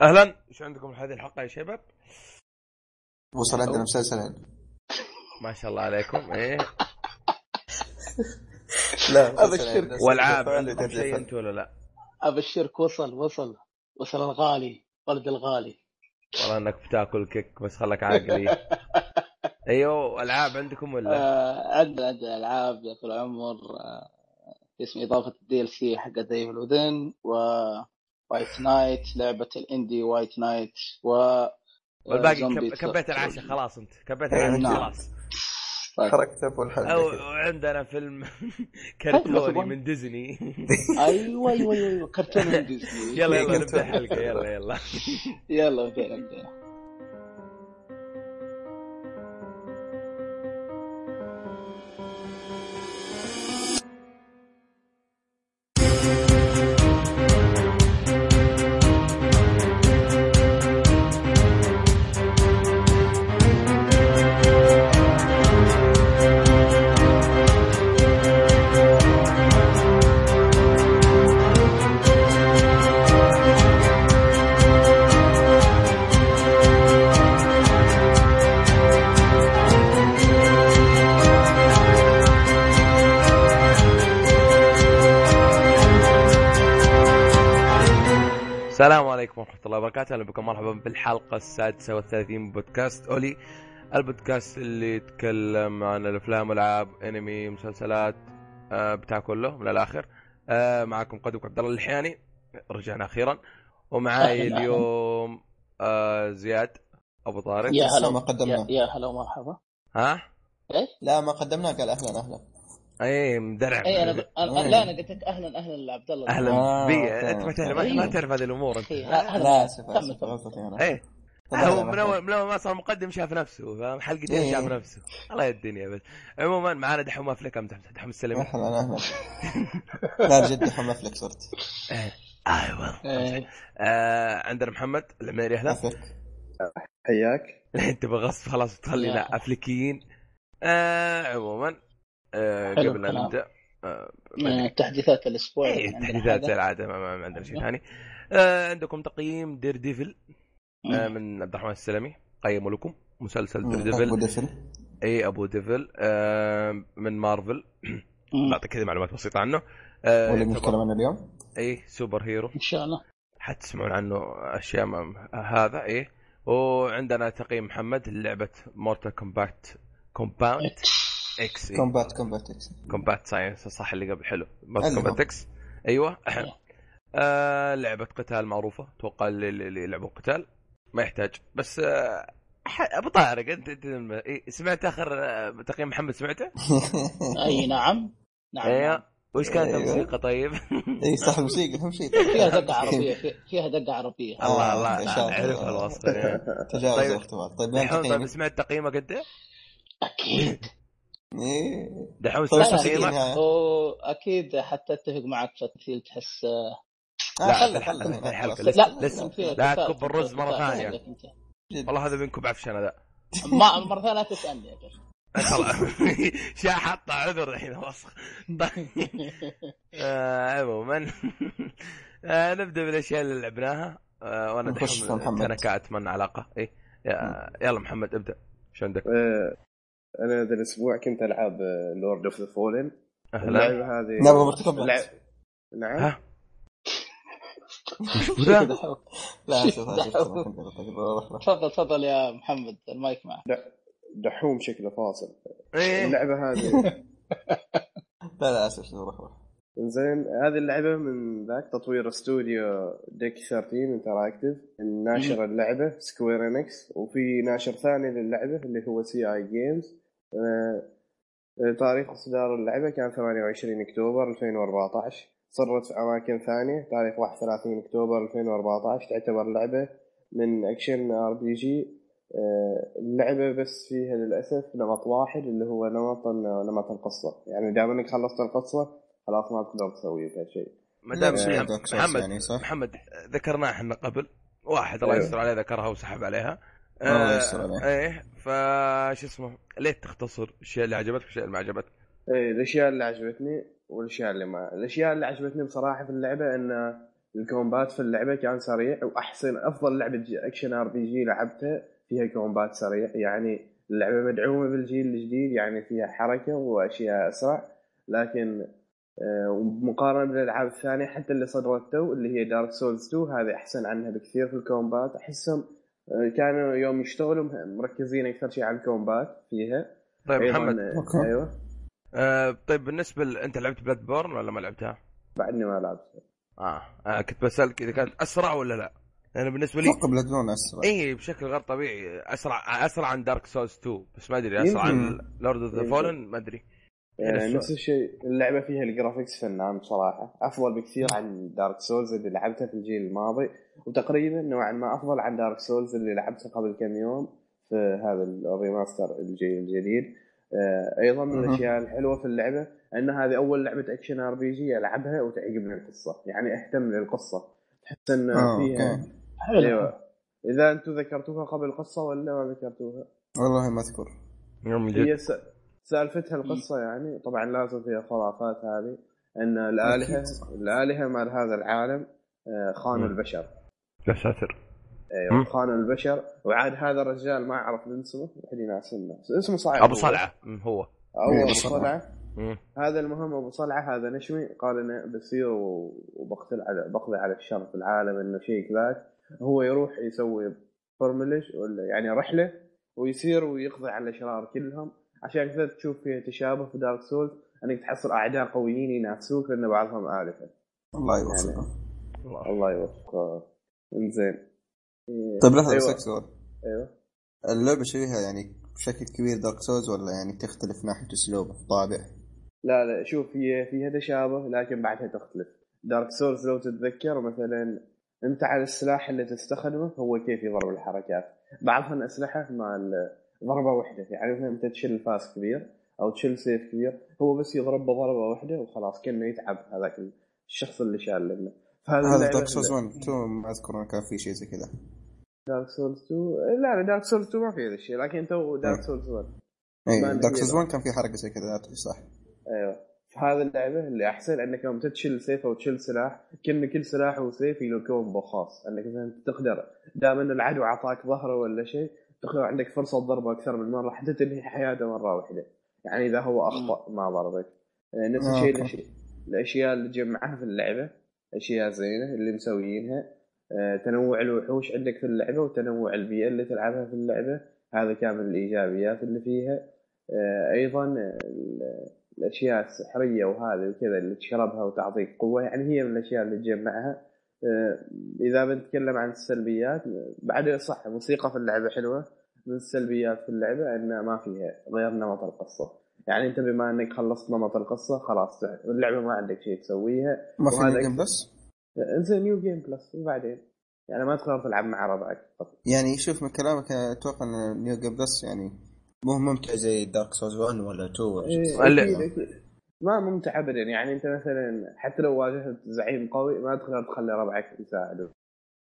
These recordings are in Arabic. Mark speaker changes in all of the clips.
Speaker 1: اهلا ايش عندكم هذه الحلقه يا شباب؟
Speaker 2: وصل عندنا مسلسلين
Speaker 1: ما شاء الله عليكم ايه
Speaker 2: لا
Speaker 3: أبشرك.
Speaker 1: والعاب عندكم شيء انتم ولا لا؟
Speaker 3: ابشرك وصل وصل وصل الغالي ولد الغالي
Speaker 1: والله انك بتاكل كيك بس خلك عاقلي ايوه العاب عندكم ولا؟
Speaker 3: آه عندنا عندنا العاب يا طول العمر آه اسم اضافه الدي ال سي حق دايف الودن و وايت نايت لعبه الاندي وايت نايت و آه،
Speaker 1: والباقي
Speaker 3: زومبي
Speaker 1: كب- كبيت
Speaker 3: تر-
Speaker 1: العشاء خلاص انت كبيت
Speaker 2: إيه،
Speaker 1: العشاء
Speaker 3: نعم.
Speaker 1: خلاص
Speaker 3: طيب.
Speaker 2: خرجت ابو
Speaker 1: او
Speaker 2: الحلقه
Speaker 1: عندنا فيلم
Speaker 3: طيب،
Speaker 1: كرتوني
Speaker 3: بس
Speaker 1: من ديزني
Speaker 3: ايوه ايوه ايوه كرتون من ديزني
Speaker 1: يلا يلا
Speaker 2: كرتون.
Speaker 1: نبدا الحلقه يلا يلا
Speaker 3: يلا بدينا بدينا
Speaker 1: السلام عليكم ورحمة الله وبركاته، أهلا بكم مرحبا بالحلقة السادسة والثلاثين من بودكاست أولي، البودكاست اللي يتكلم عن الأفلام والألعاب، أنمي، مسلسلات، آه بتاع كله من الآخر. آه معكم قدوك عبد الله الحياني، رجعنا أخيرا، ومعاي
Speaker 3: أهلاً.
Speaker 1: اليوم آه زياد أبو طارق.
Speaker 3: يا
Speaker 2: لسه
Speaker 3: هلا
Speaker 2: ما قدمنا.
Speaker 3: يا- يا هلا ومرحبا
Speaker 1: ها؟
Speaker 2: لا ما قدمناك قال اهلا اهلا
Speaker 1: إيه مدرع.
Speaker 3: اي انا أنا- طيب، لا انا قلت لك اهلا اهلا لعبد الله
Speaker 1: أهلا
Speaker 2: آه،
Speaker 1: بي،
Speaker 2: أوكي.
Speaker 1: أنت ما تعرف ما-
Speaker 3: طيب.
Speaker 1: ما تعرف هذه الأمور أنت.
Speaker 3: أخي، ه- هلا
Speaker 2: لا اسف
Speaker 3: كمل،
Speaker 2: اسف
Speaker 3: كمل.
Speaker 2: غلطتي انا
Speaker 1: إيه. هو من اول من اول ما صار مقدم شاف نفسه فاهم حلقتين
Speaker 2: إيه.
Speaker 1: شاف نفسه الله الدنيا بس عموما معانا دحوم افلك امزح دحوم السلمي
Speaker 3: إيه.
Speaker 2: مرحبا اهلا لا جدي حمافلك صرت
Speaker 1: ايوه
Speaker 3: إيه.
Speaker 1: آه عندنا محمد العميري اهلا
Speaker 2: أفلك.
Speaker 4: حياك
Speaker 1: انت بغصب خلاص تخلينا
Speaker 3: يا.
Speaker 1: افليكيين آه عموما آه
Speaker 3: حلو
Speaker 1: قبل ان
Speaker 3: الكلام.
Speaker 1: نبدا آه
Speaker 3: آه، تحديثات الاسبوع
Speaker 1: إيه،
Speaker 3: عندنا
Speaker 1: تحديثات زي
Speaker 3: حاجة؟ إيه.
Speaker 1: العاده ما, ما ما عندنا شيء ثاني آه عندكم تقييم دير ديفل
Speaker 3: إيه.
Speaker 1: آه من عبد الرحمن السلمي قيموا لكم مسلسل دير
Speaker 2: أبو
Speaker 1: ديفل
Speaker 2: دفل
Speaker 1: اي ابو ديفل آه من مارفل
Speaker 3: مم.
Speaker 1: بعطيك كذا معلومات بسيطه عنه آه
Speaker 2: ولا
Speaker 1: يعتبر-
Speaker 2: بنتكلم عنه اليوم
Speaker 1: ايه سوبر هيرو
Speaker 3: ان شاء الله
Speaker 1: حتسمعون عنه اشياء ما هذا ايه وعندنا تقييم محمد لعبه مورتال كومباكت كومباوند اكس إيه.
Speaker 2: كومبات كومبات إكس.
Speaker 1: كومبات ساينس صح اللي قبل حلو
Speaker 2: حلو.
Speaker 1: كومبات اكس ايوه آه لعبه قتال معروفه اتوقع اللي اللي- اللي يلعبوا قتال ما يحتاج بس آه ح- ابو طارق انت, انت إيه، سمعت اخر آه، تقييم محمد سمعته؟
Speaker 3: اي نعم نعم
Speaker 1: ايوه وش كانت
Speaker 2: أيوه.
Speaker 1: الموسيقى طيب؟
Speaker 2: اي إيه، صح الموسيقى اهم شيء
Speaker 3: فيها دقه عربيه في- فيها دقه عربيه
Speaker 1: الله
Speaker 2: آه،
Speaker 1: الله
Speaker 2: إن شاء الله.
Speaker 1: اعرف الوصف يعني.
Speaker 2: تجاوز
Speaker 1: طيب.
Speaker 2: الاختبار طيب وين
Speaker 1: دحوم طيب
Speaker 2: تقييمك؟
Speaker 1: سمعت تقييمك انت؟
Speaker 3: اكيد
Speaker 2: إيه.
Speaker 1: دحوم
Speaker 2: طيب
Speaker 3: لا،
Speaker 2: وش
Speaker 1: سمعت
Speaker 3: لا،
Speaker 2: تقييمك؟
Speaker 1: تقييمك؟
Speaker 2: ها؟
Speaker 3: واكيد حتى اتفق معك في التمثيل تحس
Speaker 2: آه،
Speaker 1: لا،
Speaker 2: خلي-
Speaker 1: في الحلقة،
Speaker 2: خلي-
Speaker 1: في الحلقة.
Speaker 2: خلاص.
Speaker 1: لا،
Speaker 3: لازم
Speaker 1: لا
Speaker 3: فيها تفاعل.
Speaker 1: تكب الرز مرة
Speaker 3: تفاعل
Speaker 1: ثانية.
Speaker 3: عندك أنت.
Speaker 1: والله هذا منكم بعفش انا ذا
Speaker 3: ما مره ثانيه لا تسالني يا أخي.
Speaker 1: خلاص شا حط عذر الحين وسخ طيب آه، عموما آه، نبدا بالاشياء اللي لعبناها آه، وانا
Speaker 2: نخش في
Speaker 1: دحوم
Speaker 2: محمد.
Speaker 1: تنكات من علاقه اي يلا محمد ابدا شو عندك؟
Speaker 4: آه، انا ذا الاسبوع كنت آه، العب لورد اوف ذا فولن
Speaker 1: اهلا
Speaker 4: اللعبه هذه
Speaker 2: نبغى مرتكب
Speaker 4: اللعب- نعم
Speaker 1: ها؟ وذا؟
Speaker 2: لا اسف اسف
Speaker 3: لا.
Speaker 2: طبعاً. طيب، روح- روح.
Speaker 3: تفضل تفضل يا محمد المايك معك
Speaker 4: دحوم شكله فاصل
Speaker 1: إيه.
Speaker 4: اللعبه هذه
Speaker 2: لا لا اسف روح روح
Speaker 4: زين هذه اللعبه من ذاك تطوير استوديو ديك 13 انتراكتيف ناشر اللعبه سكوير انكس وفي ناشر ثاني للعبه اللي هو سي اي جيمز آه، تاريخ اصدار اللعبه كان 28 اكتوبر 2014 صرت في اماكن ثانيه تاريخ 31 اكتوبر 2014 تعتبر لعبه من اكشن ار بي جي اللعبه آه، بس فيها للاسف نمط واحد اللي هو نمط نمط القصه يعني دام انك خلصت القصه خلاص ما تقدر تسوي فيها شيء
Speaker 1: ما دام
Speaker 2: لا،
Speaker 1: محمد-
Speaker 2: دارك سورس
Speaker 1: محمد
Speaker 2: يعني صح؟
Speaker 1: محمد ذكرناها احنا قبل واحد الله
Speaker 4: أيوه.
Speaker 1: يستر عليه ذكرها وسحب عليها
Speaker 2: الله يستر
Speaker 1: آه،
Speaker 2: عليه.
Speaker 1: ايه فش اسمه ليت تختصر الشيء اللي عجبتك والشيء اللي ما عجبتك
Speaker 4: إيه، ايه الاشياء اللي عجبتني والاشياء اللي ما الاشياء اللي عجبتني بصراحه في اللعبه ان الكومبات في اللعبه كان سريع واحسن افضل لعبه اكشن ار بي جي لعبتها فيها كومبات سريع يعني اللعبه مدعومه بالجيل الجديد يعني فيها حركه واشياء اسرع لكن آه، ومقارنه بالالعاب الثانيه حتى اللي صدرت تو اللي هي دارك سولز 2 هذه احسن عنها بكثير في الكومبات احسهم آه، كانوا يوم يشتغلوا مركزين اكثر شيء على الكومبات فيها
Speaker 1: طيب
Speaker 2: أيوة.
Speaker 4: أيضاً-
Speaker 1: محمد
Speaker 2: أوكي.
Speaker 4: ايوه
Speaker 1: آه طيب بالنسبه ل... انت لعبت بلاد بورن ولا ما لعبتها؟
Speaker 4: بعدني ما لعبت
Speaker 1: اه, آه كنت بسالك اذا كانت اسرع ولا لا؟ انا بالنسبه لي
Speaker 2: اتوقع بلاد بورن اسرع
Speaker 1: اي بشكل غير طبيعي اسرع اسرع عن دارك سولز 2 بس ما ادري اسرع عن
Speaker 2: يمكن.
Speaker 1: لورد اوف ذا
Speaker 4: يمكن.
Speaker 1: فولن ما يعني ادري هنا
Speaker 4: آه،
Speaker 1: السؤال.
Speaker 4: نفس الشيء اللعبه فيها الجرافيكس فنان بصراحه افضل بكثير عن دارك سولز اللي لعبتها في الجيل الماضي وتقريبا نوعا ما افضل عن دارك سولز اللي لعبته قبل كم يوم في هذا الريماستر الجيل الجديد آه، ايضا من
Speaker 2: أها.
Speaker 4: الاشياء الحلوه في اللعبه ان هذه اول لعبه اكشن ار بي جي العبها وتعجبني القصه يعني اهتم للقصه تحس ان
Speaker 2: آه،
Speaker 4: فيها
Speaker 2: اوكي
Speaker 3: حلو
Speaker 1: أيوة.
Speaker 4: ايوه اذا انتم ذكرتوها قبل القصه ولا ما ذكرتوها
Speaker 2: والله ما اذكر
Speaker 1: نعم جد.
Speaker 4: هي س- سالفتها القصه يعني طبعا لازم فيها خرافات هذه ان الالهه
Speaker 2: أكيد.
Speaker 4: الالهه مال هذا العالم آه، خانوا
Speaker 1: مم.
Speaker 4: البشر
Speaker 1: يا ساتر مم.
Speaker 4: ايوه خانوا البشر وعاد هذا الرجال ما اعرف من اسمه واحد يناس اسمه اسمه صعب
Speaker 1: ابو
Speaker 4: هو.
Speaker 1: صلعه مم، هو
Speaker 4: او
Speaker 2: إيه،
Speaker 4: ابو
Speaker 2: أبو صلعة.
Speaker 4: صلعه
Speaker 1: مم.
Speaker 4: هذا المهم ابو صلعه هذا نشمي قال انا بصير و- وبقتل على بقضي على الشر في العالم انه شيء كذاك هو يروح يسوي برملج ولا يعني رحله ويسير ويقضي على الاشرار كلهم عشان كذا تشوف فيها تشابه في دارك سولز انك تحصل اعداء قويين ينافسوك لان بعضهم الفه
Speaker 2: الله يوفقه
Speaker 1: الله.
Speaker 4: الله يوفقه انزين إيه،
Speaker 2: طيب لحظه
Speaker 4: أيوة.
Speaker 2: بسالك سؤال
Speaker 4: ايوه
Speaker 2: اللعبه شبيهه يعني بشكل كبير دارك سولز ولا يعني تختلف ناحيه اسلوبه طابع
Speaker 4: لا لا شوف هي فيها تشابه لكن بعدها تختلف دارك سورس لو تتذكر مثلا انت على السلاح اللي تستخدمه هو كيف يضرب الحركات بعضها الاسلحه مع ال- ضربه واحده يعني مثلا انت تشيل فاس كبير او تشيل سيف كبير هو بس يضرب بضربه واحده وخلاص كانه يتعب هذاك الشخص اللي شال منه فهذا
Speaker 2: هذا
Speaker 4: اللعبة-
Speaker 2: دارك سولز 1 2 ما اذكر انه كان في شيء زي كذا
Speaker 4: دارك سولز 2 لا لا دارك سولز 2 ما في هذا الشيء لكن تو دارك سولز 1 ما
Speaker 2: اي
Speaker 4: أدري
Speaker 2: دارك سولز
Speaker 4: لو.
Speaker 2: 1 كان في حركه زي كذا أدري، صح
Speaker 4: ايوه فهذا اللعبه اللي احسن انك لما تشيل سيف او تشيل سلاح كأن كل سلاح وسيف له كومبو خاص انك مثلا تقدر دام ان العدو اعطاك ظهره ولا شيء تقدر عندك فرصه تضربه اكثر من مره حتى تنهي حياته مره واحده يعني اذا هو اخطا ما ضربك آه، نفس
Speaker 2: آه،
Speaker 4: الشيء
Speaker 2: أوكي.
Speaker 4: الأشي- الاشياء اللي جمعها في اللعبه اشياء زينه اللي مسويينها آه، تنوع الوحوش عندك في اللعبه وتنوع البيئه اللي تلعبها في اللعبه هذا كان من الايجابيات اللي فيها آه، ايضا ال- الاشياء السحريه وهذه وكذا اللي تشربها وتعطيك قوه يعني هي من الاشياء اللي تجمعها آه، اذا بنتكلم عن السلبيات آه، بعد صح الموسيقى في اللعبه حلوه من السلبيات في اللعبه ان ما فيها غير نمط القصه يعني انت بما انك خلصت نمط القصه خلاص تعرف. اللعبه ما عندك شيء تسويها
Speaker 2: ما في
Speaker 4: وهذا
Speaker 2: نيو جيم
Speaker 4: أكثر.
Speaker 2: بلس
Speaker 4: آه، انزين نيو جيم بلس وبعدين يعني ما تقدر تلعب مع ربعك فقط
Speaker 2: يعني شوف من كلامك أنا اتوقع ان نيو جيم بلس يعني مو ممتع زي دارك سولز 1 ولا 2 ولا شيء أه.
Speaker 4: إيه،
Speaker 1: اللي-
Speaker 2: زي
Speaker 4: اكيد
Speaker 2: كذا.
Speaker 4: اكيد ما ممتع ابدا يعني انت مثلا حتى لو واجهت زعيم قوي ما تقدر تخلي ربعك يساعده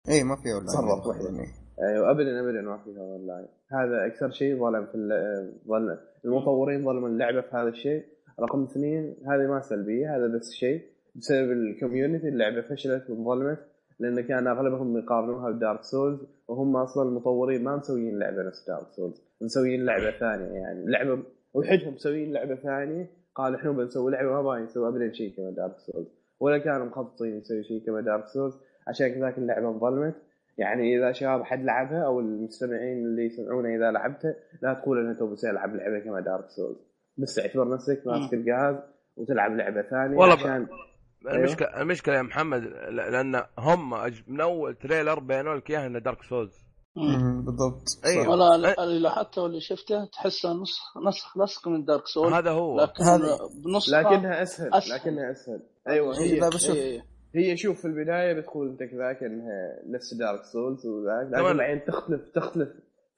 Speaker 2: اي إيه، ما فيها ولا
Speaker 4: تصرف وحدك.
Speaker 2: يعني
Speaker 4: ايوه ابدا ابدا ما فيها والله هذا اكثر شيء ظلم في الل- ظل المطورين ظلموا اللعبه في هذا الشيء رقم اثنين هذه ما سلبيه هذا بس شيء بسبب الكوميونتي اللعبه فشلت وانظلمت لان كان اغلبهم يقارنوها بدارك سولز وهم اصلا المطورين ما مسويين لعبه نفس دارك سولز مسويين لعبه ثانيه يعني لعبه وحدهم مسويين لعبه ثانيه قالوا احنا بنسوي لعبه ما نسوي ابدا شيء كما دارك سولز ولا كانوا مخططين يسوي شيء كما دارك سولز عشان كذاك اللعبه انظلمت يعني اذا شباب حد لعبها او المستمعين اللي يسمعونا اذا لعبتها لا تقول انا تو بس العب لعبه كما دارك سولز بس اعتبر نفسك ماسك الجهاز وتلعب لعبه ثانيه
Speaker 1: والله ب-
Speaker 4: عشان
Speaker 1: المشكله المشكله يا محمد ل- لان هم أج- من اول تريلر بينوا لك اياها انه دارك سولز
Speaker 3: مم.
Speaker 2: مم، بالضبط
Speaker 1: أيوة.
Speaker 2: صح.
Speaker 3: والله
Speaker 1: أي.
Speaker 3: اللي لاحظته واللي شفته تحسه نسخ نسخ نسخ من دارك سول
Speaker 1: هذا هو
Speaker 3: لكن
Speaker 2: هذه-
Speaker 3: بنسخة
Speaker 4: لكنها اسهل
Speaker 3: أسهل.
Speaker 4: لكنها اسهل ايوه
Speaker 2: إيه، لا
Speaker 4: هي
Speaker 2: بشوف
Speaker 3: إيه.
Speaker 4: هي شوف في البدايه بتقول انت كذاك انها نفس دارك سولز وذاك
Speaker 1: كمان-
Speaker 4: لكن بعدين تختلف تختلف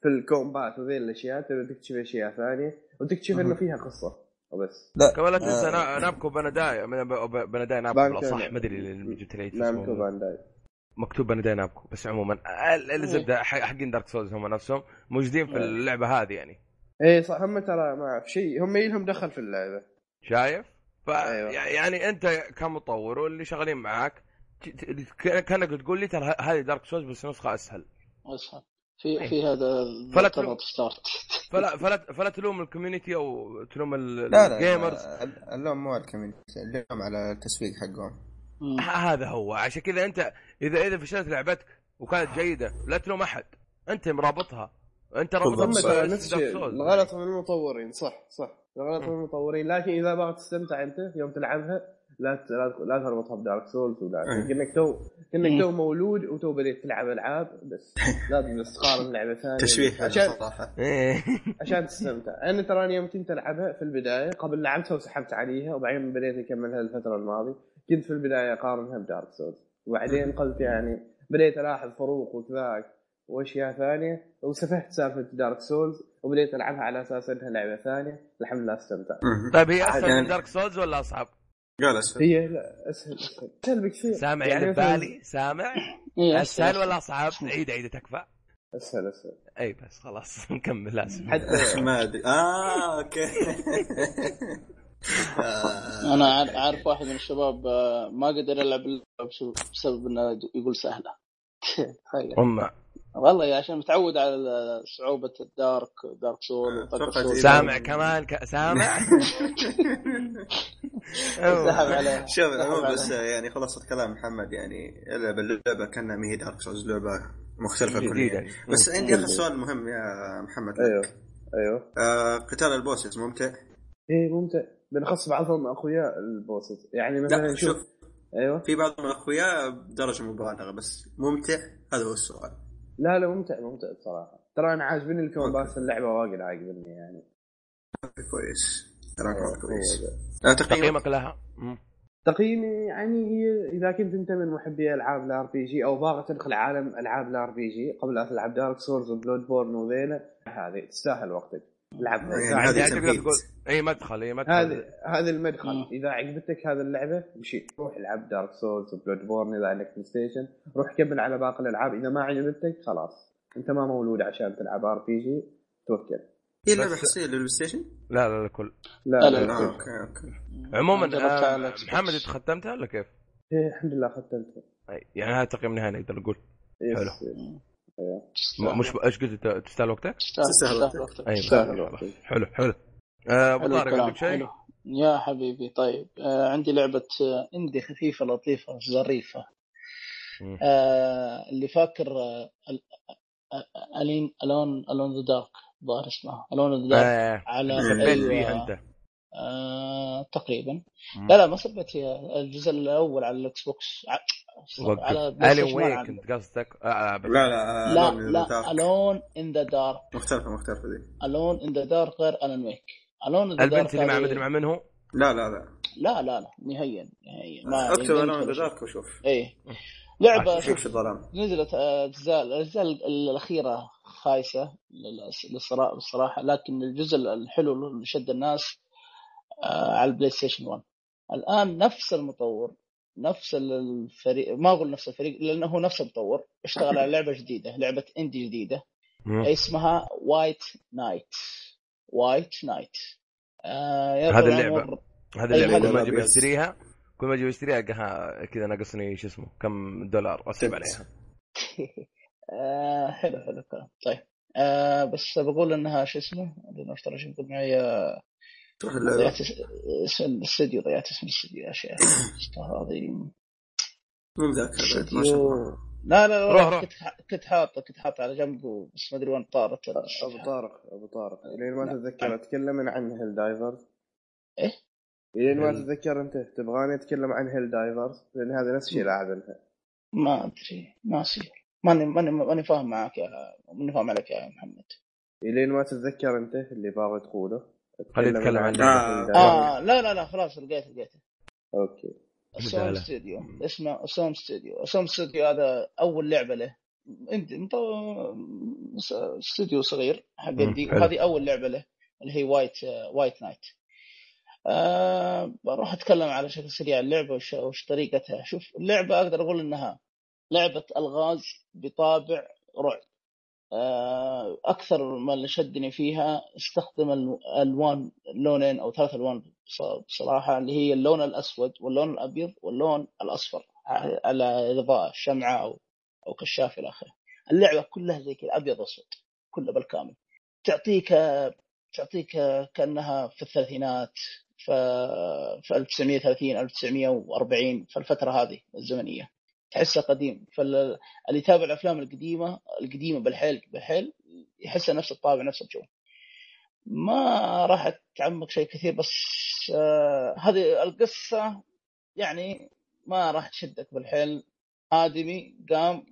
Speaker 4: في الكومبات وذي الاشياء تبي تكتشف اشياء ثانيه وتكتشف انه
Speaker 2: مهم.
Speaker 4: فيها قصه وبس
Speaker 2: لا
Speaker 1: كمان لا تنسى
Speaker 2: آه.
Speaker 1: نا- نابكو بنداي من- ب- بنداي نابكو
Speaker 4: بانكو
Speaker 1: لا صح
Speaker 4: نا-
Speaker 1: ما ادري اللي جبت لي
Speaker 4: نامكو
Speaker 1: اسمه.
Speaker 4: بانداي
Speaker 1: مكتوب بنداي نابكو بس عموما ال-
Speaker 2: إيه.
Speaker 1: اللي زبده ح- حقين دارك سولز هم نفسهم موجودين في
Speaker 4: إيه.
Speaker 1: اللعبه هذه يعني
Speaker 4: ايه صح هم ترى ما اعرف شيء هم يلهم دخل في اللعبه
Speaker 1: شايف؟ ف
Speaker 4: أيوة.
Speaker 1: يعني انت كمطور واللي شغالين معاك كانك تقول لي ترى هذه دارك سولز بس نسخه اسهل
Speaker 3: اسهل في
Speaker 1: أيوة.
Speaker 3: في هذا
Speaker 1: فلا
Speaker 3: ضغط ستارت
Speaker 1: فلا فلا فلا تلوم الكوميونتي او تلوم ال-
Speaker 2: لا لا
Speaker 1: الجيمرز
Speaker 2: ال- اللوم مو على الكوميونتي اللوم على التسويق حقهم
Speaker 3: مم.
Speaker 1: ه- هذا هو عشان كذا انت اذا اذا فشلت لعبتك وكانت جيده لا تلوم احد انت مرابطها انت رابطها بس-
Speaker 2: بالضبط.
Speaker 4: هم
Speaker 2: صح.
Speaker 1: بس Dark
Speaker 4: نفس الشيء
Speaker 1: Souls.
Speaker 4: الغلط من المطورين صح صح الغلط
Speaker 1: مم.
Speaker 4: من المطورين لكن اذا باغي تستمتع انت يوم تلعبها لا ت- لا ت- لا تربطها بدارك سولز ولا
Speaker 1: إيه.
Speaker 2: أي.
Speaker 4: كانك تو
Speaker 3: مم.
Speaker 4: كانك تو مولود وتو بديت تلعب العاب بس لازم بس تقارن لعبه ثانيه
Speaker 2: تشويح
Speaker 4: عشان
Speaker 2: هذا صراحه
Speaker 1: إيه.
Speaker 4: عشان تستمتع انا تراني يوم كنت العبها في البدايه قبل لعبتها وسحبت عليها وبعدين بديت اكملها الفتره الماضيه كنت في البدايه اقارنها بدارك سولز وبعدين قلت يعني بديت الاحظ فروق وكذاك واشياء ثانيه وسفحت سالفه دارك سولز وبديت العبها على اساس انها لعبه ثانيه الحمد لله استمتعت
Speaker 2: مم.
Speaker 1: طيب هي
Speaker 2: عاد
Speaker 1: اسهل من
Speaker 2: يعني-
Speaker 1: دارك سولز ولا اصعب؟
Speaker 2: قال اسهل
Speaker 4: هي لا اسهل اسهل اسهل بكثير
Speaker 1: سامع
Speaker 3: يعني
Speaker 1: اللي
Speaker 4: يعني مثلاً-
Speaker 1: ببالي سامع؟
Speaker 3: إيه،
Speaker 1: اسهل ولا اصعب؟ عيد عيد تكفى
Speaker 4: اسهل اسهل
Speaker 1: اي بس خلاص نكمل لازم
Speaker 4: حتى
Speaker 2: ما ادري اه اوكي آه.
Speaker 3: انا عار- عارف واحد من الشباب آه، ما قدر يلعب اللعبة بسبب- بسبب انه يقول سهله تخيل
Speaker 1: أمه
Speaker 3: والله يا عشان متعود على صعوبه الدارك دارك سول وطق
Speaker 2: أتوقع
Speaker 3: سول
Speaker 2: إذا-
Speaker 1: سامع كمان ك... سامع
Speaker 3: سحب عليه
Speaker 2: شوف
Speaker 3: سحب
Speaker 2: العموم بس
Speaker 3: عليه.
Speaker 2: يعني خلاصة كلام محمد يعني اللعبة اللعبة كانها ما هي دارك سولز لعبة مختلفة
Speaker 1: جديدة.
Speaker 2: كليا بس
Speaker 1: مم.
Speaker 2: عندي اخر سؤال مهم يا محمد لك.
Speaker 4: ايوه ايوه
Speaker 2: آه قتال البوسس ممتع؟
Speaker 4: ايه ممتع بالاخص بعضهم اقوياء البوسز يعني مثلا
Speaker 2: لا
Speaker 4: شوف
Speaker 2: شوف
Speaker 4: ايوه
Speaker 2: في بعض من الاخوياء بدرجة مبالغة بس ممتع هذا هو السؤال
Speaker 4: لا لا ممتع ممتع بصراحه ترى انا عاجبني الكومبات
Speaker 2: أوكي.
Speaker 4: في اللعبه واجد عاجبني يعني
Speaker 2: كويس كلام كلام كويس
Speaker 4: هو-
Speaker 2: آه، تقييمك
Speaker 1: تقييمك لها مم.
Speaker 4: تقييمي يعني هي اذا كنت انت من محبي العاب الار بي جي او باغي تدخل عالم العاب الار بي جي قبل لا تلعب دارك سورز وبلود بورن وذيلا هذه تستاهل وقتك لعبها
Speaker 2: يعني
Speaker 4: تستاهل.
Speaker 2: هذه
Speaker 1: يعني تقدر
Speaker 2: تمهيد.
Speaker 1: تقول اي مدخل اي مدخل
Speaker 4: هذا هذا المدخل
Speaker 3: مم.
Speaker 4: اذا عجبتك هذه اللعبه مشي روح العب دارك سولز وبلود بورن اذا عندك بلاي ستيشن روح كمل على باقي الالعاب اذا ما عجبتك خلاص انت ما مولود عشان تلعب ار بي جي توكل
Speaker 2: هي لعبة
Speaker 1: بس-
Speaker 2: حصرية للبلاي ستيشن؟
Speaker 1: لا لا الكل
Speaker 4: لا
Speaker 3: لا،
Speaker 4: لا,
Speaker 3: لا.
Speaker 4: لا,
Speaker 2: آه، اوكي اوكي
Speaker 1: عموما
Speaker 3: أنا جربتها على
Speaker 1: آه،
Speaker 3: الإكس بوكس.
Speaker 1: محمد انت ختمتها ولا كيف؟
Speaker 4: إيه، الحمد لله ختمتها
Speaker 1: أي، يعني هذا تقييم نهائي نقدر نقول حلو.
Speaker 4: يس
Speaker 3: تستاهل.
Speaker 1: م- مش ايش قلت أنت تستاهل وقتك؟
Speaker 3: تستاهل
Speaker 2: تستاهل وقتك.
Speaker 3: تستاهل وقتك
Speaker 1: اي بس،
Speaker 4: تستاهل
Speaker 1: خلاص.
Speaker 4: وقتك.
Speaker 1: حلو حلو آه، ابو
Speaker 3: حلو
Speaker 1: طارق
Speaker 3: الكلام
Speaker 1: عندك شيء؟
Speaker 3: حلو يا حبيبي طيب آه عندي لعبة آه، اندي خفيفة لطيفة ظريفة
Speaker 1: مم.
Speaker 3: آه اللي فاكر آه ال- آه، الين الون الون ذا دارك ظاهر اسمها الون ذا دارك
Speaker 1: آه،
Speaker 3: على
Speaker 1: سبيت فيها انت
Speaker 3: آه تقريبا
Speaker 1: مم.
Speaker 3: لا لا ما سبت هي الجزء الاول على الاكس بوكس ع-
Speaker 1: وقف
Speaker 3: على بلاي
Speaker 1: الين
Speaker 3: ستيشن ما
Speaker 1: ويك
Speaker 3: لعبت.
Speaker 1: انت قصدك آه، آه، بس.
Speaker 2: لا لا آه،
Speaker 3: لا
Speaker 2: لون
Speaker 3: لا
Speaker 2: دارك.
Speaker 3: الون ان ذا دارك
Speaker 2: مختلفة مختلفة ذي
Speaker 3: الون ان ذا دارك غير الون ويك الون ذا دارك
Speaker 1: البنت اللي مع مدري مع من هو
Speaker 2: لا لا لا
Speaker 3: لا لا لا نهائيا نهائيا ما
Speaker 2: اكتب
Speaker 3: يندمج
Speaker 2: لون
Speaker 3: ولا شيء.
Speaker 2: دارك وشوف
Speaker 3: ايه لعبه
Speaker 1: عشان
Speaker 2: شوف
Speaker 3: شوف
Speaker 2: في الظلام
Speaker 3: نزلت آه، اجزاء الاجزاء الاخيره خايسه للصراحه بصراحه لكن الجزء الحلو اللي شد الناس آه، على البلاي ستيشن 1 الان نفس المطور نفس الفريق ما اقول نفس الفريق لانه هو نفس المطور اشتغل على لعبه جديده لعبه اندي جديده
Speaker 1: مم.
Speaker 3: اسمها وايت نايت وايت نايت آه يا
Speaker 1: هذه
Speaker 3: طول
Speaker 1: اللعبة.
Speaker 3: العمر
Speaker 1: هذه
Speaker 3: أي
Speaker 1: اللعبه
Speaker 3: هذا
Speaker 1: كل ما
Speaker 2: اللعبة
Speaker 1: اجي
Speaker 2: أبيض.
Speaker 1: بشتريها كل ما اجي بشتريها ألقاها كذا ناقصني شو اسمه كم دولار اسحب
Speaker 2: تبت.
Speaker 1: عليها
Speaker 3: آه حلو حلو الكلام طيب آه بس بقول انها شو اسمه بدون اشتري شيء يقول معي آه،
Speaker 2: شوف
Speaker 3: ضيعت
Speaker 2: اللعبة
Speaker 3: اس- اسم الاستديو ضيعت اسم الاستديو يا شيخ استغفر العظيم
Speaker 2: مو مذاكرة بعد، ما شاء
Speaker 3: استديو
Speaker 2: الله
Speaker 3: لا لا
Speaker 1: روح،
Speaker 3: لا
Speaker 1: روح.
Speaker 3: كنت ح- كنت حاطه كنت حاطه على جنب بس ما ادري وين طارت
Speaker 4: ابو طارق ابو طارق لين ما
Speaker 3: لا.
Speaker 4: تتذكر اتكلم أنا عن هيل دايفرز
Speaker 3: إيه؟
Speaker 4: لين ما
Speaker 1: هيل-
Speaker 4: تتذكر انت تبغاني اتكلم عن هيل دايفرز لان هذا نفس الشيء لاعبينها
Speaker 3: ما ادري ناسي ماني ماني ماني فاهم معك يا ماني فاهم عليك يا محمد
Speaker 4: لين ما تتذكر انت اللي باغي تقوله
Speaker 1: خليه
Speaker 4: أتكلم آه.
Speaker 1: يتكلم
Speaker 4: أنا
Speaker 1: عن
Speaker 2: اللعبة.
Speaker 4: Hell Divers.
Speaker 3: اه لا لا لا خلاص لقيته لقيته
Speaker 4: اوكي
Speaker 1: لا،
Speaker 3: سوم
Speaker 1: لا.
Speaker 3: ستوديو اسمه سوم ستوديو سوم ستوديو هذا اول لعبه له عندي مطو- س- استوديو صغير حق
Speaker 1: مم،
Speaker 3: دي
Speaker 1: حلو.
Speaker 3: وهذه اول لعبه له اللي هي وايت آه، وايت نايت آه بروح اتكلم على شكل سريع اللعبه وش, وش طريقتها شوف اللعبه اقدر اقول انها لعبه الغاز بطابع رعب آه اكثر ما اللي شدني فيها استخدم الو- الوان لونين او ثلاث الوان بص- بصراحه اللي هي اللون الاسود واللون الابيض واللون الاصفر على اضاءه شمعه او او كشاف الى اخره اللعبه كلها زي كذا ابيض واسود كلها بالكامل تعطيك تعطيك كانها في الثلاثينات ف في 1930 1940 في الفتره هذه الزمنيه تحسها قديم فاللي يتابع الافلام القديمه القديمه بالحيل بالحيل يحسها نفس الطابع نفس الجو ما راح اتعمق شيء كثير بس آه هذه القصه يعني ما راح تشدك بالحيل ادمي قام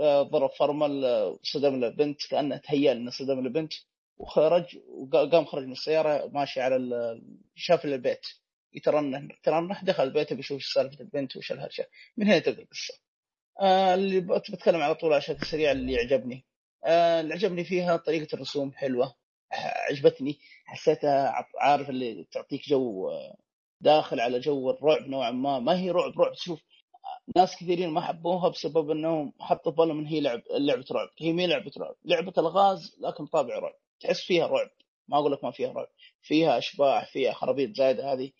Speaker 3: آه ضرب فرمل آه، صدم البنت كانه تهيأ انه صدم البنت وخرج وقام خرج من السياره ماشي على ال- شاف البيت يترنح يترنح دخل بيته بيشوف سالفه البنت وش الهرجه من هنا تبدا القصه آه اللي بت- بتكلم على طول عشان سريع اللي عجبني آه اللي عجبني فيها طريقه الرسوم حلوه ح- عجبتني حسيتها ع- عارف اللي تعطيك جو آه، داخل على جو الرعب نوعا ما ما هي رعب رعب تشوف ناس كثيرين ما حبوها بسبب انهم حطوا في بالهم ان هي لعب لعبه رعب هي مي لعبه رعب لعبه الغاز لكن طابع رعب تحس فيها رعب ما اقول لك ما فيها رعب فيها اشباح فيها خرابيط زايده هذه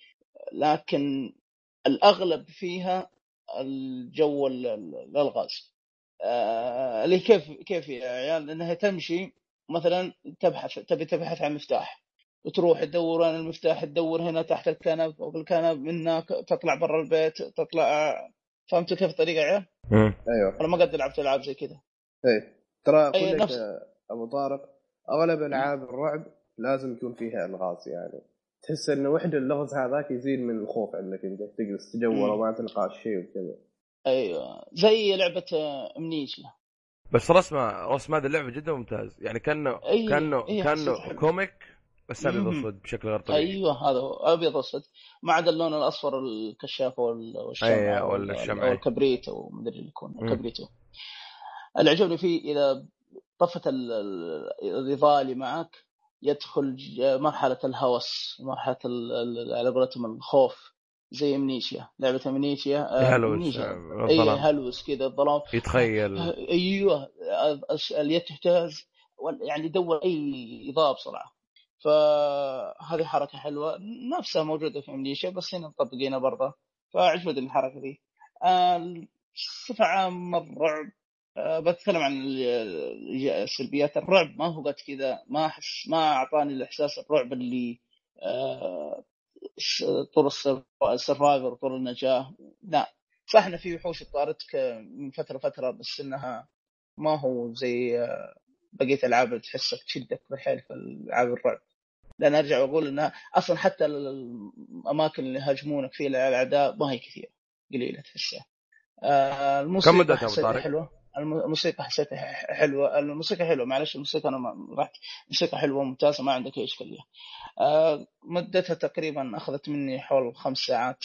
Speaker 3: لكن الاغلب فيها الجو ال- ال- الالغاز آه، اللي كيف كيف يا عيال انها تمشي مثلا تبحث تبي تبحث عن مفتاح وتروح تدور عن المفتاح تدور هنا تحت الكنب فوق الكنب من هناك تطلع برا البيت تطلع فهمتوا كيف الطريقه يا عيال؟
Speaker 4: ايوه
Speaker 3: انا ما قد لعبت العاب زي كذا
Speaker 4: اي إيه. ترى
Speaker 3: أي
Speaker 4: كلك
Speaker 3: نفس-
Speaker 4: آه، ابو طارق اغلب العاب الرعب لازم يكون فيها الغاز يعني تحس انه وحده اللغز هذاك يزيد من الخوف عندك انت تجلس تجول
Speaker 3: مم.
Speaker 4: وما تلقى شيء وكذا
Speaker 3: ايوه زي لعبه آه، امنيجلا
Speaker 1: بس رسمه رسم هذه اللعبه جدا ممتاز يعني كانه
Speaker 3: أي-
Speaker 1: كانه
Speaker 3: أي
Speaker 1: كانه
Speaker 3: حسيت-
Speaker 1: كوميك بس ابيض
Speaker 3: مهم.
Speaker 1: اسود بشكل غير طبيعي
Speaker 3: ايوه هذا هو ابيض اسود ما عدا اللون الاصفر الكشاف وال- والشمعه
Speaker 1: أي، أو
Speaker 3: وال-
Speaker 1: الشمعة.
Speaker 3: او الكبريت او مدري اللي يكون
Speaker 1: أيوة، مم.
Speaker 3: كبريته اللي عجبني فيه اذا طفت ال- ال- الاضاءه اللي معك يدخل ج- مرحله الهوس مرحله ال- ال- على قولتهم الخوف زي امنيشيا لعبه امنيشيا آه،
Speaker 1: يهلوس
Speaker 3: امنيشيا
Speaker 1: آه،
Speaker 3: اي
Speaker 1: الظلام
Speaker 3: هلوس كذا الظلام
Speaker 1: يتخيل
Speaker 3: ايوه أس- اليد تهتز وال- يعني دور اي اضاءه بسرعه فهذه حركه حلوه نفسها موجوده في امنيشيا بس هنا مطبقينها برضه فعجبتني الحركه دي آه، بصفه عامه الرعب آه، بتكلم عن ال- السلبيات الرعب ما هو قد كذا ما احس ما اعطاني الاحساس الرعب اللي آه، س- طول السر- السرفايفر طول النجاه لا صح انه في وحوش طارتك من فتره فتره بس انها ما هو زي آه، بقيه العاب اللي تحسك تشدك بالحيل في العاب الرعب لان ارجع واقول انها اصلا حتى ال- الاماكن اللي يهاجمونك فيها الاعداء ما هي كثيره قليله تحسها آه،
Speaker 1: كم
Speaker 3: الموسيقى
Speaker 1: مدتها ابو
Speaker 3: حسيتها
Speaker 1: طارق؟
Speaker 3: حلوه الم- الموسيقى حسيتها ح- حلوه الموسيقى حلوه معلش الموسيقى انا ما رحت الموسيقى حلوه ممتازه ما عندك اي اشكاليه آه، مدتها تقريبا اخذت مني حول خمس ساعات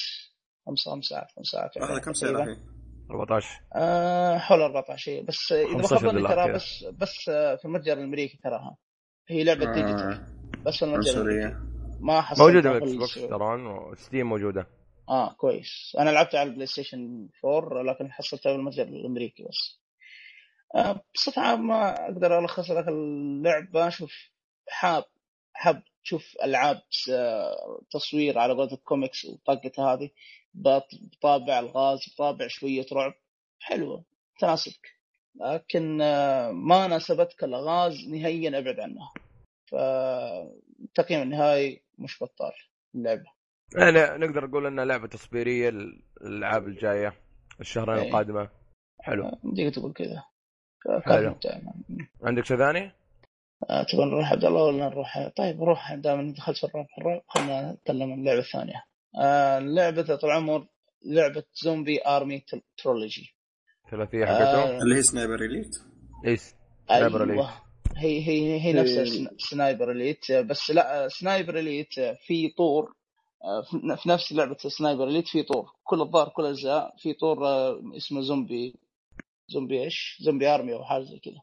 Speaker 3: خمس خمس ساعات خمس ساعات
Speaker 2: هذا
Speaker 3: وأربعين
Speaker 2: كم سعره
Speaker 3: تقريبا
Speaker 2: الحين؟
Speaker 1: 14
Speaker 3: آه، حول 14 شيء بس اذا ما
Speaker 1: 15
Speaker 3: خاب ظني
Speaker 1: دولار
Speaker 3: ترى
Speaker 1: كذا
Speaker 3: بس بس آه، في المتجر الامريكي تراها هي لعبه ديجيتال
Speaker 2: آه،
Speaker 3: بس في المتجر الامريكي
Speaker 2: عنصرية
Speaker 3: ما
Speaker 1: موجوده
Speaker 3: حصلتها في
Speaker 1: بالاكس بوكس
Speaker 3: السعوديه
Speaker 1: ترى وستيم موجوده
Speaker 3: اه كويس انا لعبت على البلاي ستيشن 4 لكن حصلتها بالمتجر الامريكي بس آه، بصفة عامة أقدر ألخص لك اللعبة شوف حاب حاب تشوف ألعاب آه، تصوير على قولة الكوميكس وطاقتها هذه بط- بطابع الغاز بطابع شوية رعب حلوة تناسبك لكن آه، ما ناسبتك الأغاز نهائيا أبعد عنها فالتقييم النهائي مش بطال اللعبة
Speaker 1: يعني نقدر نقول انها لعبه تصبيريه الالعاب الجايه الشهرين
Speaker 3: أي
Speaker 1: القادمه حلو
Speaker 3: آه، يمديك تقول كذا كان
Speaker 1: حلو
Speaker 3: ممتع
Speaker 1: عندك شيء ثاني؟
Speaker 3: آه، تبغى نروح عبد الله ولا نروح طيب روح دام إنك دخلت في الرعب الرعب خلينا نتكلم عن اللعبه الثانيه آه، اللعبه يا طال عمر لعبه زومبي ارمي ترولوجي
Speaker 1: ثلاثيه حقته
Speaker 3: آه
Speaker 2: اللي هي سنايبر اليت
Speaker 1: ايس سنايبر
Speaker 3: ايوه
Speaker 1: اليت
Speaker 3: هي هي هي نفسها سن- سنايبر اليت آه، بس لا آه، سنايبر اليت آه، في طور آه، في- في نفس لعبه سنايبر اليت في طور كل الظاهر كل الاجزاء في طور آه، اسمه زومبي زومبي ايش؟ زومبي ارمي او حاجه زي كذا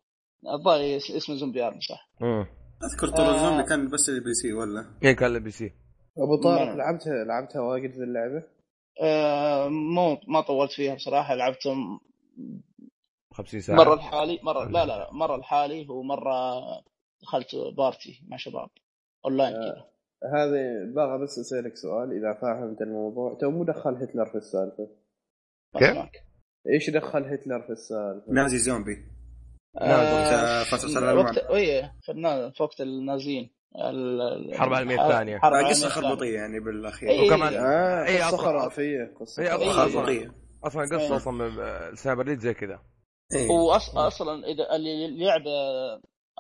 Speaker 3: الظاهر اس- اسمه زومبي ارمي صح
Speaker 1: امم
Speaker 2: اذكر طور
Speaker 3: آه.
Speaker 2: الزومبي كان بس البي سي ولا؟
Speaker 1: اي إيه، كان البي سي
Speaker 4: ابو طارق
Speaker 3: ما-
Speaker 1: نعم.
Speaker 4: لعبتها لعبتها واجد ذي اللعبه
Speaker 3: آه، مو ما طولت فيها بصراحه لعبتهم
Speaker 1: 50
Speaker 3: مره
Speaker 1: ساعه
Speaker 3: لحالي مره لا لا لا مره لحالي ومره دخلت بارتي مع شباب اونلاين كذا
Speaker 4: هذه باغى بس اسالك سؤال اذا فاهمت الموضوع تو مو دخل هتلر في السالفه
Speaker 1: كيف؟
Speaker 3: اسمعك
Speaker 4: ايش دخل هتلر في السالفه؟
Speaker 2: نازي زومبي
Speaker 3: آه،
Speaker 2: وقت فترة الألمان.
Speaker 3: وقت اي في النا- في وقت النازيين ال- ال-
Speaker 1: الحرب العالمية الثانية.
Speaker 3: الحرب العالمية
Speaker 2: قصه
Speaker 3: الثانية.
Speaker 2: خربطيه آه، يعني بالاخير
Speaker 3: آه، إيه.
Speaker 1: وكمان
Speaker 4: آه
Speaker 1: إيه،
Speaker 4: قصه
Speaker 1: أصلاً-
Speaker 4: خرافيه قصه
Speaker 1: إيه،
Speaker 3: أصلاً-
Speaker 2: خربطيه
Speaker 1: اصلا
Speaker 3: صحيح.
Speaker 1: قصه اصلا سايبرليد زي كذا
Speaker 2: إيه.
Speaker 3: واصلا اذا اللي لعبه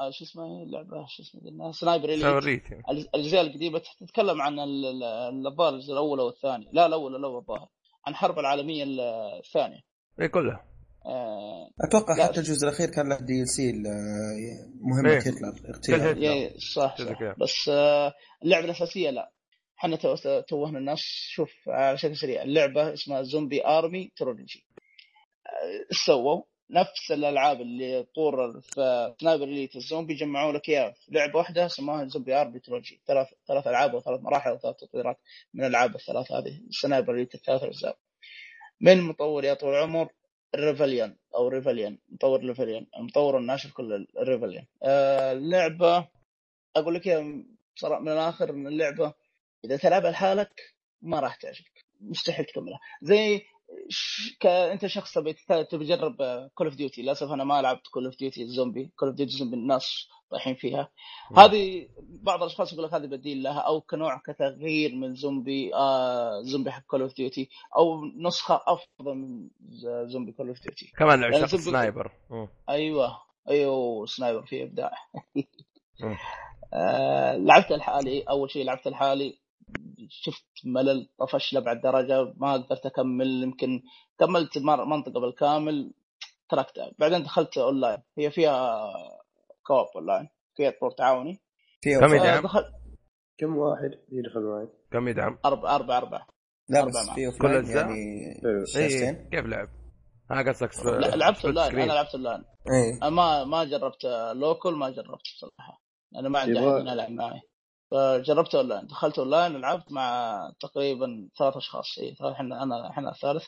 Speaker 3: آه، شو اسمها هي اللعبه شو اسمها قلنا؟ سنايبر إليت.
Speaker 1: سايبرليد يعني.
Speaker 3: الأج- الاجزاء القديمه تح- تتكلم عن ال- ال- الظاهر الجزء الاول او الثاني لا الاول الاول الظاهر عن الحرب العالميه ال- الثانيه
Speaker 1: اي كلها
Speaker 3: آه،
Speaker 2: اتوقع
Speaker 3: لا.
Speaker 2: حتى الجزء الاخير كان له دي ال سي مهمه
Speaker 1: إيه.
Speaker 2: هتلر
Speaker 1: كل
Speaker 2: اغتيال
Speaker 1: هتلر.
Speaker 3: يا- إيه، صح
Speaker 1: جزء
Speaker 3: صح
Speaker 1: كذا.
Speaker 3: بس آه، اللعبه الاساسيه لا احنا تو- توهنا الناس شوف على شكل سريع اللعبه اسمها زومبي ارمي ترولوجي آه، سووا نفس الالعاب اللي طور في سنايبر اليت الزومبي جمعوا لك اياها في لعبه واحده سموها زومبي ارمي ترولوجي ثلاث ثلاث العاب وثلاث مراحل وثلاث تطويرات من الالعاب الثلاث هذه سنايبر اليت الثلاث اجزاء من مطور يا طول العمر ريفليان او ريفليان مطور ريفليان مطور الناشر كل ريفليان آه لعبه اقول لك إياها بصراحه من الاخر ان اللعبه اذا تلعبها لحالك ما راح تعجبك مستحيل تكملها زي ش... ك... انت شخص تبي تت- تبي تجرب كول اوف ديوتي للاسف انا ما لعبت كول اوف ديوتي الزومبي كول اوف ديوتي الزومبي الناس رايحين فيها
Speaker 1: مم.
Speaker 3: هذه بعض الاشخاص يقول لك هذه بديل لها او كنوع كتغيير من زومبي آه زومبي حق كول اوف ديوتي او نسخه افضل من ز- زومبي كول اوف ديوتي
Speaker 1: كمان لعب
Speaker 3: يعني
Speaker 1: شخص
Speaker 3: زومبي-
Speaker 1: سنايبر مم.
Speaker 3: ايوه ايوه سنايبر في ابداع
Speaker 1: مم.
Speaker 3: آه، لعبت الحالي اول شيء لعبت الحالي شفت ملل طفش لأبعد درجه ما قدرت اكمل يمكن كملت المر- منطقه بالكامل تركتها بعدين دخلت اونلاين هي فيها كوب اونلاين فيها طور تعاوني آه،
Speaker 2: فيه
Speaker 1: كم
Speaker 2: وفاة.
Speaker 1: يدعم؟
Speaker 3: دخلت
Speaker 4: كم واحد يدخل معي؟
Speaker 1: كم يدعم؟
Speaker 3: اربع اربع اربع
Speaker 2: لا
Speaker 3: أربعة
Speaker 2: بس
Speaker 3: معه.
Speaker 2: في
Speaker 1: كل
Speaker 2: اوفلاين
Speaker 1: أجزاء؟
Speaker 2: يعني
Speaker 1: إيه.
Speaker 4: حلو.
Speaker 1: اي
Speaker 2: شاشتين
Speaker 1: كيف لعب؟ ها قصدك س-
Speaker 3: لا، لعبت
Speaker 1: split
Speaker 3: اونلاين
Speaker 1: آه، screen.
Speaker 3: انا لعبت اونلاين
Speaker 2: ايه
Speaker 3: أنا ما ما جربت لوكل ما جربت بصراحه انا ما عندي احد
Speaker 4: يبغى-
Speaker 3: هنا يلعب معي فجربت اونلاين دخلت اونلاين لعبت مع تقريبا ثلاث اشخاص اي احنا انا احنا الثالث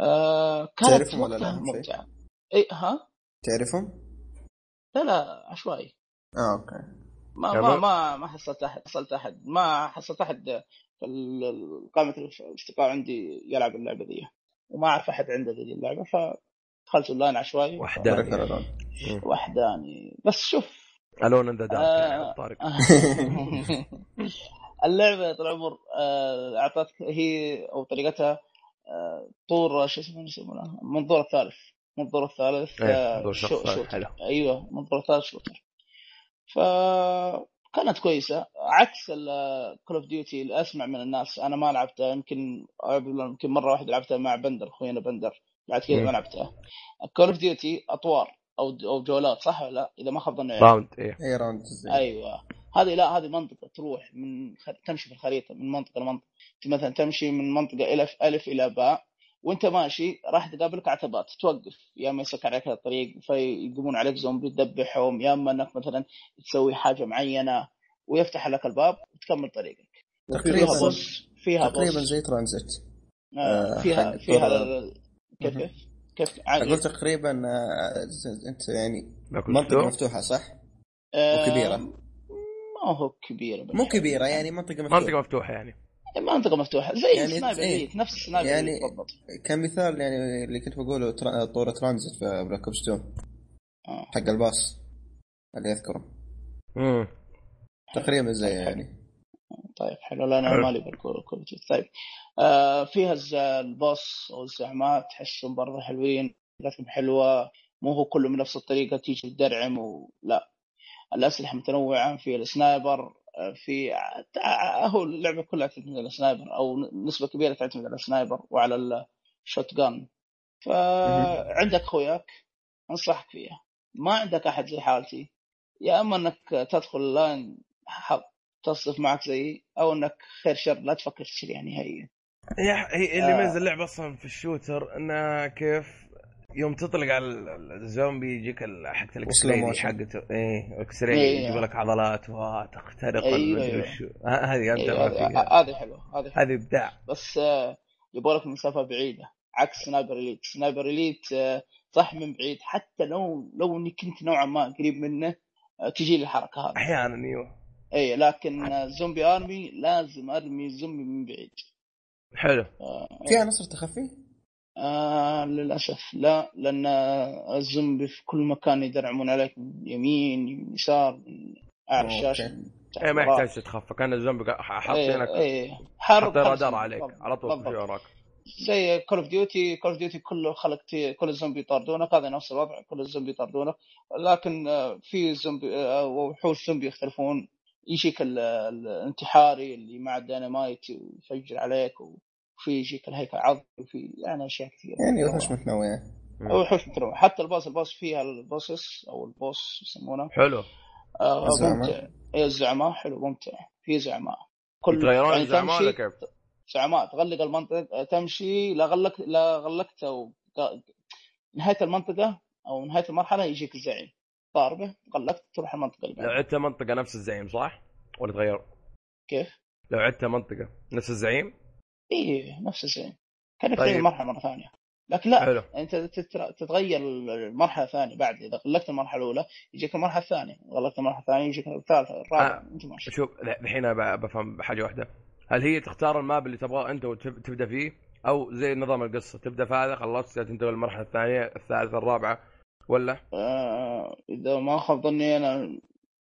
Speaker 3: آه كانت
Speaker 2: تعرفهم ولا لا
Speaker 3: وقتها
Speaker 2: أهم شيء؟
Speaker 3: ممتعه اي ها
Speaker 2: تعرفهم؟
Speaker 3: لا لا عشوائي
Speaker 2: اه اوكي
Speaker 3: ما
Speaker 1: تمام.
Speaker 3: ما ما ما حصلت احد حصلت احد ما حصلت احد في ال- ال- قائمه الاصدقاء عندي يلعب اللعبه ذي وما اعرف احد عنده ذي اللعبه فدخلت اونلاين عشوائي
Speaker 1: وحداني.
Speaker 2: بركة الله.
Speaker 1: مم.
Speaker 3: وحداني بس شوف
Speaker 1: الون ان ذا دارك يعني
Speaker 3: آه.
Speaker 1: عبد الطارق
Speaker 3: اللعبه آه. يا طول العمر آه، اعطتك هي او طريقتها آه، طور شو اسمه يسمونه منظور الثالث منظور الثالث
Speaker 1: إيه،
Speaker 3: آه،
Speaker 1: منظور
Speaker 3: شو
Speaker 1: شخص ثالث،
Speaker 3: شوتر.
Speaker 1: حلو.
Speaker 3: ايوه منظور الثالث شوتر فكانت كويسه عكس كول اوف ديوتي اللي اسمع من الناس انا ما لعبتها يمكن يمكن مره واحده لعبتها مع بندر اخوينا بندر بعد كذا ما
Speaker 1: مم.
Speaker 3: لعبتها كول اوف ديوتي اطوار او او جولات صح ولا لا؟ اذا ما خاب ظني
Speaker 1: راوند اي
Speaker 2: اي راوند زين
Speaker 3: ايوه هذه لا هذه منطقه تروح من خ... تمشي في الخريطه من منطقه لمنطقه أنت مثلا تمشي من منطقه الف الف الى باء وانت ماشي راح تقابلك عتبات توقف يا اما يسلك عليك الطريق فيقومون عليك زومبي تذبحهم يا اما انك مثلا تسوي حاجه معينه ويفتح لك الباب وتكمل طريقك
Speaker 2: تقريبا-
Speaker 3: فيها بوس فيها
Speaker 2: تقريبا
Speaker 3: بوس
Speaker 2: زي ترانزيت
Speaker 3: آه،
Speaker 2: آه،
Speaker 3: فيها
Speaker 2: حق
Speaker 3: فيها
Speaker 2: الطرق.
Speaker 3: كيف
Speaker 2: مهم.
Speaker 3: كيف كيف
Speaker 2: اقول
Speaker 3: عادي
Speaker 2: تقريبا آه، ز- انت يعني
Speaker 1: باكل
Speaker 2: منطقه
Speaker 1: مفتوح
Speaker 2: مفتوحه صح؟
Speaker 3: آه،
Speaker 2: وكبيرة.
Speaker 3: ما هو كبيره
Speaker 2: مو
Speaker 3: بالحياة.
Speaker 2: كبيره يعني منطقه
Speaker 1: منطقه
Speaker 2: مفتوحه
Speaker 1: مفتوحه يعني
Speaker 3: منطقه مفتوحه زي
Speaker 2: يعني
Speaker 3: سنايبر
Speaker 2: إيه.
Speaker 3: إليت، نفس سنايبر
Speaker 2: يعني-
Speaker 3: إليت بالضبط
Speaker 2: كمثال يعني اللي كنت بقوله ترا... طور ترانزيت في بلاك اوبس 2
Speaker 3: آه.
Speaker 2: حق الباص اللي اذكره
Speaker 1: مم.
Speaker 2: تقريبا زي
Speaker 3: طيب،
Speaker 2: يعني
Speaker 3: طيب حلو لا انا
Speaker 1: حلو.
Speaker 3: مالي بالكول طيب آه فيها الز- الباص او الزعماء تحسهم برضه حلوين لكن حلوه مو هو كله بنفس الطريقه تيجي تدرعم ولا الاسلحه متنوعه في السنايبر آه، في ع- تع- هو اللعبه كلها تعتمد على السنايبر او ن- نسبه كبيره تعتمد على السنايبر وعلى الشوت جان فعندك خوياك انصحك فيها ما عندك احد زي حالتي يا اما انك تدخل لاين حظ تصف معك زيي او انك خير شر لا تفكر يعني تشتريها نهائيا
Speaker 1: يا ح- هي اللي
Speaker 3: آه.
Speaker 1: يميز اللعبه اصلا في الشوتر انها كيف يوم تطلق على ال- ال- الزومبي يجيك ال- حقت الاكس
Speaker 2: سلو
Speaker 1: راي
Speaker 2: موشن.
Speaker 1: حقته ايه اكس راي
Speaker 3: إيه.
Speaker 1: يجيب لك عضلات وتخترق
Speaker 3: أيوة،
Speaker 1: المدري
Speaker 3: أيوة.
Speaker 1: وشو ه- هذه انت
Speaker 3: إيه،
Speaker 1: ما
Speaker 3: هذه
Speaker 1: فيها
Speaker 3: هذه حلوه هذه حلوه
Speaker 1: هذه ابداع
Speaker 3: بس آه، يبغى لك مسافه بعيده عكس سنايبر اليت سنايبر اليت آه، صح من بعيد حتى لو لو اني كنت نوعا ما قريب منه آه، تجي لي الحركه هذه
Speaker 1: احيانا ايوه
Speaker 3: اي لكن آه، زومبي ارمي لازم ارمي الزومبي من بعيد
Speaker 1: حلو
Speaker 3: آه،
Speaker 2: فيها نصر تخفي؟
Speaker 3: آه للأسف لا لأن آه، الزومبي في كل مكان يدرعمون عليك من يمين من يسار من أعلى
Speaker 2: أوكي.
Speaker 3: الشاشه من تحت
Speaker 1: ايه ما
Speaker 3: وراك.
Speaker 1: يحتاج تتخفى كان الزومبي
Speaker 3: إيه،
Speaker 1: حاطينك
Speaker 3: إيه. حارب
Speaker 1: حاطين
Speaker 3: خمسة.
Speaker 1: رادار عليك
Speaker 3: بالضبط،
Speaker 1: على طول في
Speaker 3: بالضبط.
Speaker 1: وراك
Speaker 3: زي كول اوف ديوتي كول اوف ديوتي كله خلقت كل الزومبي يطاردونك هذا نفس الوضع كل الزومبي يطاردونك لكن آه، في زومبي آه، وحوش زومبي يختلفون يجيك ال- ال- الانتحاري اللي مع الدينامايت يفجر عليك وفي يجيك الهيكل عظمي وفي يعني اشياء كثيره
Speaker 2: يعني وحوش متنوعه
Speaker 1: مم.
Speaker 3: وحوش متنوع حتى الباص الباص فيها البوسس او البوس يسمونه
Speaker 1: حلو
Speaker 3: آه،
Speaker 2: الزعماء.
Speaker 3: ممتع إيه، الزعماء حلو ممتع في زعماء
Speaker 1: يتغيرون
Speaker 3: يعني
Speaker 1: الزعماء ولا
Speaker 3: تمشي
Speaker 1: كيف؟
Speaker 3: زعماء تغلق المنطقه تمشي لا غلقت لا غلقت او نهايه المنطقه او نهايه المرحله يجيك الزعيم ضاربه غلقت تروح المنطقه اللي
Speaker 1: لو
Speaker 3: بعدها
Speaker 1: عدت منطقه نفس الزعيم صح؟ ولا تغير؟
Speaker 3: كيف؟
Speaker 1: لو عدت منطقه نفس الزعيم؟
Speaker 3: اي إيه، نفس الزعيم كانك
Speaker 1: طيب.
Speaker 3: تعيد المرحله مره ثانيه لكن لا
Speaker 1: حلو
Speaker 3: انت تتر- تتغير المرحله الثانيه بعد اذا غلقت المرحله الاولى يجيك المرحله الثانيه غلقت المرحله الثانيه يجيك الثالثه الرابعه
Speaker 1: آه.
Speaker 3: انت ماشي
Speaker 1: شوف الحين ب- بفهم بحاجه واحده هل هي تختار الماب اللي تبغاه انت وتبدا فيه او زي نظام القصه تبدا في هذا خلصت تنتهي المرحله الثانيه الثالثه الرابعه ولا
Speaker 3: آه اذا ما خاب ظني انا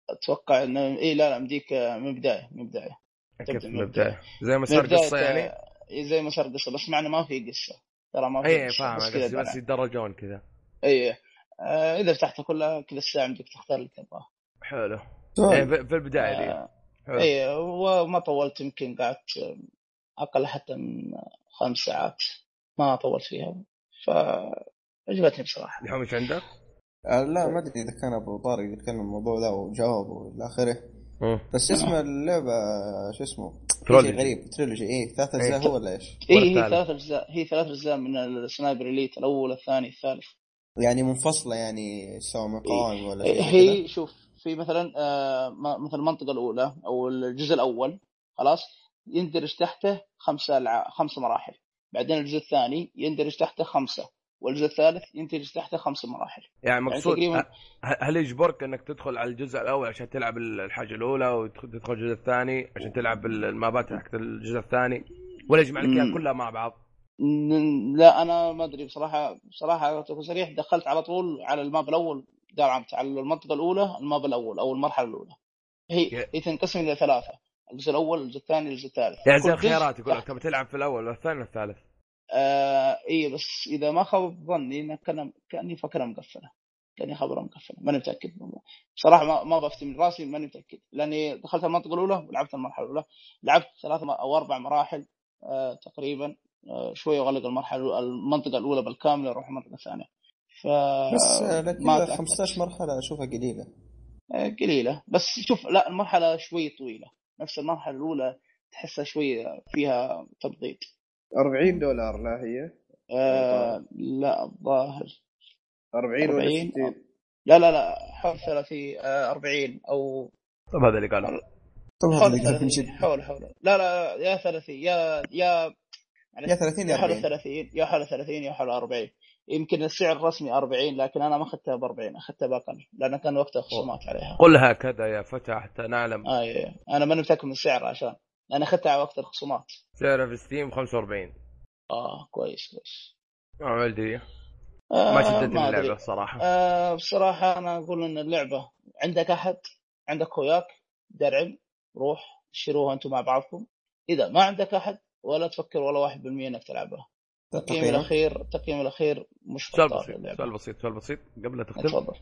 Speaker 3: اتوقع انه اي لا لا مديك آه، من البدايه من البدايه
Speaker 1: كيف
Speaker 3: تبدا من
Speaker 1: من
Speaker 3: البدايه
Speaker 1: البدايه زي
Speaker 3: من
Speaker 1: مسار
Speaker 3: بداية
Speaker 1: قصه يعني
Speaker 3: زي مسار قصة بس معنا ما في قصة ترى ما في
Speaker 1: اي
Speaker 3: قصة
Speaker 1: فاهم
Speaker 3: بس كذا
Speaker 1: قصدي إيه، بس
Speaker 3: درع
Speaker 1: يتدرجون كذا
Speaker 3: اي آه اذا فتحتها كلها كذا الساعة عندك تختار اللي تبغاه
Speaker 1: حلو يعني
Speaker 2: سؤال
Speaker 1: في في البدايه ذي
Speaker 3: آه
Speaker 1: حلو
Speaker 3: اي وما طولت يمكن قعدت آه، اقل حتى من خمس ساعات ما طولت فيها فعجبتني بصراحة
Speaker 1: الحين ايش عندك؟
Speaker 2: آه، لا ما ادري اذا كان ابو طارق يتكلم الموضوع ذا وجاوب والى اخره
Speaker 1: مم.
Speaker 2: بس
Speaker 3: إيه.
Speaker 2: اسم اللعبه آه، شو اسمه؟ في شيء
Speaker 1: ترولوجي.
Speaker 2: غريب تريلوجي ايه ثلاث اجزاء
Speaker 1: إيه.
Speaker 2: هو ولا ايش؟
Speaker 3: اي
Speaker 1: ولا
Speaker 3: هي
Speaker 1: الثالث؟
Speaker 3: ثلاث اجزاء هي ثلاث اجزاء من السنايبر اليت الاول الثاني الثالث
Speaker 2: يعني منفصله يعني سواء مقاوم ولا شيء زي كذا
Speaker 3: إيه، هي شوف في مثلا آه، ما- مثلا المنطقه الاولى او الجزء الاول خلاص يندرج تحته خمسه الع... خمسه مراحل بعدين الجزء الثاني يندرج تحته خمسه والجزء الثالث يندرج تحته خمسه مراحل
Speaker 1: يعني
Speaker 3: يعني
Speaker 1: مقصود
Speaker 3: تقريبا
Speaker 1: ه- هل يجبرك انك تدخل على الجزء الاول عشان تلعب الحاجه الاولى وتدخل الجزء الثاني عشان تلعب المابات حقت الجزء الثاني ولا يجمع لك اياها
Speaker 3: مم.
Speaker 1: كلها مع بعض؟
Speaker 3: ن- لا انا ما ادري بصراحه بصراحه اكون صريح دخلت على طول على الماب الاول دعمت على المنطقه الاولى الماب الاول او المرحله الاولى هي
Speaker 1: ي-
Speaker 3: هي تنقسم الى ثلاثه الجزء الاول الجزء الثاني الجزء الثالث
Speaker 1: يعني زي
Speaker 3: كل جزء
Speaker 1: الخيارات يقول
Speaker 3: تحت
Speaker 1: لك تبي تلعب في الاول والثاني والثالث
Speaker 3: آه اي بس اذا ما خاب ظني انه كان كاني فاكرها مقفله كاني خبرها مقفله ماني متاكد صراحه ما, ما بفتي من راسي ماني متاكد لاني دخلت المنطقه الاولى ولعبت المرحله الاولى لعبت ثلاث م- او اربع مراحل آه تقريبا آه شوي اغلق المرحله المنطقه الاولى بالكامل اروح المنطقه الثانيه ف
Speaker 2: بس آه،
Speaker 3: ما
Speaker 2: لكن
Speaker 3: تاكدت
Speaker 2: 15 مرحله اشوفها قليله
Speaker 3: آه، قليله بس شوف لا المرحله شوي طويله نفس المرحله الاولى تحسها شوي فيها تبغيض
Speaker 4: 40 دولار لا هي
Speaker 2: إيه،
Speaker 3: آه لا الظاهر
Speaker 4: 40
Speaker 3: 40
Speaker 4: ولا
Speaker 3: أو
Speaker 4: 60
Speaker 3: لا لا لا حول 30 آه، 40 او
Speaker 1: طب هذا اللي قاله
Speaker 3: حول
Speaker 2: طب هذا
Speaker 3: حول
Speaker 2: اللي قال من
Speaker 3: 30
Speaker 2: جد
Speaker 3: حول حول لا لا يا 30 يا يا معلش
Speaker 2: يا 30 يا
Speaker 3: يا حول
Speaker 2: 40
Speaker 3: 30 يا حول 30 يا حول 40 يمكن السعر الرسمي 40 لكن انا ما اخذتها ب 40 اخذتها باقل لان كان وقتها خصومات عليها
Speaker 1: قل هكذا يا فتى حتى نعلم
Speaker 3: آه إيه. انا ماني متاكد من السعر عشان انا اخذتها على وقت الخصومات
Speaker 1: سعره في ستيم 45
Speaker 3: اه كويس كويس
Speaker 1: ما عندي ما
Speaker 3: آه
Speaker 1: شدتني
Speaker 3: ما
Speaker 1: اللعبه
Speaker 3: ادري
Speaker 1: الصراحه
Speaker 3: آه بصراحة أنا أقول إن اللعبة عندك أحد عندك خوياك درعم روح شروها أنتم مع بعضكم إذا ما عندك أحد ولا تفكر ولا واحد بالمية إنك تلعبها التقييم
Speaker 2: تقييمه
Speaker 3: الأخير التقييم الأخير مش
Speaker 1: سؤال
Speaker 3: غدار
Speaker 1: بسيط
Speaker 3: للعبة
Speaker 1: سؤال بسيط سؤال بسيط قبل لا تختم
Speaker 3: طيب، تفضل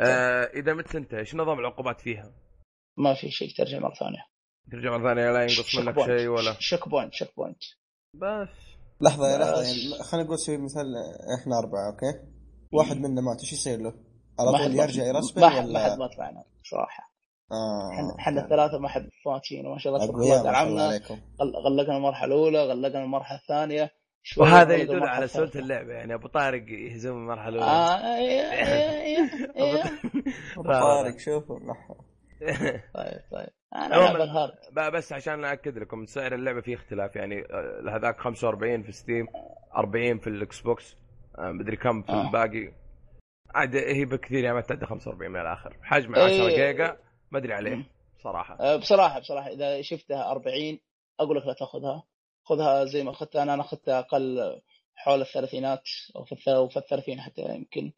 Speaker 1: آه اذا مت انت ايش نظام العقوبات فيها؟
Speaker 3: ما في شيء ترجع مرة ثانية
Speaker 1: ترجع مره ثانيه لا ينقص
Speaker 3: شيك
Speaker 1: منك
Speaker 3: بوينت
Speaker 1: شيء ولا
Speaker 3: شيك بوينت شيك بوينت
Speaker 1: بس
Speaker 2: لحظه يا لحظه يعني
Speaker 3: بس
Speaker 2: خلينا نقول سوي مثال آه، احنا اربعه اوكي واحد
Speaker 3: مم.
Speaker 2: منا مات ايش يصير له؟ على
Speaker 3: ما
Speaker 2: طول
Speaker 3: حد مات
Speaker 2: يرجع يرسبن
Speaker 3: ما حد ما حد
Speaker 2: ولا
Speaker 3: مات معنا بصراحة
Speaker 2: اه
Speaker 3: حنا حنا
Speaker 2: اوكي
Speaker 3: الثلاثة ما حد فاتين ما شاء الله تبارك الله
Speaker 2: اقوياء ما شاء الله
Speaker 3: دعمنا
Speaker 2: عليكم
Speaker 3: غل- غلقنا المرحلة الأولى غلقنا المرحلة الثانية شوي
Speaker 1: وهذا
Speaker 3: نغلق
Speaker 1: يدل
Speaker 3: المرحلة
Speaker 1: على سهوله
Speaker 3: الثالثة
Speaker 1: اللعبه يعني ابو طارق يهزم المرحله الاولى
Speaker 3: آه إيه إيه
Speaker 1: ابو
Speaker 3: إيه إيه.
Speaker 2: ابو
Speaker 1: لا لا
Speaker 2: طارق شوفوا لحظه
Speaker 1: لا
Speaker 3: طيب طيب أنا ألعب
Speaker 1: عموما
Speaker 3: الهارد
Speaker 1: ب- بس عشان اكد لكم سعر اللعبه فيه اختلاف يعني آه، هذاك 45 في ستيم 40 في الاكس بوكس آه، مدري كم في
Speaker 3: آه
Speaker 1: الباقي عاد هي بكثير يعني ما تعدى 45 من الاخر حجم 10
Speaker 3: إيه
Speaker 1: جيجا ما ادري عليه
Speaker 3: مم.
Speaker 1: صراحه
Speaker 3: آه، بصراحة بصراحة إذا شفتها 40 أقول لك لا تاخذها خذها زي ما أخذتها أنا أنا أخذتها أقل حول الثلاثينات او في الث- أو في الثلاثين حتى يمكن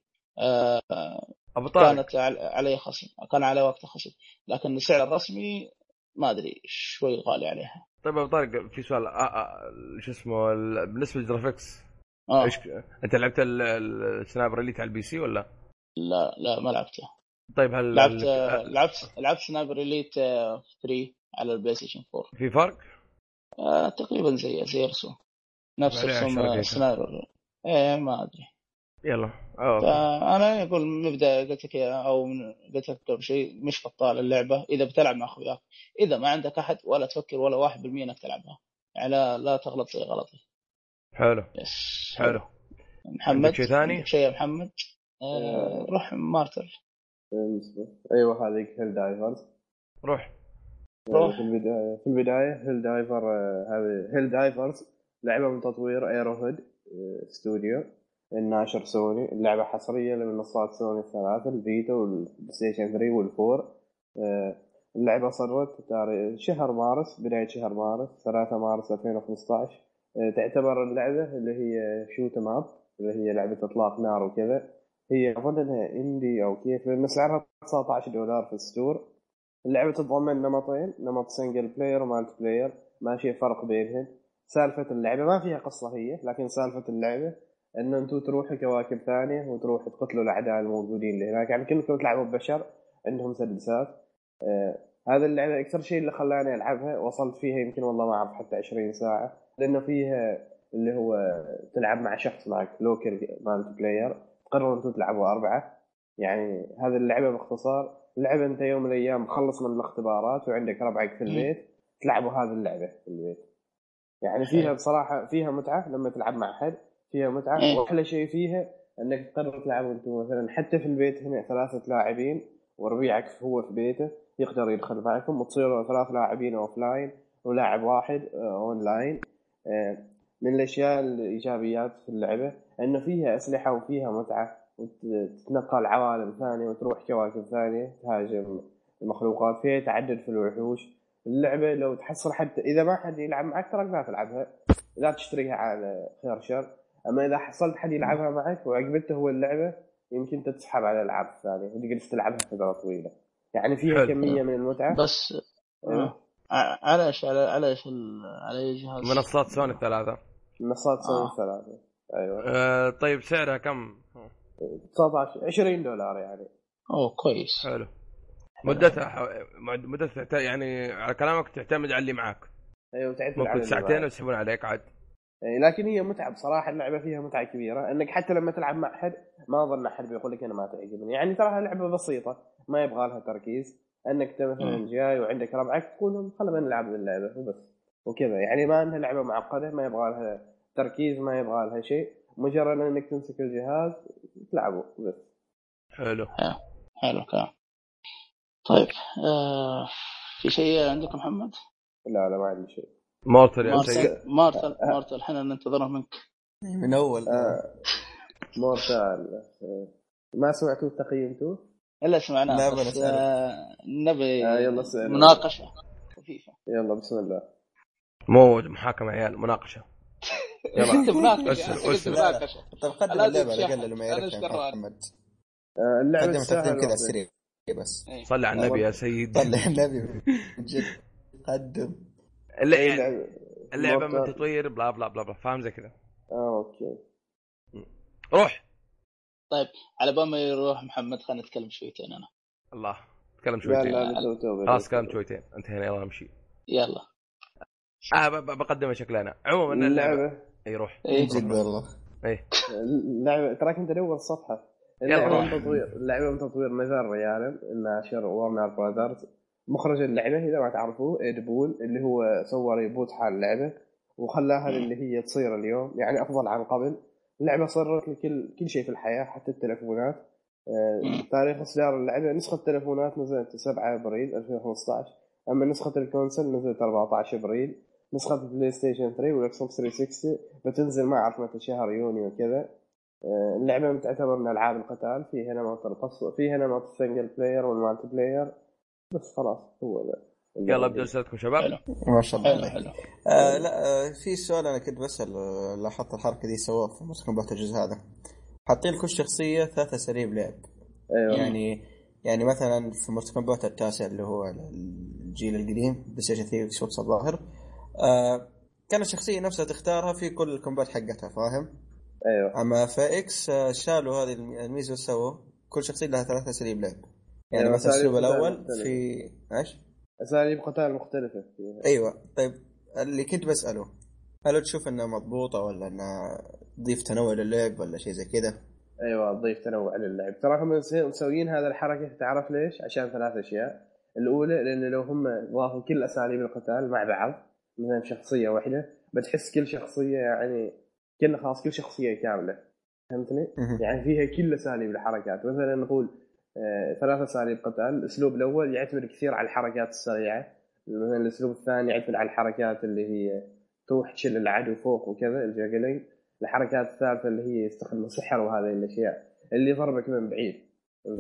Speaker 1: ابو طارق
Speaker 3: كانت عل- عليه خصم كان عليه وقت خصم لكن السعر الرسمي ما ادري شوي غالي عليها
Speaker 1: طيب ابو طارق في سؤال آ- آ- شو اسمه ال- بالنسبه للجرافيكس
Speaker 3: آه.
Speaker 1: ايش انت لعبت ال- ال- السناب ريليت على البي سي ولا؟
Speaker 3: لا لا ما لعبته
Speaker 1: طيب هل
Speaker 3: لعبت آه،
Speaker 1: هل- آ-
Speaker 3: لعبت لعبت سنايبر اليت 3 على البلاي ستيشن 4
Speaker 1: في فرق؟
Speaker 3: آه، تقريبا زي زي رسوم نفس
Speaker 1: ما لها
Speaker 3: رسوم
Speaker 1: شرقية.
Speaker 3: آه، سنايبر ايه ما ادري
Speaker 1: يلا اوكي
Speaker 3: فانا اقول من البدايه قلت لك يا- او من قلت لك قبل شيء مش بطال اللعبه اذا بتلعب مع اخوياك اذا ما عندك احد ولا تفكر ولا واحد بالمية انك تلعبها يعني لا, لا تغلط زي غلطي
Speaker 1: حلو
Speaker 3: يس
Speaker 1: حلو
Speaker 3: محمد
Speaker 1: عندك شيء ثاني؟
Speaker 3: عندك شيء يا محمد آه روح مارتل
Speaker 4: ايوه هذيك هيل دايفرز
Speaker 1: روح
Speaker 3: روح.
Speaker 4: يعني في البدايه في البدايه هيل دايفر آه، هذه هيل دايفرز لعبه من تطوير ايرو هيد استوديو الناشر سوني اللعبه حصريه لمنصات سوني الثلاثه الفيتا والبلايستيشن 3 والفور آه، اللعبه صدرت تاريخ شهر مارس بدايه شهر مارس 3 مارس 2015 آه، تعتبر اللعبه اللي هي شوت ماب اللي هي لعبه اطلاق نار وكذا هي اظن انها اندي او كيف لان سعرها 19 دولار في الستور اللعبه تتضمن نمطين نمط سنجل بلاير ومالتي بلاير ما في فرق بينهم سالفه اللعبه ما فيها قصه هي لكن سالفه اللعبه ان انتم تروحوا كواكب ثانيه وتروحوا تقتلوا الاعداء الموجودين اللي هناك يعني كانكم تلعبوا ببشر عندهم مسدسات آه هذا اللعبه اكثر شيء اللي خلاني العبها وصلت فيها يمكن والله ما اعرف حتى 20 ساعه لانه فيها اللي هو تلعب مع شخص معك لوكل مالتي بلاير تقرروا انتم تلعبوا اربعه يعني هذه اللعبه باختصار لعبه انت يوم من الايام مخلص من الاختبارات وعندك ربعك في
Speaker 3: مم.
Speaker 4: البيت تلعبوا هذه اللعبه في البيت
Speaker 3: حلو.
Speaker 4: يعني فيها بصراحه فيها متعه لما تلعب مع حد فيها متعه
Speaker 3: إيه.
Speaker 4: واحلى شيء فيها انك تقرر تلعب انت مثلا حتى في البيت هنا ثلاثه لاعبين وربيعك هو في بيته يقدر يدخل معكم وتصيروا ثلاث لاعبين اوف لاين ولاعب واحد اون لاين من الاشياء الايجابيات في اللعبه انه فيها اسلحه وفيها متعه وتتنقل عوالم ثانيه وتروح كواكب ثانيه تهاجم المخلوقات فيها تعدد في الوحوش اللعبه لو تحصل حتى اذا ما حد يلعب معك تراك لا تلعبها لا تشتريها على خير شر اما اذا حصلت حد يلعبها معك وعجبته هو اللعبه يمكن انت تسحب على الالعاب الثانيه وتجلس تلعبها فتره طويله يعني فيها
Speaker 1: حلو.
Speaker 4: كميه من المتعه
Speaker 3: بس
Speaker 4: أيوة.
Speaker 3: آه، على ايش على على ايش ال- على اي جهاز
Speaker 1: منصات سوني الثلاثه
Speaker 4: منصات سوني
Speaker 3: آه.
Speaker 4: الثلاثه ايوه
Speaker 1: آه طيب سعرها كم؟
Speaker 4: 19 20 دولار يعني
Speaker 3: اوه كويس
Speaker 1: حلو مدتها ح- مد- مدتها تعت- يعني على كلامك تعتمد على اللي معك
Speaker 4: ايوه تعتمد على
Speaker 1: ممكن
Speaker 4: اللي
Speaker 1: ساعتين
Speaker 4: معك.
Speaker 1: ويسحبون عليك عاد
Speaker 4: إيه، لكن هي متعه بصراحه اللعبه فيها متعه كبيره انك حتى لما تلعب مع حد ما اظن احد بيقول لك انا ما تعجبني يعني تراها لعبه بسيطه ما يبغى لها تركيز انك أنت مثلا
Speaker 3: مم.
Speaker 4: جاي وعندك ربعك تقول لهم خلنا نلعب اللعبه وبس وكذا يعني ما انها لعبه معقده ما يبغى لها تركيز ما يبغى لها شيء مجرد انك تمسك الجهاز تلعبه بس
Speaker 1: حلو
Speaker 3: حلو الكلام طيب آه في شيء عندك محمد؟
Speaker 4: لا لا ما عندي شيء
Speaker 1: مورتل يعني سيء
Speaker 3: مارتل مارتل مارتل احنا ننتظره منك
Speaker 2: يعني من اول
Speaker 4: آه مورتال آه ما سمعتوا تقييمتوه؟
Speaker 3: الا سمعناه
Speaker 2: لا،
Speaker 3: بس
Speaker 2: بنسألك.
Speaker 3: آه، نبي
Speaker 4: آه، يلا اسأل.
Speaker 3: مناقشه خفيفه
Speaker 4: يلا بسم الله
Speaker 1: مو محاكمه عيال مناقشه يلا.
Speaker 3: قلت مناقشه
Speaker 1: أسر-
Speaker 3: انت قلت
Speaker 1: أسر.
Speaker 3: مناقشه
Speaker 2: طب طيب، قدم
Speaker 3: لا
Speaker 2: اللعبه على
Speaker 3: تتشهر.
Speaker 2: الاقل لما
Speaker 3: أنا
Speaker 2: يعرف
Speaker 3: إيش
Speaker 2: يا
Speaker 3: دراني؟
Speaker 2: محمد
Speaker 4: آه اللعبه
Speaker 2: قدم تقديم
Speaker 4: تستاهل
Speaker 2: كذا على
Speaker 4: وقتك.
Speaker 2: السريع بس
Speaker 3: إيه.
Speaker 1: صلي على النبي يا سيد
Speaker 2: طلع النبي من جد قدم
Speaker 1: لا
Speaker 4: اي
Speaker 1: يعني
Speaker 4: لعبه
Speaker 1: اللعبه من
Speaker 4: مورتال.
Speaker 1: تطوير بلا بلا بلا بلا فاهم زي كذا
Speaker 4: اه اوكي
Speaker 1: روح
Speaker 3: على بال ما يروح محمد خلينا نتكلم شويتين انا
Speaker 1: الله تكلم
Speaker 4: لا
Speaker 1: شويتين
Speaker 4: لا تو تو
Speaker 1: خلاص كلام شويتين انتهينا يلا نمشي
Speaker 3: يلا
Speaker 1: آه ب- ب- بقدمها شكلي انا عموما اللعبه
Speaker 4: اللعبه
Speaker 1: اي روح
Speaker 2: من
Speaker 3: ايه
Speaker 1: روح.
Speaker 2: جد والله
Speaker 1: اي
Speaker 4: اللعبه تراك انت دور الصفحه
Speaker 1: يلا
Speaker 4: اللعبه من
Speaker 1: روح.
Speaker 4: تطوير اللعبه من تطوير نزار ريالم الناشر وارنر براذرز مخرج اللعبه اذا ما تعرفوه ايد بول اللي هو سوى ريبوت حال اللعبه وخلاها
Speaker 3: مم.
Speaker 4: للي هي تصير اليوم يعني افضل عن قبل اللعبه صرت لكل كل شيء في الحياه حتى التلفونات آه،
Speaker 3: مم.
Speaker 4: تاريخ اصدار اللعبه نسخه التلفونات نزلت 7 ابريل 2015 اما نسخه الكونسل نزلت 14 ابريل نسخه البلاي ستيشن 3 والاكس بوكس 360 بتنزل ما اعرف متى شهر يونيو وكذا آه، اللعبه تعتبر من العاب القتال فيها نمط القصه فيها نمط السنجل بلاير والمالتي بلاير بس خلاص هو ذا
Speaker 1: يلا ابدأ اسئلتكم شباب
Speaker 3: حلو.
Speaker 2: ما شاء الله
Speaker 3: حلو
Speaker 2: عليك
Speaker 4: يعني
Speaker 3: حلو
Speaker 2: آه لا آه في سؤال انا كنت بسال آه، لاحظت الحركه دي سووها في مسلم بات الجزء هذا حاطين لكل شخصيه ثلاث اساليب لعب
Speaker 3: آه.
Speaker 4: ايوه
Speaker 2: يعني يعني مثلا في مورتال كومبات التاسع اللي هو الجيل القديم بلاي ستيشن 3 اكس بوكس الظاهر آه كانت الشخصيه نفسها تختارها في كل الكومبات حقتها فاهم؟
Speaker 4: ايوه
Speaker 2: اما في اكس آه، شالوا هذه الم- الميزه وسووا كل شخصيه لها ثلاث اساليب لعب يعني
Speaker 4: أيوة،
Speaker 2: مثلا الاسلوب
Speaker 4: أساليب
Speaker 2: الاول
Speaker 4: مختلفة.
Speaker 2: في ايش؟
Speaker 4: اساليب قتال مختلفه فيها
Speaker 2: ايوه طيب اللي كنت بساله هل تشوف انها مضبوطه ولا انها تضيف تنوع للعب ولا شيء زي كذا؟
Speaker 4: ايوه تضيف تنوع للعب ترى هم مسي- مسويين هذا الحركه تعرف ليش؟ عشان ثلاث اشياء الاولى لان لو هم ضافوا كل اساليب القتال مع بعض مثلا شخصيه واحده بتحس كل شخصيه يعني كأنه خلاص كل شخصيه كامله فهمتني؟
Speaker 2: مهم.
Speaker 4: يعني فيها كل اساليب الحركات مثلا نقول آه، ثلاث اساليب قتال الاسلوب الاول يعتمد كثير على الحركات السريعه مثلا الاسلوب الثاني يعتمد على الحركات اللي هي تروح تشيل العدو فوق وكذا الجاجلينج الحركات الثالثه اللي هي يستخدم السحر وهذه الاشياء اللي يضربك من بعيد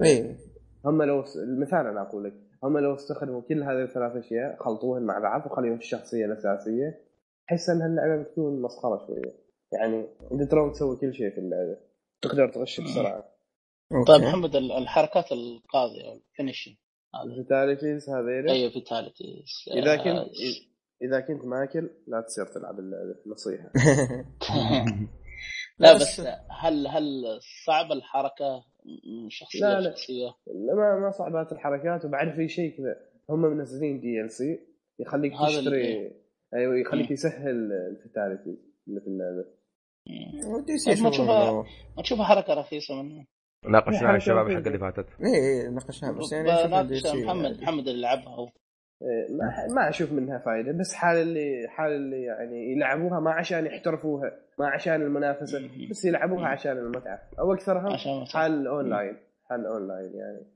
Speaker 2: اي
Speaker 4: هم لو مثال انا اقول لك هم لو استخدموا كل هذه الثلاث اشياء خلطوهن مع بعض وخليهم في الشخصيه الاساسيه احس ان اللعبه بتكون مسخره شويه يعني انت ترى تسوي كل شيء في اللعبه تقدر تغش بسرعه
Speaker 3: طيب
Speaker 2: اوكي
Speaker 3: محمد ال- الحركات القاضيه الفينشنج هذا
Speaker 4: الفيتاليتيز هذيلا
Speaker 3: اي فيتاليتي
Speaker 4: اذا كنت اذا كنت ماكل لا تصير تلعب اللعبه نصيحه
Speaker 3: إيه. لا بس هل هل صعبه الحركه من شخصيه
Speaker 4: لا، لا.
Speaker 3: لشخصيه؟
Speaker 4: لا، ما ما صعبات الحركات وبعد في شيء كذا هم منزلين دي ال سي يخليك
Speaker 3: هذا اللي
Speaker 4: تشتري
Speaker 3: إيه.
Speaker 4: ايوه يخليك
Speaker 3: مم.
Speaker 4: يسهل الفيتاليتي اللي في اللعبه
Speaker 2: ودي
Speaker 3: طيب ما
Speaker 2: يصير شغل
Speaker 3: تشوفها-
Speaker 2: إنه-
Speaker 3: ما تشوفها حركه رخيصه منه
Speaker 1: ناقشناها
Speaker 4: حركة
Speaker 1: يا شباب الحلقه
Speaker 4: ممتازة.
Speaker 1: اللي فاتت
Speaker 2: اي اي إيه، ناقشناها بس يعني شوف ال
Speaker 3: بناقش
Speaker 2: DLC
Speaker 3: محمد
Speaker 2: يعني.
Speaker 3: محمد اللي لعبها هو
Speaker 4: إيه،
Speaker 3: نعم.
Speaker 4: ما, ما اشوف منها فائده بس حال اللي حال اللي يعني يلعبوها ما عشان يحترفوها ما عشان المنافسه
Speaker 3: مم.
Speaker 4: بس يلعبوها
Speaker 3: مم.
Speaker 4: عشان المتعه او اكثرها
Speaker 3: عشان ما صار.
Speaker 4: حال الاونلاين حال الاونلاين يعني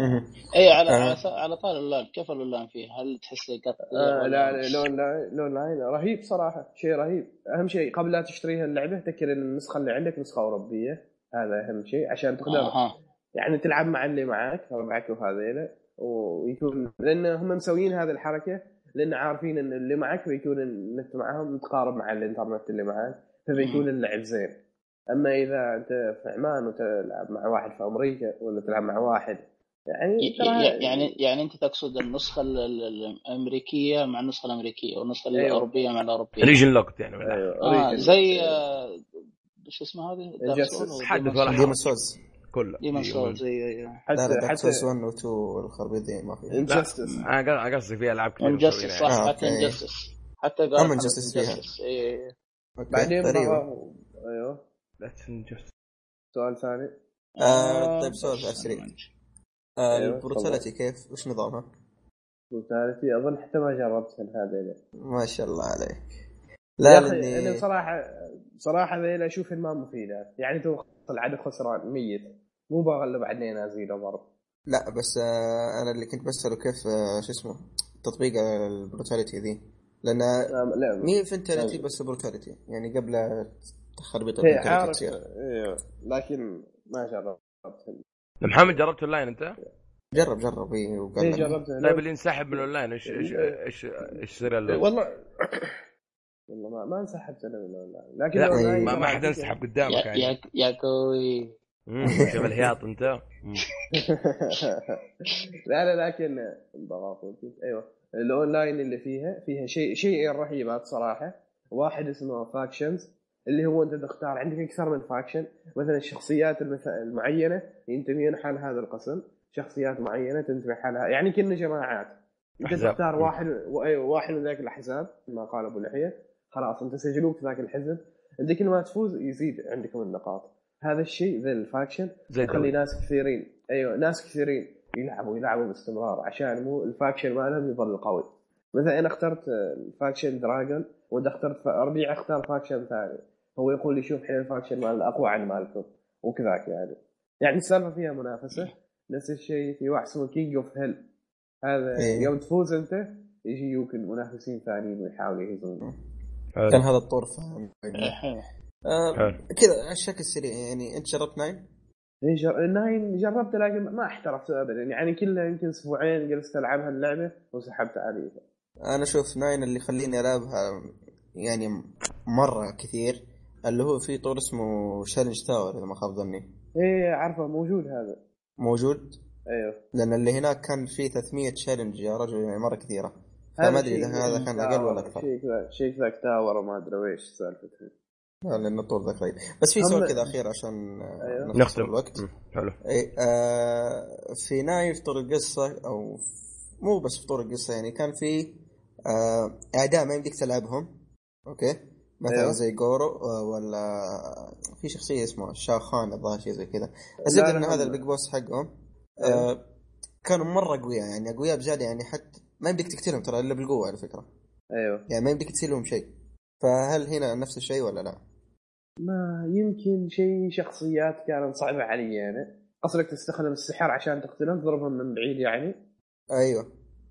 Speaker 2: مهم.
Speaker 3: اي إيه، على
Speaker 2: آه.
Speaker 3: على- على طار اللان كيف اللان فيه؟ هل تحس قط
Speaker 4: آه لا لا، الاونلاين الاونلاين رهيب صراحه شيء رهيب اهم شيء قبل لا تشتريها اللعبه تذكر ان النسخه اللي عندك نسخه اوروبيه هذا اهم شيء عشان تقدر
Speaker 3: اها
Speaker 4: يعني تلعب مع اللي معاك ربعك وهذيلا ويكون لان هم مسويين هذه الحركه لان عارفين ان اللي معك بيكون النت معاهم متقارب مع الانترنت اللي معاك فبيكون
Speaker 3: مم.
Speaker 4: اللعب زين اما اذا انت في عمان وتلعب مع واحد في امريكا ولا تلعب مع واحد يعني
Speaker 3: ي-
Speaker 4: ترى
Speaker 3: ي- يعني يعني انت تقصد النسخه ال- ال- الامريكيه مع النسخه الامريكيه والنسخه
Speaker 4: أيوة.
Speaker 3: الاوروبيه مع الاوروبيه
Speaker 1: ريجن لوكت يعني من الآخر.
Speaker 4: ايوه
Speaker 3: اه
Speaker 4: origin.
Speaker 3: زي آه، شو اسمه هذه؟ دارك
Speaker 4: Injustice.
Speaker 3: سول
Speaker 1: حدث ولا أيوه.
Speaker 2: ديمون
Speaker 1: حرج.
Speaker 2: سولز
Speaker 1: كله ديمون.
Speaker 3: ديمون سول زي
Speaker 2: لا لا
Speaker 4: حتى
Speaker 2: دارك سولز
Speaker 4: حتى
Speaker 2: 1 و 2 والخرابيط دي ما فيها
Speaker 1: لا
Speaker 4: انجستس
Speaker 1: انا قص- قصدي في العاب كثير
Speaker 3: انجستس
Speaker 1: مسوينها
Speaker 3: صح
Speaker 1: يعني.
Speaker 2: آه،
Speaker 3: حتى
Speaker 2: أوكي.
Speaker 3: انجستس حتى قال
Speaker 2: أم
Speaker 3: محمد
Speaker 2: Injustice فيها.
Speaker 3: Injustice. إي.
Speaker 2: اوكي
Speaker 4: بعدين أيوة،
Speaker 2: غريبه
Speaker 4: بغى ايوه
Speaker 1: يعني. That's
Speaker 4: سؤال ثاني
Speaker 2: آه،
Speaker 3: آه،
Speaker 2: طيب سؤال
Speaker 3: بس
Speaker 2: على السريع.
Speaker 3: أنا
Speaker 2: آه
Speaker 4: أيوة،
Speaker 2: البروتاليتي كيف وش نظامها؟
Speaker 4: وثالثي اظن حتى ما جربت من هذيلا
Speaker 2: ما شاء الله عليك
Speaker 4: يا يعني
Speaker 2: لا
Speaker 4: اخي انا
Speaker 2: لاني
Speaker 4: صراحه صراحه ذيلا اشوف ما مفيده يعني تو العدد خسران ميت مو بغلب علينا نازيله ضرب
Speaker 2: لا بس آه انا اللي كنت بساله كيف آه شو اسمه تطبيق البروتاليتي ذي لان
Speaker 4: لا لا
Speaker 2: مي فنتاليتي
Speaker 4: لا.
Speaker 2: بس بروتاليتي يعني قبل تخربيط
Speaker 4: هي
Speaker 2: البروتاليتي
Speaker 4: إيه، عارف
Speaker 2: تصير
Speaker 4: ايوه لكن ما جربت
Speaker 1: محمد جربت اونلاين انت؟
Speaker 2: جرب جرب اي وقال
Speaker 4: هي
Speaker 2: لنا
Speaker 4: جربتها
Speaker 1: طيب
Speaker 4: لو-
Speaker 1: اللي انسحب من الاونلاين ايش ايش ايش ايش يصير له؟
Speaker 4: والله والله ما, ما انسحبت انا من الاونلاين لكن
Speaker 1: لا إيه.
Speaker 4: الاونلاين
Speaker 1: ما,
Speaker 4: ترى
Speaker 1: ما حد
Speaker 4: فيه-
Speaker 1: انسحب قدامك
Speaker 3: يا
Speaker 1: يعني
Speaker 3: يا يا قوي
Speaker 1: امم شوف الهياط انت أمم.
Speaker 4: لا لا لكن ضغط ايوه الاونلاين اللي فيها فيها شيء شيئين رهيبات صراحه واحد اسمه فاكشنز اللي هو انت تختار عندك اكثر من فاكشن مثلا الشخصيات المث- المعينه ينتميون حال هذا القسم شخصيات معينه تنتمي حالها يعني كنا جماعات انت
Speaker 1: أحزاب.
Speaker 4: تختار
Speaker 1: مم.
Speaker 4: واحد وايوه واحد من ذاك الاحزاب ما قال ابو لحيه خلاص انت سجلوك في ذاك الحزب انت كل ما تفوز يزيد عندكم النقاط هذا الشيء ذا الفاكشن
Speaker 1: زي
Speaker 4: يخلي
Speaker 1: الدوري
Speaker 4: ناس كثيرين ايوه ناس كثيرين يلعبوا يلعبوا باستمرار عشان مو الفاكشن مالهم يظل قوي مثلا انا اخترت آه، فاكشن دراجون وانت اخترت فا- ربيع اختار فاكشن ثاني هو يقول لي شوف حين الفاكشن مال اقوى عن مالكم وكذاك يعني يعني السالفه فيها منافسه نفس الشيء في واحد اسمه كينج اوف هيل هذا
Speaker 2: إيه.
Speaker 4: يوم تفوز انت يجيوك المنافسين ثانيين ويحاولوا يهزمون
Speaker 2: كان
Speaker 1: حلو
Speaker 2: هذا الطور في
Speaker 3: إيه، حلو
Speaker 2: آه
Speaker 1: حلو
Speaker 2: كذا على الشكل السريع يعني انت جربت ناين؟
Speaker 4: إيه، جر... ناين جربت لكن ما احترفت ابدا يعني كلها يمكن اسبوعين جلست العبها اللعبه وسحبت عليها
Speaker 2: انا اشوف ناين اللي يخليني العبها يعني مره كثير اللي هو في طور اسمه شالنج تاور اذا ما خاب ظني
Speaker 4: ايه عارفه موجود هذا
Speaker 2: موجود
Speaker 4: ايوه
Speaker 2: لان اللي هناك كان في 300 شالنج يا رجل يعني مره كثيره
Speaker 4: هذا
Speaker 2: فما ادري اذا
Speaker 4: شيء
Speaker 2: هذا كان
Speaker 4: تاور،
Speaker 2: اقل ولا اكثر
Speaker 4: شيء كذا شيء كذا تاور وما ادري ويش سالفته
Speaker 2: لا، لان الطور ذا قليل بس في
Speaker 4: أما-
Speaker 2: سؤال كذا اخير عشان آه،
Speaker 4: أيوه.
Speaker 1: نختم.
Speaker 2: الوقت
Speaker 1: مم، حلو
Speaker 2: اي إيه، آه في نايف طرق القصه او ف- مو بس في طرق القصه يعني كان في آه اعداء ما يمديك تلعبهم اوكي مثلا
Speaker 4: أيوه.
Speaker 2: أيوه. زي جورو آه، ولا في شخصيه اسمها شاخان الظاهر شيء زي كذا
Speaker 4: لا،
Speaker 2: الزبده
Speaker 4: لا،
Speaker 2: ان هذا
Speaker 4: هم-
Speaker 2: البيج بوس حقهم
Speaker 4: أيوه.
Speaker 2: آه كانوا مره اقوياء يعني اقوياء بزياده يعني حتى ما يمديك تقتلهم ترى الا بالقوه على فكره
Speaker 4: ايوه
Speaker 2: يعني ما يمديك تسيلهم شيء فهل هنا نفس الشيء ولا لا؟
Speaker 4: ما آه، يمكن شيء شخصيات كانت صعبه علي انا اصلك تستخدم السحر عشان تقتلهم تضربهم من بعيد يعني
Speaker 2: ايوه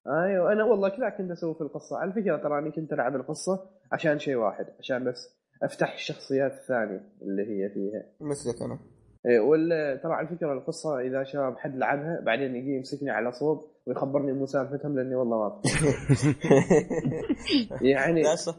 Speaker 4: ايوه انا والله كذا كنت اسوي في القصه على فكره تراني كنت العب القصه عشان شيء واحد عشان بس افتح الشخصيات الثانيه اللي هي فيها
Speaker 2: مثلك انا
Speaker 4: إيه، ولا ترى على فكره القصه اذا شاب حد لعبها بعدين يجي يمسكني على صوب ويخبرني مو سالفتهم لاني والله ما أفهم. يعني
Speaker 2: لا صح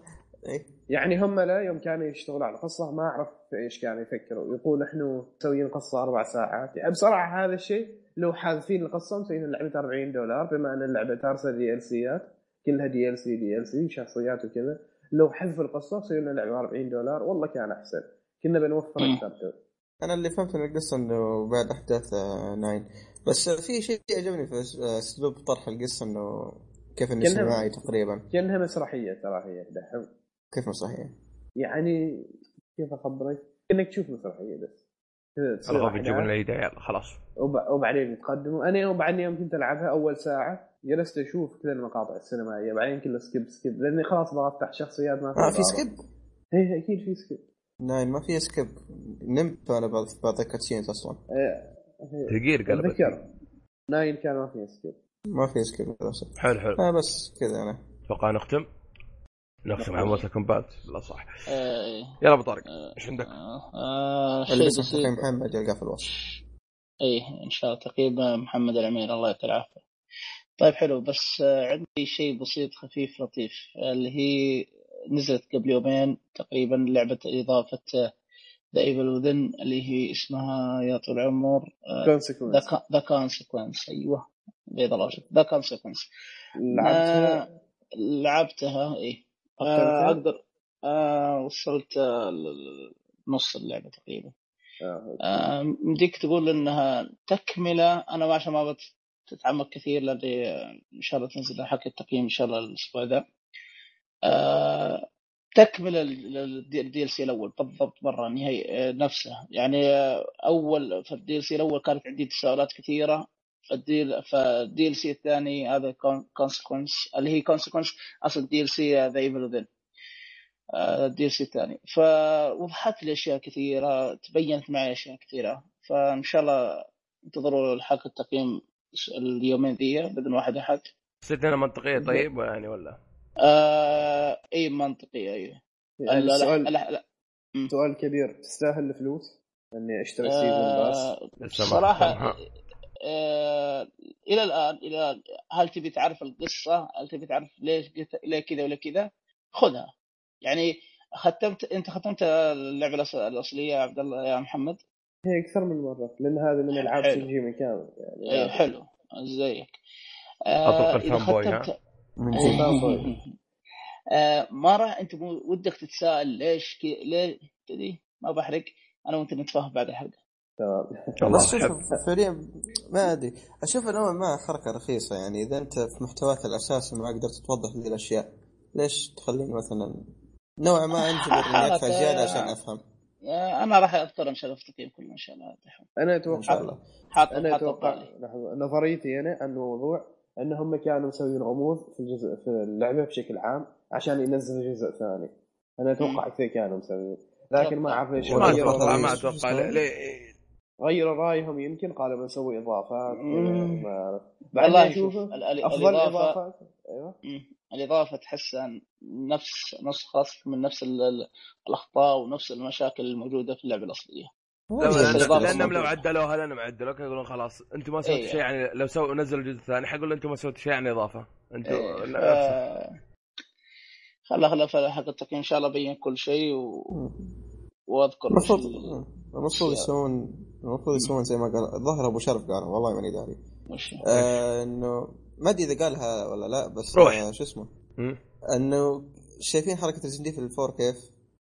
Speaker 2: إيه.
Speaker 4: يعني هم لا يوم كانوا يشتغلوا على القصه ما اعرف في ايش كانوا يفكروا يقول احنا مسويين قصه اربع ساعات يعني بصراحه هذا الشيء لو حاذفين القصه مسويين اللعبه 40 دولار بما ان اللعبه تارسه دي ال سيات كلها دي ال سي دي ال سي شخصيات وكذا لو حذف القصه مسويين اللعبه 40 دولار والله كان احسن كنا بنوفر
Speaker 3: مم.
Speaker 4: اكثر
Speaker 2: انا اللي فهمت من القصه انه بعد احداث آه، ناين بس آه، في شيء عجبني في أس- آه، اسلوب طرح القصه انه كيف انه
Speaker 4: كأنها-
Speaker 2: سينمائي تقريبا
Speaker 4: كانها مسرحيه ترى هي دحين
Speaker 2: كيف مسرحيه
Speaker 4: يعني كيف اخبرك؟ كانك تشوف مسرحيه بس كذا تصير
Speaker 1: الغوب
Speaker 4: أحداث.
Speaker 1: يجيب لنا العيد يا عيال خلاص
Speaker 4: وب- وبعدين يتقدموا انا يوم بعدين يوم كنت العبها اول ساعه جلست اشوف كل المقاطع السينمائيه بعدين كله سكيب سكيب لاني خلاص ابغى افتح شخصيات ما
Speaker 2: اه
Speaker 4: بعرف.
Speaker 2: في سكيب
Speaker 4: ايه اكيد في سكيب
Speaker 2: ناين ما في سكيب نمت انا بعض بعض الكاتسينز اصلا
Speaker 4: إيه، إيه،
Speaker 1: ثقيل قلبت
Speaker 4: اتذكر ناين كان ما في سكيب
Speaker 2: ما في سكيب للاسف
Speaker 1: حلو حلو
Speaker 2: آه بس كذا انا
Speaker 1: اتوقع نختم نختم على موتى كومبات لا صح
Speaker 3: آه،
Speaker 1: يلا ابو طارق ايش عندك؟
Speaker 3: آه، آه،
Speaker 2: اللي
Speaker 3: شيء
Speaker 2: باسم
Speaker 3: بسيط
Speaker 2: اخوي محمد يلقاه في الوصف
Speaker 3: ايه ان شاء الله تقريبا محمد العمير الله يعطيه العافيه طيب حلو بس آه، عندي شيء بسيط خفيف لطيف آه، اللي هي نزلت قبل يومين تقريبا لعبة إضافة آه، ذا ايفل وذن اللي هي اسمها يا طول العمر
Speaker 4: كونسيكونس
Speaker 3: ذا كونسيكونس ايوه بيض الله وجهك ذا كونسيكونس
Speaker 4: لعبتها
Speaker 3: لعبتها ايه آه،
Speaker 4: قفلتها؟
Speaker 3: اقدر آه، وصلت آه، ل- ل- نص اللعبة تقريبا
Speaker 4: آه،
Speaker 3: آه، مديك تقول انها تكمله انا ما عشان ما بت- تتعمق كثير لدي ان شاء الله تنزل لها حق التقييم ان شاء الله الاسبوع ذا آه، تكمله للدي ال سي الاول بالضبط مره نهاية آه، نفسه يعني آه، اول في الدي ال سي الاول كانت عندي تساؤلات كثيره فالديل فالدي ال سي الثاني هذا كونسيكونس اللي هي كونسيكونس اصل دي ال سي ذا ايفل وذن الدي سي الثاني فوضحت لي اشياء كثيره تبينت معي اشياء كثيره فان شاء الله انتظروا الحلقه التقييم اليومين ذي باذن واحد احد
Speaker 1: حسيت انها منطقيه طيب ولا يعني ولا
Speaker 3: آه اي منطقيه ايوه
Speaker 4: يعني
Speaker 3: ال-
Speaker 4: سؤال
Speaker 3: ال- ال- م.
Speaker 4: سؤال كبير تستاهل الفلوس اني اشتري سيزون باس
Speaker 3: آه
Speaker 1: لسه ما
Speaker 3: بصراحه
Speaker 1: ختمها.
Speaker 3: آه الى الان الى الآن، هل تبي تعرف القصه؟ هل تبي تعرف ليش قلت- ليه كذا ولا كذا؟ خذها يعني ختمت انت ختمت اللعبه الأص- الاصليه يا عبد الله يا محمد
Speaker 4: هي اكثر من مره لان هذا من العاب
Speaker 3: حلو.
Speaker 4: تجي كامل يعني
Speaker 3: اي آه،
Speaker 4: لازم.
Speaker 3: حلو زيك
Speaker 1: اطلق
Speaker 3: آه اذا
Speaker 1: الفان بوي، ها؟
Speaker 3: ختمت
Speaker 2: من
Speaker 4: إيه،
Speaker 2: جد
Speaker 4: فاهم طيب.
Speaker 3: آه ما راح انت مو- ودك تتساءل ليش كي ليه تدري ما بحرق انا وانت نتفاهم بعد الحلقه
Speaker 4: تمام
Speaker 1: الله
Speaker 2: بس
Speaker 1: يحب
Speaker 2: شوف فعليا ما ادري اشوف الاول ما حركه رخيصه يعني اذا انت في محتواك الاساسي ما قدرت توضح لي الاشياء ليش تخليني مثلا نوعا ما انجبر اني ادفع
Speaker 3: حركة.
Speaker 2: زياده عشان افهم
Speaker 3: آه انا راح اذكر ان شاء الله في التقييم كله ان شاء الله
Speaker 4: انا
Speaker 2: ان شاء
Speaker 4: اتوقع
Speaker 2: الله
Speaker 3: حاطه
Speaker 4: انا
Speaker 3: حاطه
Speaker 4: اتوقع
Speaker 3: ببالي
Speaker 4: لحظة، نظريتي انا عن الموضوع ان هم كانوا مسويين غموض في الجزء في اللعبه بشكل عام عشان ينزلوا جزء ثاني انا اتوقع كذا كانوا مسويين لكن ما اعرف ليش
Speaker 1: ما
Speaker 2: والله
Speaker 4: غيروا
Speaker 1: اتوقع
Speaker 2: هذا
Speaker 1: ما
Speaker 4: رايهم
Speaker 2: شو
Speaker 1: اتوقع
Speaker 2: اسمه؟
Speaker 1: ليه- ليه-
Speaker 4: غيروا رايهم يمكن قالوا بنسوي اضافات كذا،
Speaker 3: مم.
Speaker 4: ما اعرف
Speaker 3: والله
Speaker 4: بعدين
Speaker 3: شوف
Speaker 4: شوف
Speaker 3: ال- ال-
Speaker 4: افضل
Speaker 3: الاضافه
Speaker 4: اضافات ايوه
Speaker 3: مم. الإضافة تحسها نفس نسخة من نفس ال- ال- الأخطاء ونفس المشاكل الموجودة في اللعبة الأصلية
Speaker 1: لا
Speaker 3: زي
Speaker 1: لأن-
Speaker 3: النظام
Speaker 1: لانهم لو
Speaker 3: الموجود.
Speaker 1: عدلوها لانهم عدلوها كانوا يقولون خلاص انتم ما سويتوا
Speaker 3: إيه.
Speaker 1: شيء يعني لو سووا نزلوا الجزء الثاني حيقولوا انتم ما سويتوا شيء يعني اضافه انتم
Speaker 3: إيه،
Speaker 1: لا-
Speaker 3: ف- خلا خلا خلا حق التقييم ان شاء الله بين كل شيء و... واذكر وش
Speaker 2: المفروض
Speaker 3: ال-
Speaker 2: المفروض يسوون المفروض يسوون زي ما قال الظاهر ابو شرف قال والله ماني داري
Speaker 3: وش
Speaker 2: آه انه ما ادري اذا قالها ولا لا بس
Speaker 1: روح.
Speaker 2: آه شو اسمه
Speaker 1: مم.
Speaker 2: انه شايفين حركه ريزن في الفور كيف؟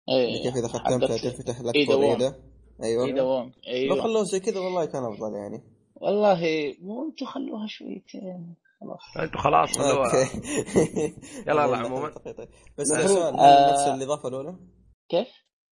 Speaker 3: إيه،
Speaker 2: اللي كيف اذا ختمتها
Speaker 3: حقت
Speaker 2: تنفتح لك
Speaker 3: إيدا
Speaker 2: فور
Speaker 3: وون.
Speaker 2: ايده
Speaker 3: ايدا
Speaker 2: ايوه
Speaker 3: وون
Speaker 1: إيه.
Speaker 2: لو
Speaker 3: ايوه
Speaker 2: خلوه زي كذا والله كان افضل يعني
Speaker 3: والله مو انتم خلوها شويتين خلاص
Speaker 1: انتم خلاص خلوها
Speaker 2: اوكي
Speaker 1: يلا
Speaker 2: والله
Speaker 1: عموماً.
Speaker 2: دقيقة. طيب، بس
Speaker 3: المفروض-
Speaker 2: السؤال
Speaker 3: آه.
Speaker 2: هل نفس الاضافه الاولى؟
Speaker 3: كيف؟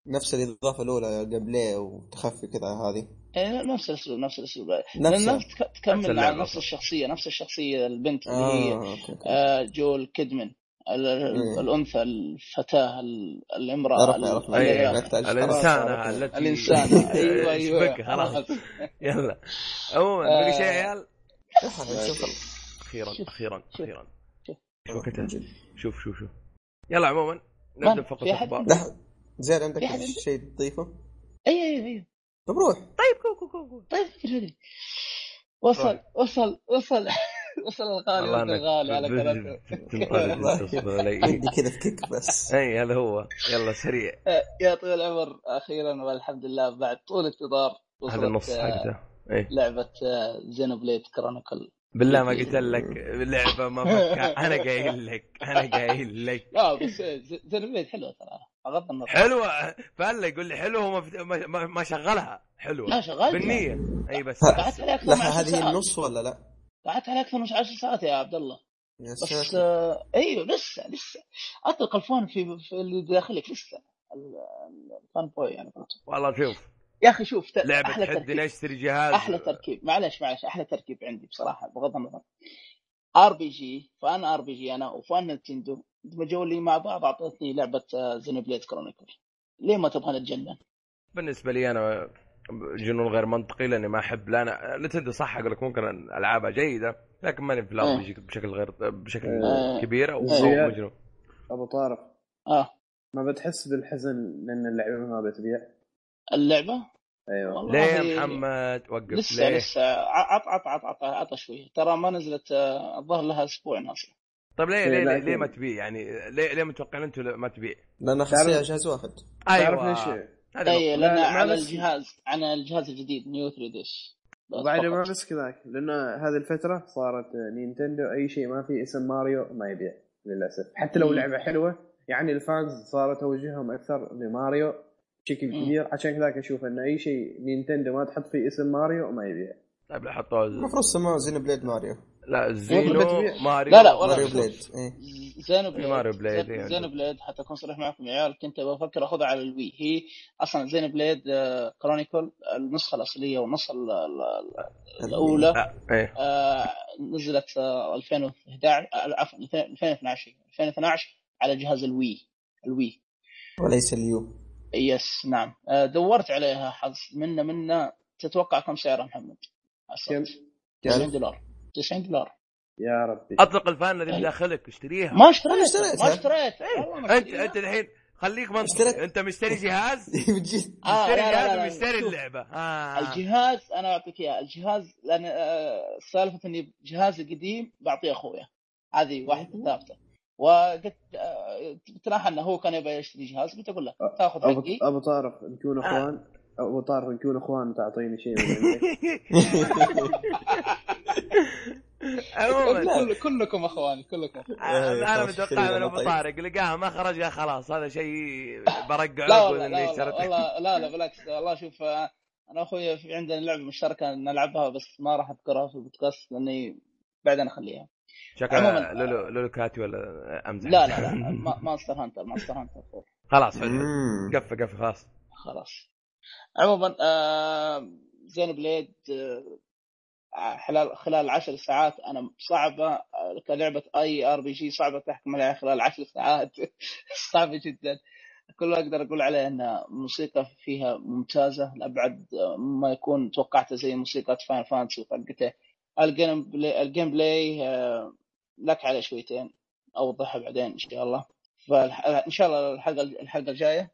Speaker 2: نفس الاضافه الاولى قبليه وتخفي كذا هذه
Speaker 3: إيه، نفس الاسلوب نفس الاسلوب
Speaker 2: نفسها.
Speaker 3: لأن نفس تك- تكمل
Speaker 1: اللعبة
Speaker 3: على نفس
Speaker 1: أصلاً.
Speaker 3: الشخصيه نفس الشخصيه البنت اللي هي
Speaker 2: اه اوكي اوكي
Speaker 3: آه، جول كيدمن ال- ال-
Speaker 2: إيه.
Speaker 3: الانثى الفتاه ال- الامراه
Speaker 2: عرفنا-
Speaker 3: ال-
Speaker 2: عرفنا.
Speaker 3: ال-
Speaker 1: ايه
Speaker 2: لا تحتاج
Speaker 1: الانسانه
Speaker 2: خلاص،
Speaker 1: التي
Speaker 3: الانسانه ايوه ايوه
Speaker 1: شبك أيوة، خلاص
Speaker 3: خلاص
Speaker 1: يلا عموما باقي شيء يا
Speaker 3: آه.
Speaker 1: عيال
Speaker 2: يا شوف
Speaker 1: اخيرا اخيرا اخيرا
Speaker 3: شوف.
Speaker 1: شبكتها
Speaker 2: من جد.
Speaker 1: شوف شوف شوف يلا عموما
Speaker 3: ما-
Speaker 1: نبدا فقط
Speaker 3: في أحد
Speaker 1: اخبار
Speaker 3: عنده؟
Speaker 2: لحظه زين عندك
Speaker 3: في أحد عنده؟
Speaker 2: شيء تضيفه؟
Speaker 3: اي اي اي
Speaker 2: طب روح
Speaker 1: طيب كو كو كو كو.
Speaker 3: طيب فكر هذي وصل
Speaker 1: روح.
Speaker 3: وصل وصل وصل الغالي
Speaker 1: طيب. الله
Speaker 3: وصل
Speaker 1: انك
Speaker 3: الغالي على
Speaker 1: بت-
Speaker 3: كلامك
Speaker 1: بت- تنطرد انت اصبر علي
Speaker 2: ودي كذا في كيك بس
Speaker 1: اي إيه، هذا هو يلا سريع
Speaker 3: يا طويل العمر اخيرا والحمد لله بعد طول انتظار
Speaker 1: هذا النص
Speaker 3: وصلت آه،
Speaker 1: حقته ايه
Speaker 3: لعبه زينو بليد كرونيكل
Speaker 1: بالله ما قلت لك لعبه ما فكها انا قايل لك انا قايل لك
Speaker 3: لا آه، بس زينو بليد حلوه ترى بغض النظر
Speaker 1: حلوه فلا يقول لي حلوه وما فت- ما- ما ما شغلها
Speaker 3: لا
Speaker 1: حلوه
Speaker 3: شغال
Speaker 1: بالنية اي بس
Speaker 3: قعدت عليها اكثر من
Speaker 2: لحظه
Speaker 3: 10
Speaker 2: هذه هي
Speaker 3: ساعات
Speaker 2: النص ولا لا؟
Speaker 3: قعدت عليها اكثر من 10 ساعات يا عبد الله
Speaker 2: يا
Speaker 3: بس
Speaker 2: ساتر
Speaker 3: آه ايوه لسه لسه اطلق الفون في, في اللي داخلك لسه ال- ال- الفان بوي يعني
Speaker 1: والله شوف
Speaker 3: يا اخي شوف ت-
Speaker 1: لعبه
Speaker 3: احلى
Speaker 1: حد
Speaker 3: تركيب
Speaker 1: إني اشتري جهاز
Speaker 3: احلى تركيب معلش معلش احلى تركيب عندي بصراحه بغض النظر ار بي جي فانا ار بي جي انا وفان نتندو دمجوا لي مع بعض اعطتني لعبه زينوبليد كرونيكل ليه ما تبغى نتجنن؟
Speaker 1: بالنسبه لي انا جنون غير منطقي لاني ما احب لا انا نتندو صح اقول لك ممكن العابها جيده لكن ماني في الار بي جي بشكل غير بشكل
Speaker 3: آه.
Speaker 1: كبير او
Speaker 4: زياد.
Speaker 1: أو مجنون
Speaker 4: ابو طارق
Speaker 3: اه
Speaker 4: ما بتحس بالحزن لان اللعبه ما بتبيع
Speaker 3: اللعبه
Speaker 4: ايوه
Speaker 3: والله
Speaker 1: ليه محمد وقف
Speaker 3: لسه
Speaker 1: ليه
Speaker 3: لسه ع- عط عط عط عط عط شوي ترى ما نزلت آه، الظهر لها اسبوع ناصر
Speaker 1: طيب ليه
Speaker 4: إيه،
Speaker 1: ليه ليه,
Speaker 4: لكن-
Speaker 1: ليه ما تبيع يعني ليه ليه متوقعين انتم ما تبيع
Speaker 2: لان خصيها جهاز واحد
Speaker 4: تعرف
Speaker 1: ايوه
Speaker 4: ليش؟
Speaker 1: هذه
Speaker 3: اي
Speaker 1: النقطة.
Speaker 3: لان
Speaker 4: لا، ما
Speaker 3: على
Speaker 4: بس-
Speaker 3: الجهاز على الجهاز الجديد نيو 3 ديش
Speaker 4: وبعدين ما بس كذاك لان هذه الفتره صارت نينتندو اي شيء ما فيه اسم ماريو ما يبيع للاسف حتى لو
Speaker 3: مم.
Speaker 4: لعبه حلوه يعني الفانز صار توجههم اكثر لماريو بشكل
Speaker 3: مم.
Speaker 4: كبير عشان كذاك اشوف ان اي شيء نينتندو ما تحط فيه اسم ماريو ما يبيع
Speaker 1: طيب لا حطوا ال-
Speaker 2: المفروض سموه زين بليد ماريو
Speaker 1: لا
Speaker 4: بتبيع.
Speaker 1: زينو ماريو
Speaker 3: لا، لا، ولا
Speaker 1: ماريو
Speaker 2: ماريو
Speaker 3: بتبيع.
Speaker 1: بلاي.
Speaker 2: بليد ايه
Speaker 3: زينو بليد
Speaker 1: ماريو بليد، إيه،
Speaker 3: زين-
Speaker 1: عندك.
Speaker 3: زينو بليد حتى اكون صريح معكم يا عيال كنت بفكر اخذها على الوي هي اصلا زينو بليد آه، كرونيكل النسخه الاصليه والنسخه ال- ال- ال- الاولى
Speaker 1: لا ايه
Speaker 3: آه، نزلت آه، 2011 آه، عفوا 2012 2012 على جهاز الوي الوي
Speaker 2: وليس اليو
Speaker 3: يس نعم آه، دورت عليها حظ منا منا تتوقع كم سعرها محمد؟
Speaker 4: كم؟
Speaker 3: 90 دولار 90 دولار
Speaker 4: يا ربي
Speaker 1: اطلق الفان اللي بداخلك اشتريها
Speaker 3: ما
Speaker 2: أنا
Speaker 3: اشتريت إيه.
Speaker 2: اشتريتها.
Speaker 3: ما اشتريت والله ما
Speaker 1: انت
Speaker 3: اشتريتها.
Speaker 1: انت الحين خليك
Speaker 2: اشتريت.
Speaker 1: منطقي انت مشتري جهاز
Speaker 2: من جد
Speaker 3: آه،
Speaker 1: مشتري
Speaker 3: لا، لا،
Speaker 1: جهاز
Speaker 3: لا، لا.
Speaker 1: ومشتري
Speaker 3: شوف،
Speaker 1: اللعبه اه
Speaker 3: الجهاز انا اعطيك اياه الجهاز لان آه، سالفه اني جهازي قديم بعطيه اخويا هذه واحده ثابته وقلت آه، تراها انه هو كان يبغى يشتري جهاز قلت اقول له تاخذ
Speaker 4: ابو
Speaker 3: حقي
Speaker 4: ابو طارق نكون اخوان ابو طارق نكون اخوان تعطيني شيء من عندك
Speaker 1: عموما
Speaker 3: كل- كلكم اخواني كلكم أخواني.
Speaker 1: انا آه، متوقع من ابو
Speaker 2: طيب.
Speaker 1: طارق لقاها ما خرجها خلاص هذا شيء برقعه
Speaker 3: لا
Speaker 1: اقول
Speaker 3: والله
Speaker 1: اني
Speaker 3: لا والله
Speaker 1: اشتريت
Speaker 3: والله- لا لا بالعكس والله شوف آه، انا اخوي في عندنا لعبه مشتركه نلعبها بس ما راح اذكرها في البودكاست لاني بعدين اخليها عموماً.
Speaker 1: شكلها لولو لولو كاتي ولا امزح
Speaker 3: لا لا لا ما- ماستر هانتر ماستر هانتر فور
Speaker 1: خلاص حلو حلو.
Speaker 2: مم.
Speaker 1: قفه قفه خلاص
Speaker 3: خلاص عموما آه زين بليد آه خلال خلال عشر ساعات انا صعبه آه، كلعبه اي ار بي جي صعبه تحكم عليها خلال عشر ساعات صعبه جدا كل ما اقدر اقول عليها ان موسيقى فيها ممتازه لابعد آه، ما يكون توقعته زي موسيقى فاين فانتسي وطقته الجيم بلاي الجيم بلاي آه، لك عليه شويتين اوضحها بعدين ان شاء الله فان شاء الله الحلقه الحلقه الجايه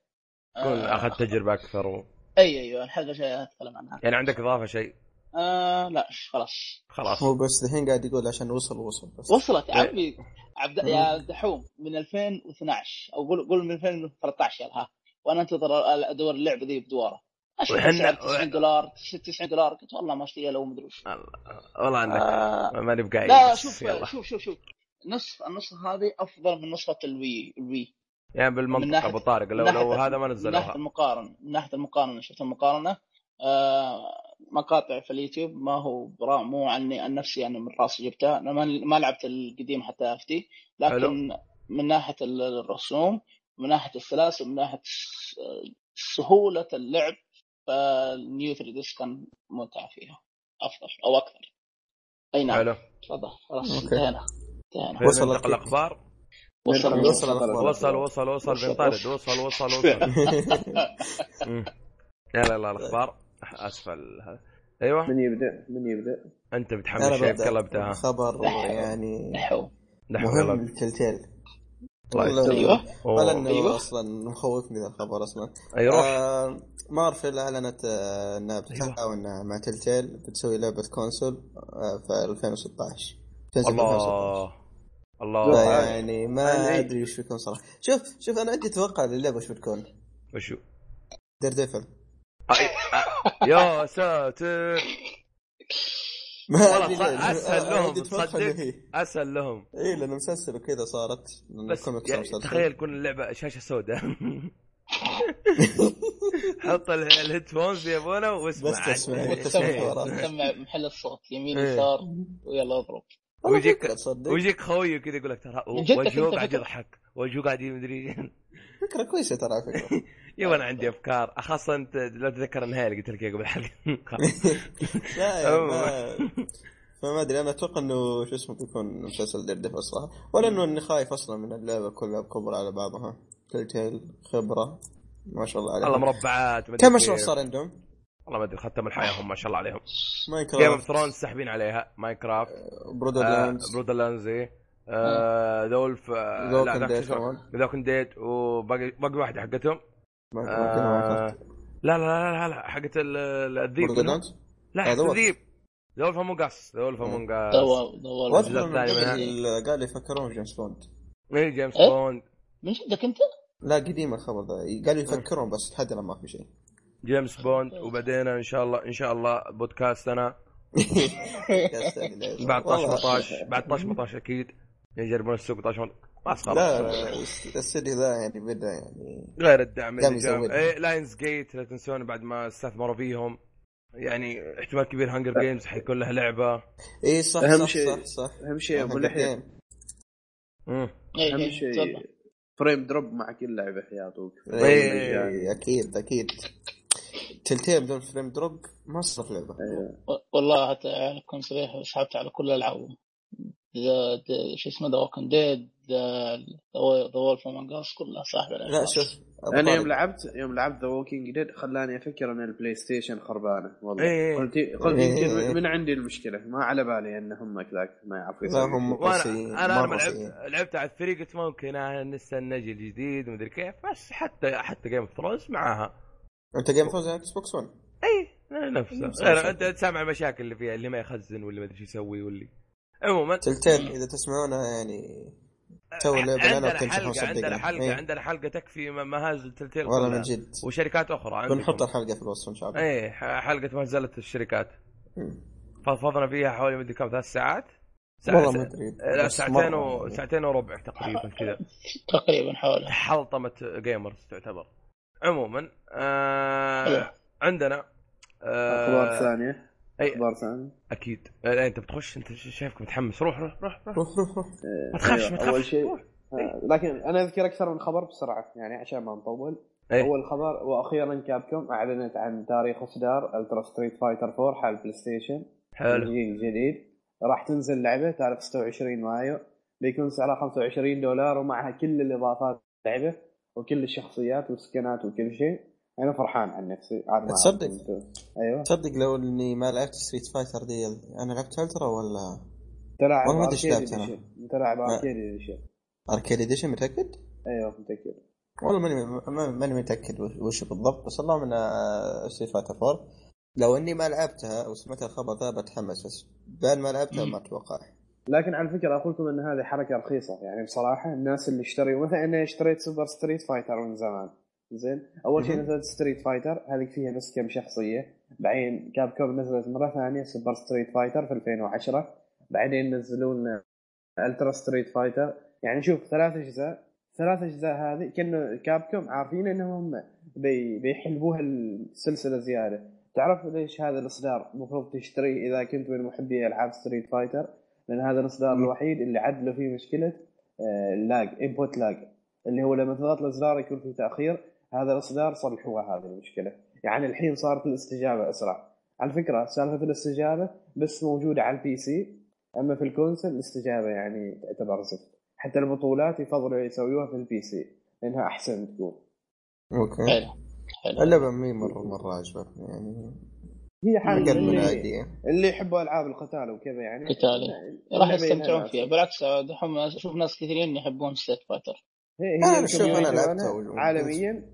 Speaker 1: تكون
Speaker 3: آه،
Speaker 1: اخذت تجربه اكثر و...
Speaker 3: اي ايوه الحلقه الجايه هتكلم عنها
Speaker 1: يعني عندك اضافه شيء
Speaker 3: آه لا ش- خلاص
Speaker 1: خلاص
Speaker 2: هو بس الحين قاعد يقول عشان وصل وصل بس
Speaker 3: وصلت يا
Speaker 1: إيه.
Speaker 3: عمي عبد يا دحوم من 2012 او قول قول من 2013 يلا ها وانا انتظر ادور اللعبه دي بدوره
Speaker 1: وحنا-
Speaker 3: اشوف سعر 90 دولار 90 دولار قلت والله ما اشتريها لو مدري وش
Speaker 1: الله- والله آه، عندك
Speaker 3: آه،
Speaker 1: ما نبقى قاعد
Speaker 3: لا
Speaker 1: بس
Speaker 3: شوف
Speaker 1: يلا.
Speaker 3: شوف شوف شوف نصف النسخه هذه افضل من نسخه الوي الوي
Speaker 1: يعني
Speaker 3: من
Speaker 1: بالمنطق
Speaker 3: ناحية-
Speaker 1: ابو طارق لو
Speaker 3: من ناحية-
Speaker 1: لو هذا ما
Speaker 3: من ناحيه
Speaker 1: نزلوها
Speaker 3: المقارنه من ناحيه المقارنه شفت المقارنه آه مقاطع في اليوتيوب ما هو برا مو عني عن نفسي يعني من راسي جبتها انا ما, ما لعبت القديم حتى افتي لكن من ناحيه ال- الرسوم من ناحيه السلاسل من ناحيه س- سهوله اللعب فالنيو 3 ديس كان ممتع فيها افضل او اكثر اي نعم
Speaker 1: حلو
Speaker 3: تفضل خلاص
Speaker 2: أوكي.
Speaker 3: انتهينا
Speaker 2: وصل
Speaker 3: انتهينا
Speaker 1: وصل ننتقل
Speaker 2: الكيك.
Speaker 1: الاخبار
Speaker 3: وصل
Speaker 4: نركب
Speaker 2: وصل
Speaker 3: الوصل
Speaker 4: الخبر.
Speaker 2: الأخبار.
Speaker 1: وصل وصل وصل
Speaker 3: وصل،
Speaker 1: بنطرد
Speaker 3: وصل.
Speaker 1: وصل وصل وصل مم. يلا يلا الاخبار اسفل هذا ايوه
Speaker 4: من يبدا من يبدا
Speaker 1: انت بتحمل
Speaker 2: انا
Speaker 1: شيء
Speaker 2: ببدا
Speaker 1: قلبتها
Speaker 2: خبر
Speaker 3: لا حول.
Speaker 2: يعني
Speaker 3: دحوم
Speaker 1: نحن
Speaker 2: مهم
Speaker 1: يلا
Speaker 2: للتلتيل
Speaker 1: الله
Speaker 2: والله
Speaker 1: يستر.
Speaker 3: ايوه
Speaker 1: أوه. أيوة.
Speaker 2: ولا انه
Speaker 3: أيوه.
Speaker 2: أيوه؟ اصلا مخوفني ذا الخبر اصلا
Speaker 1: اي روح
Speaker 2: آه مارفل اعلنت آه انها
Speaker 1: أيوه.
Speaker 2: بتتعاون مع تلتيل بتسوي لعبه كونسول آه في 2016 تنزل في 2016
Speaker 1: الله الله
Speaker 4: لا.
Speaker 2: فيعني
Speaker 4: عن
Speaker 2: ما
Speaker 4: أي؟
Speaker 2: ادري وش بيكون صراحه شوف شوف انا عندي توقع للعبه وش بتكون
Speaker 1: وشو
Speaker 2: دير ديفل
Speaker 1: أي- أ- يا ساتر
Speaker 2: ما
Speaker 1: والله
Speaker 2: ادري
Speaker 1: ص-
Speaker 2: ليه
Speaker 1: اسهل
Speaker 2: أنا عندي
Speaker 1: لهم
Speaker 2: توقع انه
Speaker 1: تصدق
Speaker 2: هي
Speaker 1: اسهل لهم
Speaker 2: اي لانه مسلسل وكذا صارت لانه
Speaker 1: بس
Speaker 2: كوميكس
Speaker 1: يعني
Speaker 2: ومسلسل.
Speaker 1: تخيل تكون اللعبه شاشه سوداء حط ال- الهيدفونز يا ابونا واسمع
Speaker 2: بس تسمع
Speaker 1: عاد.
Speaker 2: وتسمع
Speaker 1: إيه.
Speaker 2: الحوارات.
Speaker 3: وتسمع محل الصوت يمين
Speaker 1: إيه.
Speaker 3: يسار ويلا اضرب
Speaker 2: والله
Speaker 1: ويجيك-
Speaker 2: فكرة تصدق
Speaker 1: ويجيك خويه كذا يقول لك ترى
Speaker 3: من جدك
Speaker 1: وجهه
Speaker 3: أنت
Speaker 1: قاعد
Speaker 3: فكرة؟
Speaker 1: يضحك وجهه قاعد يمدري
Speaker 2: فكره كويسه ترى على فكره
Speaker 1: يو انا
Speaker 2: آه.
Speaker 1: عندي افكار خاصه انت لو تتذكر النهايه اللي قلت لك إياها قبل حلقه خلاص.
Speaker 2: لا يعني ما فما ادري انا اتوقع انه شو اسمه بيكون مسلسل دير ديفل صراحه ولا انه اني خايف اصلا من اللعبه كلها كبرى على بعضها تلتيل خبره ما شاء الله
Speaker 1: والله
Speaker 2: عليهم
Speaker 1: مربعات ما أدري
Speaker 2: كم مشروع
Speaker 1: كيف.
Speaker 2: صار عندهم؟
Speaker 1: والله ما ادري ختم الحياه هم ما شاء الله عليهم جيم اوف
Speaker 2: ماينكرافت
Speaker 1: ثرونز ساحبين عليها آه، ماينكرافت
Speaker 2: برودر لاندز
Speaker 1: برودر لاندز ذولف آه، لا
Speaker 2: ذوكن
Speaker 1: ذاك
Speaker 2: ديت
Speaker 1: شو
Speaker 2: كمان
Speaker 1: ذاك ديت وباقي باقي واحده حقتهم
Speaker 2: ما- ما كنا
Speaker 1: آه،
Speaker 2: ماينكرافت
Speaker 1: لا لا لا لا, لا حقت ال- ال- الذيب
Speaker 2: برودر
Speaker 1: منو؟
Speaker 2: لاندز
Speaker 1: لا
Speaker 2: آه،
Speaker 1: حقت
Speaker 2: ذولف.
Speaker 1: الذيب ذولف امونج اس ذولف
Speaker 2: آه.
Speaker 1: امونج اس
Speaker 3: دور دور
Speaker 2: واذكر
Speaker 1: الجزء
Speaker 2: انه من
Speaker 1: الثاني
Speaker 2: قبل قال يفكرون جيمس بوند
Speaker 1: اي جيمس
Speaker 3: إيه؟
Speaker 1: بوند
Speaker 3: من جدك انت؟
Speaker 2: لا قديم الخبر ذا قالوا يفكرون بس لحد الان ما في شيء
Speaker 1: جيمس بوند وبعدين ان شاء الله ان شاء الله بودكاستنا
Speaker 2: يا ساتر لا يزال.
Speaker 1: بعد
Speaker 2: والله-
Speaker 1: 18 بعد 18 اكيد يعني يجربون السوق 18 خلاص
Speaker 2: لا
Speaker 1: خلاص
Speaker 2: لا، الاستديو ذا يعني بدا يعني
Speaker 1: غير الدعم
Speaker 2: دعم
Speaker 1: اللي جاب
Speaker 2: يزود.
Speaker 1: إيه لاينز جيت لا تنسون بعد ما استثمروا فيهم يعني احتمال كبير هانجر جيمز حيكون له لعبه
Speaker 2: اي إيه، صح
Speaker 4: أهم
Speaker 2: صح
Speaker 4: شيء-
Speaker 2: صح صح
Speaker 4: اهم شيء ابو لحيه
Speaker 1: مم.
Speaker 3: إيه،
Speaker 4: اهم
Speaker 3: إيه،
Speaker 4: شيء
Speaker 3: تفضل.
Speaker 4: فريم دروب مع كل لعبه يا طوق
Speaker 1: إيه.
Speaker 2: اي اكيد اكيد تلتين بدون فريم دروب ما صرف لعبه
Speaker 3: و- والله حتى يعني كنت صريح سحبت على كل الالعاب ذا- ذا- شو اسمه ذا ووكن ديد ذا وولف امونج اس كلها صاحب
Speaker 2: لا شوف أبو
Speaker 4: انا يوم
Speaker 2: طارق،
Speaker 4: لعبت يوم لعبت ذا ووكينج ديد خلاني افكر ان البلاي ستيشن خربانه
Speaker 1: إيه.
Speaker 4: والله قلت قلت
Speaker 2: إيه.
Speaker 4: يمكن من عندي المشكله ما على بالي ان هم كذاك ما يعرفوا
Speaker 2: لا
Speaker 4: يسووا
Speaker 2: هم إيه،
Speaker 4: شيء.
Speaker 1: وانا
Speaker 2: سيئين
Speaker 1: انا انا
Speaker 2: مره
Speaker 1: ما لعبت
Speaker 2: سيئين
Speaker 1: لعبت على الثري قلت ممكن آه، لسه النجل الجديد ومدري كيف بس حتى حتى جيم اوف ثرونز معاها
Speaker 2: انت جيم فوز على اكس بوكس 1
Speaker 1: اي نفسه
Speaker 2: نفس
Speaker 1: غير
Speaker 2: المشاكل.
Speaker 1: انت سامع المشاكل اللي فيها اللي ما يخزن واللي ما ادري شو يسوي واللي عموما
Speaker 2: تلتين اذا تسمعونها يعني تو لعبه لنا
Speaker 1: عندنا
Speaker 2: وبتنشحون
Speaker 1: حلقه عندنا
Speaker 2: صدقني
Speaker 1: حلقه
Speaker 2: إيه.
Speaker 1: عندنا حلقه تكفي م- مهازل تلتيل
Speaker 2: والله من
Speaker 1: كلها
Speaker 2: جد
Speaker 1: وشركات اخرى عندكم إيه.
Speaker 2: بنحط الحلقه في الوصف ان شاء الله
Speaker 1: اي ح- حلقه مهزله الشركات
Speaker 2: مم.
Speaker 1: فضفضنا فيها حوالي مدري كم ثلاث ساعات
Speaker 2: والله ما أدري،
Speaker 1: لا
Speaker 2: بس
Speaker 1: ساعتين
Speaker 2: مرة
Speaker 1: و...
Speaker 2: يعني.
Speaker 1: ساعتين وربع تقريبا كذا
Speaker 3: تقريبا حوالي
Speaker 1: حلطمه جيمرز تعتبر عموما آه
Speaker 3: حلو.
Speaker 1: عندنا آه
Speaker 4: اخبار ثانيه
Speaker 1: أي-
Speaker 4: اخبار ثانيه
Speaker 1: اكيد آه، لا انت بتخش انت ش- شايفك متحمس روح روح روح, روح.
Speaker 2: روح روح روح
Speaker 1: ما تخافش ما
Speaker 4: أيوة، اول
Speaker 1: تخافش
Speaker 4: شيء
Speaker 1: روح.
Speaker 4: آه، لكن انا اذكر اكثر من خبر بسرعه يعني عشان ما نطول
Speaker 1: إيه.
Speaker 4: اول خبر واخيرا كابكوم اعلنت عن تاريخ اصدار الترا ستريت فايتر 4 حال بلاي ستيشن
Speaker 1: حلو
Speaker 4: الجيل الجديد راح تنزل لعبه تعرف 26 مايو بيكون سعرها 25 دولار ومعها كل الاضافات اللعبه وكل الشخصيات والسكنات وكل شيء انا فرحان عن نفسي عاد ما
Speaker 2: تصدق؟
Speaker 4: أعرف أنتم. ايوه
Speaker 2: تصدق لو اني ما لعبت ستريت فايتر دي انا لعبت الترا ولا
Speaker 4: تلاعب
Speaker 2: والله ما أدري إيش
Speaker 4: اركيد
Speaker 2: لعبت أنا.
Speaker 4: اديشن تلاعب
Speaker 2: ما-
Speaker 4: اركيد اديشن
Speaker 2: اركيد اديشن متاكد؟
Speaker 4: ايوه متذكر
Speaker 2: والله ماني ما- ماني متاكد وش- وش بالضبط بس اللهم آه، انها ستريت فايتر 4 لو اني ما لعبتها او سمعت الخبر ذا بتحمس بس بعد ما لعبتها ما اتوقع
Speaker 4: لكن على فكره اقول لكم ان هذه حركه رخيصه يعني بصراحه الناس اللي اشتروا مثلا انا اشتريت سوبر ستريت فايتر من زمان زين اول شيء
Speaker 2: مهم.
Speaker 4: نزلت ستريت فايتر هذيك فيها بس كم شخصيه بعدين كاب كوب نزلت مره ثانيه سوبر ستريت فايتر في 2010 بعدين نزلوا لنا الترا ستريت فايتر يعني شوف ثلاث اجزاء ثلاث اجزاء هذه كانه كاب كوب عارفين انهم بي بيحلبوها السلسله زياده تعرف ليش هذا الاصدار المفروض تشتريه اذا كنت من محبي العاب ستريت فايتر لان هذا الاصدار
Speaker 2: مم.
Speaker 4: الوحيد اللي عدلوا فيه مشكله آه، اللاج انبوت لاج اللي هو لما تضغط الازرار يكون في تاخير هذا الاصدار صلحوها هذه المشكله يعني الحين صارت الاستجابه اسرع على فكره سالفه الاستجابه بس موجوده على البي سي اما في الكونسل الاستجابه يعني تعتبر زفت حتى البطولات يفضلوا يسويوها في البي سي لانها احسن تكون
Speaker 2: اوكي
Speaker 3: حلو حلو
Speaker 2: اللعبه مي مره مره عجبتني يعني
Speaker 4: هي حاجه
Speaker 2: اقل من
Speaker 4: اللي,
Speaker 2: عاديه
Speaker 4: اللي يحبوا العاب القتال وكذا يعني نعم.
Speaker 3: قتالي.
Speaker 4: اللعبة
Speaker 3: راح
Speaker 4: لها
Speaker 3: يستمتعون
Speaker 4: ناس.
Speaker 3: فيها بالعكس دحوم اشوف ناس كثيرين يحبون ستيت فايتر
Speaker 4: هي
Speaker 2: أنا
Speaker 4: هي
Speaker 2: شوف، أنا
Speaker 4: الكوميونتي
Speaker 2: لعبتها
Speaker 4: مالها
Speaker 2: و-
Speaker 4: عالميا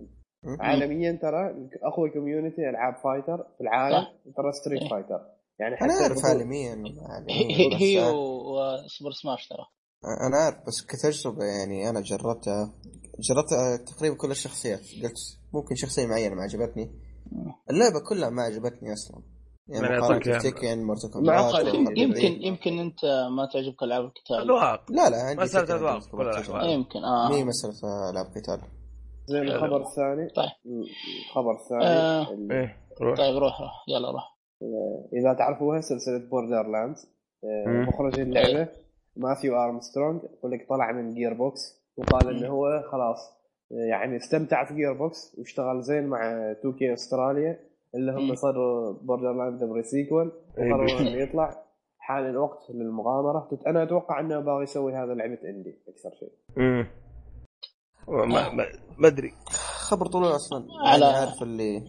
Speaker 4: عالميا ترى اقوى كوميونتي العاب فايتر في العالم ترى ستريت
Speaker 3: إيه.
Speaker 4: فايتر يعني حتى
Speaker 2: انا اعرف
Speaker 4: البطولة-
Speaker 2: عالميا
Speaker 3: هي-
Speaker 2: عالميا
Speaker 3: هي
Speaker 2: بس
Speaker 3: هي
Speaker 2: آه،
Speaker 3: و- وسوبر سماش ترى
Speaker 2: انا عارف بس كتجربه يعني انا جربتها جربت آه، تقريبا كل الشخصيات قلت ممكن شخصيه معينه ما عجبتني اللعبه كلها ما عجبتني اصلا يعني
Speaker 1: من أعطيك
Speaker 2: مقارنة
Speaker 1: يا-
Speaker 2: بتكن مورتال
Speaker 4: معقدة.
Speaker 2: كومبات والحرب
Speaker 3: طيب، يمكن
Speaker 2: ذي
Speaker 3: يمكن انت ما تعجبك العاب القتال
Speaker 1: اذواق
Speaker 2: لا لا عندي
Speaker 1: مسألة
Speaker 2: تكن عندي
Speaker 1: أذواق
Speaker 2: Mortal
Speaker 1: في كل
Speaker 2: Kombat
Speaker 1: الأحوال.
Speaker 2: عندي.
Speaker 3: يمكن اه
Speaker 2: مي مسألة العاب قتال
Speaker 4: زين
Speaker 1: حلو.
Speaker 4: الخبر الثاني
Speaker 3: طيب
Speaker 4: الخبر الثاني
Speaker 3: آه.
Speaker 4: ال-
Speaker 1: ايه روح
Speaker 3: طيب روح روح يلا روح
Speaker 4: اذا تعرفوها سلسله بوردر لاندز
Speaker 1: مم.
Speaker 4: مخرج
Speaker 3: إيه.
Speaker 4: اللعبه ماثيو ارمسترونج يقول لك طلع من جير بوكس وقال انه
Speaker 3: مم.
Speaker 4: هو خلاص آه، يعني استمتع في جير بوكس واشتغل زين مع توكي استراليا اللي
Speaker 3: مم.
Speaker 4: هم صاروا بوردر لاند بري سيكول
Speaker 1: إيه،
Speaker 4: وقرروا
Speaker 1: بي-
Speaker 4: انه يطلع حان الوقت للمغامره تت- انا اتوقع انه باغي يسوي هذا لعبه اندي اكثر شيء
Speaker 1: مم. إيه. ما ما- ما ادري
Speaker 2: خبر طلوع اصلا
Speaker 3: على-
Speaker 2: يعني عارف اللي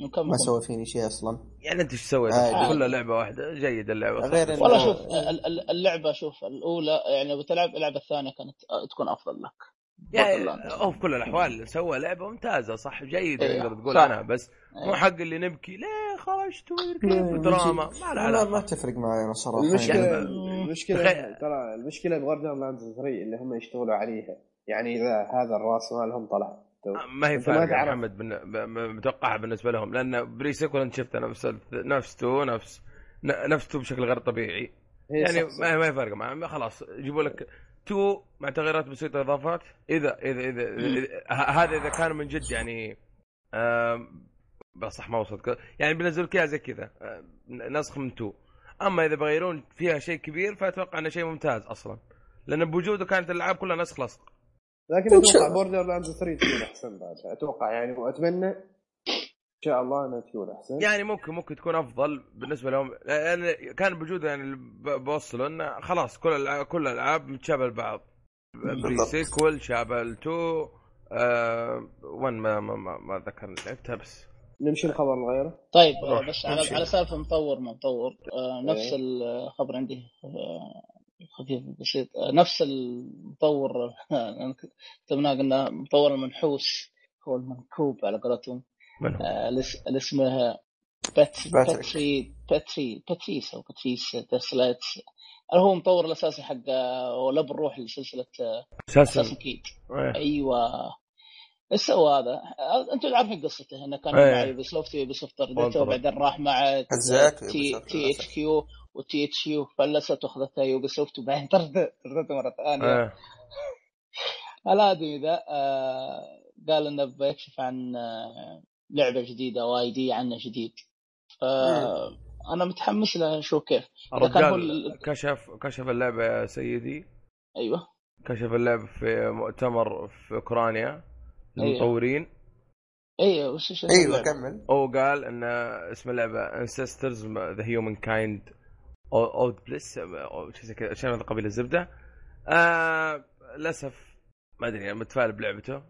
Speaker 3: نكمل
Speaker 2: ما سوى فيني شيء اصلا
Speaker 1: يعني انت ايش سويت؟
Speaker 2: عادي.
Speaker 1: كلها لعبه واحده جيد اللعبه
Speaker 2: غير إنه-
Speaker 3: والله شوف ال- ال- اللعبه شوف الاولى يعني لو تلعب العب الثانيه كانت آه، تكون افضل لك
Speaker 1: يعني
Speaker 3: Borderlands.
Speaker 1: هو في كل الاحوال سوى لعبه ممتازه صح جيده
Speaker 3: إيه،
Speaker 1: نقدر تقول
Speaker 3: صح.
Speaker 1: عنها بس مو
Speaker 3: إيه.
Speaker 1: حق اللي نبكي ليه خرجت ومدري
Speaker 2: لا،
Speaker 1: كيف دراما ما لها
Speaker 2: ما, ما
Speaker 1: علاقه
Speaker 2: تفرق معي انا صراحة
Speaker 4: المشكله
Speaker 1: يعني
Speaker 2: يعني
Speaker 1: ب-
Speaker 4: المشكله
Speaker 1: تخيل-
Speaker 4: ترى المشكله بوردر لاندز 3 اللي هم يشتغلوا عليها يعني اذا هذا الراس مالهم طلع تو.
Speaker 1: ما هي
Speaker 4: انت ما
Speaker 1: فارقه يا
Speaker 4: تعرف
Speaker 1: محمد بن- ب- ب- متوقعها بالنسبه لهم لان بري سيكول انت شفتها نفس نفس تو نفس ن- نفس تو بشكل غير طبيعي
Speaker 4: هي
Speaker 1: يعني
Speaker 4: إيه، صح صح.
Speaker 1: ما هي ما هي فارقه معهم خلاص جيبوا لك تو مع تغييرات بسيطه اضافات اذا اذا اذا, إذا ه- هذا اذا كان من جد يعني آم، بس صح ما وصلت ك- يعني بينزلوا لك اياها زي كذا آم، نسخ من تو اما اذا بيغيرون فيها شيء كبير فاتوقع انه شيء ممتاز اصلا لان بوجوده كانت الالعاب كلها نسخ لصق
Speaker 4: لكن
Speaker 2: إن شاء
Speaker 4: اتوقع
Speaker 2: الله.
Speaker 4: بوردر لاندز 3 تكون احسن بعد اتوقع يعني واتمنى ان شاء الله انها تكون احسن
Speaker 1: يعني ممكن ممكن تكون افضل بالنسبه لهم لان كان بوجوده يعني اللي ب- بوصله انه خلاص كل الألعاب كل الالعاب متشابهه لبعض بري
Speaker 2: بالضبط.
Speaker 1: سيكول شابه لتو آه وين ما ما ما, ما ذكر لعبتها بس
Speaker 4: نمشي الخبر لغيره
Speaker 3: طيب آه،
Speaker 1: روح،
Speaker 3: بس على
Speaker 2: امشي.
Speaker 3: على سالفه مطور ما مطور آه، نفس
Speaker 4: إيه.
Speaker 3: الخبر عندي آه، خفيف بسيط آه، نفس المطور كتبناه قلنا مطور المنحوس هو المنكوب على قولتهم
Speaker 1: من هو؟
Speaker 3: آه، الاس- اللي اسمه باتس
Speaker 2: باتريك.
Speaker 3: باتري باتري باتريس او باتريس تسلات هو مطور الاساسي حق آه، ولب الروح آه، لسلسله اساسن
Speaker 1: اساسا
Speaker 3: كيد
Speaker 1: إيه.
Speaker 3: ايوه ايش سوى هذا؟ آه، انتم عارفين قصته انه كان
Speaker 1: إيه.
Speaker 3: مع يوبي سوفت ويوبي سوفت
Speaker 1: طبعاً.
Speaker 3: ردته وبعدين راح مع
Speaker 2: هزاك
Speaker 3: تي
Speaker 2: Ubisoft
Speaker 3: تي اتش
Speaker 2: للأسف.
Speaker 3: كيو وتي اتش يو فلست واخذتها يوبي سوفت وبعدين طردته طردته مره ثانيه
Speaker 1: إيه.
Speaker 3: الادمي ذا آه، قال انه بيكشف عن آه، لعبه جديده واي دي عنه جديد
Speaker 2: إيه.
Speaker 3: آه، انا متحمس له اشوف كيف اذا كان هو
Speaker 1: الرجال
Speaker 3: ال-
Speaker 1: كشف كشف اللعبه يا سيدي
Speaker 3: ايوه
Speaker 1: كشف اللعبه في مؤتمر في اوكرانيا
Speaker 3: أيوه.
Speaker 1: المطورين
Speaker 3: ايوه وش شو اسم
Speaker 2: ايوه
Speaker 3: اللعبه؟
Speaker 2: كمل
Speaker 1: هو قال ان اسم اللعبه انسسترز ذا هيومن كايند اود بليس أو شيء زي كذا شيء من هذا القبيل الزبده آه للاسف ما ادري انا متفائل بلعبته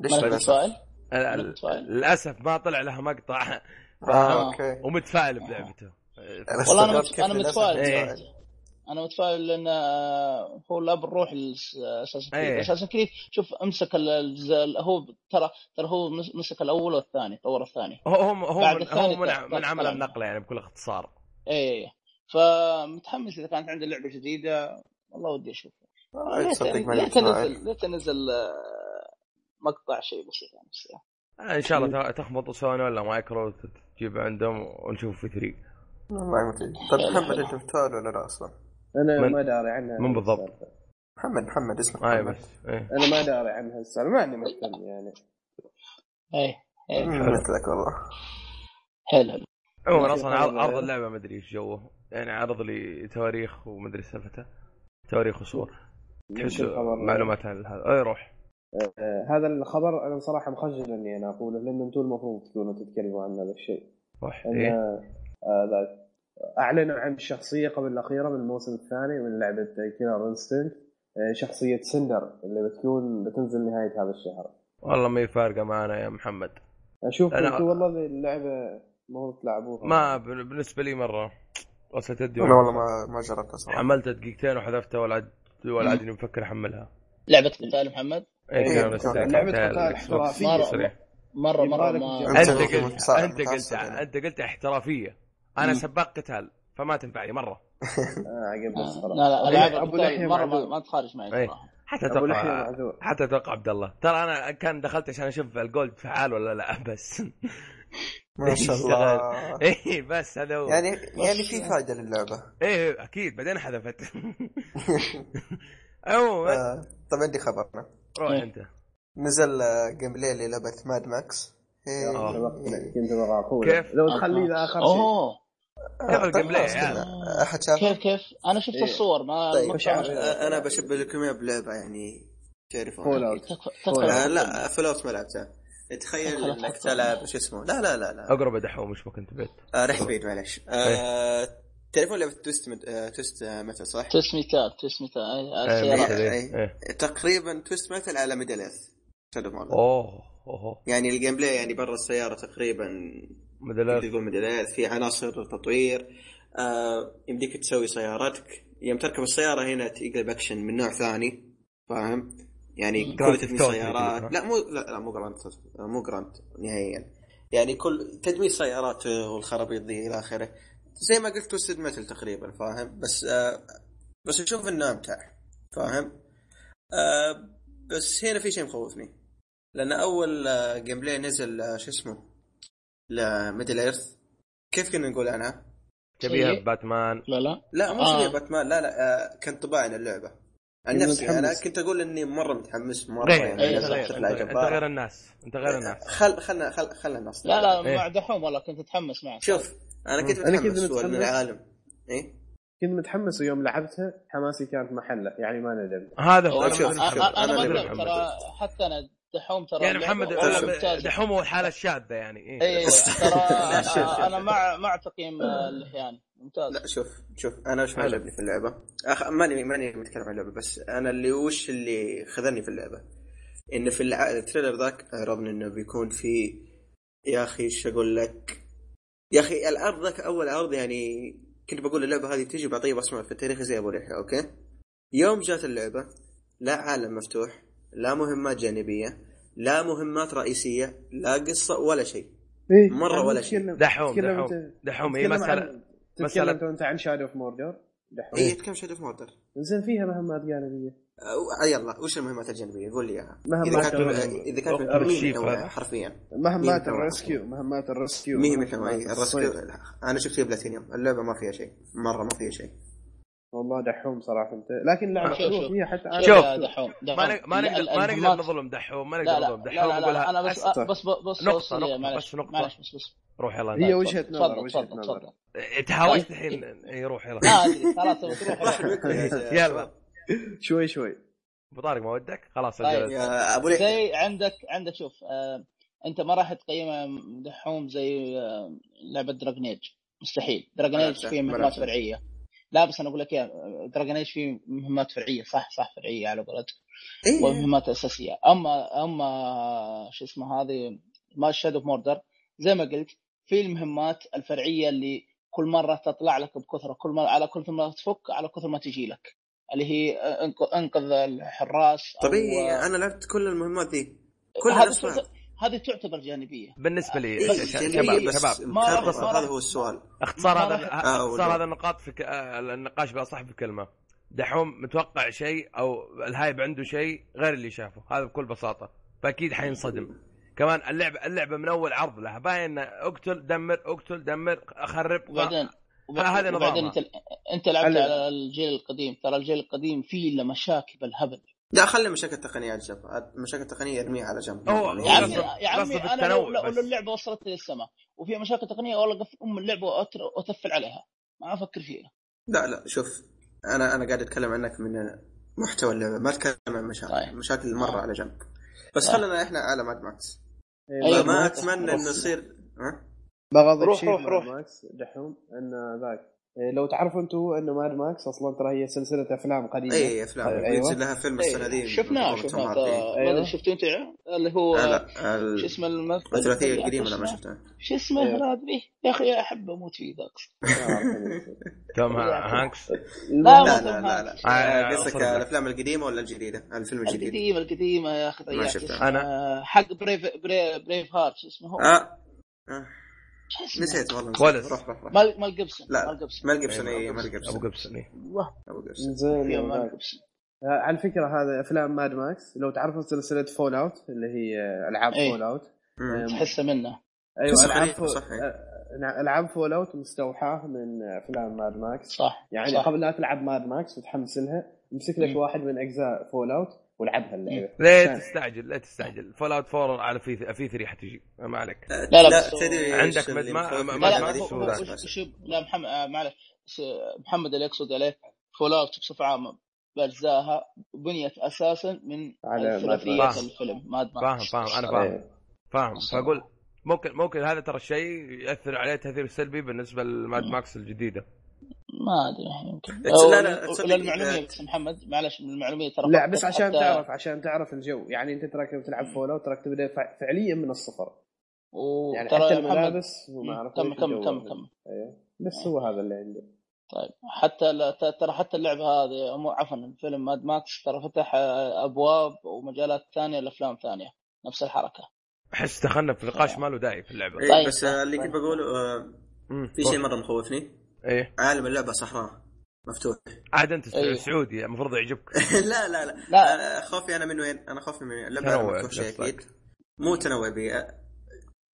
Speaker 2: ليش
Speaker 3: ملك
Speaker 2: للأسف؟
Speaker 3: الفائل
Speaker 1: أنا-
Speaker 3: أنا متفائل.
Speaker 1: للاسف ما طلع لها مقطع
Speaker 2: اه
Speaker 1: فاهم
Speaker 2: اوكي
Speaker 3: آه.
Speaker 1: ومتفائل بلعبته
Speaker 2: انا
Speaker 3: والله انا
Speaker 2: استغربت
Speaker 3: مت-
Speaker 2: كيف إيه.
Speaker 3: أنا
Speaker 2: للأسف
Speaker 3: متفائل.
Speaker 2: متفائل.
Speaker 3: انا متفائل لان آه، هو لاب الروح لاساسن كريد
Speaker 1: إيه.
Speaker 3: اساسن كريد شوف امسك ال- ال- ال- هو ترى ترى هو مس- مسك الاول والثاني طور الثاني
Speaker 1: هو هو هو
Speaker 3: بعد
Speaker 1: من,
Speaker 3: الثاني
Speaker 1: هو من,
Speaker 3: طلع-
Speaker 1: من عمل
Speaker 3: طلع.
Speaker 1: النقله يعني بكل اختصار
Speaker 3: اي إيه، فمتحمس اذا كانت عنده لعبه جديده والله ودي اشوف ليت
Speaker 2: صدق آه، ما جبت
Speaker 3: ليت
Speaker 2: معي.
Speaker 3: انزل ليت انزل آه، مقطع شيء بسيط يعني، عن الساعة.
Speaker 1: آه، ان شاء الله ت- تخبط سوني ولا مايكرو تجيب عندهم ونشوف في 3
Speaker 2: والله ما ادري طيب
Speaker 3: حلو،
Speaker 2: محمد
Speaker 3: حلو.
Speaker 2: انت متفائل ولا لا اصلا؟
Speaker 4: انا
Speaker 1: من-
Speaker 4: ما داري عنها
Speaker 1: من بالضبط؟
Speaker 4: السالفة.
Speaker 2: محمد محمد اسمك
Speaker 1: اي
Speaker 2: محمد
Speaker 1: بس ايه
Speaker 4: انا ما داري عنها السالفه ما اني مهتم يعني
Speaker 3: اي اي
Speaker 2: مم،
Speaker 1: حلو.
Speaker 2: مثلك والله
Speaker 3: إيه، حلو حلو.
Speaker 1: عموما
Speaker 4: ماشي،
Speaker 1: اصلا عرض,
Speaker 4: خلاص.
Speaker 1: عرض اللعبه ما ادري ايش جوه يعني عرض لي تواريخ وما ادري سالفته تواريخ وصور تحس
Speaker 4: يمكن خبر
Speaker 1: معلومات عن هذا اي روح
Speaker 4: آه، هذا الخبر انا صراحه مخجل اني انا اقوله لان انتم المفروض تكونوا تتكلموا عن هذا الشيء
Speaker 1: روح
Speaker 4: ان
Speaker 1: ايه
Speaker 4: آه، ذاك اعلنوا عن شخصيه قبل الاخيره من الموسم الثاني من لعبه كيلر انستنت شخصيه آه، سندر اللي بتكون بتنزل نهايه هذا الشهر
Speaker 1: والله ما هي فارقه معنا يا محمد
Speaker 4: اشوف
Speaker 1: أنا-
Speaker 4: انتم والله ذي اللعبه المفروض تلعبوها
Speaker 1: ما بال- بالنسبه لي مره وصلت تدي
Speaker 2: انا والله ما ما جربتها صراحه
Speaker 1: حملتها دقيقتين وحذفتها ولا عاد ولا عاد إني مفكر احملها
Speaker 3: لعبه قتال محمد
Speaker 1: اي
Speaker 4: إيه،
Speaker 1: كان
Speaker 2: قتال-
Speaker 1: رسالة
Speaker 4: لعبة
Speaker 1: قتال
Speaker 4: قتال
Speaker 1: إكس بوكس
Speaker 4: احترافية.
Speaker 1: صريح.
Speaker 3: مره مره
Speaker 4: يبغالك
Speaker 3: ما
Speaker 4: تجرب.
Speaker 1: انت
Speaker 2: أنت
Speaker 1: قلت
Speaker 2: متعصب-
Speaker 1: انت قلت
Speaker 2: متعصب يعني.
Speaker 1: انت قلت احترافيه انا
Speaker 4: إيه.
Speaker 3: مم.
Speaker 1: سباق قتال فما تنفع لي مره
Speaker 4: آه عقب بس
Speaker 3: آه،
Speaker 4: خلاص
Speaker 3: لا لا
Speaker 4: أبو-
Speaker 3: العاب
Speaker 4: ابو
Speaker 3: القتال
Speaker 4: لحيه
Speaker 3: مره ما,
Speaker 4: معذور
Speaker 3: ما تخارج معي
Speaker 1: إيه.
Speaker 3: صراحه
Speaker 1: حتى
Speaker 4: ابو لحيه
Speaker 1: اتوقع
Speaker 4: معذور
Speaker 1: حتى اتوقع عبد الله ترى انا كان دخلت عشان اشوف الجولد فعال ولا لا بس
Speaker 2: ما شاء الله
Speaker 1: اي بس هذا هو
Speaker 2: يعني يعني في فائده للعبه
Speaker 1: ايه اكيد بعدين حذفت عموما
Speaker 2: آه، طب عندي خبرنا
Speaker 1: روح
Speaker 3: إيه.
Speaker 1: انت
Speaker 2: نزل آه، جيم بلاي للعبة إيه، ماد ماكس
Speaker 4: يا
Speaker 1: آه.
Speaker 4: أخي
Speaker 3: إيه.
Speaker 4: سبقتني، كنت بغى اقوله
Speaker 1: كيف؟
Speaker 4: لو تخليه
Speaker 3: آه.
Speaker 4: ذا اخر شيء
Speaker 3: اوه
Speaker 1: شغل الجيم بلاي يا عيال.
Speaker 3: آه.
Speaker 2: احد شافه؟
Speaker 3: كيف كيف انا شفت
Speaker 4: إيه.
Speaker 3: الصور ما
Speaker 2: طيب
Speaker 3: ما-
Speaker 4: خش على الرياض.
Speaker 2: آه، انا بشبه لكم اياها بلعبه يعني تعرفون أكيد.
Speaker 4: فول اوت
Speaker 3: تكفى
Speaker 4: فول
Speaker 2: آه،
Speaker 3: تكفى
Speaker 4: اوت
Speaker 2: لا فلوت ما لعبتها تخيل
Speaker 3: تدخل
Speaker 2: انك
Speaker 3: تحط-
Speaker 2: تلعب شو اسمه لا لا لا لا
Speaker 1: اقرب دحوم مش ممكن تبيت
Speaker 2: آه، ريح بعيد معلش آه، تعرفون لعبه توست مت- آه، توست آه، متى صح؟
Speaker 3: تسميتات تسميتات آه،
Speaker 1: ايه
Speaker 3: السيارات
Speaker 1: مثل
Speaker 2: إيه.
Speaker 1: إيه، إيه.
Speaker 2: تقريبا توست متى على ميدل ايرث شادو مارلن.
Speaker 1: اوه اوه
Speaker 2: يعني الجيم بلاي يعني برا السياره تقريبا تقدر
Speaker 1: مدلل
Speaker 2: تقول مدري إيه، في عناصر تطوير آه يمديك تسوي سيارتك يوم تركب السياره هنا تقلب اكشن من نوع ثاني فاهم؟ يعني
Speaker 3: مم.
Speaker 2: كل
Speaker 1: Grand
Speaker 2: تدمير
Speaker 1: Theft Auto
Speaker 2: سيارات
Speaker 1: يقلب،
Speaker 2: لا مو لا, لا مو جراند ثيفت- مو جراند نهائيا يعني كل تدمير سيارات آه، والخرابيط ذي الى اخره زي ما قلت توستد متل تقريبا فاهم بس آه بس اشوف انه امتع فاهم؟ آه بس هنا في شيء مخوفني لان اول آه، جيم بلاي نزل آه، شو اسمه لميدل ايرث كيف كنا نقول عنها؟
Speaker 1: تبيها
Speaker 3: سيء.
Speaker 1: باتمان
Speaker 3: لا لا
Speaker 2: لا مو
Speaker 3: آه.
Speaker 2: شبيه باتمان لا لا آه كان طباعنا اللعبه عن
Speaker 4: أنا
Speaker 2: نفسي انا
Speaker 4: متحمس.
Speaker 2: كنت اقول اني مره متحمس مره
Speaker 1: غير
Speaker 2: يعني
Speaker 3: إيه،
Speaker 1: انت
Speaker 3: صح،
Speaker 2: نزلت
Speaker 1: غير
Speaker 2: بشكل
Speaker 1: انت غير, انت غير
Speaker 2: جبار
Speaker 1: الناس انت غير الناس
Speaker 2: خل خلنا خل خلنا الناس
Speaker 3: لا لا
Speaker 1: إيه.
Speaker 3: مع دحوم والله كنت متحمس معه
Speaker 2: شوف انا كنت
Speaker 1: مم.
Speaker 4: أنا كنت
Speaker 2: متحمس وأنا
Speaker 4: متحمس.
Speaker 2: عالم ايه
Speaker 4: كنت متحمس ويوم لعبتها حماسي كانت محله يعني ما ندمت
Speaker 1: هذا هو
Speaker 2: طيب
Speaker 1: انا
Speaker 2: شوف،
Speaker 1: ما أدري
Speaker 2: شوف،
Speaker 1: محمد.
Speaker 3: انا, إيه. أنا
Speaker 2: أنا
Speaker 1: ما أدري
Speaker 2: اللي
Speaker 3: ما ندمت
Speaker 1: محمد.
Speaker 3: ترى حتى انا دحوم ترى
Speaker 1: يعني
Speaker 3: اللعبة
Speaker 1: محمد
Speaker 2: شوف.
Speaker 1: والله
Speaker 3: ممتازه
Speaker 1: دحوم هو الحاله الشاذه يعني ايه
Speaker 3: اي إيه، ترى أنا- انا
Speaker 2: شوف.
Speaker 3: مع مع تقييم اللحيان ممتاز
Speaker 2: لا شوف شوف انا وش ما
Speaker 1: حلو.
Speaker 2: عجبني في اللعبه أخ... ماني ماني متكلم عن اللعبه بس انا اللي وش اللي خذلني في اللعبه ان في الع... التريلر ذاك عرضنا انه بيكون في يا اخي ايش اقول لك يا اخي العرض ذاك اول عرض يعني كنت بقول اللعبه هذه بتجي بعطيه بصمه في التاريخ زي ابو لحيه اوكي يوم جات اللعبه لا عالم مفتوح لا مهمات جانبيه لا مهمات رئيسيه لا قصه ولا شيء
Speaker 4: إيه
Speaker 2: مرة
Speaker 4: أنا
Speaker 2: ولا
Speaker 4: بتكلم-
Speaker 2: شيء.
Speaker 1: دحوم
Speaker 4: تتكلم
Speaker 1: دحوم
Speaker 4: أنت-
Speaker 1: دحوم هي
Speaker 4: تتكلم
Speaker 1: مساله
Speaker 4: عن-
Speaker 1: مسألة-
Speaker 4: تتكلم انت عن شادو اوف موردر دحوم
Speaker 2: اي كم شهاده في موردر
Speaker 4: زين فيها مهمات جانبيه
Speaker 2: أو- يلا وش المهمات الجانبيه قول لي اياها
Speaker 4: مهمات
Speaker 2: اذا كانت
Speaker 1: الرسكيو.
Speaker 2: اذا كانت
Speaker 1: أو-
Speaker 2: يعني متنوعه
Speaker 1: الرشيف
Speaker 2: نوعها
Speaker 1: هذا. أيوه.
Speaker 2: حرفيا
Speaker 4: مهمات
Speaker 2: متنوعة.
Speaker 4: الرسكيو مهمات الرسكيو
Speaker 2: مي
Speaker 4: مهمات
Speaker 2: متنوعه
Speaker 4: الصيد.
Speaker 2: الرسكيو لا، انا شفت فيها بلاتينيوم اللعبه ما فيها شيء مره ما فيها شيء
Speaker 4: والله دحوم صراحه انت لكن لعبه
Speaker 3: شوف
Speaker 4: حلوه
Speaker 3: شوف
Speaker 4: فيها حتى
Speaker 3: شوف
Speaker 1: شوف.
Speaker 3: يا دحوم دحوم
Speaker 1: ما نق- ما
Speaker 3: لا،
Speaker 1: نقدر ما نقدر
Speaker 3: المهمات-
Speaker 1: نظلم دحوم ما
Speaker 3: أه، لا
Speaker 1: نقدر
Speaker 3: لا
Speaker 1: نظلم
Speaker 3: لا
Speaker 1: دحوم
Speaker 3: لا, لا, لا انا
Speaker 1: اقولها
Speaker 3: بس
Speaker 1: أس-
Speaker 4: أسطر.
Speaker 3: بس بس
Speaker 1: نقطة،
Speaker 3: بس
Speaker 1: نقطة،
Speaker 3: معلش
Speaker 1: بس نقطة.
Speaker 3: معلش بس بس
Speaker 1: روح يلا
Speaker 4: هي
Speaker 1: انت
Speaker 4: وجهه نظر
Speaker 3: تفضل
Speaker 4: وجهه
Speaker 3: تفضل
Speaker 4: نظر
Speaker 3: تفضل
Speaker 1: تهاوشت
Speaker 3: طيب.
Speaker 1: الحين اي روح يلا
Speaker 3: ما ادري خلاص تبغى تروح
Speaker 2: راح
Speaker 3: ولا-
Speaker 2: الويكو يا
Speaker 1: يلا.
Speaker 2: شباب.
Speaker 4: شوي شوي
Speaker 1: ابو طارق ما ودك خلاص
Speaker 3: طيب.
Speaker 1: الجلسة.
Speaker 2: يا ابو لحيه
Speaker 3: زي عندك عندك شوف آه انت ما راح تقيمها دحوم زي آه لعبه دراجون ايج مستحيل دراجون ايج
Speaker 2: ملعبتها،
Speaker 3: فيه مهمات
Speaker 2: ملعبتها.
Speaker 3: فرعيه لا بس انا اقول لك اياها دراجون ايج فيه مهمات فرعيه صح صح فرعيه على قولتك
Speaker 2: اي
Speaker 3: ومهمات اساسيه اما اما شو اسمه هذه ما شادو اوف موردر زي ما قلت في المهمات الفرعيه اللي كل مره تطلع لك بكثره كل مره على كل ما تفك على كثر ما تجي لك اللي هي آه، انق- انقذ الحراس أو- آه،
Speaker 2: طبيعي انا لعبت كل المهمات ذي كل
Speaker 3: هذه
Speaker 2: الاسماء
Speaker 3: تعت- هذه تعتبر جانبيه
Speaker 1: بالنسبه لي
Speaker 2: إيه،
Speaker 1: ش- ش-
Speaker 2: جميل،
Speaker 1: شباب
Speaker 2: بس
Speaker 1: شباب
Speaker 3: ما راح-
Speaker 2: مكرس،
Speaker 3: ما راح-
Speaker 2: هذا هو السؤال
Speaker 1: اختصار
Speaker 3: ما
Speaker 1: هذا
Speaker 3: راح-
Speaker 2: آه،
Speaker 1: اختصار
Speaker 2: ولا-
Speaker 1: هذا النقاط في ك- آه، النقاش بقى صح بكلمه دحوم متوقع شيء او الهايب عنده شيء غير اللي شافه هذا بكل بساطه فاكيد حينصدم كمان اللعبه اللعبه من اول عرض لها باين إنه اقتل دمر اقتل دمر اخرب
Speaker 3: وبعدين
Speaker 1: ه- هذا
Speaker 3: وبعدين
Speaker 1: نظامها.
Speaker 3: انت انت لعبت
Speaker 4: على-
Speaker 3: على الجيل القديم ترى الجيل القديم فيه له مشاكل بالهبل
Speaker 2: لا خلي مشاكل تقنيه على جنب مشاكل تقنيه ارميها على جنب يعني
Speaker 1: أوه،
Speaker 3: يا
Speaker 1: هو
Speaker 3: عمي
Speaker 1: قصد-
Speaker 3: يعني يا عمي
Speaker 1: قصد
Speaker 3: انا لو,
Speaker 1: التنوع
Speaker 3: لو
Speaker 1: بس.
Speaker 3: لو اللعبه وصلت للسماء وفيها مشاكل تقنيه والله قف ام اللعبه وأتر- واتفل عليها ما افكر فيها
Speaker 2: لا لا شوف انا انا قاعد اتكلم عنك من محتوى اللعبه ما اتكلم عن مشاكل
Speaker 3: طيب.
Speaker 2: مشاكل مره على جنب بس
Speaker 3: طيب.
Speaker 2: خلينا احنا على ماد ماكس
Speaker 3: أيوة،
Speaker 2: ما
Speaker 3: ماد ماكس.
Speaker 2: اتمنى
Speaker 3: بس.
Speaker 2: انه يصير ها؟
Speaker 4: إيه، بغض
Speaker 3: روح،
Speaker 4: الشيء
Speaker 3: روح،
Speaker 4: في
Speaker 3: روح.
Speaker 4: ماد ماكس دحوم ان ذاك إيه، لو تعرفوا انتم انه ماد ماكس اصلا ترى هي سلسله افلام قديمه
Speaker 2: اي افلام
Speaker 4: أيوة.
Speaker 2: بينزل لها فيلم السنه
Speaker 3: إيه،
Speaker 2: ذي
Speaker 3: شفناه
Speaker 2: بطولة توم
Speaker 3: شفناه
Speaker 2: هاردي.
Speaker 3: ترى- ما
Speaker 4: أيوة.
Speaker 3: ادري شفتوا انت اللي هو
Speaker 2: لا لا ال-
Speaker 3: شو اسمه الممثل
Speaker 2: الثلاثيه
Speaker 3: اللي
Speaker 2: القديمه لا ما
Speaker 3: أخشنا؟
Speaker 2: شفتها
Speaker 3: شو اسمه
Speaker 4: أيوة.
Speaker 3: هذا به يا اخي احب اموت فيه ذاك
Speaker 1: توم
Speaker 3: يا أخي.
Speaker 1: هانكس
Speaker 3: لا
Speaker 2: لا
Speaker 3: ما
Speaker 2: لا
Speaker 3: توم
Speaker 2: لا
Speaker 3: هانكس.
Speaker 2: لا
Speaker 1: آه،
Speaker 2: آه، قصدك
Speaker 1: أصدق.
Speaker 2: الافلام القديمه ولا الجديده؟ الفيلم الجديد
Speaker 3: القديمة القديمة يا اخي ضيعت
Speaker 2: شفتها.
Speaker 3: اسمه. حق بريف بريف, بريف هارت شو اسمه هو؟
Speaker 2: اه آه،
Speaker 3: شو اسمه؟
Speaker 2: نسيت والله
Speaker 1: ولس.
Speaker 2: نسيت. روح روح روح
Speaker 3: مال مال جيبسون
Speaker 2: لا.
Speaker 3: مال جيبسون
Speaker 2: مال جيبسون اي مال
Speaker 1: ابو
Speaker 2: جيبسون
Speaker 1: قبسون إيه.
Speaker 3: والله
Speaker 2: ابو جيبسون
Speaker 4: زين
Speaker 3: فيها
Speaker 4: يا
Speaker 3: مال
Speaker 4: ذاك.
Speaker 3: جيبسون
Speaker 4: آه، على فكره هذا افلام ماد ماكس لو تعرفوا سلسله فول اوت اللي هي آه، العاب
Speaker 3: أي.
Speaker 4: فول اوت
Speaker 3: أمم.
Speaker 2: مم.
Speaker 3: تحسه منه
Speaker 4: ايوه
Speaker 2: قصة
Speaker 4: العاب
Speaker 2: خريطة،
Speaker 4: فول
Speaker 2: صح، إيه.
Speaker 4: آه، العاب فول اوت مستوحاه من افلام ماد ماكس
Speaker 3: صح
Speaker 4: يعني
Speaker 3: صح.
Speaker 4: قبل لا تلعب ماد ماكس وتحمس لها امسك لك
Speaker 3: مم.
Speaker 4: واحد من اجزاء فول اوت والعبها اللعبه
Speaker 1: ليه
Speaker 4: عشان-
Speaker 1: تستعجل لا تستعجل فول اوت 4 على في في 3 حتجي ما عليك
Speaker 3: لا،
Speaker 2: لا
Speaker 3: بس هو-
Speaker 2: تدري
Speaker 1: عندك
Speaker 2: إيش اللي
Speaker 1: مدمع-
Speaker 2: مخوفني
Speaker 1: مدمع
Speaker 3: لا
Speaker 2: باللعبة
Speaker 3: لا
Speaker 2: دي؟
Speaker 3: هو
Speaker 1: سودا.
Speaker 3: هو
Speaker 2: بس
Speaker 1: سوداء.
Speaker 2: بس.
Speaker 3: وش- شوف لا محمد آه، معلش س- محمد اللي يقصد عليه فول اوت بصفة عامة بأجزائها بنيت أساسا من
Speaker 4: على ماد
Speaker 3: الثلاثية
Speaker 1: ماكس.
Speaker 3: الفيلم ماد
Speaker 1: فاهم
Speaker 3: ماكس
Speaker 1: فاهم انا
Speaker 3: الصراحة.
Speaker 1: فاهم
Speaker 4: إيه.
Speaker 1: فاهم
Speaker 3: الصراحة.
Speaker 1: فاقول ممكن ممكن هذا ترى الشيء ياثر عليه تاثير سلبي بالنسبه لماد ماكس الجديده
Speaker 3: ما ادري يمكن
Speaker 2: لا، لا، تصدق-
Speaker 3: للمعلوميه
Speaker 2: آه،
Speaker 3: بس محمد معلش من المعلوميه ترى
Speaker 4: لا
Speaker 3: فقط
Speaker 4: بس عشان
Speaker 3: حتى-
Speaker 4: تعرف عشان تعرف الجو يعني انت تراك لو تلعب فول اوت تراك تبدا فع- فعليا من الصفر يعني
Speaker 3: وترى
Speaker 4: حتى
Speaker 3: يا محمد
Speaker 4: الملابس وما اعرف
Speaker 3: كم
Speaker 4: ايش
Speaker 3: كم
Speaker 4: الجو
Speaker 3: كم
Speaker 4: هذا.
Speaker 3: كم
Speaker 4: ايوه بس هو هذا اللي عندي
Speaker 3: طيب حتى لا- ت- ترى حتى اللعبه هذه مو عفوا الفيلم ماد ماكس ترى فتح آه، ابواب ومجالات ثانيه لافلام ثانيه نفس الحركه
Speaker 1: احس دخلنا في نقاش ما له داعي في اللعبه
Speaker 2: آه. إيه،
Speaker 3: طيب،
Speaker 2: بس آه، اللي
Speaker 3: طيب.
Speaker 2: كنت بقوله آه،
Speaker 1: مم.
Speaker 2: في شيء مرة مخوفني
Speaker 1: ايه
Speaker 2: عالم اللعبة صحراء مفتوح
Speaker 1: عاد انت
Speaker 3: إيه.
Speaker 1: سع- سعودي المفروض يعجبك
Speaker 2: لا لا لا
Speaker 3: لا.
Speaker 2: أنا خوفي انا يعني من وين؟ انا خوفي من وين؟ اللعبة
Speaker 1: تنوع
Speaker 2: مفتوح شيء
Speaker 1: بنفسك.
Speaker 2: اكيد مو تنوع بيئة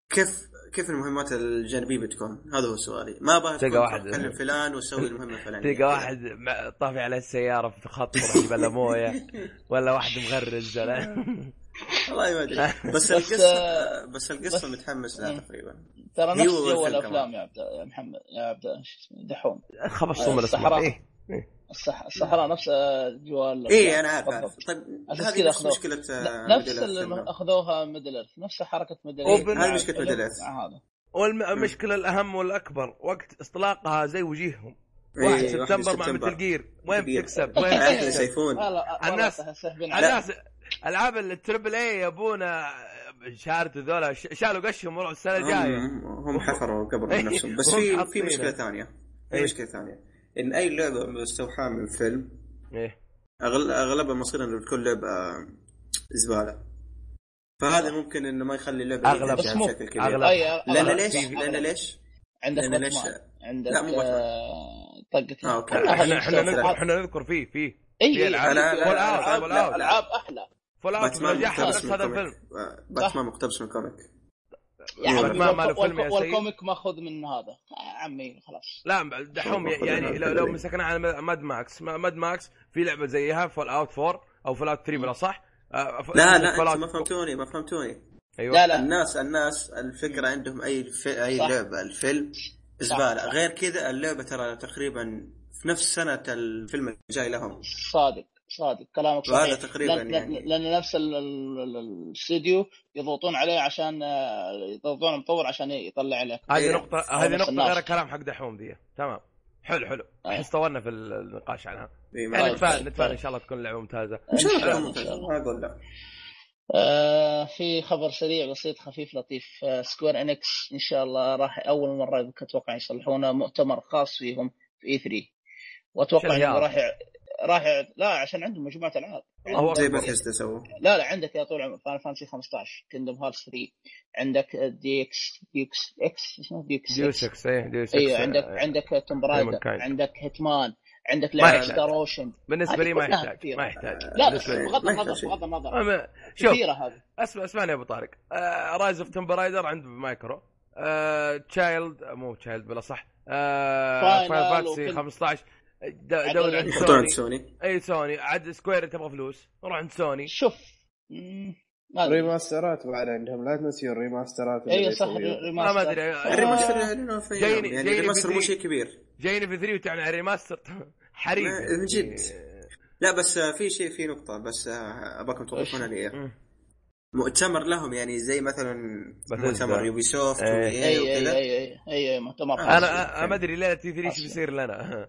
Speaker 2: كيف كيف المهمات الجانبية بتكون؟ هذا هو سؤالي، ما ابغى
Speaker 1: تلقى
Speaker 2: تكون
Speaker 1: واحد-
Speaker 2: كلم فلان وسوي المهمة الفلانية
Speaker 1: تلقى واحد مع- طافي على السياره في خط يروح يجيب له مويه ولا واحد مغرز ولا
Speaker 2: والله ما ادري بس
Speaker 3: بس، آه،
Speaker 2: القصه بس القصه
Speaker 3: بس-
Speaker 2: متحمس لها
Speaker 3: مم.
Speaker 2: تقريبا
Speaker 3: ترى
Speaker 2: هي
Speaker 3: نفس
Speaker 2: والفيلم
Speaker 3: جو
Speaker 2: كمان.
Speaker 3: الافلام يا عبد يا محمد يا عبد شو اسمه دحوم
Speaker 2: آه،
Speaker 1: خبص من الاسماء
Speaker 3: الصحراء.
Speaker 1: ايه
Speaker 3: الصح- الصحراء نفس آه، جو
Speaker 2: اي
Speaker 3: الأفلام.
Speaker 2: انا عارف
Speaker 3: بالضبط.
Speaker 2: عارف طيب
Speaker 3: عشان
Speaker 2: هذه
Speaker 3: كذا
Speaker 2: نفس
Speaker 3: أخذوه.
Speaker 2: مشكله آه،
Speaker 3: ن- نفس
Speaker 2: ميدل إيرث
Speaker 3: اللي
Speaker 2: الفيلم.
Speaker 3: اخذوها ميدل ايرث نفس حركه ميدل
Speaker 1: إيه،
Speaker 3: ايرث
Speaker 1: هذه
Speaker 3: مع-
Speaker 2: مشكلة
Speaker 3: اللي
Speaker 2: ميدل إيرث.
Speaker 3: مع هذا
Speaker 1: والمشكله الاهم والاكبر وقت اطلاقها زي وجيههم 1
Speaker 2: إيه، واحد
Speaker 1: سبتمبر مع
Speaker 2: سبتمبر.
Speaker 1: مثل جير وين
Speaker 2: جير.
Speaker 1: بتكسب وين
Speaker 2: آه، احنا
Speaker 1: بتكسب
Speaker 2: سيفون
Speaker 3: والله والله
Speaker 1: الناس-
Speaker 3: سحبين عليه
Speaker 1: الناس العاب التربل اي يبونا شارت ذولا ش- شالوا قشهم ورعوا السنه الجايه
Speaker 2: هم هم حفروا قبر من نفسهم بس
Speaker 1: إيه. هم
Speaker 2: في في
Speaker 1: حاطينه.
Speaker 2: مشكله ثانيه
Speaker 1: إيه.
Speaker 2: في مشكله ثانيه ان اي لعبه مستوحاه من فيلم إيه.
Speaker 1: ايه
Speaker 2: أغل- اغلبها مصير انه تكون لعبه آه، زباله فهذا ممكن انه ما يخلي اللعبه دي
Speaker 1: أغلب-
Speaker 2: تنجح
Speaker 3: بس مو-
Speaker 2: بشكل كبير
Speaker 1: اغلب
Speaker 3: أي-
Speaker 2: لان
Speaker 3: يعني أغلب-
Speaker 2: ليش؟
Speaker 3: أغلب.
Speaker 2: لان ليش؟
Speaker 3: عندك
Speaker 2: لأن ليش-
Speaker 3: باتمان عندك
Speaker 2: لا، مو باتمان.
Speaker 3: آه، طقت
Speaker 2: آه، أوكي.
Speaker 3: كلها
Speaker 1: احنا
Speaker 3: هذه
Speaker 1: احنا
Speaker 3: مستوى
Speaker 1: نذكر احنا نذكر فيه فيه في
Speaker 2: إيه،
Speaker 3: اي
Speaker 1: ألعاب.
Speaker 2: لا، لا،
Speaker 1: فول
Speaker 2: لا،
Speaker 1: اوت
Speaker 2: ألعاب-
Speaker 1: فول
Speaker 2: لا،
Speaker 1: اوت
Speaker 2: لا.
Speaker 3: العاب احلى
Speaker 1: فول اوت
Speaker 2: باتمان
Speaker 1: نجاحها
Speaker 2: مقتبس
Speaker 1: نفس
Speaker 2: من
Speaker 1: هذا
Speaker 2: كوميك
Speaker 1: الفيلم
Speaker 2: آه، باتمان مقتبس من كوميك
Speaker 3: يا
Speaker 2: مو
Speaker 3: يعني عمي
Speaker 2: باتمان.
Speaker 1: باتمان ماله
Speaker 3: والكو-
Speaker 1: فيلم يا
Speaker 3: والكو-
Speaker 1: سيد.
Speaker 3: والكوميك ماخذ من هذا يا عمي خلاص
Speaker 1: لا دحوم
Speaker 2: شوف،
Speaker 1: يعني لو,
Speaker 2: خلينا
Speaker 1: لو
Speaker 2: نتكلم.
Speaker 1: مسكنا على ماد ماكس ما- ماد ماكس في لعبه زيها فول اوت 4 او فول اوت 3 بلا صح آه، ف-
Speaker 2: لا
Speaker 1: Fallout-
Speaker 2: لا انت ما فهمتوني ما فهمتوني
Speaker 1: ايوه
Speaker 3: لا لا
Speaker 2: الناس الناس الفكره عندهم اي ف... اي
Speaker 3: صح.
Speaker 2: لعبه الفيلم
Speaker 3: صح،
Speaker 2: زباله
Speaker 3: صح.
Speaker 2: غير كذا اللعبه ترى تقريبا في نفس سنه الفيلم الجاي لهم
Speaker 3: صادق صادق كلامك صحيح
Speaker 2: وهذا تقريباً
Speaker 3: لأن-
Speaker 2: يعني.
Speaker 3: لأن- لان نفس ال- ال- ال- الاستوديو يضغطون عليه عشان آه، يضغطون على المطور عشان يطلع عليه
Speaker 1: هذه
Speaker 2: إيه.
Speaker 1: نقطة
Speaker 3: أو
Speaker 1: هذه
Speaker 3: نفس
Speaker 1: نقطة
Speaker 3: الناس.
Speaker 1: غير الكلام حق دحوم ذي تمام حلو حلو
Speaker 3: أيه.
Speaker 1: احس طولنا في ال- النقاش عنها
Speaker 2: إيه،
Speaker 1: يعني
Speaker 2: ما
Speaker 3: طيب،
Speaker 2: أعرف.
Speaker 1: نتفائل
Speaker 3: طيب،
Speaker 1: نتفائل ان
Speaker 3: طيب.
Speaker 1: شاء الله تكون لعبة ممتازة
Speaker 2: ان شاء
Speaker 3: إن شاء
Speaker 2: الله
Speaker 3: الله، إن
Speaker 2: ممتاز
Speaker 3: شاء الله.
Speaker 2: ما اقول لا
Speaker 3: آه في خبر سريع بسيط خفيف لطيف آه سكوير انكس ان شاء الله راح اول مره اتوقع يصلحونه مؤتمر خاص فيهم في E اي 3 واتوقع
Speaker 1: عشان
Speaker 3: انه
Speaker 1: العيال.
Speaker 3: راح يع- راح يع- لا عشان عندهم مجموعه العاب
Speaker 1: الله
Speaker 2: زي
Speaker 1: أكبر.
Speaker 2: بثيستا سووا
Speaker 3: لا لا عندك يا طول عمرك فان فانسي 15 كندم هارت 3 عندك دي اكس دي اكس اكس اسمه دي اكس
Speaker 1: ديوس اكس ايه ديوس اكس
Speaker 3: ايوه عندك
Speaker 1: آه،
Speaker 3: عندك توم برايدر
Speaker 1: Humankind.
Speaker 3: عندك هيتمان عندك
Speaker 1: ما
Speaker 3: لعبه
Speaker 1: يحتاج.
Speaker 3: ستار اوشن
Speaker 1: بالنسبه لي ما
Speaker 3: هذه كلها
Speaker 1: يحتاج
Speaker 3: كثيرة.
Speaker 1: ما يحتاج
Speaker 3: لا بس
Speaker 1: بالنسبة لي.
Speaker 3: بغض
Speaker 2: ما يحتاج
Speaker 3: النظر
Speaker 2: شيء.
Speaker 3: بغض النظر
Speaker 1: أما- آه، شوف
Speaker 3: كثيره هذه
Speaker 1: اسمع اسمعني يا ابو طارق آه رايز اوف تمبرايدر عند مايكرو آه تشايلد مو تشايلد بلا صح آه
Speaker 3: Final
Speaker 1: فاين فانتسي
Speaker 3: وكل-
Speaker 1: 15 د-
Speaker 3: عدل
Speaker 1: دوري
Speaker 3: عندهم.
Speaker 2: يحطون
Speaker 1: سوني
Speaker 2: سوني
Speaker 1: اي سوني عاد سكوير تبغى فلوس روح عند سوني
Speaker 3: شوف مم، ما أدري.
Speaker 4: ريماسترات بعد عندهم لا تنسي الريماسترات اللي
Speaker 3: اي أيوة صح
Speaker 4: يسويوها.
Speaker 1: ما
Speaker 3: ريماستر
Speaker 1: ما ادري
Speaker 5: آه،
Speaker 2: الريماستر اعلنوا في
Speaker 1: جايني-
Speaker 2: يوم. يعني
Speaker 1: جايني
Speaker 2: الريماستر مو
Speaker 1: بدي-
Speaker 2: شيء كبير
Speaker 1: جايني في 3 وتعني على ريماستر حريق
Speaker 2: ما- من جد. لا بس آه، في شيء في نقطة بس آه، أباكم توقفون
Speaker 3: إيش؟
Speaker 2: عليها
Speaker 1: مم.
Speaker 2: مؤتمر لهم يعني زي مثلا
Speaker 1: Bethesda.
Speaker 2: مؤتمر يوبي سوفت
Speaker 1: إيه.
Speaker 2: وإي
Speaker 3: اي
Speaker 2: إيه
Speaker 3: اي
Speaker 2: وكذا
Speaker 3: اي اي اي اي مؤتمر
Speaker 2: آه،
Speaker 3: خاص
Speaker 1: انا أنا ما ادري ليله تي 3 ايش
Speaker 3: أصلاً.
Speaker 1: بيصير لنا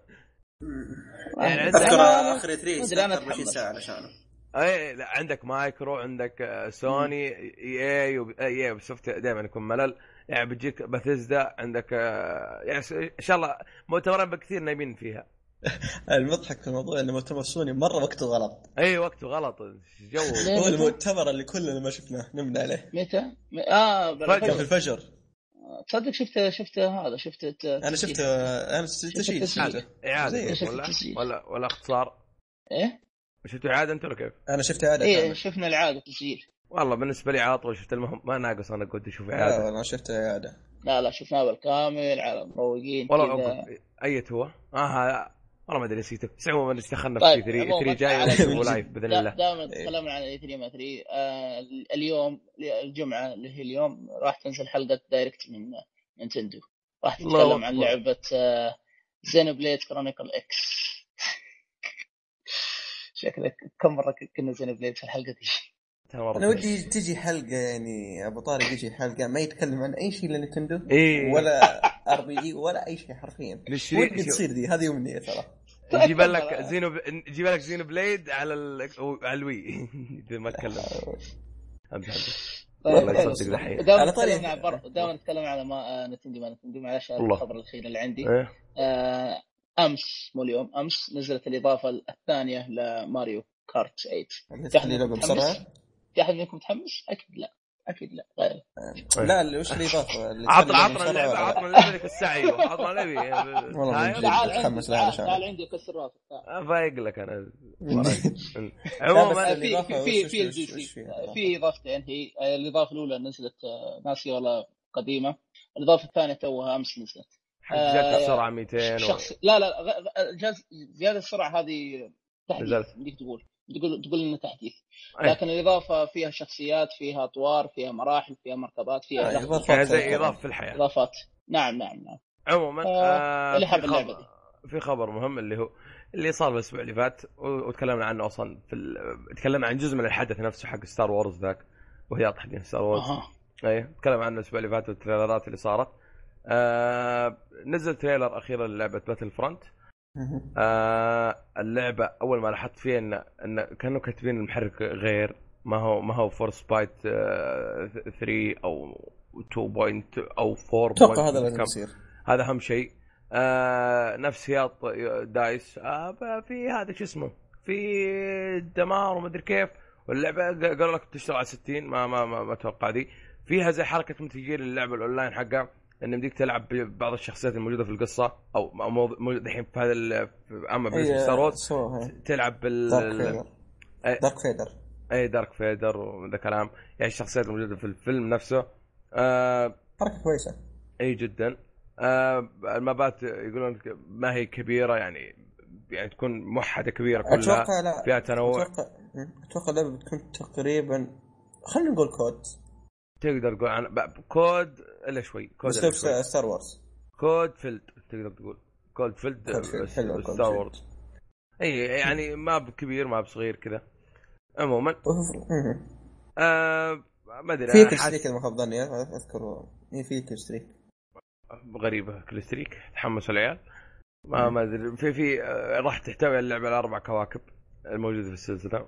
Speaker 1: يعني
Speaker 3: يعني
Speaker 1: عندك-
Speaker 2: اذكر
Speaker 3: أنا-
Speaker 2: اخر 3
Speaker 3: ما أدري، أنا
Speaker 2: 24
Speaker 3: أتحمس.
Speaker 2: ساعه علشانه
Speaker 1: اي إيه، لا عندك مايكرو عندك آه، سوني اي اي وب- اي اي وسوفت دائما يكون ملل يعني بتجيك بثزدا عندك آه، يعني س- ان شاء الله مؤتمرين بكثير نايمين فيها
Speaker 5: المضحك في الموضوع انه مؤتمر سوني مره وقته غلط
Speaker 1: اي وقته غلط جو
Speaker 3: ليه
Speaker 2: إيه.
Speaker 5: هو
Speaker 3: متى؟
Speaker 5: المؤتمر اللي كلنا ما شفناه نمنا عليه
Speaker 3: متى؟ م- اه
Speaker 5: قبل
Speaker 1: فجأة.
Speaker 3: بالفجر
Speaker 5: الفجر
Speaker 3: تصدق شفت شفت هذا شفت الت-
Speaker 2: إيه.
Speaker 5: انا شفت انا شفت تسجيل
Speaker 3: التسجيل.
Speaker 5: شفته
Speaker 1: اعاده
Speaker 5: زي-
Speaker 1: ولا
Speaker 3: شفت
Speaker 1: ولا ولا اختصار
Speaker 3: ايه؟
Speaker 1: شفتوا اعاده انت ولا كيف؟
Speaker 5: انا شفت اعاده
Speaker 3: ايه
Speaker 2: إيه.
Speaker 5: كامل
Speaker 3: شفنا العاده تسجيل
Speaker 1: والله بالنسبه لي عاطل شفت المهم ما ناقص انا قلت اشوف
Speaker 5: لا
Speaker 2: آه،
Speaker 1: اعاده
Speaker 5: والله شفت اعاده
Speaker 3: لا لا شفناه بالكامل على مروقين
Speaker 1: والله
Speaker 3: كذا
Speaker 1: عمكم اي هو اها آه، والله ما ادري نسيته بس عموما استخلنا في
Speaker 3: طيب،
Speaker 1: 3
Speaker 3: عموماً،
Speaker 1: 3 جاي
Speaker 3: على-
Speaker 1: ونشوفه لايف باذن الله
Speaker 3: دائما
Speaker 5: إيه.
Speaker 3: تكلمنا عن اي 3 ما 3 آه اليوم الجمعه اللي هي اليوم راح تنزل حلقه دايركت من نينتندو راح
Speaker 1: الله
Speaker 3: تتكلم عن
Speaker 1: أكبر.
Speaker 3: لعبه آه زينو بليد كرونيكل اكس شكلك كم مره كنا زينو بليد في الحلقه دي
Speaker 1: ترى مرة
Speaker 5: انا
Speaker 1: ثانية.
Speaker 5: ودي تجي حلقه يعني ابو طارق يجي حلقه ما يتكلم عن اي شيء لنتندو
Speaker 1: إيه.
Speaker 5: ولا ار بي جي ولا اي شيء حرفيا
Speaker 1: نشتري-
Speaker 5: ودي تصير دي هذه امنيه ترى
Speaker 1: نجيب
Speaker 3: تأكد
Speaker 1: لك
Speaker 3: على-
Speaker 1: زينو نجيب لك زينو بليد على ال... على الوي اذا ما تكلم امزح امزح والله
Speaker 5: والله
Speaker 1: يصدق دحين
Speaker 3: دائما
Speaker 5: طيب، على يعني. طاري-
Speaker 3: نتكلم طيب،
Speaker 2: يعني.
Speaker 3: عن بر... دائما نتكلم على ما آه، نتندو ما نتندو معلش هذا
Speaker 1: الله.
Speaker 3: الخبر الاخير اللي عندي
Speaker 1: إيه.
Speaker 3: آه، امس مو اليوم امس نزلت الاضافه الثانيه لماريو كارت 8
Speaker 5: اللي
Speaker 3: تحمل
Speaker 5: تخلي
Speaker 1: يعني
Speaker 5: لعبه
Speaker 3: متحمس؟
Speaker 5: بسرعه
Speaker 3: في احد منكم متحمس؟ اكيد لا اكيد لا غير
Speaker 1: إيه.
Speaker 5: لا اللي وش الاضافه اللي
Speaker 1: عطنا
Speaker 5: تخلي لعبة
Speaker 1: عطنا
Speaker 5: بسرعة
Speaker 1: اللعبه
Speaker 5: ولا لا؟
Speaker 1: عطنا اللعبه ذيك الساعه ايوه عطنا اللعبه
Speaker 5: والله من جد.
Speaker 1: تاير
Speaker 3: تعال عندي
Speaker 5: متحمس لا
Speaker 3: تعال,
Speaker 5: علشان.
Speaker 3: تعال عندي كسر راسك تعال.
Speaker 1: فايق لك انا
Speaker 5: من جد. لا بس
Speaker 1: عموما
Speaker 5: ال-
Speaker 3: في
Speaker 5: الإضافة
Speaker 3: في
Speaker 5: وش-
Speaker 3: في
Speaker 5: وش-
Speaker 3: البي
Speaker 5: وش
Speaker 3: سي
Speaker 5: فيها الإضافة؟
Speaker 3: في اضافتين هي الاضافه الاولى نزلت آه، ناسي ولا قديمه الاضافه الثانيه توها امس نزلت
Speaker 1: حق زياده
Speaker 3: آه،
Speaker 1: السرعه 200 و-
Speaker 3: شخص لا لا غ- غ- جاز- زياده السرعه هذه
Speaker 1: نزلت.
Speaker 3: تحديث يمديك تقول تقول تقول انه تحديث
Speaker 1: إيه.
Speaker 3: لكن الاضافه فيها شخصيات فيها اطوار فيها مراحل فيها مركبات فيها
Speaker 5: آه،
Speaker 3: لحظة.
Speaker 5: إضافات حلوة
Speaker 1: يعني
Speaker 5: طبعاً.
Speaker 1: زي اضافه في الحياه
Speaker 3: اضافات نعم نعم نعم
Speaker 1: عموما
Speaker 3: آه،
Speaker 1: آه
Speaker 3: اللي
Speaker 1: في
Speaker 3: حاب اللعبة
Speaker 1: خبر في خبر مهم اللي هو اللي صار الاسبوع اللي فات و- وتكلمنا عنه اصلا في ال... تكلمنا عن جزء من الحدث نفسه حق ستار وورز ذاك وهي تحديث ستار وورز
Speaker 3: اها
Speaker 1: اي تكلم عنه الاسبوع اللي فات والتريلرات اللي صارت آه نزل تريلر اخيرا للعبه باتل فرونت
Speaker 5: مهم.
Speaker 1: آه اللعبه اول ما لاحظت فيها ان ان كانوا كاتبين المحرك غير ما هو ما هو فور سبايت آه 3 او 2 بوينت او 4
Speaker 5: أتوقع
Speaker 1: بوينت
Speaker 5: هذا لازم
Speaker 1: كم.
Speaker 5: يصير
Speaker 1: هذا اهم شيء آه نفس سياط دايس آه ب- في هذا شو اسمه في دمار ومدري كيف واللعبه ق- قالوا لك بتشتغل على 60 ما ما ما, ما اتوقع ذي فيها زي حركه منتجين اللعبه الاونلاين حقها ان بديك تلعب ببعض الشخصيات الموجوده في القصه او أو مو- موجود الحين في هذا ال- في- اما بالنسبه
Speaker 5: هي
Speaker 1: لستار وورز
Speaker 5: سوها هي.
Speaker 1: تلعب بال
Speaker 5: إيه. دارك
Speaker 1: ال-
Speaker 5: فيدر
Speaker 1: إيه.
Speaker 5: دارك فيدر
Speaker 1: اي دارك فيدر وذا كلام يعني الشخصيات الموجوده في الفيلم نفسه آه
Speaker 5: حركة كويسة
Speaker 1: اي جدا آه المبات يقولون ك- ما هي كبيره يعني يعني تكون موحده كبيره كلها
Speaker 5: أتوقع لا
Speaker 1: فيها تنوع
Speaker 5: أتوقع مم. أتوقع اللعبة بتكون تقريبا خلينا نقول كود
Speaker 1: تقدر تقول عن ب- كود الا شوي كود
Speaker 5: بس
Speaker 1: إلا
Speaker 5: نفس
Speaker 1: شوي
Speaker 5: ستار وورز
Speaker 1: كود فيلد تقدر تقول كود فيلد
Speaker 5: كود فيلد حلو كود
Speaker 1: ستار وورز
Speaker 5: فيلد
Speaker 1: اي يعني ما بكبير ما بصغير كذا عموما
Speaker 5: وف-
Speaker 2: إيه.
Speaker 5: مم.
Speaker 1: آه ما ادري
Speaker 5: في
Speaker 1: أنا
Speaker 5: كل شريك
Speaker 1: حاسس
Speaker 5: إذا ما خاب ظني أذكر
Speaker 2: إيه،
Speaker 5: إي في كل شريك
Speaker 1: غريبه كلستريك تحمسوا العيال ما ما ادري في في آه، راح تحتوي على اللعبه على اربع كواكب الموجوده في السلسله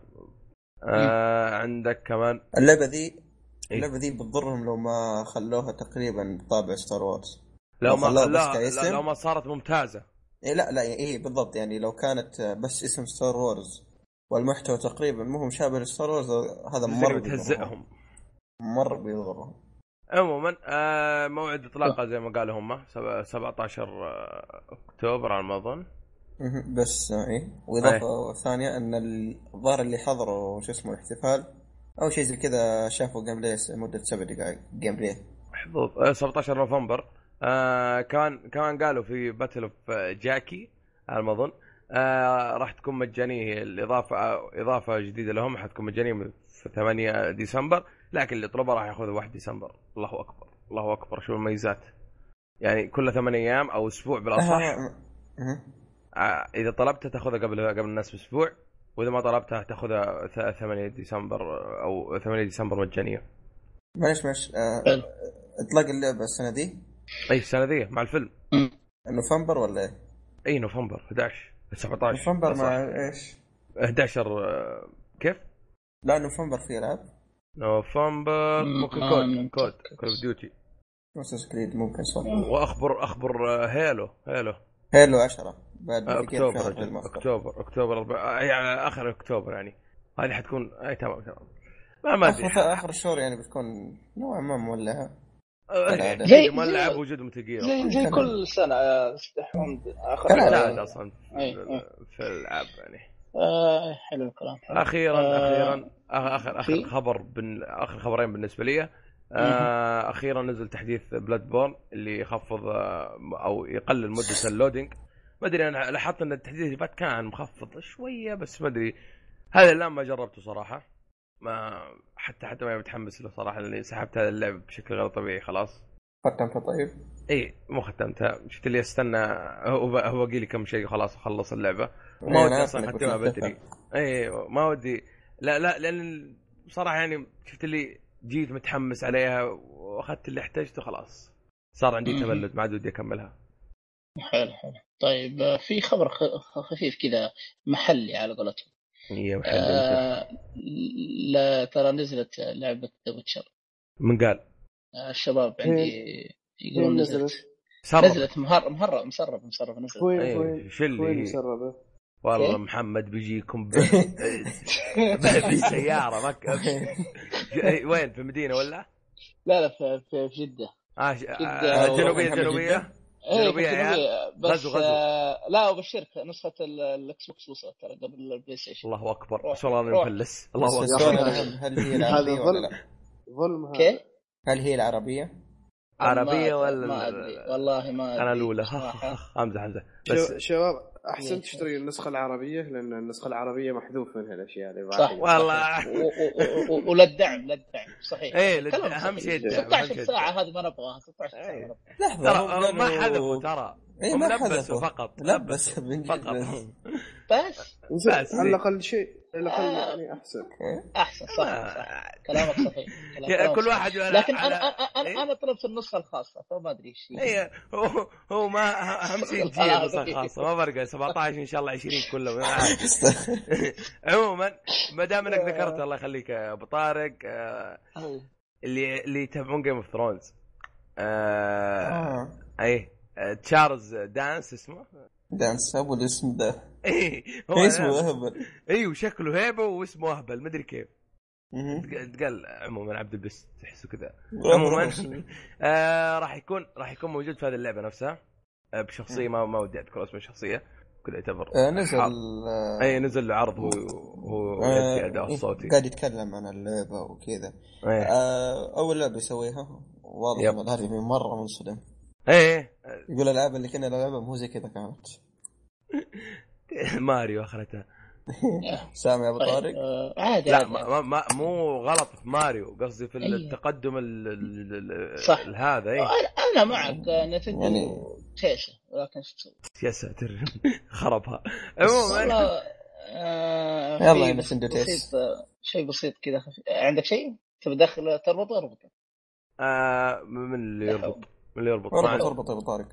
Speaker 1: آه عندك كمان
Speaker 2: اللعبه ذي
Speaker 1: إيه.
Speaker 2: اللعبه ذي بتضرهم لو ما خلوها تقريبا بطابع ستار وورز
Speaker 1: لو ما
Speaker 2: خلاها بس
Speaker 1: خلاها
Speaker 2: كاسم.
Speaker 1: لو ما صارت ممتازه
Speaker 2: إيه لا لا إيه بالضبط يعني لو كانت بس اسم ستار وورز والمحتوى تقريبا مو هو مشابه لستار وورز هذا مره
Speaker 1: تقدر
Speaker 2: بيضرهم.
Speaker 1: تهزئهم
Speaker 2: مره بيضرهم
Speaker 1: عموما آه موعد اطلاقها زي ما قالوا هم سب- 17 آه، اكتوبر على ما اظن
Speaker 2: مهم. بس آه، ايه واضافه ثانيه ان الظاهر اللي حضروا شو اسمه الاحتفال او شيء زي كذا شافوا جيم بلاي مده سبع دقائق جيم بلاي
Speaker 1: حظوظ آه 17 نوفمبر آه كمان كمان قالوا في باتل اوف جاكي على ما اظن آه راح تكون مجانيه الاضافه آه اضافه جديده لهم حتكون مجانيه من 8 ديسمبر لكن اللي طلبه راح ياخذ 1 ديسمبر الله اكبر الله اكبر شو المميزات يعني كل ثمان ايام او اسبوع بالاصح
Speaker 2: أه، مهم.
Speaker 1: آه، اذا طلبتها تاخذها قبل قبل الناس باسبوع واذا ما طلبتها تاخذها ث- 8 ديسمبر او 8 ديسمبر مجانيه
Speaker 2: معلش معلش آه،
Speaker 3: حلو.
Speaker 2: اطلاق اللعبه السنه دي
Speaker 1: اي السنه طيب، ذي مع الفيلم
Speaker 2: نوفمبر ولا ايه؟
Speaker 1: اي إيه، نوفمبر 11 17
Speaker 2: نوفمبر
Speaker 1: طيب، صح.
Speaker 2: مع ايش؟
Speaker 1: 11 آه، كيف؟
Speaker 2: لا نوفمبر في العاب
Speaker 1: نوفمبر
Speaker 3: مم،
Speaker 1: ممكن
Speaker 3: آه،
Speaker 1: كود
Speaker 3: ممكن.
Speaker 1: كود كول اوف ديوتي
Speaker 2: مسس كريد ممكن صح
Speaker 1: واخبر اخبر آه، هيلو هيلو آه،
Speaker 2: هيلو 10 بعد ما في كيف
Speaker 1: اكتوبر
Speaker 2: شهر في
Speaker 1: أجل.
Speaker 2: المخ
Speaker 1: اكتوبر اكتوبر أربعة- آه، يعني اخر اكتوبر يعني هذه حتكون اي تمام تمام ما ما ادري
Speaker 2: اخر اخر الشهور يعني بتكون نوعا ما مولعه
Speaker 1: آه،
Speaker 2: زي-
Speaker 1: اكيد
Speaker 3: زي-
Speaker 1: مولعب وجود متقيل
Speaker 3: زي زي
Speaker 2: كلام.
Speaker 3: كل سنه يا استاذ حمد اخر
Speaker 2: كلام.
Speaker 1: اعتاد
Speaker 3: آه،
Speaker 1: اصلا
Speaker 3: أي،
Speaker 1: في- في الالعاب يعني
Speaker 3: آه، حلو الكلام
Speaker 1: اخيرا
Speaker 3: آه،
Speaker 1: اخيرا آخر- اخر اخر
Speaker 3: في؟
Speaker 1: خبر بن اخر خبرين بالنسبه لي آه اخيرا نزل تحديث بلاد بورن اللي يخفض آه، او يقلل مده اللودينج ما ادري انا لاحظت ان التحديث اللي فات كان مخفض شويه بس ما ادري هذا الان ما جربته صراحه ما حتى حتى ما متحمس له صراحه لاني سحبت هذا اللعب بشكل غير طبيعي خلاص
Speaker 2: ختمته طيب
Speaker 1: اي إيه، مو ختمتها شفت اللي استنى هو هو قال لي كم شيء خلاص خلص اللعبه ما
Speaker 2: إيه،
Speaker 1: ودي
Speaker 2: أنا
Speaker 1: اصلا
Speaker 2: عارف إنك
Speaker 1: اختمها
Speaker 2: بتلففها.
Speaker 1: بدري اي إيه، ما ودي لا لا لان بصراحه يعني شفت اللي جيت متحمس عليها واخذت اللي احتجته خلاص صار عندي
Speaker 3: مم.
Speaker 1: تملد ما عاد ودي اكملها
Speaker 3: حلو حلو طيب آه، في خبر خ- خفيف كذا محلي على قولتهم
Speaker 1: يا محل انت
Speaker 3: آه لا ترى نزلت لعبة ذا ويتشر
Speaker 1: من قال
Speaker 3: الشباب عندي يقولون
Speaker 4: فين
Speaker 3: نزلت
Speaker 4: إيه، نزلت؟
Speaker 1: سرب
Speaker 3: نزلت مهر مهرب مسرب مسرب نزلت
Speaker 4: وين
Speaker 1: إيه،
Speaker 4: وين
Speaker 1: شو اللي
Speaker 4: وين
Speaker 1: هي؟
Speaker 4: مسربه؟
Speaker 1: والله
Speaker 3: إيه؟
Speaker 1: محمد بيجيكم ب... بالسياره ما ك- إيه، وين في المدينه ولا؟
Speaker 3: لا لا في, في في جدة
Speaker 1: آه ش-
Speaker 3: جدة
Speaker 1: آه،
Speaker 3: و-
Speaker 1: جنوبيه
Speaker 2: محمد
Speaker 1: جنوبيه
Speaker 3: ايه في
Speaker 1: جنوبية يا
Speaker 3: الجنوبية بس
Speaker 1: غزو- غزو.
Speaker 3: آه لا وبشرك نسخة ال- الاكس بوكس وصلت ترى قبل البلاي ستيشن
Speaker 1: الله اكبر
Speaker 3: روح،
Speaker 1: بس والله انا
Speaker 3: روح.
Speaker 1: مفلس
Speaker 2: بس
Speaker 1: الله اكبر
Speaker 2: السؤال
Speaker 4: يا أخي.
Speaker 2: الأهم هل هي
Speaker 4: هذا
Speaker 2: العربية ولا
Speaker 4: ظلم
Speaker 2: لا؟
Speaker 4: ظلم
Speaker 3: كيف؟
Speaker 4: هذا
Speaker 2: هل هي العربية؟
Speaker 1: عربيه
Speaker 3: ما-
Speaker 1: ولا
Speaker 3: ما
Speaker 1: ال-
Speaker 3: ادري والله ما ادري
Speaker 1: انا الاولى
Speaker 3: صراحة
Speaker 1: امزح امزح
Speaker 4: شو-
Speaker 1: بس
Speaker 4: شباب احسن
Speaker 3: إيه.
Speaker 4: تشتري النسخه العربيه لان النسخه العربيه محذوف منها الاشياء اللي
Speaker 3: صح.
Speaker 4: بعد
Speaker 1: والله
Speaker 3: و- و- و- ولا الدعم لا الدعم صحيح
Speaker 1: ايه لد-
Speaker 3: كلام
Speaker 1: اهم
Speaker 3: صحيح.
Speaker 1: شيء الدعم أهم
Speaker 3: 16
Speaker 1: شيء
Speaker 3: ساعة
Speaker 1: الدعم.
Speaker 3: هذه ما نبغاها 16 ساعة
Speaker 1: إيه. ترى
Speaker 2: لحظة
Speaker 3: ما نبغاها
Speaker 2: هم
Speaker 1: هم ما
Speaker 2: قالوا-
Speaker 1: حذفوا ترى
Speaker 2: إيه
Speaker 1: هم
Speaker 2: ما
Speaker 1: لبسوا
Speaker 2: حذفوا
Speaker 1: فقط
Speaker 2: لبس
Speaker 1: لبسوا
Speaker 2: بالانجليزي
Speaker 1: فقط
Speaker 2: بس.
Speaker 3: بس
Speaker 1: بس. إيه.
Speaker 4: على الاقل شيء على الاقل
Speaker 3: آه.
Speaker 4: يعني احسن
Speaker 3: احسن صح صح كلامك صحيح كلام-
Speaker 1: آه. يا-
Speaker 3: كلامك
Speaker 1: كل
Speaker 3: صحيح.
Speaker 1: واحد على-
Speaker 3: لكن انا
Speaker 1: على-
Speaker 3: انا انا,
Speaker 1: إيه؟
Speaker 3: أنا طلبت النسخه الخاصه فما ادري ايش هي.
Speaker 1: ايه هو هو ما اهم شيء تجي النسخ خاصه ما فرقه 17 ان شاء الله 20 كلهم ما عادي عموما ما دام انك ذكرت الله يخليك يا ابو طارق آه،
Speaker 3: طيب،
Speaker 1: اللي اللي يتابعون جيم اوف ثرونز
Speaker 2: آه.
Speaker 1: ايه آه، تشارلز دانس اسمه
Speaker 2: دانس ابو الاسم ده
Speaker 1: ايه هو
Speaker 2: إيه، اسمه
Speaker 1: أنا-
Speaker 2: اهبل
Speaker 1: ايوه شكله هيبه واسمه اهبل مدري كيف
Speaker 2: مهم.
Speaker 1: قال عموما عبد البس تحسه كذا عموما آه راح يكون راح يكون موجود في هذه اللعبه نفسها آه بشخصيه ما ما ودي اذكر اسم الشخصيه كذا يعتبر
Speaker 2: آه، نزل
Speaker 1: حار.
Speaker 2: آه،
Speaker 1: اي نزل له عرض هو هو
Speaker 2: آه،
Speaker 1: يأدي اداء
Speaker 2: إيه،
Speaker 1: الصوتي
Speaker 2: قاعد يتكلم عن اللعبة وكذا
Speaker 1: ايه
Speaker 2: آه، اول لعبة يسويها واضح
Speaker 1: يب.
Speaker 2: ان الهرمي مرة منصدم
Speaker 1: ايه
Speaker 2: يقول الالعاب اللي كنا نلعبها مو زي كذا كانت
Speaker 1: إيه، ماريو اخرتها
Speaker 2: سامع يا ابو
Speaker 3: طيب
Speaker 2: طارق
Speaker 3: آه، عادي
Speaker 1: لا
Speaker 3: عادي
Speaker 1: ما
Speaker 3: عادي.
Speaker 1: ما ما- مو غلط في ماريو قصدي في
Speaker 3: أيوه.
Speaker 1: التقدم ال- ال- ال-
Speaker 3: صح.
Speaker 1: ال- هذا ايه
Speaker 3: انا أنا معك آه، نتندو
Speaker 2: يعني-
Speaker 3: تيشه ولكن شو تسوي؟
Speaker 1: يا ساتر خربها عموما
Speaker 3: والله آه،
Speaker 2: يلا
Speaker 3: في
Speaker 2: يا
Speaker 3: بس-
Speaker 2: نتندو تيش.
Speaker 3: بسيط آه، شيء بسيط كذا خفيف. آه، عندك شيء تبي تدخل تربطه اربطه
Speaker 1: آه من اللي
Speaker 3: لا
Speaker 1: يربط
Speaker 3: حول.
Speaker 1: من اللي يربط ما
Speaker 2: اربط
Speaker 1: عندي.
Speaker 2: اربط يا ابو طارق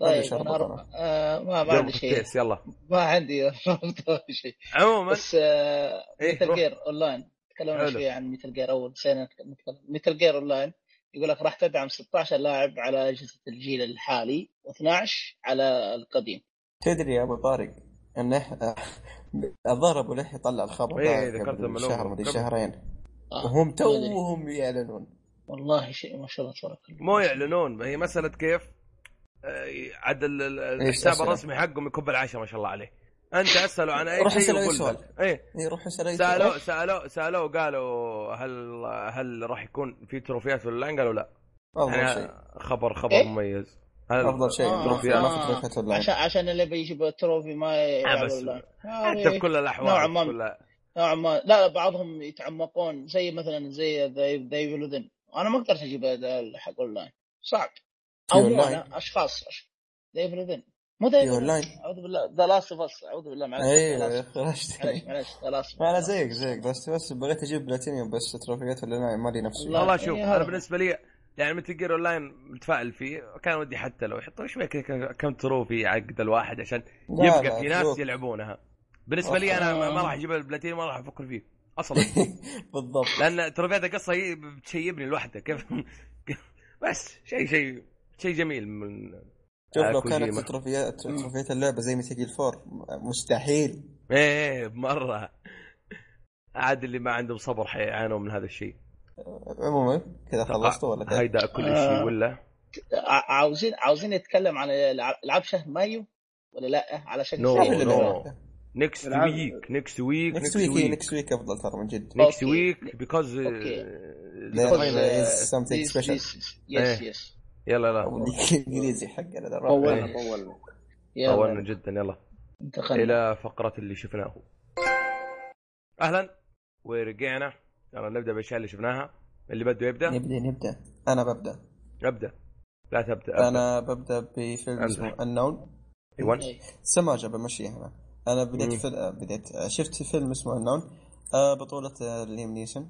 Speaker 2: أبي
Speaker 3: طيب
Speaker 2: شربط
Speaker 3: انا أربط.
Speaker 2: أنا.
Speaker 3: آه ما ما عندي
Speaker 1: جربت
Speaker 3: شيء
Speaker 1: التيس يلا
Speaker 3: ما عندي ربط ولا شيء
Speaker 1: عموما
Speaker 3: بس آه
Speaker 1: إيه،
Speaker 3: ميتال
Speaker 1: روح.
Speaker 3: جير اون لاين تكلمنا
Speaker 1: حلو.
Speaker 3: شويه عن ميتل جير اول نسينا نتكلم ميتل جير اون لاين يقول لك راح تدعم 16 لاعب على اجهزه الجيل الحالي و12 على القديم
Speaker 2: تدري يا ابو طارق انه الظاهر ابو لحي طلع الخبر
Speaker 1: إيه،
Speaker 2: ذا
Speaker 1: ذكرت لما
Speaker 2: قبل شهر
Speaker 1: لو-
Speaker 2: مدري
Speaker 1: قبل.
Speaker 2: شهرين
Speaker 3: آه،
Speaker 2: وهم
Speaker 3: ما أدري.
Speaker 2: توهم يعلنون
Speaker 3: والله شيء ما شاء الله تبارك الله
Speaker 1: مو يعلنون هي مساله كيف آه، عاد ال- ال- الحساب
Speaker 2: أسئلة؟
Speaker 1: الرسمي حقهم يكب العشاء ما شاء الله عليه انت اساله عن اي
Speaker 2: روح
Speaker 1: شيء
Speaker 2: اسأله أي
Speaker 1: وقول له.
Speaker 2: سؤال.
Speaker 1: ايه
Speaker 2: إيه، روح اسال أي
Speaker 1: سالوه
Speaker 2: سؤال.
Speaker 1: سالوه سالوه قالوا هل هل راح يكون في تروفيات ولا لا؟ قالوا لا
Speaker 2: افضل
Speaker 1: يعني
Speaker 2: شيء
Speaker 1: خبر خبر
Speaker 3: إيه؟
Speaker 1: مميز هل
Speaker 2: افضل شيء
Speaker 3: آه،
Speaker 2: ما في
Speaker 1: تروفيات؟
Speaker 2: ما في تروفيات ولا
Speaker 3: عشان عشان اللي بيجيب التروفي ما آه، يلعب
Speaker 1: آه، بس
Speaker 3: ولا
Speaker 1: حتى في كل
Speaker 3: نوعاً
Speaker 1: الاحوال
Speaker 3: ما.
Speaker 1: في كل
Speaker 3: نوعا ما لا بعضهم يتعمقون زي مثلا زي ذا ايفل وذن انا ما قدرت اجيب هذا حق اونلاين صعب او
Speaker 2: في
Speaker 3: مو
Speaker 2: أونلاين؟
Speaker 3: انا اشخاص ذا ايفل وذن مو ذا
Speaker 2: في أونلاين؟
Speaker 3: اعوذ بالله ذا لاست اوف اس اعوذ بالله معلش The
Speaker 2: ايوه
Speaker 3: Last- معلش
Speaker 2: خرجت
Speaker 3: معلش ذا لاست
Speaker 2: انا زيك زيك بس بس بغيت اجيب بلاتينيوم بس تروفيات ولا لا مالي نفسي
Speaker 3: الله.
Speaker 1: والله شوف
Speaker 3: إيه هذا
Speaker 1: انا
Speaker 3: هو.
Speaker 1: بالنسبه لي يعني متل جير اون لاين متفائل فيه كان ودي حتى لو يحطوا شوي كذا كم- كم تروفي عقد الواحد عشان
Speaker 2: لا،
Speaker 1: يبقى
Speaker 2: لا،
Speaker 1: في ناس
Speaker 2: فلوك.
Speaker 1: يلعبونها بالنسبه لي انا ما ما راح اجيب البلاتين ما راح افكر فيه اصلا
Speaker 2: بالضبط
Speaker 1: لان تروفيات القصه هي بتشيبني لوحدها كيف بس شيء شيء شيء جميل من
Speaker 2: شوف
Speaker 1: آه،
Speaker 2: لو
Speaker 1: كوجيما.
Speaker 2: كانت تروفيات تروفيات اللعبه زي مثل جيل 4 مستحيل
Speaker 1: ايه مره عاد اللي ما عندهم صبر حيعانوا من هذا الشيء
Speaker 2: عموما
Speaker 1: آه،
Speaker 2: كذا خلصتوا ولا كيف؟
Speaker 1: هيدا كل شيء
Speaker 3: آه.
Speaker 1: ولا
Speaker 3: ع- عاوزين عاوزين نتكلم عن الع- العاب شهر مايو ولا لا على شكل
Speaker 1: No.
Speaker 2: شوف
Speaker 3: سريع
Speaker 2: اللي
Speaker 1: نو.
Speaker 3: كده.
Speaker 2: نلعبه
Speaker 1: نكست
Speaker 4: العاب-
Speaker 1: ويك نكست ويك
Speaker 2: نكست
Speaker 1: نكست
Speaker 2: ويك
Speaker 1: ويك
Speaker 2: نكست ويك افضل ترى من جد
Speaker 1: نكست
Speaker 3: Okay.
Speaker 1: ويك بيكوز
Speaker 3: Okay.
Speaker 2: There
Speaker 3: Because,
Speaker 2: is
Speaker 3: uh,
Speaker 2: something
Speaker 3: this-
Speaker 2: special.
Speaker 3: this is- yes
Speaker 1: إيه.
Speaker 3: yes
Speaker 1: يلا لا
Speaker 2: او الانجليزي حقنا ذا الرابع.
Speaker 3: طولنا
Speaker 1: إيه.
Speaker 4: طولنا
Speaker 3: يلا،
Speaker 1: طولنا جدا يلا
Speaker 2: طيب.
Speaker 3: انتقلنا
Speaker 1: الى فقره اللي شفناه اهلا ورجعنا يلا نبدا بالاشياء اللي شفناها اللي بده يبدا
Speaker 2: نبدا نبدا انا ببدا
Speaker 1: ابدا لا تبدا ابدا
Speaker 2: انا ببدا بفيلم
Speaker 1: أمزح.
Speaker 2: اسمه النون
Speaker 1: ايوان
Speaker 3: إيه.
Speaker 2: سماجه بمشيها انا انا يعني. بديت
Speaker 1: مم.
Speaker 2: فل... بديت آه، شفت فيلم اسمه النون بطولة آه، ليم نيسون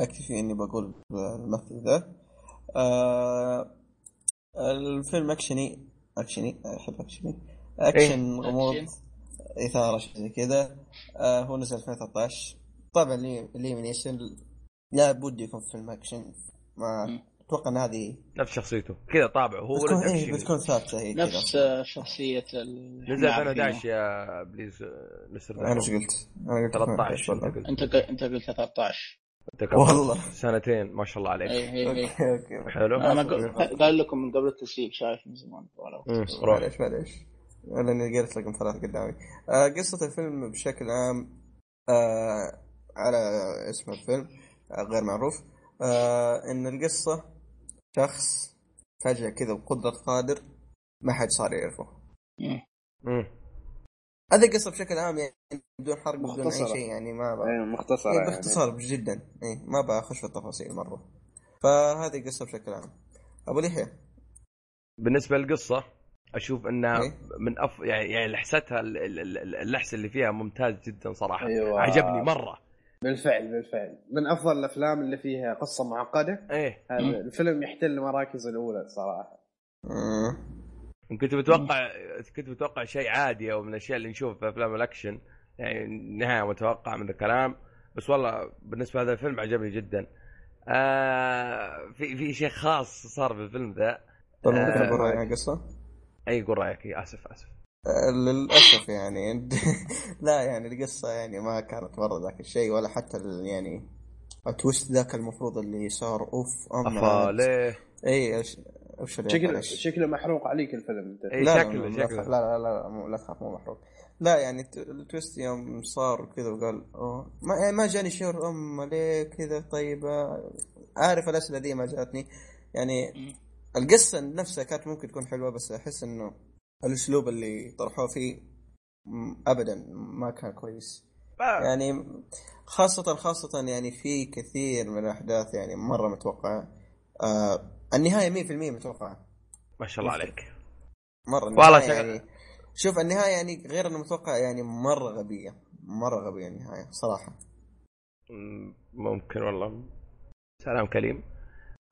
Speaker 2: اكتفي اني بقول الممثل ذا آه، الفيلم اكشني اكشني احب اكشني
Speaker 1: إيه،
Speaker 2: اكشن غموض
Speaker 3: أكشن.
Speaker 2: اثاره شيء زي كذا آه، هو نزل 2013 طبعا لي- ليم نيسون لا بد يكون في فيلم اكشن ما
Speaker 3: مم.
Speaker 2: اتوقع ان هذه
Speaker 1: نفس شخصيته كذا طابعه هو
Speaker 2: بتكون
Speaker 1: ولد
Speaker 2: إيه
Speaker 1: أكشن.
Speaker 2: بتكون نعم. ثابته هي كذا
Speaker 3: نفس شخصية ال-
Speaker 1: نزل
Speaker 3: إحنا
Speaker 1: 2011
Speaker 3: عارفينه.
Speaker 1: يا بليز آه، مستر
Speaker 2: انا
Speaker 1: دايموند.
Speaker 2: ايش قلت؟ انا قلت
Speaker 1: 13 انت
Speaker 2: 18 والله.
Speaker 1: قلت
Speaker 3: انت قل- انت قلت 13
Speaker 1: انت قلت
Speaker 2: والله. أيوه. نعم.
Speaker 1: سنتين ما شاء الله عليك
Speaker 3: اي اي
Speaker 1: إيه.
Speaker 3: اي
Speaker 2: اوكي اوكي
Speaker 1: حلو
Speaker 3: انا
Speaker 2: آسف،
Speaker 3: قل-
Speaker 2: آسف.
Speaker 3: قال لكم من قبل التسجيل شايف من زمان ولا وقت.
Speaker 1: مم، روح
Speaker 2: معليش معليش لاني قلت لكم ثلاث قدامي آه قصه الفيلم بشكل عام آه على اسم الفيلم آه غير معروف آه ان القصه شخص فجاه كذا بقدره قادر ما حد صار يعرفه
Speaker 3: مم.
Speaker 1: مم.
Speaker 2: هذه القصه بشكل عام يعني بدون حرق بدون اي
Speaker 4: مختصرة.
Speaker 2: شيء يعني ما بقى.
Speaker 4: ايه مختصرة
Speaker 2: إيه
Speaker 4: يعني
Speaker 2: باختصار جدا إيه ما بخش في التفاصيل مره فهذه القصه بشكل عام ابو لحيه
Speaker 1: بالنسبه للقصه اشوف انها
Speaker 2: إيه؟
Speaker 1: من أف... يعني يعني لحستها ال- ال- ال- اللحس اللي فيها ممتاز جدا صراحه
Speaker 4: أيوة.
Speaker 1: عجبني مره
Speaker 4: بالفعل بالفعل من افضل الافلام اللي فيها قصة معقدة
Speaker 1: ايه
Speaker 4: هذا
Speaker 3: مم.
Speaker 4: الفيلم يحتل مراكز الاولى صراحة
Speaker 1: إيه،
Speaker 2: مم.
Speaker 1: كنت متوقع كنت متوقع شيء عادي او من الاشياء اللي نشوفها في افلام الاكشن يعني نهايه متوقعه من الكلام بس والله بالنسبه لهذا الفيلم عجبني جدا آه في في شيء خاص صار في الفيلم ذا
Speaker 2: طب ممكن
Speaker 1: آه.
Speaker 2: اقول رايي عن القصه؟
Speaker 1: اي قول رايك إيه، اسف اسف
Speaker 2: آه، للاسف يعني لا يعني القصه يعني ما كانت مره ذاك الشيء ولا حتى ال- يعني التويست ذاك المفروض اللي صار اوف
Speaker 1: افا
Speaker 2: اما
Speaker 1: ليه
Speaker 2: اي ايش ايش اللي
Speaker 4: شكله
Speaker 2: معلش.
Speaker 4: شكله محروق عليك الفيلم انت
Speaker 1: إيه
Speaker 2: لا لا
Speaker 1: شكله
Speaker 2: لا
Speaker 1: شكله
Speaker 2: لا لا لا, مو- لا تخاف مو محروق لا يعني الت- التويست يوم صار كذا وقال أوه ما يعني ما جاني شعور أم ليه كذا طيبة عارف الأسئلة دي ما جاتني يعني القصة نفسها كانت ممكن تكون حلوة بس أحس إنه الأسلوب اللي طرحوه فيه م- أبدا ما كان كويس
Speaker 1: ما-
Speaker 2: يعني خاصة خاصة يعني في كثير من الأحداث يعني مرة متوقعة آه النهاية 100% متوقعة
Speaker 1: ما شاء الله عليك
Speaker 2: مره
Speaker 1: والله
Speaker 2: والله
Speaker 1: شغل-
Speaker 2: يعني شوف النهايه يعني غير انه متوقع يعني مره غبيه مره غبيه النهايه صراحه
Speaker 1: مم، ممكن والله سلام كريم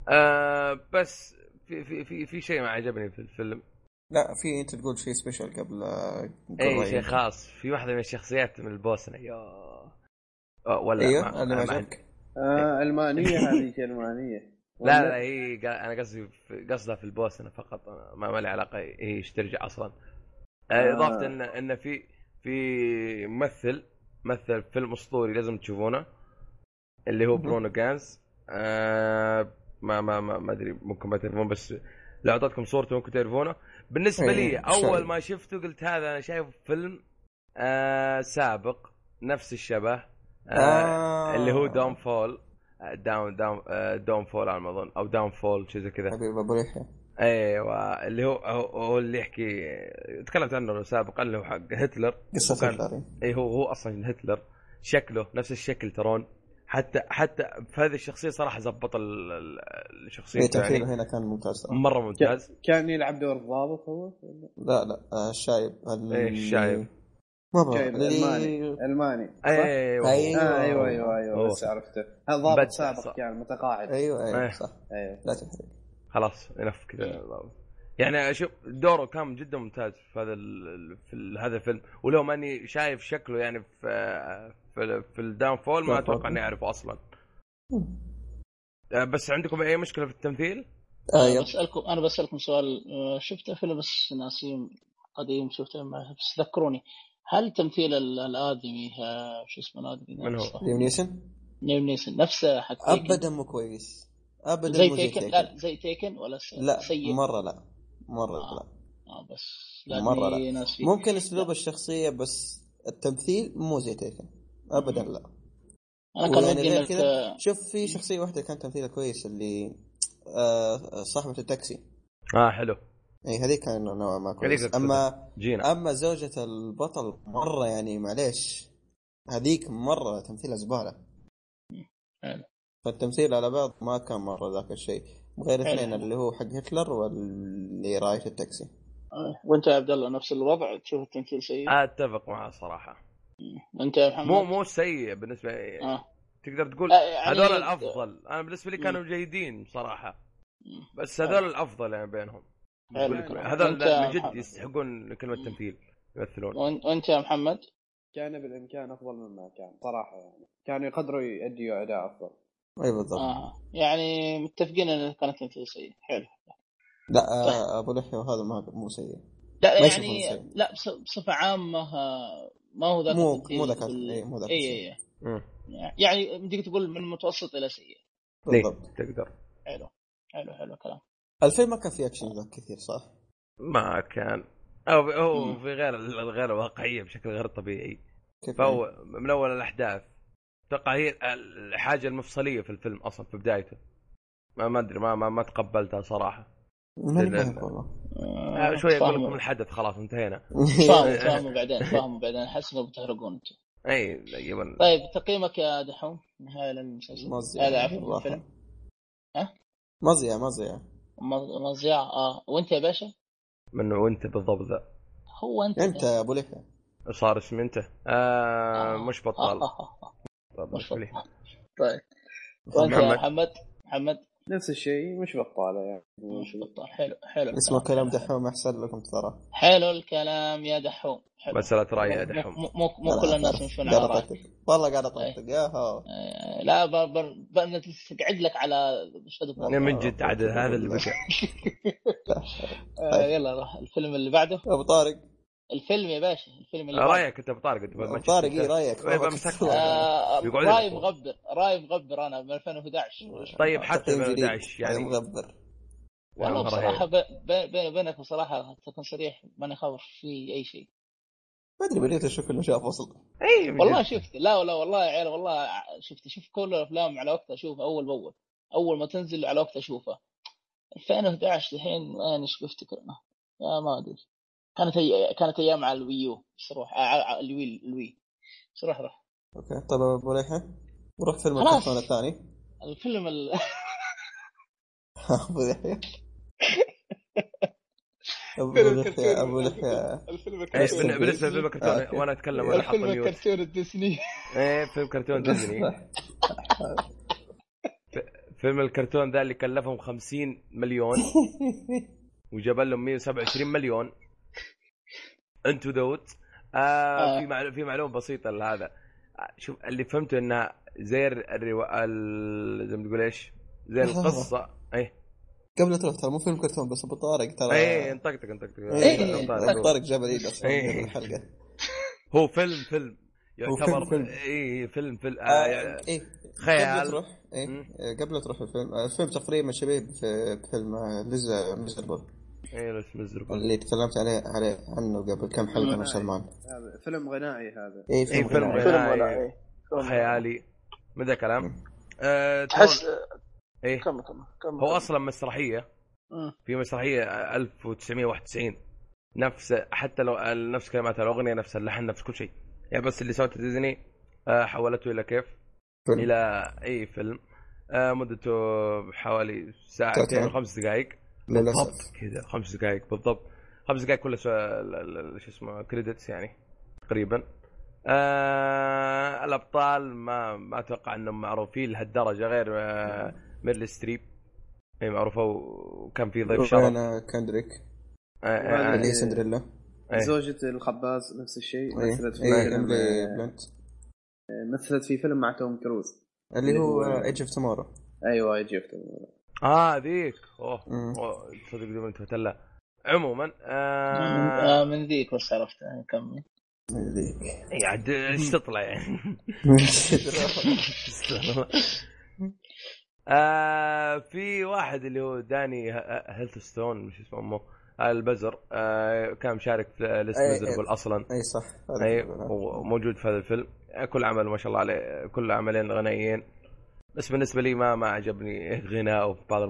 Speaker 1: آه بس في في في, في شيء ما عجبني في الفيلم
Speaker 2: لا في انت تقول شيء سبيشل قبل آه، قبل
Speaker 1: اي
Speaker 2: رأيك.
Speaker 1: شيء خاص في واحده من الشخصيات من البوسنه يا آه، ولا
Speaker 2: ايوه اللي ما
Speaker 1: ما,
Speaker 2: عجبك
Speaker 4: آه المانيه هذيك المانيه
Speaker 1: لا لا هي قا- انا قصدي في- قصدها في البوسنه فقط أنا ما ما لي علاقه هي ايش ترجع اصلا آه.
Speaker 4: آه.
Speaker 1: اضافه ان ان في في ممثل مثل فيلم اسطوري لازم تشوفونه اللي هو برونو جانز آه ما ما ما ما ادري ممكن ما تعرفون بس لو اعطيتكم صورته ممكن تعرفونه بالنسبه لي
Speaker 2: إيه، شوي.
Speaker 1: اول ما شفته قلت هذا انا شايف فيلم آه سابق نفس الشبه آه
Speaker 2: آه.
Speaker 1: اللي هو آه، داون فول داون داون داون فول آه، على ما اظن او داون فول شيء زي كذا
Speaker 2: حبيب ابو لحيه
Speaker 1: ايوه اللي هو هو هو اللي يحكي تكلمت عنه سابقا اللي هو حق هتلر
Speaker 2: قصه
Speaker 1: وكان-
Speaker 2: هتلر
Speaker 1: اي هو هو اصلا هتلر شكله نفس الشكل ترون حتى حتى في هذه الشخصيه صراحه زبط ال- ال- الشخصيه
Speaker 2: إيه، تمثيله
Speaker 1: يعني
Speaker 2: هنا كان ممتاز صراحة.
Speaker 1: مره ممتاز
Speaker 4: كان يلعب دور الضابط هو
Speaker 2: لا لا آه، الشايب ال-
Speaker 1: إيه، الشايب.
Speaker 2: ما أيوه، بعرف
Speaker 4: جايب الماني
Speaker 2: اللي
Speaker 4: الماني صح؟
Speaker 1: ايوه هو.
Speaker 4: آه
Speaker 2: أيوه.
Speaker 4: ايوه ايوه ايوه
Speaker 1: أوه.
Speaker 4: بس عرفته هذا ضابط
Speaker 1: بدع
Speaker 4: سابق
Speaker 1: صح.
Speaker 4: كان متقاعد
Speaker 2: ايوه
Speaker 1: إيه.
Speaker 2: ايوه صح
Speaker 4: ايوه
Speaker 2: لا تحرق
Speaker 1: خلاص انف كذا
Speaker 3: إيه.
Speaker 1: يعني شوف دوره كان جدا ممتاز في هذا ال- في ال- هذا الفيلم ولو ماني شايف شكله يعني في في, في الداون فول ما اتوقع اني اعرفه اصلا آه، بس عندكم اي مشكله في التمثيل؟
Speaker 2: آه،
Speaker 3: أنا
Speaker 2: يب.
Speaker 3: بسالكم انا بسالكم سؤال آه، شفته فيلم بس ناسي قديم شفته ما- بس ذكروني هل تمثيل ال- الادمي آه، شو اسمه الادمي
Speaker 1: من هو؟
Speaker 2: ليم نيسون
Speaker 3: إيه، نيم نيسون نفسه حق تيكن
Speaker 2: ابدا مو كويس ابدا
Speaker 3: زي
Speaker 2: مو
Speaker 3: تيكن لا لا، زي تيكن ولا س-
Speaker 2: لا
Speaker 3: سيء
Speaker 2: مره لا مره
Speaker 3: آه.
Speaker 2: لا
Speaker 3: آه بس
Speaker 2: مرة
Speaker 3: لاني
Speaker 2: لا.
Speaker 3: ناس فيه
Speaker 2: ممكن اسلوب الشخصيه بس التمثيل مو زي تيكن ابدا لا
Speaker 3: انا كان
Speaker 2: ويعني يعني
Speaker 3: ودي
Speaker 2: غير
Speaker 3: انك
Speaker 2: كذا- شوف في شخصيه واحده كان تمثيلها كويس اللي آه، صاحبه التاكسي
Speaker 1: اه حلو
Speaker 2: اي هذيك كان نوعا ما
Speaker 1: هذيك
Speaker 2: كويس
Speaker 1: أقصدها.
Speaker 2: اما
Speaker 1: جينا
Speaker 2: اما زوجة البطل مره يعني معليش هذيك مره تمثيلها زباله
Speaker 3: حلو.
Speaker 2: فالتمثيل على بعض ما كان مره ذاك الشيء غير
Speaker 3: حلو.
Speaker 2: اثنين اللي هو حق هتلر واللي رايح التاكسي
Speaker 3: آه، وانت يا عبد الله نفس الوضع تشوف التمثيل سيء
Speaker 1: اتفق معه صراحه
Speaker 3: وانت يا محمد
Speaker 1: آه، مو مو سيء بالنسبه
Speaker 3: آه.
Speaker 1: تقدر تقول
Speaker 3: آه، يعني
Speaker 1: هذول الافضل انا بالنسبه لي كانوا جيدين صراحه بس هذول
Speaker 3: حلو.
Speaker 1: الافضل يعني بينهم
Speaker 3: حلو.
Speaker 1: أقول لكم،
Speaker 3: وأنت
Speaker 1: هذول
Speaker 3: يا
Speaker 1: من جد
Speaker 3: محمد-
Speaker 1: يستحقون كلمه تمثيل يمثلون
Speaker 3: وأن- وانت يا محمد
Speaker 4: كان بالامكان افضل مما كان صراحه يعني كانوا يقدروا يؤدوا اداء افضل
Speaker 2: اي بالضبط
Speaker 3: آه. يعني متفقين ان كانت تمثيل سيء حلو
Speaker 2: لا آه ابو لحيه وهذا ما مو سيء
Speaker 3: لا
Speaker 2: ما
Speaker 3: يعني
Speaker 2: يشوفون سيء.
Speaker 3: لا بص- بصفه عامه آه، ما هو ذاك
Speaker 2: مو-
Speaker 3: التمثيل
Speaker 2: مو ذاك-
Speaker 3: ال-
Speaker 2: إيه، مو ذاك
Speaker 3: إيه،
Speaker 2: الشيء.
Speaker 3: إيه،
Speaker 1: مم.
Speaker 3: إيه. يعني بدك تقول من متوسط الى سيء
Speaker 1: ليه؟
Speaker 2: بالضبط
Speaker 1: تقدر
Speaker 3: حلو حلو حلو كلام
Speaker 2: الفيلم ما كان فيه اكشن ذاك كثير صح؟
Speaker 1: ما كان او هو
Speaker 3: مم.
Speaker 1: في غير الغير واقعيه بشكل غير طبيعي
Speaker 2: كيف يعني؟
Speaker 1: فهو من اول الاحداث اتوقع هي الحاجه المفصليه في الفيلم اصلا في بدايته ما ما ادري ما ما, ما تقبلتها صراحه
Speaker 2: ماني
Speaker 1: لأن-
Speaker 2: فاهم والله
Speaker 1: آه، شوي اقول لكم
Speaker 3: فاهموا
Speaker 1: الحدث خلاص انتهينا
Speaker 3: فاهموا فاهموا بعدين فاهموا بعدين احس انكم بتهرقون انتم
Speaker 1: اي ايوه
Speaker 3: طيب تقييمك يا دحوم نهاية للمسلسل
Speaker 2: مزيع
Speaker 3: هذا عفوا
Speaker 2: بالراحة.
Speaker 3: الفيلم ها؟
Speaker 2: مزيع مزيع
Speaker 3: مز- مزيع اه وانت يا باشا
Speaker 1: من وانت بالضبط ذا
Speaker 3: هو انت
Speaker 2: انت يا ابو لحيه
Speaker 1: صار اسمي انت آه
Speaker 3: آه.
Speaker 1: مش بطال
Speaker 3: آه، آه، آه.
Speaker 1: طب
Speaker 3: مش
Speaker 1: بالنسبة لي.
Speaker 3: بطال. طيب وانت يا
Speaker 1: محمد.
Speaker 3: محمد محمد
Speaker 4: نفس الشيء مش بطاله يعني
Speaker 3: مش بطال حلو حلو
Speaker 2: اسمه
Speaker 3: الكلام.
Speaker 2: كلام دحوم احسن لكم ترى
Speaker 3: حلو الكلام يا دحوم حلو.
Speaker 1: مسألة رأي يا
Speaker 3: مو-
Speaker 1: دحوم.
Speaker 3: مو مو, مو كل الناس يمشون على إيه.
Speaker 2: على
Speaker 3: رأي
Speaker 2: والله قاعد اطقطق يا هو
Speaker 3: آه، لا بر بر بر- تقعد لك على شادو
Speaker 1: أنا من جد عاد هذا اللي بكى
Speaker 3: آه، يلا روح الفيلم اللي بعده
Speaker 2: ابو طارق
Speaker 3: الفيلم يا باشا الفيلم اللي بعده
Speaker 1: رايك انت ابو طارق أنت ما
Speaker 2: أبو
Speaker 1: شفت
Speaker 2: طارق
Speaker 1: أنت.
Speaker 2: اي رايك
Speaker 1: يبقى
Speaker 2: والله كنت-
Speaker 1: مسكت.
Speaker 3: آه،
Speaker 1: يقعد
Speaker 3: راي
Speaker 1: لك.
Speaker 3: مغبر راي مغبر انا من 2011
Speaker 1: طيب حتى
Speaker 2: تقييم جديد.
Speaker 1: 2011 يعني.
Speaker 2: طيب مغبر
Speaker 3: والله
Speaker 1: مرة
Speaker 3: بصراحه
Speaker 1: هي.
Speaker 3: ب- بي- بيني وبينك بصراحه تكون صريح ماني خابر في اي شيء
Speaker 2: ما ادري بليت اشوف انه شاف اصلا
Speaker 1: اي من
Speaker 3: والله
Speaker 1: جد.
Speaker 3: شفت لا لا والله يا عيال والله شفت شوف كل الافلام على وقتها اشوفها اول باول اول ما تنزل على وقتها اشوفها 2011 الحين يعني ايش بفتكرنا آه، ما ادري كانت أي... كانت ايام على الويو بس روح آه، على على الوي الوي بس روح روح
Speaker 2: اوكي طيب ابو ليحة نروح فيلم
Speaker 3: خلاص.
Speaker 2: الكرتون الثاني
Speaker 3: الفيلم ال...
Speaker 2: ابو لحية ابو
Speaker 3: فيلم
Speaker 2: لحية ابو
Speaker 3: كرتون.
Speaker 2: لحية
Speaker 3: الفيلم
Speaker 1: إيه،
Speaker 2: أستنى.
Speaker 1: بالن-
Speaker 3: الكرتون
Speaker 1: بالنسبه لفيلم
Speaker 2: آه،
Speaker 1: الكرتون
Speaker 2: أوكي.
Speaker 1: وانا اتكلم وانا حاط
Speaker 3: الفيلم
Speaker 1: ميوت
Speaker 3: الكرتون الديزني
Speaker 1: ايه فيلم كرتون ديزني فيلم الكرتون ذا اللي كلفهم 50 مليون وجاب لهم 127 مليون انتو دوت آه
Speaker 3: آه.
Speaker 2: آه.
Speaker 1: في معلومه في معلومه بسيطه لهذا آه، شوف اللي فهمته انها زي الرو... ال... زي ما تقول ايش؟ زي
Speaker 2: لحظة،
Speaker 1: القصه اي
Speaker 2: قبل لا تروح ترى مو فيلم كرتون بس ابو طارق ترى
Speaker 1: اي انطقتك انطقتك
Speaker 2: إيه،
Speaker 3: إيه،
Speaker 1: طارق.
Speaker 2: ابو طارق جاب العيد اصلا
Speaker 1: إيه.
Speaker 2: قبل الحلقه
Speaker 1: هو فيلم فيلم
Speaker 2: هو
Speaker 1: يعتبر
Speaker 2: فيلم، فيلم.
Speaker 1: اي فيلم فيلم
Speaker 2: آه،
Speaker 1: آه،
Speaker 2: إيه.
Speaker 1: خيال.
Speaker 2: قبل تروح إيه.
Speaker 1: مم.
Speaker 2: آه، قبل تروح الفيلم آه، الفيلم تقريبا شبيه آه، بف- بفيلم ليزا ميزربل
Speaker 1: اي بس مزربل
Speaker 2: اللي تكلمت عليه عليه عنه قبل كم حلقه مع سلمان إيه،
Speaker 4: هذا فيلم غنائي هذا
Speaker 2: اي
Speaker 1: اي فيلم
Speaker 2: غنائي.
Speaker 3: فيلم ولا
Speaker 1: غنائي
Speaker 3: إيه. فيلم.
Speaker 1: خيالي ما ذا كلام آه،
Speaker 3: تحس
Speaker 1: تون- ايه
Speaker 3: كمل كمل كمل
Speaker 1: هو اصلا مسرحيه
Speaker 3: مم.
Speaker 1: في مسرحيه 1991 نفس حتى لو نفس كلمات الاغنيه نفس اللحن نفس كل شيء يعني بس اللي سوته ديزني آه، حولته الى كيف؟
Speaker 2: فيلم.
Speaker 1: الى اي فيلم آه، مدته حوالي ساعتين
Speaker 2: ساعتين.
Speaker 1: وخمس دقائق
Speaker 2: للاسف
Speaker 1: بالضبط كذا خمس دقائق بالضبط خمس دقائق كلها شو ال- ال- ال- شو اسمه كريدتس يعني تقريبا آه الابطال ما ما اتوقع انهم معروفين لهالدرجه غير آه ميرل ستريب هي معروفه وكان في ضيف شرف
Speaker 2: وانا كندريك
Speaker 1: آه آه
Speaker 2: اللي
Speaker 1: آه
Speaker 2: هي سندريلا
Speaker 1: إيه.
Speaker 4: زوجة الخباز نفس الشيء
Speaker 2: إيه.
Speaker 4: مثلت في
Speaker 2: إيه،
Speaker 4: فيلم
Speaker 2: إملي بلنت
Speaker 4: مثلت في فيلم مع توم كروز
Speaker 2: اللي هو
Speaker 4: اللي هو-
Speaker 2: ايج اوف تومورو
Speaker 4: ايوه جبت
Speaker 1: آه، ذيك اوه
Speaker 2: مم.
Speaker 1: أوه، تصدق دوبنا انتبهت لها عموما
Speaker 3: من,
Speaker 1: آه
Speaker 3: آه من ذيك بس عرفت يعني كمل
Speaker 1: إيه، عاد ايش تطلع يعني آه في واحد اللي هو داني هيلثستون مش اسمه امه البزر آه كان مشارك في ليست
Speaker 2: أي-
Speaker 1: ميزربل اصلا
Speaker 2: اي صح هذا
Speaker 1: اي
Speaker 2: الفيلم.
Speaker 1: وموجود في هذا الفيلم آه، كل عمل ما شاء الله عليه كل عملين غنائيين بس بالنسبه لي ما ما عجبني غناءه في بعض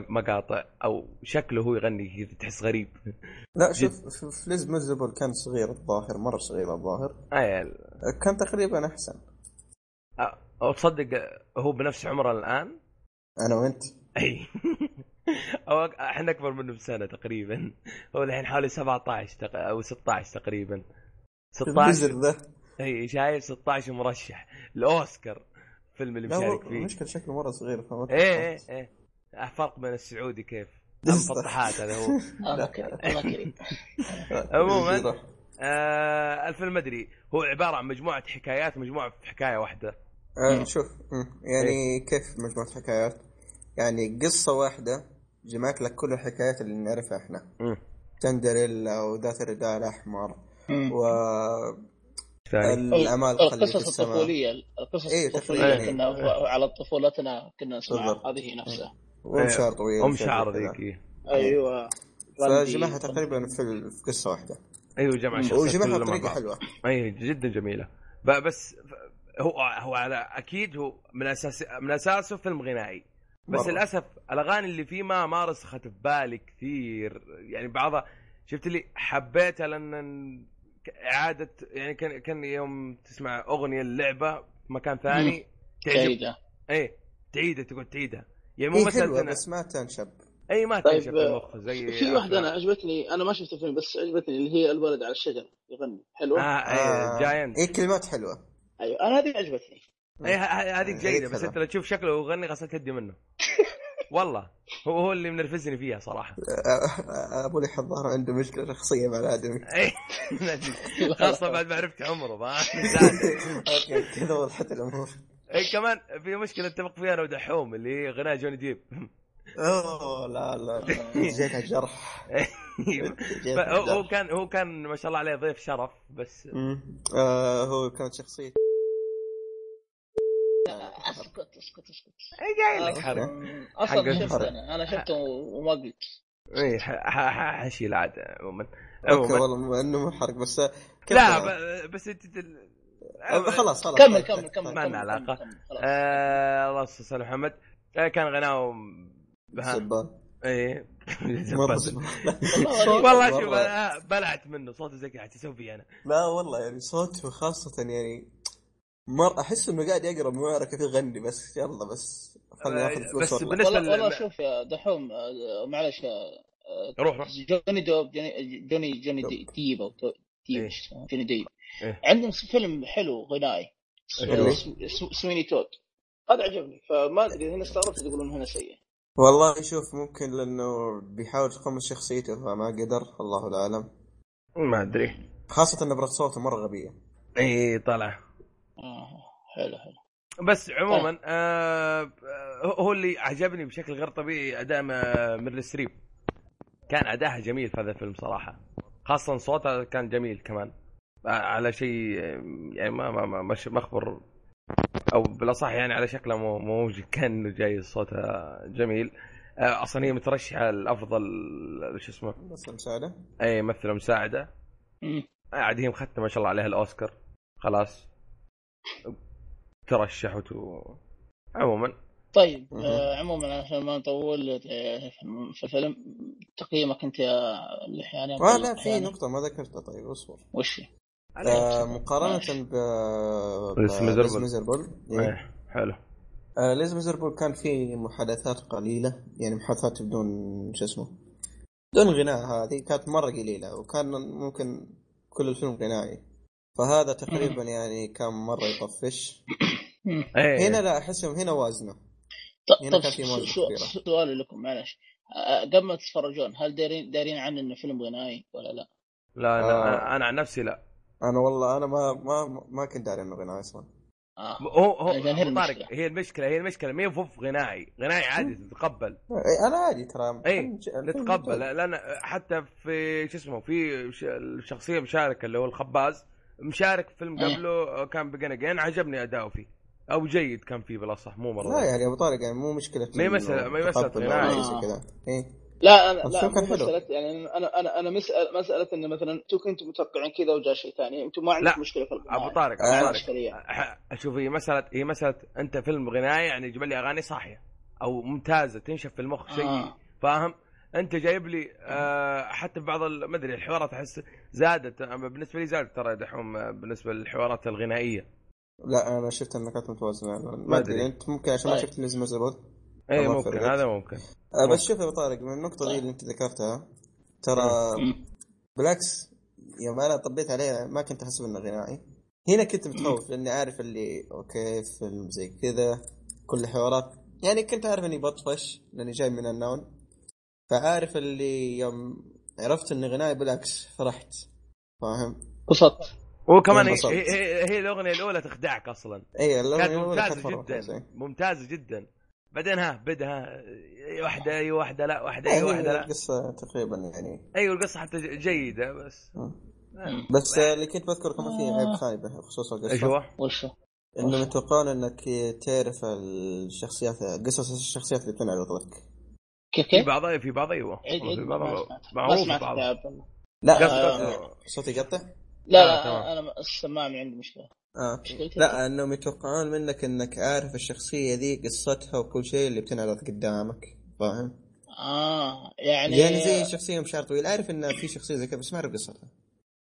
Speaker 1: المقاطع او شكله هو يغني كذا تحس غريب
Speaker 2: لا شوف شوف فليز ميزربل كان صغير الظاهر مره صغير الظاهر
Speaker 1: آه
Speaker 2: كان تقريبا احسن
Speaker 1: او تصدق هو بنفس عمره الان
Speaker 2: انا وانت
Speaker 1: اي او احنا اكبر منه بسنه تقريبا هو الحين حوالي 17 تق... او 16 تقريبا 16
Speaker 2: البزر ذا
Speaker 1: اي شايف 16 مرشح لاوسكار الفيلم اللي
Speaker 2: لا هو
Speaker 1: مشارك فيه
Speaker 2: المشكله شكله مره صغير فما
Speaker 1: ايه ايه ايه فرق بين السعودي كيف المفطحات هذا هو
Speaker 3: الله كريم الله كريم
Speaker 1: إيه. عموماً. آه الفيلم ما ادري هو عباره عن مجموعه حكايات مجموعه في حكايه واحده إيه.
Speaker 2: آه شوف مم. يعني كيف مجموعه حكايات يعني قصه واحده جمعت لك كل الحكايات اللي نعرفها احنا
Speaker 1: مم.
Speaker 2: سندريلا وذات الرداء الاحمر و
Speaker 1: ثاني
Speaker 3: إيه،
Speaker 2: العمالقه اللي في
Speaker 3: القصص
Speaker 2: السماء
Speaker 3: الطفوليه القصص
Speaker 2: إيه،
Speaker 1: تقريباً.
Speaker 3: الطفوليه
Speaker 1: إيه.
Speaker 3: كنا على طفولتنا كنا نسمعها
Speaker 2: بالضبط.
Speaker 3: هذه هي نفسها
Speaker 2: وام شعر طويل
Speaker 1: ام
Speaker 2: وشيء
Speaker 1: شعر
Speaker 2: كذا.
Speaker 1: ذيك
Speaker 3: ايوه
Speaker 2: فجمعها تقريبا في ال- في قصه واحده
Speaker 1: ايوه جمع شخصيات
Speaker 2: وجمعها
Speaker 1: كلها مع
Speaker 2: بطريقه
Speaker 1: بعض.
Speaker 2: حلوه
Speaker 1: اي جدا جميله ب- بس ف- هو هو على اكيد هو من اساس من اساسه فيلم غنائي بس
Speaker 2: مرة.
Speaker 1: مرة. للاسف الاغاني اللي فيه ما ما رسخت في بالي كثير يعني بعضها شفت اللي حبيتها لان ك- اعاده يعني كان كان يوم تسمع اغنيه اللعبه في مكان ثاني تعجب
Speaker 3: جيده
Speaker 1: اي تعيدها تقعد تعيدها يعني مو
Speaker 2: هي
Speaker 1: مثلا
Speaker 2: حلوه
Speaker 1: أنا-
Speaker 2: إيه، بس ما تنشب
Speaker 1: اي ما
Speaker 3: إيه، طيب،
Speaker 1: تنشف في المخ زي
Speaker 3: في واحده انا عجبتني انا ما شفت الفيلم بس عجبتني اللي هي الولد على الشجر يغني حلوه آه.
Speaker 1: اه اي جاينت
Speaker 2: هي إيه، كلمات حلوه
Speaker 3: ايوه انا هذه عجبتني
Speaker 1: اي ه- ه- هذيك جيده
Speaker 2: هذيك
Speaker 1: بس
Speaker 2: حلوة.
Speaker 1: انت لو تشوف شكله ويغني غسلت يدي منه والله هو هو اللي منرفزني فيها صراحه
Speaker 2: آه، ابو لي الظاهر عنده مشكله شخصيه مع الادمي
Speaker 1: إي، خاصه بعد ما عرفت عمره ما زاد.
Speaker 2: اوكي كذا وضحت الامور
Speaker 1: إي، إيه، كمان في مشكله اتفق فيها انا ودحوم اللي هي غناء جوني ديب
Speaker 2: اوه لا لا لا. جيت على الجرح
Speaker 1: أيوة.
Speaker 2: جيت على
Speaker 1: فهو- هو
Speaker 2: الجرح.
Speaker 1: كان هو كان ما شاء الله عليه ضيف شرف بس
Speaker 2: مم. آه، هو كانت شخصيه
Speaker 3: اسكت اسكت اسكت
Speaker 1: إي،
Speaker 2: إيه،
Speaker 1: جاي لك حرق حق
Speaker 3: اصلا
Speaker 1: الحرق.
Speaker 3: شفته انا انا شفته وما قلت
Speaker 1: اي ح- إيه، ح- ح- حشيل عاد عموما
Speaker 2: اوكي
Speaker 1: عموما
Speaker 2: والله ما- انه مو حرق بس آه، كمل
Speaker 1: لا
Speaker 2: يعني.
Speaker 1: ب- بس انت تل-
Speaker 2: آه، خلاص خلاص
Speaker 3: كمل كمل كمل
Speaker 1: ما
Speaker 3: كمل،
Speaker 1: لنا علاقة.
Speaker 3: كمل، كمل، خلاص.
Speaker 1: آه، الله يستر محمد آه، كان غناهم ها،
Speaker 2: سبان
Speaker 1: ايه
Speaker 2: مره
Speaker 1: زبال.
Speaker 2: سبان
Speaker 1: والله شوف
Speaker 2: مرة.
Speaker 1: أنا بلعت منه صوته زي كذا حتى اسوي فيه انا
Speaker 2: لا والله يعني صوته خاصة يعني مر احس انه قاعد يقرا معركة يغني بس يلا بس خلنا ناخذ فلوس
Speaker 1: بس
Speaker 2: والله
Speaker 1: بالنسبه
Speaker 3: والله والله
Speaker 1: لل-
Speaker 3: شوف يا دحوم آه، معلش آه،
Speaker 1: روح روح
Speaker 3: جوني دوب جوني جوني جوني دي- ديب او دو- ديب
Speaker 2: Eh.
Speaker 1: إيه.
Speaker 3: إيش اسمه؟ جوني ديب
Speaker 1: إيه.
Speaker 3: عندهم فيلم حلو
Speaker 2: إيه،
Speaker 3: غنائي
Speaker 1: حلو.
Speaker 3: سويني تود هذا عجبني فما ادري هنا استغربت تقولون هنا سيء
Speaker 2: والله شوف ممكن لانه بيحاول يقمص شخصيته فما قدر الله العالم
Speaker 1: ما ادري إيه،
Speaker 2: خاصة ان نبرة صوته مرة غبية
Speaker 1: اي طلع
Speaker 3: آه حلو حلو
Speaker 1: بس عموما آه هو اللي عجبني بشكل غير طبيعي اداء م- ميرل ستريب كان اداها جميل في هذا الفيلم صراحه خاصه صوتها كان جميل كمان آه، على شيء آه، يعني ما ما ما, ما ش- ما اخبر او بالاصح يعني على شكله مو مو كان إنه جاي صوتها جميل آه، اصلا هي مترشحه لافضل شو اسمه
Speaker 2: بس مساعدة
Speaker 1: اي ممثله مساعده
Speaker 3: مم.
Speaker 1: عاد هي مختمه ما شاء الله عليها الاوسكار خلاص ترشحت و... عموما
Speaker 3: طيب
Speaker 2: مهم.
Speaker 3: آه عموما عشان ما نطول آه، في الفيلم تقييمك انت يا لحياني
Speaker 2: اه لا
Speaker 3: يعني.
Speaker 2: في نقطة ما ذكرتها طيب اصبر
Speaker 3: وش هي؟
Speaker 2: آه، مقارنة
Speaker 3: ماشي.
Speaker 2: ب
Speaker 1: Liz Miserable.
Speaker 2: ميزربل
Speaker 1: إيه، حلو
Speaker 2: ليز ميزربل كان في محادثات قليلة يعني محادثات بدون شو اسمه بدون غناء هذه كانت مرة قليلة وكان ممكن كل الفيلم غنائي فهذا تقريبا يعني كان مرة يطفش
Speaker 3: مم.
Speaker 1: ايه
Speaker 2: هنا لا احسهم هنا وازنه
Speaker 3: ط-
Speaker 2: هنا
Speaker 3: طب
Speaker 2: كان في
Speaker 3: سو-
Speaker 2: موازنة
Speaker 3: سو-
Speaker 2: كبيرة.
Speaker 3: سو- سؤالي لكم معلش آه، قبل ما تتفرجون هل دارين دارين عن انه فيلم غنائي ولا لا؟
Speaker 1: لا انا
Speaker 2: آه.
Speaker 1: انا عن نفسي لا
Speaker 2: انا والله انا ما ما ما كنت داري انه غنائي اصلا
Speaker 3: اه
Speaker 1: هو هو
Speaker 3: عشان هي
Speaker 1: أبو
Speaker 3: المشكلة.
Speaker 1: طارق هي المشكله هي المشكله ما يفوف غنائي غنائي عادي تتقبل
Speaker 2: إيه، انا عادي ترى
Speaker 1: اي
Speaker 2: الفيلم- الفيلم
Speaker 1: نتقبل
Speaker 2: ممتاز.
Speaker 1: لان حتى في شو اسمه في ش- الشخصيه مشاركه اللي هو الخباز مشارك في فيلم
Speaker 3: إيه.
Speaker 1: قبله آه، كان بقنا جين عجبني اداؤه فيه او جيد كان فيه بالاصح مو مره
Speaker 2: لا يعني ابو طارق يعني مو مشكلة
Speaker 1: ما هي مسألة- ما هي مسألة
Speaker 2: تقبل
Speaker 1: غنائي.
Speaker 2: أو شيء زي كذا إيه. اي
Speaker 3: لا انا لا
Speaker 2: الفيلم
Speaker 3: مو
Speaker 2: كان حلو.
Speaker 3: مسألة يعني انا انا انا مسألة مسألة انه مثلا انتم كنتم متوقعين كذا وجاء شيء ثاني انتم ما
Speaker 1: لا.
Speaker 3: عندكم مشكلة في الغناء
Speaker 1: ابو طارق
Speaker 2: آه.
Speaker 1: ابو طارق
Speaker 3: العسكرية
Speaker 1: أح- اشوف هي مساله هي مساله انت فيلم غنائي يعني جيب لي اغاني صاحيه او ممتازه تنشف في المخ شيء
Speaker 3: آه.
Speaker 1: فاهم انت جايب لي آه حتى في بعض ال- ما ادري الحوارات احس زادت أما بالنسبه لي زادت ترى دحوم آه، بالنسبه للحوارات الغنائيه
Speaker 2: لا انا شفت انها كانت متوازنه
Speaker 1: ما
Speaker 2: ما
Speaker 1: أدري.
Speaker 2: ادري انت ممكن عشان ما
Speaker 3: طيب.
Speaker 2: شفت ليز ميزربل
Speaker 1: اي
Speaker 2: الله
Speaker 1: إيه، ممكن
Speaker 2: يفرجك.
Speaker 1: هذا ممكن
Speaker 2: آه بس شوف يا أبو طارق من النقطه ذي اللي انت ذكرتها ترى
Speaker 3: مم.
Speaker 2: بالعكس يوم انا طبيت عليها ما كنت احسب انه غنائي هنا كنت متخوف لاني عارف اللي اوكي فيلم زي كذا كل حوارات يعني كنت عارف اني بطفش لاني جاي من النون فعارف اللي يوم عرفت اني غنائي بالعكس فرحت فاهم؟
Speaker 3: انبسطت
Speaker 1: وكمان هي,
Speaker 2: انبسطت.
Speaker 1: هي, هي, هي الاغنيه الاولى تخدعك اصلا
Speaker 2: اي اللون
Speaker 1: كانت
Speaker 2: الأول كانت
Speaker 1: ممتازه
Speaker 2: مرة ممتازة.
Speaker 1: جدا ممتازه جدا بعدين ها بدا ها إي واحده اي واحده لا واحده اي
Speaker 2: يعني
Speaker 1: واحده إيه، لا
Speaker 2: القصه تقريبا يعني
Speaker 1: ايوه القصه حتى ج- جيده بس
Speaker 2: بس اللي كنت بذكر كمان فيه عيب خايبه بخصوص
Speaker 1: ايش
Speaker 2: القصه
Speaker 1: هو؟
Speaker 3: وش هو؟
Speaker 2: انه متوقعون انك تعرف الشخصيات قصص الشخصيات اللي بتنعرض لك
Speaker 3: كيف
Speaker 2: إيه؟
Speaker 1: في
Speaker 3: كيف؟
Speaker 1: بعض في بعض ايوه
Speaker 3: عيد عيد
Speaker 1: في
Speaker 3: ما
Speaker 1: بعض
Speaker 3: سمعت ما
Speaker 1: معروف
Speaker 3: سمعت
Speaker 1: بعض
Speaker 3: يا عبد الله
Speaker 2: لا
Speaker 1: قصد-
Speaker 2: آه، صوتي يقطع؟
Speaker 3: لا
Speaker 1: آه،
Speaker 3: لا
Speaker 1: تمام.
Speaker 3: آه، انا السماعه عندي مشكله
Speaker 2: آه.
Speaker 3: مشكلتي
Speaker 2: لا انهم يتوقعون منك انك عارف الشخصية ذي قصتها وكل شيء اللي بتنعرض قدامك فاهم؟
Speaker 3: اه يعني
Speaker 2: يعني زي شخصية مشاعر طويل عارف ان في شخصية زي كذا بس ما اعرف قصتها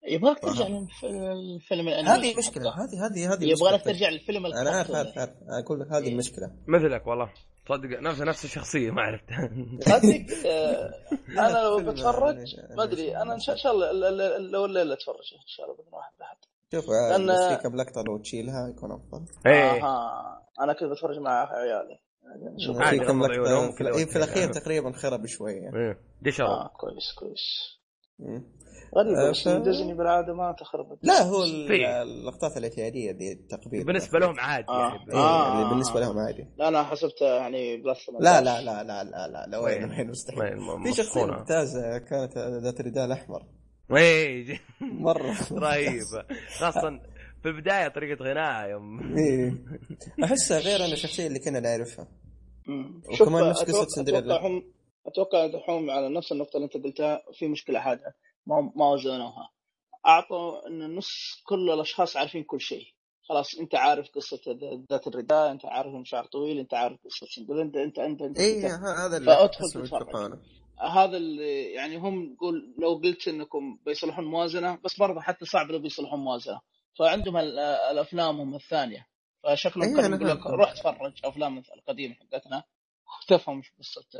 Speaker 3: يبغاك ترجع
Speaker 2: آه.
Speaker 3: للف- للفيلم الانيميشن
Speaker 2: هذه مشكلة
Speaker 3: حقه.
Speaker 2: هذه هذه هذه
Speaker 3: يعني يبغى لك
Speaker 2: مشكلتك.
Speaker 3: ترجع للفيلم
Speaker 2: انا عارف
Speaker 3: الكرتون
Speaker 2: عارف عارف اقول لك هذه
Speaker 3: إيه.
Speaker 2: المشكلة
Speaker 1: مثلك والله صدق نفس نفس الشخصيه ما عرفت
Speaker 3: صدق آه،
Speaker 2: لا،
Speaker 3: انا لو
Speaker 2: فيلم
Speaker 3: بتفرج
Speaker 2: أنيميشن-
Speaker 3: ما ادري انا ان شاء إن شاء الله ال- ال- لو الليله اتفرج ان شاء الله باذن واحد احد
Speaker 2: شوف آه، عادي
Speaker 3: لأن-
Speaker 2: بس في كم لقطة لو تشيلها يكون افضل
Speaker 1: ايه
Speaker 3: اها انا آه، كنت بتفرج مع عيالي يعني شوف
Speaker 1: عادي،
Speaker 2: في كم
Speaker 1: غمض عيونهم
Speaker 2: لقطة في,
Speaker 1: كذا
Speaker 2: الأ- إيه، في
Speaker 1: وتشيلها.
Speaker 2: الاخير تقريبا خرب شوية
Speaker 1: إيه. دشروا
Speaker 2: آه.
Speaker 3: اه كويس كويس
Speaker 2: مم.
Speaker 3: غريبة
Speaker 2: آه،
Speaker 3: بس
Speaker 2: ف-
Speaker 3: ديزني بالعاده ما تخرب
Speaker 2: لا هو
Speaker 1: في.
Speaker 2: اللقطات الاعتيادية دي التقبيل
Speaker 1: بالنسبه لهم عادي
Speaker 3: آه.
Speaker 1: يعني
Speaker 2: ايه
Speaker 3: آه.
Speaker 2: اللي بالنسبه لهم عادي
Speaker 3: لا انا حسبتها يعني بلس
Speaker 2: لا لا لا لا لا لا, لا وين
Speaker 1: وين؟
Speaker 2: وين
Speaker 1: وين؟
Speaker 2: مستحيل
Speaker 1: م-
Speaker 2: في شخصيه
Speaker 1: مطحونة.
Speaker 2: ممتازه كانت ذات رجال احمر
Speaker 1: ايه ج-
Speaker 2: مره
Speaker 1: رهيبه خاصه في البدايه طريقه غناء يوم
Speaker 2: إيه. احسها غير انا الشخصيه اللي كنا نعرفها
Speaker 3: مم.
Speaker 2: وكمان
Speaker 3: شوف
Speaker 2: نفس قصة
Speaker 3: أتوقع-
Speaker 2: سندريلا.
Speaker 3: اتوقع هم اتوقع دحوم على نفس النقطه اللي انت قلتها في مشكله حاده ما ما وزنوها اعطوا ان النص كل الاشخاص عارفين كل شيء خلاص انت عارف قصه ذ- ذات الرداء انت عارف إن شعر طويل انت عارف قصه سندريلا انت انت انت,
Speaker 2: اي
Speaker 3: انت
Speaker 2: إيه، هذا اللي
Speaker 3: فادخل
Speaker 2: احسه
Speaker 3: تتفرج.
Speaker 2: متوقعونه
Speaker 3: هذا اللي يعني هم قول لو قلت انكم بيصلحون موازنه بس برضه حتى صعب لو بيصلحون موازنه فعندهم ال- الافلامهم الثانيه فشكلهم
Speaker 2: إيه،
Speaker 3: كانوا
Speaker 2: أنا
Speaker 3: يقول لك
Speaker 2: فاهم.
Speaker 3: روح تفرج افلام القديمه حقتنا تفهم ايش قصه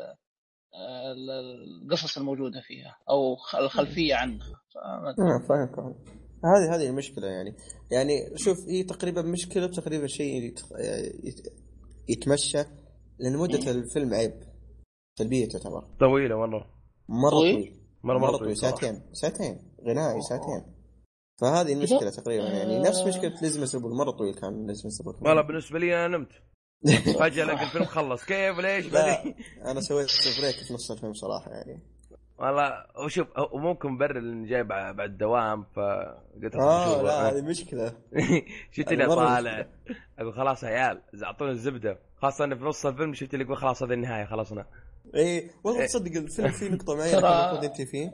Speaker 3: آه، ال- القصص الموجوده فيها او خ- الخلفيه عنها فما أدري.
Speaker 2: آه، فاهم فاهم هذه هذه المشكله يعني يعني شوف هي تقريبا مشكله تقريبا شيء يعني يت- يت- يتمشى لان مده الفيلم عيب سلبيه تعتبر
Speaker 1: طويله مره
Speaker 2: مره
Speaker 3: طويل؟
Speaker 2: طويل
Speaker 1: مره مره
Speaker 2: مرة
Speaker 1: طويله
Speaker 2: طويل
Speaker 1: صراحه
Speaker 2: ساعتين ساعتين غنائي ساعتين فهذه المشكله تقريبا يعني نفس مشكله ليزمس ريبل مره طويل كان ليزمس ريبل
Speaker 1: والله بالنسبه لي انا نمت فجاه لك الفيلم خلص كيف ليش
Speaker 2: لا
Speaker 1: بدي
Speaker 2: انا سويت بريك في نص الفيلم صراحه يعني
Speaker 1: والله وشوف هو ممكن مبرر اني جاي بعد بعد الدوام فقلت
Speaker 2: اه لا هذه مشكله
Speaker 1: شفت اللي
Speaker 2: مرة
Speaker 1: طالع
Speaker 2: مشكلة.
Speaker 1: اقول خلاص يا عيال اعطونا الزبده خاصه انه في نص الفيلم شفت اللي يقول خلاص هذه النهايه خلصنا
Speaker 2: اي إيه، والله تصدق الفيلم فيه نقطه معينه كان
Speaker 3: ترى-
Speaker 2: المفروض انت فيه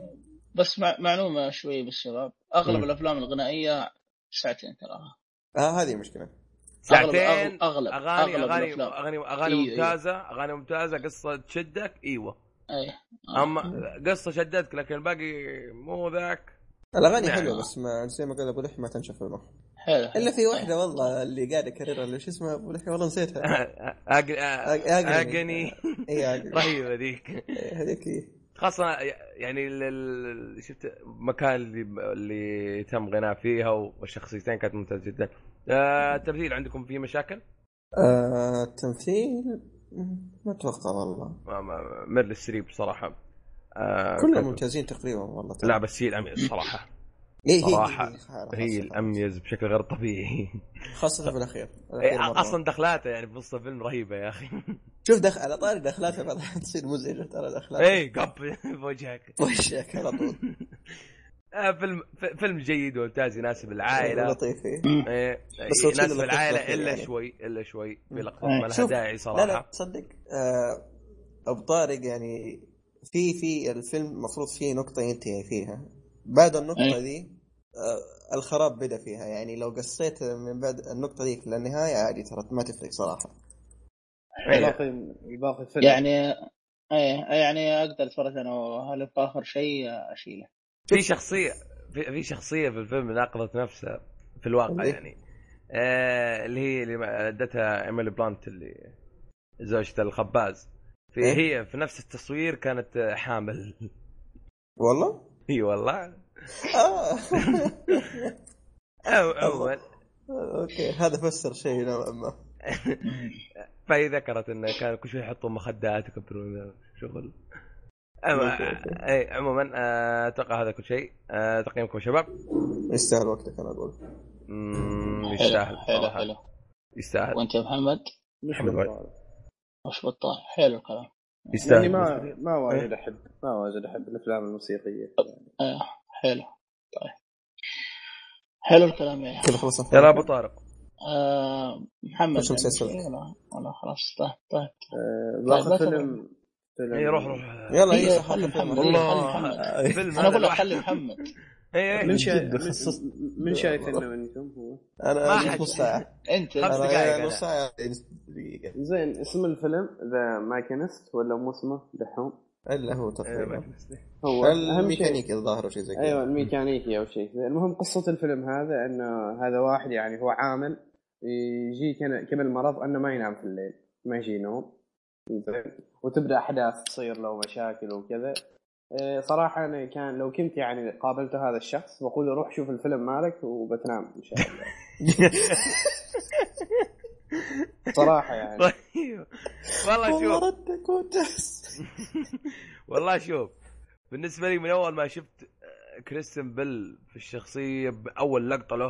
Speaker 3: بس مع معلومه شوي بالشباب اغلب
Speaker 1: مم.
Speaker 3: الافلام الغنائيه ساعتين تراها
Speaker 2: اه هذه مشكله
Speaker 1: ساعتين
Speaker 3: أغلب- أغلب-
Speaker 1: اغاني
Speaker 3: أغلب
Speaker 1: اغاني
Speaker 3: الأفلام.
Speaker 1: اغاني اغاني
Speaker 3: أيوة،
Speaker 1: ممتازه اغاني ممتازه قصه تشدك ايوه
Speaker 3: اي
Speaker 1: اما
Speaker 3: أمم.
Speaker 1: قصه شدتك لكن الباقي مو ذاك
Speaker 2: الاغاني
Speaker 1: نعم.
Speaker 2: حلوه بس ما زي ما قال ابو لحي ما تنشف في المخ
Speaker 3: حلو
Speaker 2: الا في واحده والله اللي قاعد اكررها اللي شو اسمها ابو لحي والله نسيتها
Speaker 1: أق-
Speaker 2: أق-
Speaker 1: اغني
Speaker 2: أغني. اي عادي.
Speaker 1: رهيبه ذيك
Speaker 2: إيه، هذيك هي.
Speaker 1: خاصة يعني ال- ال- شفت مكان اللي اللي تم غناء فيها والشخصيتين كانت ممتازة جدا. آه، التمثيل عندكم فيه مشاكل؟
Speaker 2: آه، التمثيل مم، ما اتوقع والله
Speaker 1: ما- ما- ميرل ستريب صراحة. آه،
Speaker 2: كلهم
Speaker 1: كانت-
Speaker 2: ممتازين تقريبا والله
Speaker 1: لا بس هي الأميز صراحة.
Speaker 2: إيه، هي-
Speaker 1: صراحة
Speaker 2: هي- خلاص،
Speaker 1: هي
Speaker 2: خلاص.
Speaker 1: الأميز بشكل غير طبيعي.
Speaker 2: خاصة في الأخير
Speaker 1: إيه،
Speaker 2: الأخير مرة.
Speaker 1: أصلا دخلاته يعني في نص الفيلم رهيبة يا أخي.
Speaker 2: شوف دخل على طاري دخلاته بعدها تصير مزعجة ترى دخلاته
Speaker 1: إي قب إيه، في وجهك.
Speaker 2: وشك على طول
Speaker 1: آه، فيلم ف- فيلم جيد وممتاز يناسب العائلة.
Speaker 2: لطيف إيه.
Speaker 1: إيه،
Speaker 2: بس هو تشيل
Speaker 1: يناسب
Speaker 2: اللقطات
Speaker 1: العائلة
Speaker 2: الأخيرة
Speaker 1: إلا
Speaker 2: يعني.
Speaker 1: شوي إلا شوي في لقطات
Speaker 3: إيه.
Speaker 1: ما لها
Speaker 2: شوف،
Speaker 1: داعي
Speaker 2: لا لا
Speaker 1: صراحة.
Speaker 2: تصدق آه، أبو طارق يعني في في الفيلم المفروض فيه نقطة ينتهي فيها بعد النقطة
Speaker 3: إيه.
Speaker 2: ذي آه، الخراب بدا فيها يعني لو قصيت من بعد النقطة ذيك للنهاية عادي ترى ما تفرق صراحة
Speaker 4: الباقي الباقي فيلم
Speaker 3: يعني ايه يعني اقدر اتفرج انا وهل فاخر شيء اشيله
Speaker 1: في شخصية في, في شخصية في الفيلم ناقضت نفسها في الواقع
Speaker 2: اللي؟
Speaker 1: يعني آه اللي هي اللي ادتها ايميلي بلانت اللي زوجة الخباز في
Speaker 2: إيه؟
Speaker 1: هي في نفس التصوير كانت آه، حامل
Speaker 2: والله
Speaker 1: اي والله
Speaker 2: آه.
Speaker 1: او اول
Speaker 2: اوكي هذا فسر شيء نوعا ما
Speaker 1: فهي ذكرت انه كانوا كل شوي يحطون مخدات يكبرون شغل أما
Speaker 2: أوكي، أوكي.
Speaker 1: اي عموما آه، اتوقع هذا كل شيء آه، تقييمكم يا شباب
Speaker 2: يستاهل وقتك انا اقول
Speaker 1: مم،
Speaker 3: حلو،
Speaker 1: يستاهل
Speaker 3: حلو
Speaker 1: صراحة.
Speaker 3: حلو
Speaker 1: يستاهل
Speaker 3: وانت يا محمد
Speaker 4: مش
Speaker 1: محمد
Speaker 4: بالطالع
Speaker 3: وش بطال حلو الكلام
Speaker 4: يعني
Speaker 1: يستاهل بالنسبة
Speaker 4: ما
Speaker 1: لي.
Speaker 4: ما واجد احب ما واجد احب الافلام الموسيقيه
Speaker 3: ايه حلو طيب حلو الكلام يا
Speaker 2: كذا خلصنا
Speaker 1: يلا ابو طارق
Speaker 3: آه محمد
Speaker 2: وش
Speaker 3: عندك
Speaker 2: مسلسل؟
Speaker 3: شيء ولا ولا خلاص طيب طيب
Speaker 4: آه،
Speaker 3: لا
Speaker 4: باخذ
Speaker 3: تبغى.
Speaker 4: فيلم فيلم
Speaker 1: اي روح روح
Speaker 2: يلا
Speaker 3: إيه،
Speaker 2: يوسف
Speaker 3: خلي
Speaker 2: حط فيلم.
Speaker 3: محمد
Speaker 1: والله.
Speaker 3: إيه، خلي محمد
Speaker 2: آه،
Speaker 1: فيلم
Speaker 3: انا
Speaker 1: هذا
Speaker 3: اقول لك
Speaker 1: الواحد إيه،
Speaker 3: خلي محمد
Speaker 1: اي اي
Speaker 4: من شايف
Speaker 6: جد خصصت
Speaker 4: من شايف انه منكم هو
Speaker 2: انا
Speaker 1: ما
Speaker 2: ما
Speaker 1: حد-
Speaker 2: نص ساعه
Speaker 3: انت
Speaker 1: خمس
Speaker 2: انا
Speaker 1: دقايق
Speaker 2: أنا يعني
Speaker 1: أنا.
Speaker 2: نص ساعه دقيقه
Speaker 4: زين اسم الفيلم ذا ماكينست ولا مو اسمه دحوم
Speaker 2: الا هو
Speaker 1: إيه، ما
Speaker 2: تقريبا
Speaker 1: كنت مستني.
Speaker 4: هو اهم شيء
Speaker 2: الميكانيكي الظاهر وشي زي كذا
Speaker 4: ايوه الميكانيكي او شيء زين، المهم قصه الفيلم هذا انه هذا واحد يعني هو عامل يجي كان- كمل مرض انه ما ينام في الليل ما يجي نوم زين وتبدا احداث تصير له مشاكل وكذا إيه، صراحه انا كان لو كنت يعني قابلت هذا الشخص بقول له روح شوف الفيلم مالك وبتنام ان شاء الله صراحه يعني
Speaker 1: طيب والله
Speaker 2: والله
Speaker 1: شوف
Speaker 2: ردك ممتاز
Speaker 1: والله شوف بالنسبة لي من أول ما شفت آه، كريستن بيل في الشخصية بأول لقطة له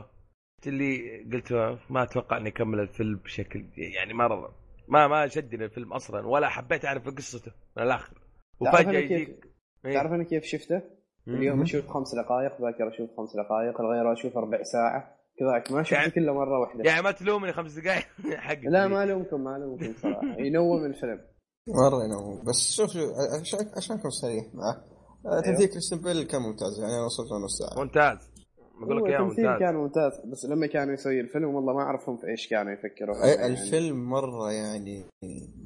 Speaker 1: قلت اللي قلت ما أتوقع إني أكمل الفيلم بشكل يعني ما رضى ما ما شدني الفيلم أصلا ولا حبيت أعرف قصته من الآخر
Speaker 4: تعرف
Speaker 1: وفجأة
Speaker 4: انا كيف
Speaker 1: يجيك إيه.
Speaker 4: تعرف انا كيف شفته؟ اليوم
Speaker 2: مم.
Speaker 4: اشوف خمس دقائق باكر اشوف خمس دقائق الغيره اشوف ربع ساعه كذاك ما
Speaker 1: يعني-
Speaker 4: شفته كله مره واحده
Speaker 1: يعني ما تلومني خمس دقايق حقك
Speaker 4: لا ما الومكم ما الومكم صراحه ينوم الفيلم
Speaker 2: مره ينوم يعني بس شوف شوف عشان عشان اكون صريح معه آه، تمثيل كريستن بيل كان ممتاز يعني انا وصلت له نص ساعه
Speaker 1: ممتاز بقول
Speaker 4: هو
Speaker 1: لك إياه
Speaker 4: التمثيل
Speaker 1: ممتاز
Speaker 4: كان ممتاز بس لما كانوا يسوي الفيلم والله ما اعرفهم في ايش كانوا يفكروا
Speaker 2: آه، الفيلم مره يعني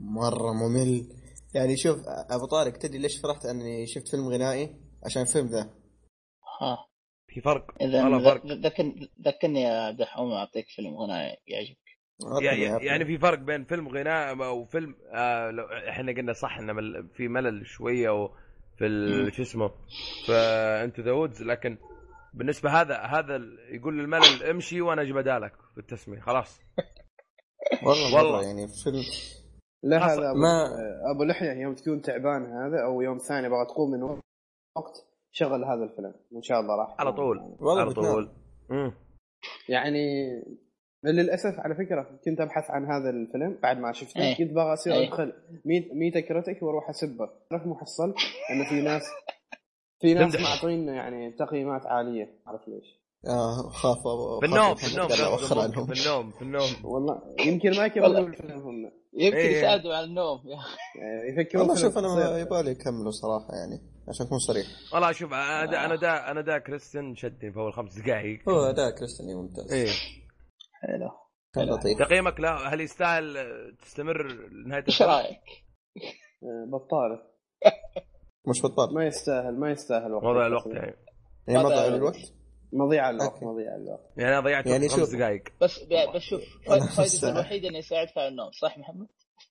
Speaker 2: مره ممل يعني شوف ابو طارق تدري ليش فرحت اني شفت فيلم غنائي عشان الفيلم ذا
Speaker 3: ها
Speaker 1: في فرق
Speaker 3: اذا
Speaker 1: والله فرق
Speaker 3: ذ- ذكرني ذكرني يا دحوم اعطيك فيلم غنائي يعجبك
Speaker 1: يعني يعني في فرق بين فيلم غناء او فيلم آه لو احنا قلنا صح ان مل- في ملل شويه وفي ال- شو اسمه فانتو ذا وودز لكن بالنسبه هذا هذا ال- يقول للملل امشي وانا اجي بدالك في التسميه خلاص
Speaker 2: والله
Speaker 1: والله.
Speaker 2: والله يعني فيلم
Speaker 4: لا
Speaker 1: أصلاً
Speaker 4: هذا ابو,
Speaker 2: ما
Speaker 4: أبو لحيه يوم تكون تعبان هذا او يوم ثاني بغى تقوم من وقت شغل هذا الفيلم وان شاء الله راح
Speaker 1: على
Speaker 4: تنام.
Speaker 1: طول
Speaker 2: والله
Speaker 1: على
Speaker 2: بتنام.
Speaker 1: طول مم.
Speaker 4: يعني للاسف على فكره كنت ابحث عن هذا الفيلم بعد ما شفته
Speaker 3: إيه.
Speaker 4: كنت باغى اصير
Speaker 3: إيه.
Speaker 4: ادخل ميت ميتا كريتك واروح اسبه عرفت مو حصلت انه في ناس في ناس
Speaker 1: تمدح.
Speaker 4: معطين يعني تقييمات عاليه عارف ليش
Speaker 2: اه خاف أخاف
Speaker 1: في النوم في
Speaker 2: محمد
Speaker 1: النوم
Speaker 2: يتدلع
Speaker 1: قصدك،
Speaker 2: وأخر عنهم.
Speaker 1: في النوم في النوم
Speaker 4: والله يمكن ما
Speaker 3: والله.
Speaker 4: يكملوا الفيلم هم
Speaker 3: يمكن
Speaker 1: إيه.
Speaker 3: يساعدوا على النوم يا أخي.
Speaker 4: يعني يفكرون
Speaker 2: والله
Speaker 4: فيلم
Speaker 2: شوف انا
Speaker 4: قصير.
Speaker 2: يبالي يكملوا صراحه يعني عشان اكون صريح
Speaker 1: والله شوف انا دا انا دا انا دا كريستن شدني في اول خمس دقائق
Speaker 2: هو ده كريستياني ممتاز
Speaker 1: ايه
Speaker 3: حلو
Speaker 2: كان لطيف
Speaker 1: تقييمك له هل يستاهل تستمر لنهايه
Speaker 3: ايش رايك؟
Speaker 4: آه، بطاله
Speaker 2: مش بطال
Speaker 4: ما يستاهل ما يستاهل وقت
Speaker 1: موضوع الوقت يعني
Speaker 2: يعني ما
Speaker 3: هذا-
Speaker 2: ضيع الوقت
Speaker 4: مضيعه الوقت
Speaker 2: أوكي.
Speaker 4: مضيعه الوقت
Speaker 1: يعني انا ضيعت
Speaker 2: يعني
Speaker 1: يعني خمس
Speaker 2: شوف-
Speaker 1: دقائق
Speaker 3: بس بس شوف
Speaker 2: أنا
Speaker 3: فائدته
Speaker 2: أحسها.
Speaker 3: الوحيده انه يساعدك على النوم صح محمد؟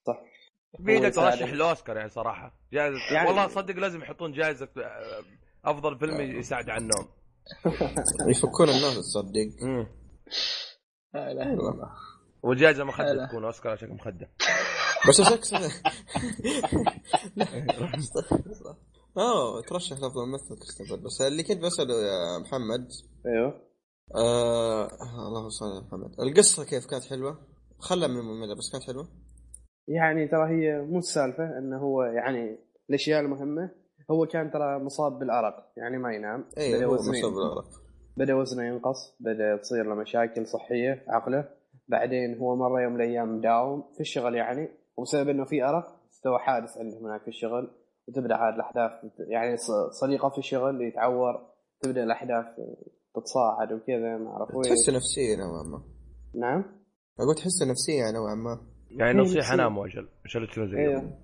Speaker 4: صح هو
Speaker 1: بيدك
Speaker 4: يساعد.
Speaker 1: ترشح لاوسكار يعني صراحه جائزه
Speaker 4: يعني-
Speaker 1: يعني والله صدق لازم يحطون جائزه آه، افضل فيلم يساعد على النوم
Speaker 2: يفكون الناس تصدق أيوة.
Speaker 1: مم.
Speaker 3: لا اله الا الله
Speaker 1: والجائزه مخده
Speaker 3: حلو.
Speaker 1: تكون اوسكار عشان مخده
Speaker 2: بس شك اه ترشح لافضل ممثل كريستوفر بس اللي كنت بساله يا محمد
Speaker 4: ايوه
Speaker 2: آه اللهم صل على محمد القصه كيف كانت حلوه؟ خلى من الممله بس كانت حلوه
Speaker 4: يعني ترى هي مو السالفه انه هو يعني الاشياء المهمه هو كان ترى مصاب بالارق يعني ما ينام
Speaker 2: اي
Speaker 4: بدا
Speaker 2: إيه، هو
Speaker 4: وزنه
Speaker 2: مصاب بالغرق
Speaker 4: بدا وزنه ينقص بدا تصير له مشاكل صحيه عقله بعدين هو مره يوم من الايام مداوم في الشغل يعني وبسبب انه في ارق استوى حادث عندهم هناك في الشغل وتبدا عاد الاحداث يعني ص- صديقه في الشغل يتعور تبدا الاحداث تتصاعد وكذا ما اعرف وين
Speaker 2: تحسه نفسيه نوعا ما
Speaker 4: نعم
Speaker 2: اقول تحسه نفسيه نوعا ما
Speaker 1: يعني
Speaker 4: إيه،
Speaker 1: نصيحه
Speaker 4: نفسية.
Speaker 1: نام واجل عشان تصير زيه
Speaker 4: ايوه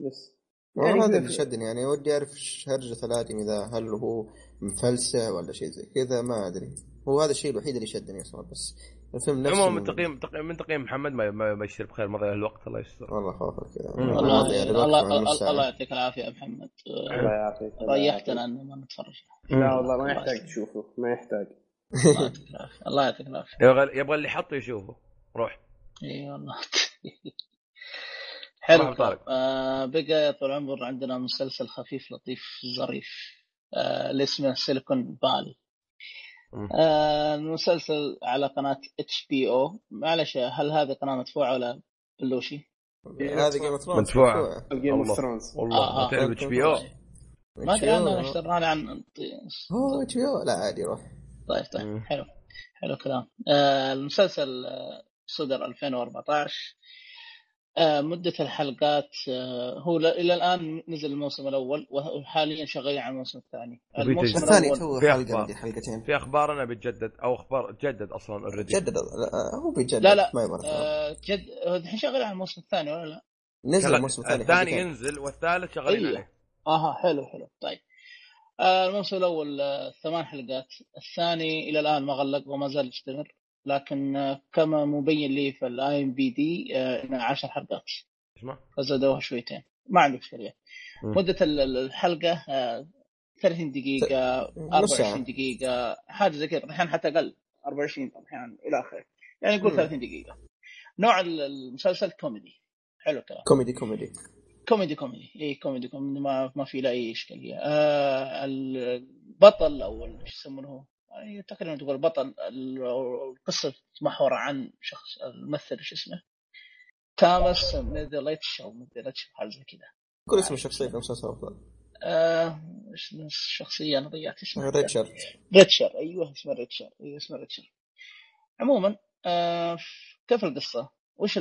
Speaker 4: بس
Speaker 2: والله هذا
Speaker 4: يقول-
Speaker 2: اللي شدني يعني ودي اعرف ايش هرجة الادمي ذا هل هو مفلسه ولا شيء زي كذا ما ادري هو هذا الشيء الوحيد اللي شدني صراحه بس الفيلم نفسه
Speaker 1: عموما من تقييم تقييم- من تقييم محمد ما ما ما يشتري بخير مضيع الوقت الله يستر
Speaker 2: والله خوفك كذا
Speaker 1: مم.
Speaker 2: ما يعني
Speaker 3: والله
Speaker 2: اضيع
Speaker 3: الله
Speaker 2: الوقت مع نص
Speaker 3: الله- الله
Speaker 2: ساعه
Speaker 3: يعطيك العافيه يا محمد آه،
Speaker 4: الله يعافيك الله يعافيك.
Speaker 3: ريحتنا انه ما نتفرج
Speaker 4: لا والله ما
Speaker 3: الله
Speaker 4: يحتاج
Speaker 3: يسلمك.
Speaker 4: تشوفه ما يحتاج
Speaker 3: الله يعطيك العافيه الله يعطيك العافيه
Speaker 1: يبغى يبغى اللي يحطه يشوفه روح
Speaker 3: اي والله
Speaker 1: مرحبا
Speaker 3: حلو
Speaker 1: طارق.
Speaker 3: آه بقى يا طول العمر عندنا مسلسل خفيف لطيف ظريف آه اللي اسمه سيليكون فالي
Speaker 1: مم.
Speaker 3: آه المسلسل على قناه اتش بي او معلش هل هذه قناه مدفوعه ولا بلوشي؟
Speaker 2: هذا جيم اوف ثرونز
Speaker 1: مدفوعة.
Speaker 4: الجيم
Speaker 1: الله.
Speaker 4: اوف ثرونز
Speaker 1: والله
Speaker 3: آه،
Speaker 1: ما
Speaker 3: آه.
Speaker 1: تعرف اتش بي او
Speaker 3: ما ادري انا اشتريها لي عن طيب
Speaker 2: هو اتش بي او لا عادي روح
Speaker 3: طيب
Speaker 1: مم.
Speaker 3: حلو حلو الكلام آه المسلسل آه، صدر 2014 آه، مدة الحلقات آه، هو ل- إلى الآن نزل الموسم الأول وحاليا شغالين على الموسم الثاني
Speaker 1: وفي
Speaker 3: الموسم
Speaker 1: تجزئة.
Speaker 2: الثاني
Speaker 3: الأول
Speaker 2: تو
Speaker 1: في
Speaker 2: حلقه
Speaker 1: أخبار.
Speaker 2: مدري حلقتين
Speaker 1: في اخبارنا بتجدد او اخبار تجدد اصلا اوريدي
Speaker 2: جدد لا، هو بيجدد
Speaker 3: لا لا
Speaker 2: ما يبغى يتغير.
Speaker 3: آه، جد هو الحين شغال على الموسم الثاني ولا لا؟
Speaker 2: نزل الموسم الثاني
Speaker 1: الثاني
Speaker 2: حلقتين
Speaker 1: ينزل والثالث شغالين
Speaker 3: أيوه.
Speaker 1: عليه
Speaker 3: اها حلو حلو طيب آه، الموسم الاول آه، ثمان حلقات الثاني الى الان ما غلق وما زال يستمر لكن آه، كما مبين لي في الاي ام بي دي انه 10 آه، حلقات
Speaker 1: اسمع
Speaker 3: فزادوها شويتين ما عندي مشكله
Speaker 1: مم.
Speaker 3: مده ال- ال- الحلقه آه، 30 دقيقه
Speaker 2: نص
Speaker 3: 24
Speaker 2: ساعه
Speaker 3: دقيقه حاجه زي كذا احيانا حتى اقل 24 احيانا الى اخره يعني نقول
Speaker 2: مم.
Speaker 3: 30 دقيقه نوع ال- المسلسل كوميدي حلو الكلام
Speaker 2: كوميدي كوميدي
Speaker 3: كوميدي كوميدي اي كوميدي كوميدي ما ما في لا اي اشكاليه آه البطل او ال- شو يسمونه يعني تقريبا تقول بطل ال- القصه تتمحور عن شخص الممثل شو اسمه تامس ميدليتش او ميدليتش حاجه زي كذا
Speaker 2: كل اسم الشخصيه في المسلسل افضل
Speaker 3: آه إيش اسم الشخصيه انا ضيعت اسمها
Speaker 2: ريتشارد
Speaker 3: ريتشر ايوه اسمه ريتشر ايوه اسمه ريتشر عموما آه كيف القصه؟ وش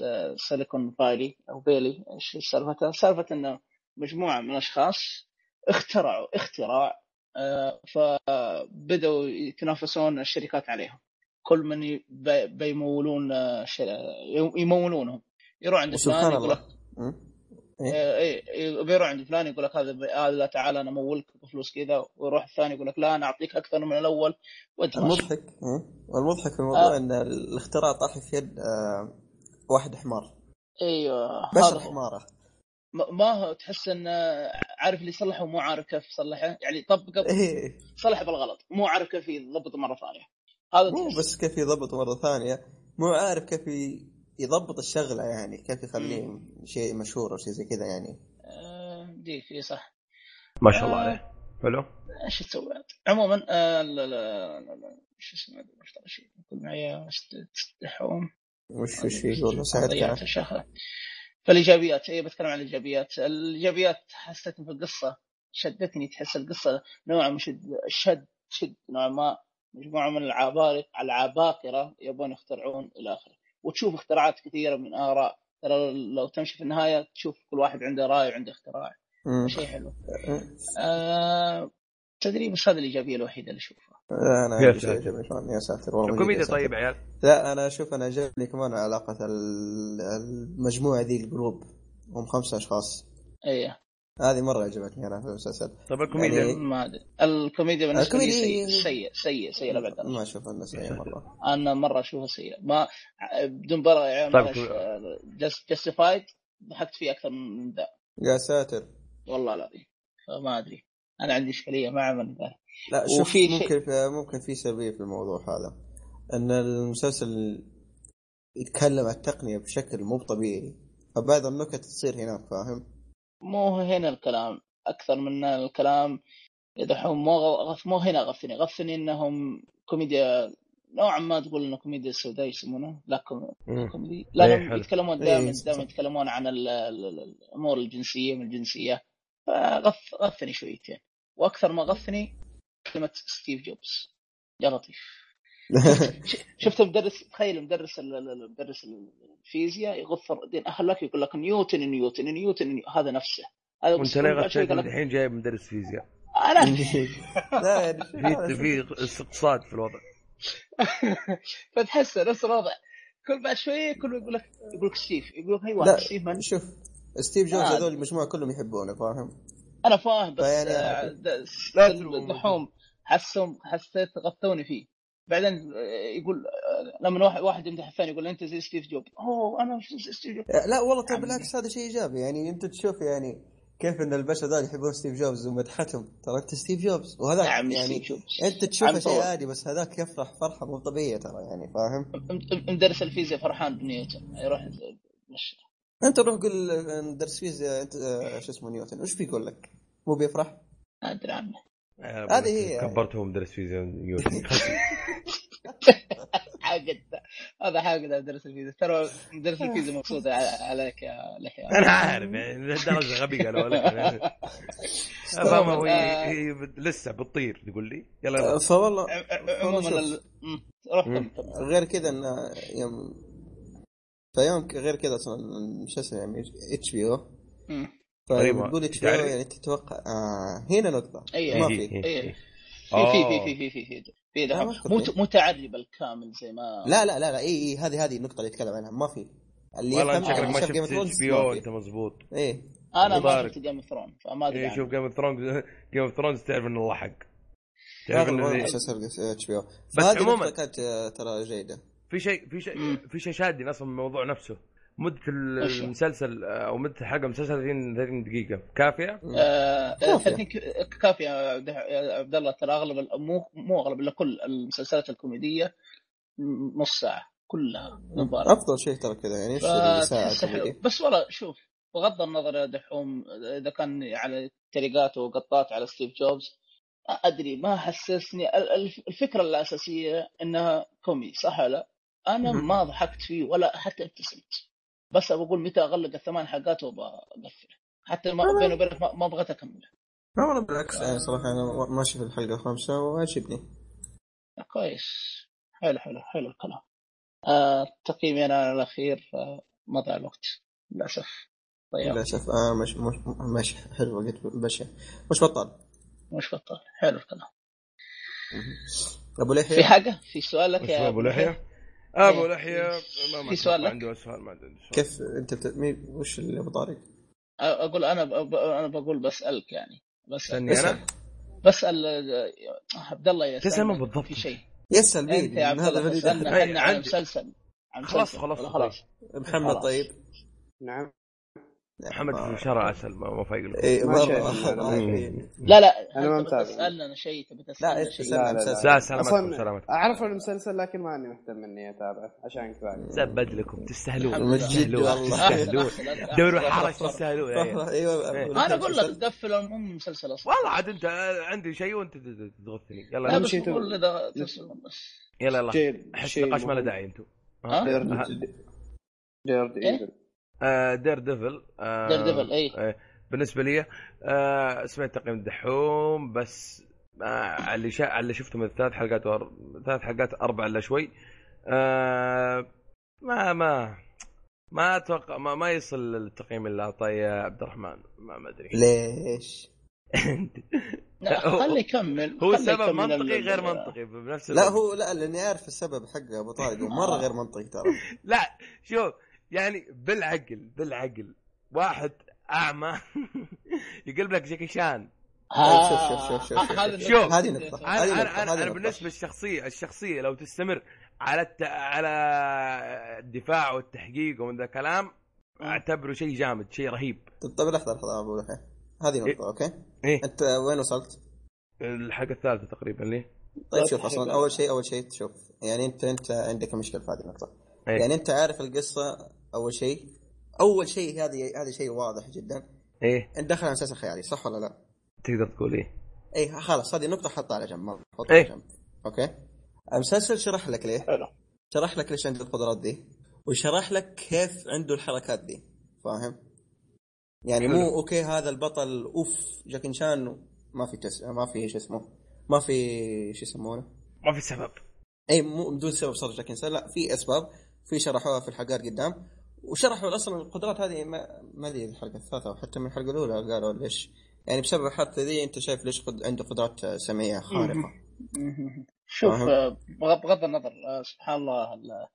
Speaker 3: السيليكون فالي او بيلي ايش سالفتها؟ سالفه انه مجموعه من الاشخاص اخترعوا اختراع آه فبداوا يتنافسون الشركات عليهم كل من ي- بي- بيمولون آه، ش- يمولونهم يروح عند فلان
Speaker 2: وسبحان
Speaker 3: يقول لك
Speaker 2: الله مم. إيه.
Speaker 3: آه، ايه بيروح عند فلان يقول لك هذا ب- هذا تعال انا امولك بفلوس كذا ويروح الثاني يقول لك لا انا اعطيك اكثر من الاول وانت ماشي
Speaker 2: المضحك المضحك في الموضوع
Speaker 3: آه.
Speaker 2: ان الاختراع طاح في يد آه، واحد حمار
Speaker 3: ايوه
Speaker 2: بس
Speaker 3: هذا هو
Speaker 2: حماره
Speaker 3: ما ما هو تحس انه عارف اللي يصلحه ومو عارف كيف يصلحه يعني طبقه
Speaker 2: ايه
Speaker 3: صلح بالغلط مو عارف كيف يضبطه مره ثانيه هذا
Speaker 2: مو
Speaker 3: تحس
Speaker 2: بس كيف يضبط مره ثانيه مو عارف كيف ي- يضبط الشغله يعني كيف يخليه شيء مشهور او شيء زي كذا يعني
Speaker 3: آه، دي في صح
Speaker 1: ما شاء الله
Speaker 3: آه،
Speaker 1: عليه حلو
Speaker 3: ايش تسوي عاد؟ عموما آه لا لا لا لا شو اسمه اشتغل شيء يقول معي ست- ست حوم
Speaker 2: وش وش يقول يعني.
Speaker 3: ضيعت
Speaker 2: ساعتك
Speaker 3: الشهر فالايجابيات اي إيه، بتكلم عن الايجابيات الايجابيات حسيتني في القصه شدتني تحس القصه نوعا من شد شد شد نوعا ما مجموعه من العبارق العباقره يبون يخترعون الى اخره وتشوف اختراعات كثيره من اراء ترى لو تمشي في النهايه تشوف كل واحد عنده راي وعنده اختراع شيء حلو
Speaker 2: أه،
Speaker 3: آه تدري بس هذه الايجابيه الوحيده اللي اشوفها
Speaker 2: انا
Speaker 1: يا
Speaker 2: أه. عندي شيء
Speaker 1: ساتر.
Speaker 2: عجبني كمان يا ساتر والله جد يا
Speaker 1: كوميديا
Speaker 2: ساتر.
Speaker 1: طيب يا عيال
Speaker 2: لا انا اشوف انا عجبني كمان علاقه ال- المجموعه ذي الجروب هم خمسه اشخاص
Speaker 3: ايه
Speaker 2: هذه مره عجبتني انا في المسلسل
Speaker 1: طب الكوميديا
Speaker 2: يعني-
Speaker 3: ما ادري الكوميديا بالنسبه لي
Speaker 2: الكوميديا-
Speaker 3: سيء سيء سيء سيء لابد
Speaker 2: ما اشوف انه سيء مره
Speaker 3: انا مره اشوفها سيئه ما بدون برا يعني
Speaker 1: طيب،
Speaker 3: معلش
Speaker 1: كو-
Speaker 3: جاستيفايد ضحكت فيه اكثر من ذا
Speaker 2: يا ساتر
Speaker 3: والله العظيم فما ادري انا عندي اشكاليه مع من ذا
Speaker 2: لا شوف
Speaker 3: وفي
Speaker 2: وفي
Speaker 3: شيء-
Speaker 2: ممكن في ممكن في سلبيه في الموضوع هذا ان المسلسل يتكلم عن التقنيه بشكل مو طبيعي فبعض النكت تصير هناك فاهم؟
Speaker 3: مو هنا الكلام اكثر من الكلام يدحون مو غف مو هنا غفني غفني انهم كوميديا نوعا ما تقول انه كوميديا سوداء يسمونها لا كوم-
Speaker 1: مم.
Speaker 3: كوميدي لانهم
Speaker 1: حلو.
Speaker 3: يتكلمون
Speaker 2: إيه،
Speaker 3: دائما
Speaker 2: صح.
Speaker 3: دائما يتكلمون عن ال- ال- ال- الامور الجنسيه من الجنسيه فغف غفني شويتين واكثر ما غفني كلمه ستيف جوبز يا لطيف شفت مدرس تخيل مدرس ال- ال- ال- مدرس الفيزياء يغف الدين اهلك يقول لك نيوتن نيوتن نيوتن نيو- هذا نفسه هذا
Speaker 1: وانت ليه
Speaker 3: بيقول بعد شوي
Speaker 1: غشيت
Speaker 3: يقول لك
Speaker 1: الحين جايب مدرس فيزياء
Speaker 3: انا
Speaker 2: لا
Speaker 1: في
Speaker 2: يعني
Speaker 1: في استقصاد في الوضع
Speaker 3: فتحسه نفس الوضع كل بعد شوي كل يقول لك يقول لك ستيف يقول لك ايوه
Speaker 2: لا.
Speaker 3: ستيف من
Speaker 2: شوف ستيف جوبز
Speaker 3: آه.
Speaker 2: هذول المجموعه كلهم يحبونه فاهم؟
Speaker 3: انا فاهم بس
Speaker 2: فيعني
Speaker 3: آه،
Speaker 2: عادي.
Speaker 3: د-
Speaker 1: لا
Speaker 3: د-
Speaker 1: تلوموني.
Speaker 3: دحوم حسهم حسيت غطوني فيه بعدين آه، يقول آه، لما واحد واحد يمدح الثاني يقول انت زي ستيف جوب اوه انا مش زي ستيف جوب
Speaker 2: لا والله ترى
Speaker 3: عمي.
Speaker 2: بالعكس هذا شيء ايجابي يعني انت تشوف يعني كيف ان البشر ذول يحبون ستيف جوبز ومدحتهم ترى انت ستيف جوبز
Speaker 3: نعم، يا
Speaker 2: وهذاك
Speaker 3: عمي ستيف
Speaker 2: يعني
Speaker 3: جوب
Speaker 2: انت تشوفه
Speaker 3: عم
Speaker 2: شيء
Speaker 3: طول.
Speaker 2: عادي بس هذاك يفرح فرحه مو طبيعيه ترى يعني فاهم؟
Speaker 3: م- م- مدرس الفيزياء فرحان بنيوتن يروح يتمشى.
Speaker 2: انت روح قول ندرس فيزياء انت آه، شو اسمه نيوتن وش بيقول لك؟ مو بيفرح؟
Speaker 1: أه.
Speaker 3: ما ادري عنه
Speaker 1: آه،
Speaker 2: هذه هي يعني.
Speaker 1: كبرته مدرس فيزياء نيوتن
Speaker 3: حاقد هذا حاقد على مدرس الفيزياء ترى مدرس الفيزياء مبسوط على- عليك يا لحية
Speaker 1: انا عارف يعني لهالدرجه غبي قالوا لك فاهم هو هي- هي بت- لسه بتطير تقول لي يلا
Speaker 2: آه،
Speaker 1: يلا
Speaker 2: فوالله
Speaker 3: ع- ع-
Speaker 2: والله
Speaker 3: عموما
Speaker 2: شوف.
Speaker 3: ال- م. روح كمل كمل
Speaker 2: غير كذا انه يوم فيوم ك- غير كذا اصلا شو اسمه يعني اتش بي او
Speaker 3: م.
Speaker 1: طيب،
Speaker 2: فلما تقول اتش بي او
Speaker 1: تعرف؟
Speaker 2: يعني تتوقع آه هنا نقطة
Speaker 1: إيه.
Speaker 3: اي
Speaker 2: ما
Speaker 3: اي
Speaker 2: في
Speaker 3: اي
Speaker 1: أوه.
Speaker 3: إيه. في في في في في في في في
Speaker 2: لا
Speaker 3: دحوم
Speaker 2: ما
Speaker 3: مو
Speaker 2: تفرق.
Speaker 3: متعرب الكامل زي ما
Speaker 2: لا لا لا لا اي اي هذه هذه النقطة اللي يتكلم عنها ما في اللي
Speaker 1: والله
Speaker 2: يفهم
Speaker 1: انت شكلك
Speaker 2: اللي
Speaker 1: ما
Speaker 2: شاف جيم
Speaker 1: شفت اتش بي او انت مضبوط
Speaker 2: اي
Speaker 3: انا ما
Speaker 1: مبارك.
Speaker 3: شفت جيم اوف ثرون فما يعني. ادري
Speaker 1: إيه،
Speaker 2: يعني.
Speaker 3: عنه
Speaker 1: شوف جيم اوف ثرونز جيم اوف ثرونز تعرف انه الله حق تعرف
Speaker 2: هذا
Speaker 1: انه
Speaker 2: هو
Speaker 1: ذي-
Speaker 2: مسلسل اتش بي او
Speaker 1: يعني بس
Speaker 2: فهذه
Speaker 1: عموماً.
Speaker 2: النقطة كانت آه، ترى جيدة
Speaker 1: في شيء في شيء
Speaker 3: مم.
Speaker 1: في شيء شادني اصلا من الموضوع نفسه مدة ال-
Speaker 3: وش هو؟
Speaker 1: المسلسل او مدة الحلقة مسلسل 30 30 دقيقة كافية؟
Speaker 3: آه،
Speaker 2: كافية.
Speaker 3: 30 ك- كافية يا عبد- يا عبد الله ترى اغلب ال- مو مو اغلب الا كل المسلسلات الكوميدية م- نص ساعة كلها مبارك
Speaker 2: افضل شيء ترى كذا يعني ايش اللي ساعة
Speaker 3: فتحس حلو
Speaker 2: كوميدي
Speaker 3: بس والله شوف بغض النظر يا دحوم اذا كان على تريقات وقطات على ستيف جوبز ما ادري ما حسسني ال- ال- الفكرة الاساسية انها كومي صح ولا لا؟ انا
Speaker 2: مم.
Speaker 3: ما ضحكت فيه ولا حتى ابتسمت بس بقول متى اغلق الثمان حلقات وبقفل حتى ما بيني وبينك ما ما بغيت اكمل
Speaker 2: لا والله بالعكس يعني صراحة انا ماشي في الحلقة الخامسة وعجبني
Speaker 3: كويس حلو حلو حلو الكلام آه تقييمي انا على الاخير آه مضى الوقت للاسف ضيعت
Speaker 2: للاسف آه مش مش مش حلو قلت بشع مش بطال
Speaker 3: مش بطال حلو الكلام
Speaker 2: ابو
Speaker 3: في
Speaker 2: لحية
Speaker 3: حاجه في سؤالك
Speaker 1: وش
Speaker 3: يا
Speaker 1: هو ابو لحية؟ ابو لحية ما ما
Speaker 3: في
Speaker 1: أتوقع
Speaker 3: سؤالك؟
Speaker 1: عنده سؤال ما عنده سؤال
Speaker 2: كيف انت بت... مين وش اللي ابو طارق؟
Speaker 3: أ- اقول انا ب- ب- انا بقول بسالك يعني بسال
Speaker 1: استني انا
Speaker 2: اسأل.
Speaker 3: بسال آه، عبد الله يسألني
Speaker 1: تسأل ما بالضبط؟
Speaker 3: في شيء
Speaker 2: يسال
Speaker 3: انت
Speaker 2: مين؟
Speaker 3: يا عبد
Speaker 2: هذا
Speaker 3: الله
Speaker 2: فريد
Speaker 3: تسالنا
Speaker 2: أحد.
Speaker 1: أي،
Speaker 3: احنا عن
Speaker 1: عندي.
Speaker 3: مسلسل عن
Speaker 1: خلاص
Speaker 3: مسلسل
Speaker 1: خلاص
Speaker 2: طيب.
Speaker 3: ولا خلاص
Speaker 2: محمد
Speaker 3: خلاص.
Speaker 2: طيب
Speaker 7: نعم
Speaker 1: محمد في شرع عسل ما ما فايق لكم.
Speaker 2: اي
Speaker 4: ما
Speaker 2: مرة
Speaker 4: شايف إلا أنا.
Speaker 1: مم.
Speaker 3: لا لا
Speaker 4: أنا ما
Speaker 3: أنت
Speaker 4: متابع.
Speaker 3: بتسالنا شيء تبي
Speaker 2: آه. لا
Speaker 3: تسالنا
Speaker 2: ايش
Speaker 3: شيء
Speaker 4: لا،
Speaker 2: تسلم
Speaker 4: لا، لا.
Speaker 2: مسلسل
Speaker 1: لا
Speaker 4: أصلاً
Speaker 1: سلامتكم سلامتكم
Speaker 4: اعرف المسلسل لكن ما اني مهتم اني اتابعه عشان كذا
Speaker 1: زبد لكم تستهلون
Speaker 2: الحمد لله.
Speaker 1: تستهلون
Speaker 2: والله.
Speaker 3: أحسن،
Speaker 1: تستهلون
Speaker 3: أحسن، أنت
Speaker 1: دوروا
Speaker 3: أحسن.
Speaker 1: حرج تستهلون أيوة.
Speaker 2: ايوه
Speaker 1: إيه.
Speaker 2: أقول
Speaker 3: انا اقول لك
Speaker 2: مسلسل.
Speaker 3: تقفل الام المسلسل اصلا
Speaker 1: والله عاد انت آه، عندي شيء وانت تغثني
Speaker 3: لا
Speaker 1: يلا
Speaker 3: بس
Speaker 4: شيء تبغى.
Speaker 3: المفروض اذا تسلم بس
Speaker 1: يلا يلا
Speaker 4: شيء
Speaker 1: احس
Speaker 4: شيء
Speaker 1: نقاش ما له
Speaker 4: مهم.
Speaker 1: داعي انتم
Speaker 3: ها؟
Speaker 4: دير
Speaker 1: أه.
Speaker 4: دير ايفل
Speaker 1: آه، دير ديفل آه،
Speaker 3: دير ديفل، أي.
Speaker 1: آه، بالنسبه لي آه، سمعت تقييم الدحوم بس آه، اللي شا... على اللي شفته من ثلاث حلقات وأر... ثلاث حلقات اربع الا شوي آه، ما ما ما اتوقع ما, ما يصل التقييم اللي اعطاه يا عبد الرحمن ما ما ادري
Speaker 2: ليش؟
Speaker 3: لا،
Speaker 1: هو-
Speaker 3: خليه يكمل
Speaker 1: هو
Speaker 3: خليه
Speaker 1: السبب
Speaker 3: يكمل
Speaker 1: منطقي
Speaker 3: ال-
Speaker 1: غير منطقي بنفس
Speaker 2: لا
Speaker 1: الوقت
Speaker 2: هو لا لاني عارف السبب حقه ابو طارق ومره غير منطقي ترى
Speaker 1: لا شوف يعني بالعقل بالعقل واحد اعمى يقلب لك جاكي شان
Speaker 3: ها،
Speaker 2: شوف، شوف، شوف، شوف، شوف.
Speaker 3: آه، هذا
Speaker 1: شوف.
Speaker 2: هذه نقطة.
Speaker 1: انا
Speaker 2: هذه
Speaker 1: انا
Speaker 2: نقطة،
Speaker 1: انا,
Speaker 2: هذه
Speaker 1: طيب. أنا
Speaker 2: نقطة.
Speaker 1: بالنسبه للشخصيه الشخصيه لو تستمر على الت... على الدفاع والتحقيق ومن ذا الكلام اعتبره شيء جامد شيء رهيب
Speaker 2: طب طب لحظه لحظه ابو لحية. هذه نقطه اوكي
Speaker 1: ايه
Speaker 2: انت وين وصلت؟
Speaker 1: الحلقه الثالثه تقريبا ليه؟
Speaker 2: طيب
Speaker 4: لا
Speaker 2: شوف
Speaker 4: تحرق.
Speaker 2: اصلا اول شيء اول شيء شوف يعني انت انت عندك مشكله في هذه النقطه
Speaker 1: إيه.
Speaker 2: يعني انت عارف القصه اول شيء اول شيء هذه هذا شيء واضح جدا
Speaker 1: ايه
Speaker 2: انت دخل على اساس خيالي صح ولا لا؟
Speaker 1: تقدر تقول ايه
Speaker 2: اي خلاص هذه نقطه حطها على جنب مرة، حطها على
Speaker 1: إيه.
Speaker 2: جنب اوكي؟ المسلسل شرح لك ليه؟
Speaker 4: حلو
Speaker 2: شرح لك ليش عنده القدرات دي وشرح لك كيف عنده الحركات دي فاهم؟ يعني
Speaker 1: حلو.
Speaker 2: مو اوكي هذا البطل اوف جاكن شان ما في تس... ما في شو اسمه ما في شو يسمونه
Speaker 1: ما في سبب
Speaker 2: اي مو بدون سبب صار جاك انسان لا في اسباب في شرحوها في الحلقات قدام وشرحوا اصلا القدرات هذه ما ما ادري الحلقه الثالثه او حتى من الحلقه الاولى قالوا ليش يعني بسبب الحادثه ذي انت شايف ليش قد... عنده قدرات سمعيه خارقه
Speaker 3: مهم. شوف
Speaker 2: فاهم؟
Speaker 3: آه، بغ- بغض النظر آه، سبحان الله ال-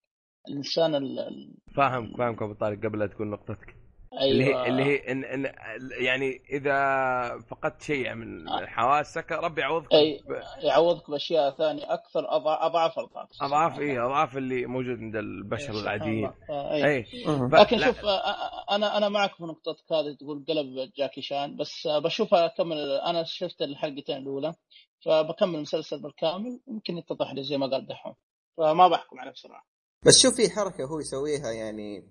Speaker 3: الانسان ال- ال-
Speaker 1: فاهمك فاهمك ابو طارق قبل لا تقول نقطتك اللي
Speaker 3: ايوه
Speaker 2: أيوة.
Speaker 1: هي اللي هي إن إن يعني اذا فقدت شيء يعني من
Speaker 2: آه.
Speaker 1: حواسك ربي يعوضك
Speaker 2: أيوة.
Speaker 3: أي.
Speaker 1: ب-
Speaker 3: يعوضك باشياء ثانيه اكثر أضع- اضعاف اضعاف
Speaker 1: اضعاف ايه اضعاف اللي موجود عند البشر
Speaker 3: إيه، سبحان
Speaker 1: العاديين
Speaker 3: الله. آه، أي.
Speaker 2: أيوة.
Speaker 1: اي ف-
Speaker 3: لكن
Speaker 1: لا،
Speaker 3: شوف آه، آه، انا انا معك في نقطتك هذه تقول قلب جاكي شان بس آه، بشوفها اكمل انا شفت الحلقتين الاولى فبكمل المسلسل بالكامل يمكن يتضح لي زي ما قال دحوم فما بحكم عليه بسرعه
Speaker 2: بس شوف في حركه هو يسويها يعني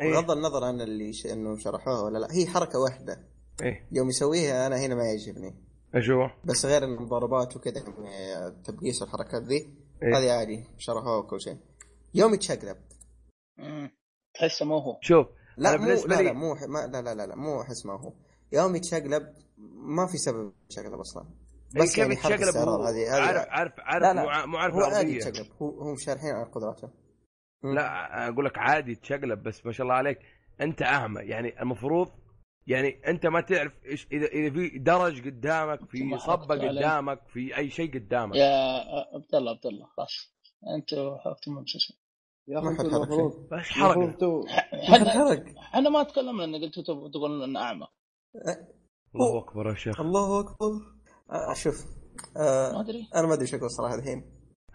Speaker 1: إيه.
Speaker 2: بغض النظر عن اللي ش... انه شرحوها ولا لا هي حركه واحده
Speaker 1: ايه
Speaker 2: يوم يسويها انا هنا ما يعجبني
Speaker 1: ايش هو؟
Speaker 2: بس غير إن المضاربات وكذا يعني تبقيس الحركات ذي
Speaker 1: إيه.
Speaker 2: هذه عادي شرحوها وكل شيء يوم يتشقلب
Speaker 3: مم. تحسه مو هو
Speaker 1: شوف
Speaker 2: لا
Speaker 1: أنا
Speaker 2: مو
Speaker 1: بالنسبة
Speaker 2: لا,
Speaker 1: لي-
Speaker 2: لا مو ح- ما لا لا لا, لا مو احس ما هو يوم يتشقلب ما في سبب يتشقلب اصلا بس
Speaker 1: كيف
Speaker 2: يعني حركه
Speaker 1: يتشقلب
Speaker 2: استعراض
Speaker 1: هو
Speaker 2: هذه هذه
Speaker 1: عارف عارف عارف
Speaker 2: لا، لا.
Speaker 1: مو ع- مو عارف
Speaker 2: هو عادي
Speaker 1: الارضيه
Speaker 2: يتشقلب هو هم شارحين عن قدراته مم.
Speaker 1: لا اقول لك عادي تشقلب بس ما شاء الله عليك انت اعمى يعني المفروض يعني انت ما تعرف ايش اذا اذا في درج قدامك في
Speaker 3: ما
Speaker 1: صبه
Speaker 3: حركت عليه.
Speaker 1: قدامك في اي شيء قدامك
Speaker 3: يا آه، عبد الله عبد الله خلاص انتوا حرقتم المسلسل
Speaker 4: يا اخي
Speaker 2: ما حد
Speaker 4: انتم
Speaker 2: حرك شيء.
Speaker 4: المفروض
Speaker 1: بس حرقنا
Speaker 4: المفروض تو
Speaker 2: ما في
Speaker 3: احنا
Speaker 2: حرك
Speaker 3: احنا ما تكلمنا ان قلتوا تبغوا تقولون ان اعمى
Speaker 1: الله اكبر يا شيخ
Speaker 2: الله اكبر آه شوف
Speaker 3: ما
Speaker 2: آه
Speaker 3: ادري
Speaker 2: انا ما ادري شكله صراحه الحين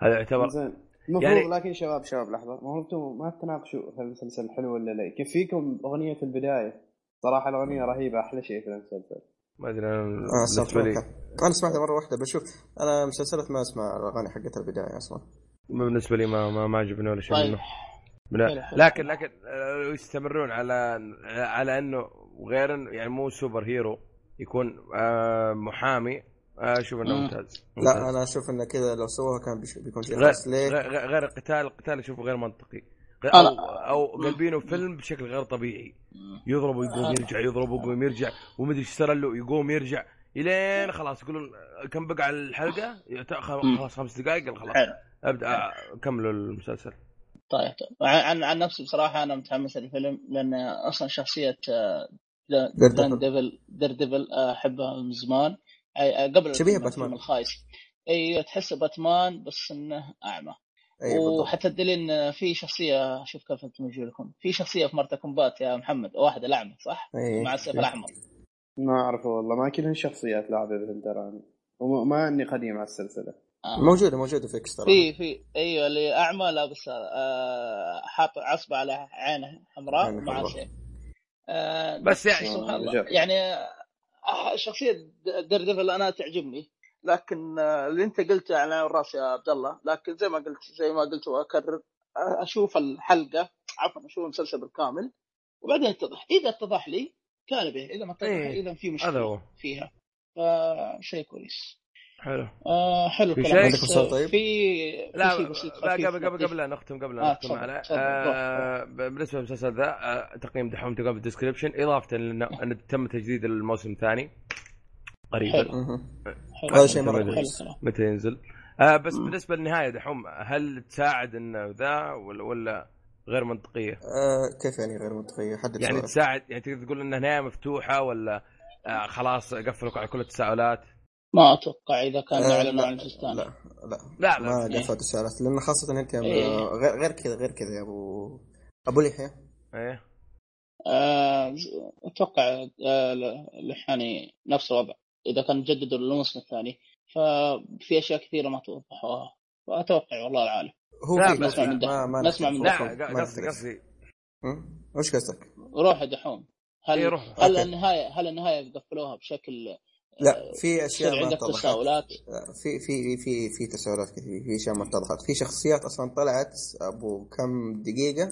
Speaker 1: هذا يعتبر
Speaker 4: زين المفروض
Speaker 1: يعني-
Speaker 4: يعني... لكن شباب شباب لحظه المفروض تو ما تناقشوا هل المسلسل حلو ولا لا يكفيكم اغنيه البدايه صراحه الاغنيه رهيبه احلى شيء في المسلسل
Speaker 1: ما ادري انا
Speaker 2: آه
Speaker 1: بالنسبه
Speaker 2: استغفر
Speaker 1: لي
Speaker 2: الله. انا سمعتها مره واحده بشوف انا مسلسلات ما اسمع الاغاني حقت البدايه اصلا
Speaker 1: بالنسبه لي ما ما, ما عجبني ولا شيء
Speaker 3: طيب
Speaker 1: منه من-
Speaker 3: حلو، حلو.
Speaker 1: لكن لكن آه، لو يستمرون على على انه غير إنه يعني مو سوبر هيرو يكون آه، محامي آه، اشوف انه
Speaker 3: مم.
Speaker 1: ممتاز ممتاز.
Speaker 2: لا انا اشوف انه كذا لو سووها كان بيش- بيكون شيء
Speaker 1: غير
Speaker 2: خاص ليه؟
Speaker 1: غير- غير القتال القتال اشوفه غير منطقي غير-
Speaker 3: أنا-
Speaker 1: او او قلبينه فيلم بشكل غير طبيعي يضرب
Speaker 3: آه.
Speaker 1: ويقوم يرجع يضرب ويقوم يرجع ومدري ايش صار له يقوم يرجع الين خلاص يقولون كم بقى على الحلقه يعت- خ- خلاص خمس دقائق قال خلاص
Speaker 3: طيب، حلو
Speaker 1: ابدا كملوا المسلسل
Speaker 3: طيب طيب عن عن نفسي بصراحه انا متحمس للفيلم لان اصلا شخصيه آه، دا-
Speaker 2: دير ديفل.
Speaker 3: دان ديفل دير ديفل آه، احبها من زمان أي- آه، قبل
Speaker 2: شبيه
Speaker 3: الفيلم-
Speaker 2: باتمان.
Speaker 3: الفيلم الخايس ايوه تحس باتمان بس انه اعمى
Speaker 2: اي إيه، بالضبط
Speaker 3: وحتى الدليل ان في شخصيه شوف كيف انت لكم في شخصيه في مرتا كومبات يا محمد واحده الاعمى صح؟
Speaker 2: إيه.
Speaker 3: مع السيف الاحمر
Speaker 4: ما اعرفه والله ما كلهن شخصيات لعبه بهم تراني وما اني قديم على السلسله
Speaker 3: آه.
Speaker 2: موجوده موجوده في اكسترا
Speaker 3: في في ايوه اللي اعمى لابس آه، حاط عصبه على عينه حمراء
Speaker 2: عينه
Speaker 3: مع
Speaker 2: حمراء.
Speaker 3: سيف آه،
Speaker 1: بس يعني
Speaker 3: سبحان الله
Speaker 4: رجال.
Speaker 3: يعني آه، شخصيه دير ديفل انا تعجبني لكن آه، اللي انت قلته على الراس يا عبد الله لكن زي ما قلت زي ما قلت واكرر آه، اشوف الحلقه عفوا اشوف المسلسل بالكامل وبعدين اتضح اذا اتضح لي كان به اذا ما اتضح
Speaker 1: إيه،
Speaker 3: اذا في
Speaker 1: هذا
Speaker 3: مشكله
Speaker 1: هو
Speaker 3: فيها فشيء كويس
Speaker 1: حلو
Speaker 3: آه حلو
Speaker 1: في
Speaker 3: كلام
Speaker 1: شيء؟
Speaker 3: عندك
Speaker 1: عندك
Speaker 2: وصول طيب؟
Speaker 3: في في
Speaker 1: لا
Speaker 3: شيء بسيط
Speaker 1: لا
Speaker 3: خفيف
Speaker 1: قبل قبل
Speaker 3: لطيف.
Speaker 1: قبل لا نختم قبل لا
Speaker 3: آه،
Speaker 1: نختم
Speaker 3: تفضل،
Speaker 1: على
Speaker 3: تفضل،
Speaker 1: آه، بالنسبه للمسلسل ذا آه، تقييم دحوم تلقاه في الديسكربشن اضافه لأنه- انه تم تجديد الموسم الثاني قريبا
Speaker 3: حلو حلو
Speaker 2: هذا شيء
Speaker 1: أنت ما
Speaker 2: مره
Speaker 1: أدري.
Speaker 2: كويس
Speaker 3: حلو
Speaker 1: متى ينزل آه بس
Speaker 3: مم.
Speaker 1: بالنسبه للنهايه دحوم هل تساعد انه ذا ولا, ولا غير منطقيه؟
Speaker 2: آه كيف يعني غير منطقيه حدد
Speaker 1: يعني
Speaker 2: سؤالك.
Speaker 1: تساعد يعني تقدر تقول انها نهايه مفتوحه ولا آه خلاص قفلوا على كل التساؤلات؟
Speaker 3: ما اتوقع اذا كان
Speaker 2: آه،
Speaker 3: اعلنوا
Speaker 2: لا،
Speaker 3: عن الجزء الثاني
Speaker 2: لا لا
Speaker 1: لا، لا.
Speaker 2: ما
Speaker 3: إيه.
Speaker 2: قفلت السؤالات لان خاصه انت يا
Speaker 3: إيه.
Speaker 2: آه، غير غير كذا غير كذا يا ابو ابو لحيه
Speaker 1: ايه
Speaker 3: آه، اتوقع آه، لحاني نفس الوضع اذا كان جددوا الموسم الثاني ففي اشياء كثيره ما توضحوها فاتوقع والله العالم
Speaker 2: هو
Speaker 1: لا،
Speaker 2: في
Speaker 1: بس-
Speaker 2: هو في،
Speaker 3: لا.
Speaker 2: ما ما
Speaker 3: نسمع
Speaker 2: نختلف.
Speaker 3: من
Speaker 1: لا
Speaker 2: هو في، ما
Speaker 1: ق- قصدي
Speaker 2: نختلف.
Speaker 1: قصدي
Speaker 2: هم؟ وش قصدك؟
Speaker 3: روح يا دحوم هل
Speaker 1: إيه، روح.
Speaker 3: هل
Speaker 2: أوكي.
Speaker 3: النهايه هل النهايه قفلوها بشكل
Speaker 2: لا في اشياء
Speaker 3: يصير
Speaker 2: ما
Speaker 3: عندك
Speaker 2: اتضحت
Speaker 3: تساؤلات
Speaker 2: في في في في تساؤلات كثير في اشياء ما اتضحت في شخصيات اصلا طلعت ابو كم دقيقه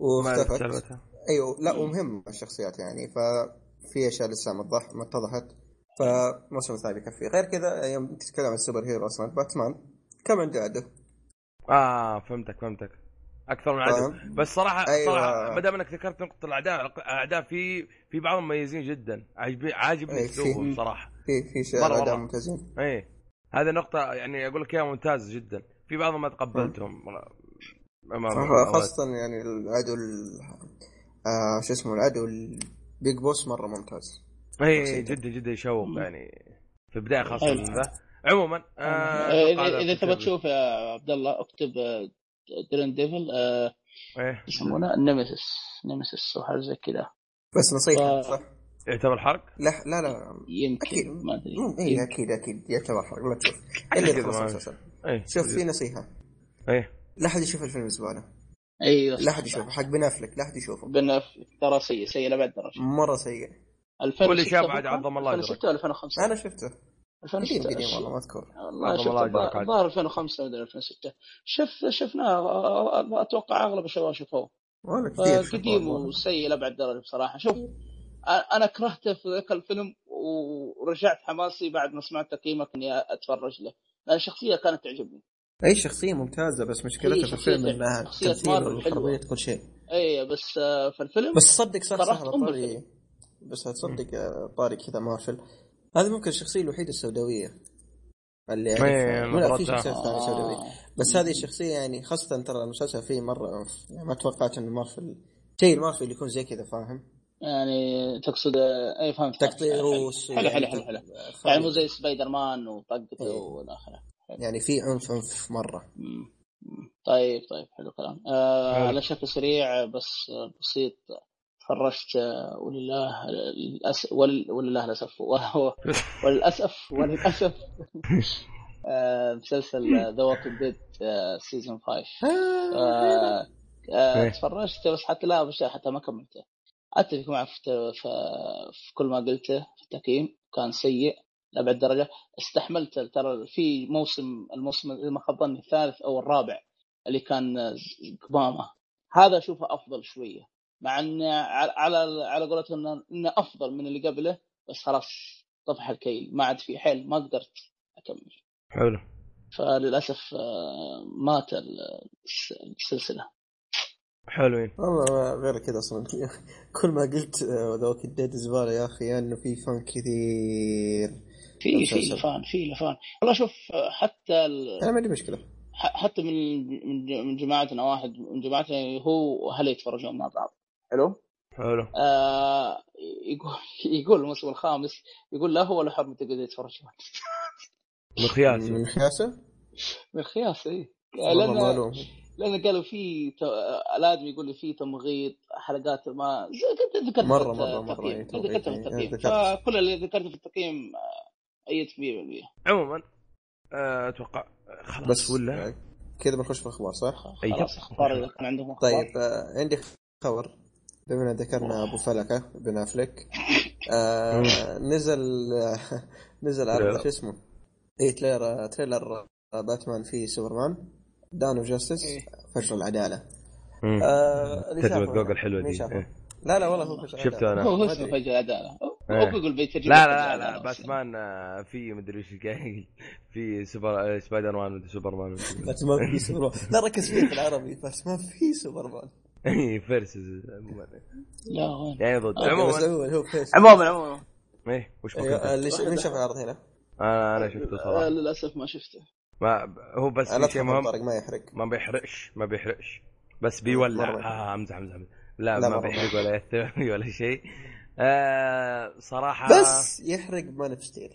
Speaker 1: ما
Speaker 2: واختفت
Speaker 1: تسربتها.
Speaker 2: ايوه لا
Speaker 3: مم.
Speaker 2: ومهم الشخصيات يعني ففي اشياء لسه ما اتضح- ما اتضحت فموسم ثاني يكفي غير كذا يوم تتكلم عن السوبر هيرو اصلا باتمان كم عنده عدو
Speaker 1: اه فهمتك فهمتك اكثر من عدو
Speaker 2: فاهم؟
Speaker 1: بس صراحه
Speaker 2: أيوة.
Speaker 1: صراحه ما دام انك ذكرت نقطه الاعداء الاعداء في في بعضهم مميزين جدا عاجبني عاجبني
Speaker 2: أي، في-
Speaker 1: اسلوبهم صراحه
Speaker 2: في في شيء
Speaker 1: مرة-
Speaker 2: عداء
Speaker 1: مرة.
Speaker 2: ممتازين
Speaker 1: ايه هذه نقطه يعني اقول لك اياها ممتازه جدا في بعضهم ما تقبلتهم ما- ما- ما- ما-
Speaker 2: خاصه يعني العدو ال- آه، شو اسمه العدو البيج بوس مره ممتاز
Speaker 1: ايه
Speaker 2: شخصيته.
Speaker 1: جدا جدا يشوق
Speaker 3: مم.
Speaker 1: يعني في البدايه خاصه
Speaker 3: حلو.
Speaker 1: من ذا عموما
Speaker 2: أيوة.
Speaker 1: آه أتوقع هذا
Speaker 3: اذا أيوة. إيه،
Speaker 1: كل شيء
Speaker 3: إذا تبغى
Speaker 1: بس.
Speaker 3: تشوف يا عبد الله اكتب آه، درين ديفل آه،
Speaker 1: ايه
Speaker 3: يسمونه نيمسيس نيمسيس او حاجه زي كذا
Speaker 2: بس نصيحه
Speaker 3: آه.
Speaker 2: صح؟
Speaker 1: يعتبر حرق؟
Speaker 2: لا لا لا إيه، اكيد
Speaker 3: يمكن ما ادري
Speaker 2: مم، اي
Speaker 3: يمكن
Speaker 2: اكيد اكيد يعتبر حرق لا تشوف الا
Speaker 1: كذا
Speaker 2: يخلص
Speaker 1: ما-
Speaker 2: المسلسل
Speaker 1: ايه
Speaker 2: شوف في نصيحه
Speaker 1: ايه
Speaker 2: لا احد يشوف الفيلم زباله
Speaker 3: ايوه
Speaker 2: لا
Speaker 3: صح
Speaker 2: احد يشوفه حق بن افلك لا احد يشوفه
Speaker 3: بن أفلك ترى سيء سيء لابعد درجه
Speaker 2: مره سيء
Speaker 3: 2006
Speaker 1: واللي شاف
Speaker 3: هو
Speaker 1: عاد
Speaker 3: كان؟
Speaker 1: عظم الله أجرك.
Speaker 3: 2006 ولا 2005
Speaker 2: انا شفته قديم
Speaker 3: 2006
Speaker 2: قديم والله ما اذكر
Speaker 3: والله
Speaker 1: عظم
Speaker 3: شفت
Speaker 1: الله أجرك عاد.
Speaker 3: الظاهر 2005 ولا 2006 شف شفناه اتوقع اغلب الشباب شافوه
Speaker 2: ولا كثير شفته
Speaker 3: آه، قديم
Speaker 2: والله.
Speaker 3: وسيء لابعد درجه بصراحه شوف انا كرهته في ذاك الفيلم ورجعت حماسي بعد ما سمعت تقييمك اني اتفرج له لان الشخصيه كانت تعجبني
Speaker 2: اي شخصيه ممتازه بس
Speaker 3: هي
Speaker 2: مشكلتها في
Speaker 3: إيه، شخصية-
Speaker 2: الفيلم انها
Speaker 3: شخصية
Speaker 2: تمثيل
Speaker 3: مارفل حلوة.
Speaker 2: وحربيه كل شيء
Speaker 3: اي بس آه، في الفيلم
Speaker 2: بس تصدق صح صح
Speaker 3: كرهت
Speaker 2: على
Speaker 3: أم
Speaker 2: طاري بس هتصدق آه، طاري كذا مارفل هذه ممكن الشخصيه الوحيده السوداويه اللي اعرفها
Speaker 1: إيه،
Speaker 2: ولا في
Speaker 1: نظرتها.
Speaker 2: شخصيات
Speaker 3: آه.
Speaker 2: ثانيه سوداويه بس هذه الشخصية يعني خاصة ترى المسلسل فيه مرة يعني ما توقعت انه مارفل شيء المارفل يكون زي كذا فاهم؟
Speaker 3: يعني تقصد آه، اي فهمت فهمت.
Speaker 2: تقطيع روس
Speaker 3: حلو حلو
Speaker 2: يعني
Speaker 3: حلو
Speaker 2: تق-
Speaker 3: حلو يعني
Speaker 2: خريطة.
Speaker 3: مو زي سبايدر مان وطقته
Speaker 2: إيه.
Speaker 3: والى اخره
Speaker 2: يعني في عنف عنف مرة
Speaker 3: مم. مم. طيب طيب حلو الكلام آه
Speaker 1: حلو.
Speaker 3: على شكل سريع بس آه، بسيط تفرجت آه، ولله الأس... ول... ولله الاسف و- وللاسف وللاسف آه مسلسل ذا ووكينج ديد سيزون 5 آه، آه،
Speaker 1: إيه.
Speaker 3: تفرجت بس حتى لا مش حتى ما كملته اتفق معك في, في, في كل ما قلته في التقييم كان سيء لابعد درجه استحملت ترى في موسم الموسم اذا ما خاب ظني الثالث او الرابع اللي كان قمامه هذا اشوفه افضل شويه مع ان على على- على قولتهم انه إنه افضل من اللي قبله بس خلاص طفح الكيل ما عاد في حيل ما قدرت اكمل
Speaker 1: حلو.
Speaker 3: فللاسف آه، مات ال- السلسله
Speaker 1: حلوين.
Speaker 2: والله ما غير كذا اصلا كل ما قلت آه، ذا ووكينج ديد زبالة يا اخي انه في فن كثير
Speaker 3: في في
Speaker 2: مسلسل.
Speaker 3: لفان في لفان والله شوف آه، حتى ال-
Speaker 2: انا ما عندي مشكلة
Speaker 3: ح- حتى من من من جماعتنا واحد من جماعتنا هو واهله يتفرجون مع بعض حلو
Speaker 1: حلو.
Speaker 3: آه يقول يقول الموسم الخامس يقول لا هو ولا حرمه تقدر يتفرجون
Speaker 1: مقياسه.
Speaker 2: من خياسة
Speaker 3: من خياس اي
Speaker 2: والله ما
Speaker 3: لان
Speaker 2: الوم
Speaker 3: لان قالوا في ت- آه، الادمي يقول لي في تمغيط حلقات ما ز- ذكرت في
Speaker 2: مرة مرة مرة
Speaker 3: التقييم
Speaker 2: يعني
Speaker 3: ذكرت في
Speaker 2: توقيتني. أنا
Speaker 3: التقييم
Speaker 2: ذكرت أيوه.
Speaker 3: فكل اللي ذكرته في التقييم آه، ايدت 100%
Speaker 1: عموما آه، اتوقع خلاص
Speaker 2: بس
Speaker 1: ولا
Speaker 2: آه، كذا بنخش في الاخبار صح؟
Speaker 1: طيب.
Speaker 3: خلاص اخبار اذا كان عندهم اخبار
Speaker 2: طيب آه، عندي خبر بما إننا ذكرنا ابو فلكه بن افلك آه نزل نزل عرض شو اسمه اي تريلر تريلر باتمان في سوبرمان دان اوف جاستس فجر العداله
Speaker 1: مم.
Speaker 2: آه اللي
Speaker 1: ترجمة
Speaker 2: شافه
Speaker 1: جوجل
Speaker 2: أنا.
Speaker 1: حلوة
Speaker 2: مين
Speaker 1: دي
Speaker 2: شافه؟
Speaker 1: إيه.
Speaker 2: لا لا والله هو فجر
Speaker 1: شفته
Speaker 2: العدالة.
Speaker 1: أنا
Speaker 3: هو
Speaker 2: ما
Speaker 3: اسمه
Speaker 2: أدري.
Speaker 3: فجأة عدالة
Speaker 1: إيه.
Speaker 3: هو جوجل بيترجم
Speaker 1: لا
Speaker 3: فجأة
Speaker 1: لا لا, لا
Speaker 3: عدالة بس.
Speaker 1: باتمان آه، في مدري ايش قاعد في سوبر آه، سبايدر مان مدري سوبرمان مدري.
Speaker 2: باتمان في سوبرمان لا ركز فيه في العربي باتمان في سوبرمان
Speaker 1: إيه، فيرسز
Speaker 3: لا وين
Speaker 1: يعني ضد
Speaker 2: بس
Speaker 1: عموما
Speaker 2: هو هو فيس
Speaker 3: عموما عموما
Speaker 1: ايه وش بك
Speaker 2: ايوه
Speaker 1: انت؟
Speaker 2: اللي ش- مين شاف العرض هنا؟
Speaker 1: انا انا شفته
Speaker 3: آه،
Speaker 1: صراحه
Speaker 3: للاسف ما شفته
Speaker 1: ما هو بس
Speaker 2: لا
Speaker 1: في شيء
Speaker 2: تخاف
Speaker 1: مهم
Speaker 2: طارق ما يحرق
Speaker 1: ما بيحرقش ما بيحرقش بس
Speaker 2: مرة
Speaker 1: بيولع
Speaker 2: بيحرق.
Speaker 1: آه امزح امزح أمزح. لا,
Speaker 2: لا،
Speaker 1: ما
Speaker 2: مرة
Speaker 1: بيحرق ولا يأثر ولا شيء آه صراحه
Speaker 2: بس يحرق مان اوف ستيل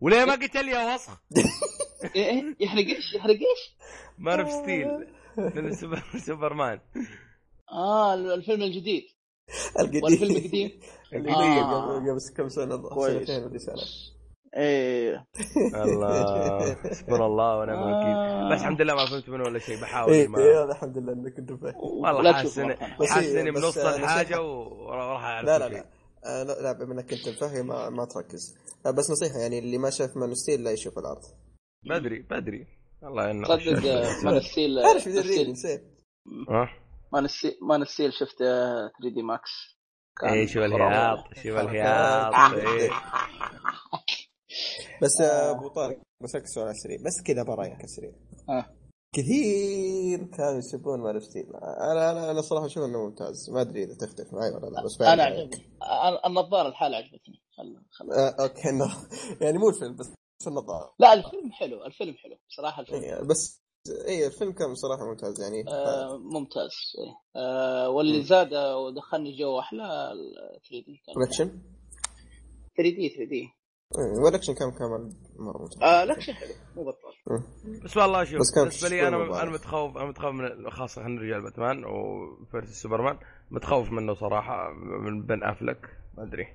Speaker 1: وليه ما قلت لي يا وسخ
Speaker 3: إيه، ايه يحرق ايش يحرق ايش؟
Speaker 1: مان اوف ستيل من سوبر سوبرمان
Speaker 3: اه الفيلم الجديد
Speaker 2: القديم
Speaker 3: والفيلم القديم
Speaker 2: القديم
Speaker 3: آه.
Speaker 2: قبل قبل كم سنه
Speaker 3: كويس.
Speaker 2: سنتين ودي سنه
Speaker 3: ايه
Speaker 1: الله حسبنا الله ونعم الوكيل
Speaker 3: آه.
Speaker 1: بس الحمد لله ما فهمت منه ولا شيء بحاول
Speaker 2: ايه
Speaker 1: ما
Speaker 2: إيه، الحمد لله انك كنت فاهم
Speaker 1: والله
Speaker 3: لا
Speaker 1: حاسس
Speaker 3: تشوفه
Speaker 1: إني-
Speaker 3: آه، مرة ثانية.
Speaker 2: بس
Speaker 1: حاسس
Speaker 2: إيه،
Speaker 1: اني
Speaker 2: بس
Speaker 1: بنص
Speaker 2: نصيحة.
Speaker 1: الحاجه وراح اعرف
Speaker 2: لا لا
Speaker 1: كل شيء.
Speaker 2: لا آه، لا لا بما انك انت فاهم ما, ما تركز آه، بس نصيحه يعني اللي ما شاف مان ستيل لا يشوف العرض
Speaker 1: بدري بدري الله ينور
Speaker 3: تصدق آه، مان ستيل
Speaker 2: عارف ذي الريل نسيت
Speaker 1: آه؟
Speaker 3: مان ستيل مان ستيل شفت 3 آه، دي ماكس
Speaker 1: ايه شوف الهياط شوف الهياط إيه.
Speaker 2: آه، بس آه، ابو طارق بسالك سؤال سريع بس كذا برايك سريع
Speaker 3: آه.
Speaker 2: كثير كانوا يسبون مان ستيل انا انا انا صراحه اشوف انه ممتاز ما ادري اذا تختلف معي ولا لا بس بعرف
Speaker 3: انا
Speaker 2: رأيك.
Speaker 3: عجبني أنا- النظاره الحالة عجبتني خل- خل-
Speaker 2: آه، اوكي إنه- يعني مو الفيلم بس بس النظاره
Speaker 3: لا الفيلم حلو الفيلم حلو صراحه الفيلم
Speaker 2: إيه، بس اي الفيلم كان صراحه ممتاز يعني
Speaker 3: آه ممتاز إيه. آه واللي زاد ودخلني جو احلى 3 دي
Speaker 2: الاكشن
Speaker 3: 3 دي 3 دي
Speaker 2: إيه، والاكشن كان كمان مره ممتاز
Speaker 3: الاكشن آه، حلو مو بطال
Speaker 1: بس والله شوف
Speaker 2: بس كان
Speaker 1: بالنسبه لي
Speaker 2: شوي
Speaker 1: انا
Speaker 2: مبالغ.
Speaker 1: انا متخوف انا متخوف من خاصه خلينا نرجع لباتمان وفيرس سوبرمان متخوف منه صراحه من بن افلك ما ادري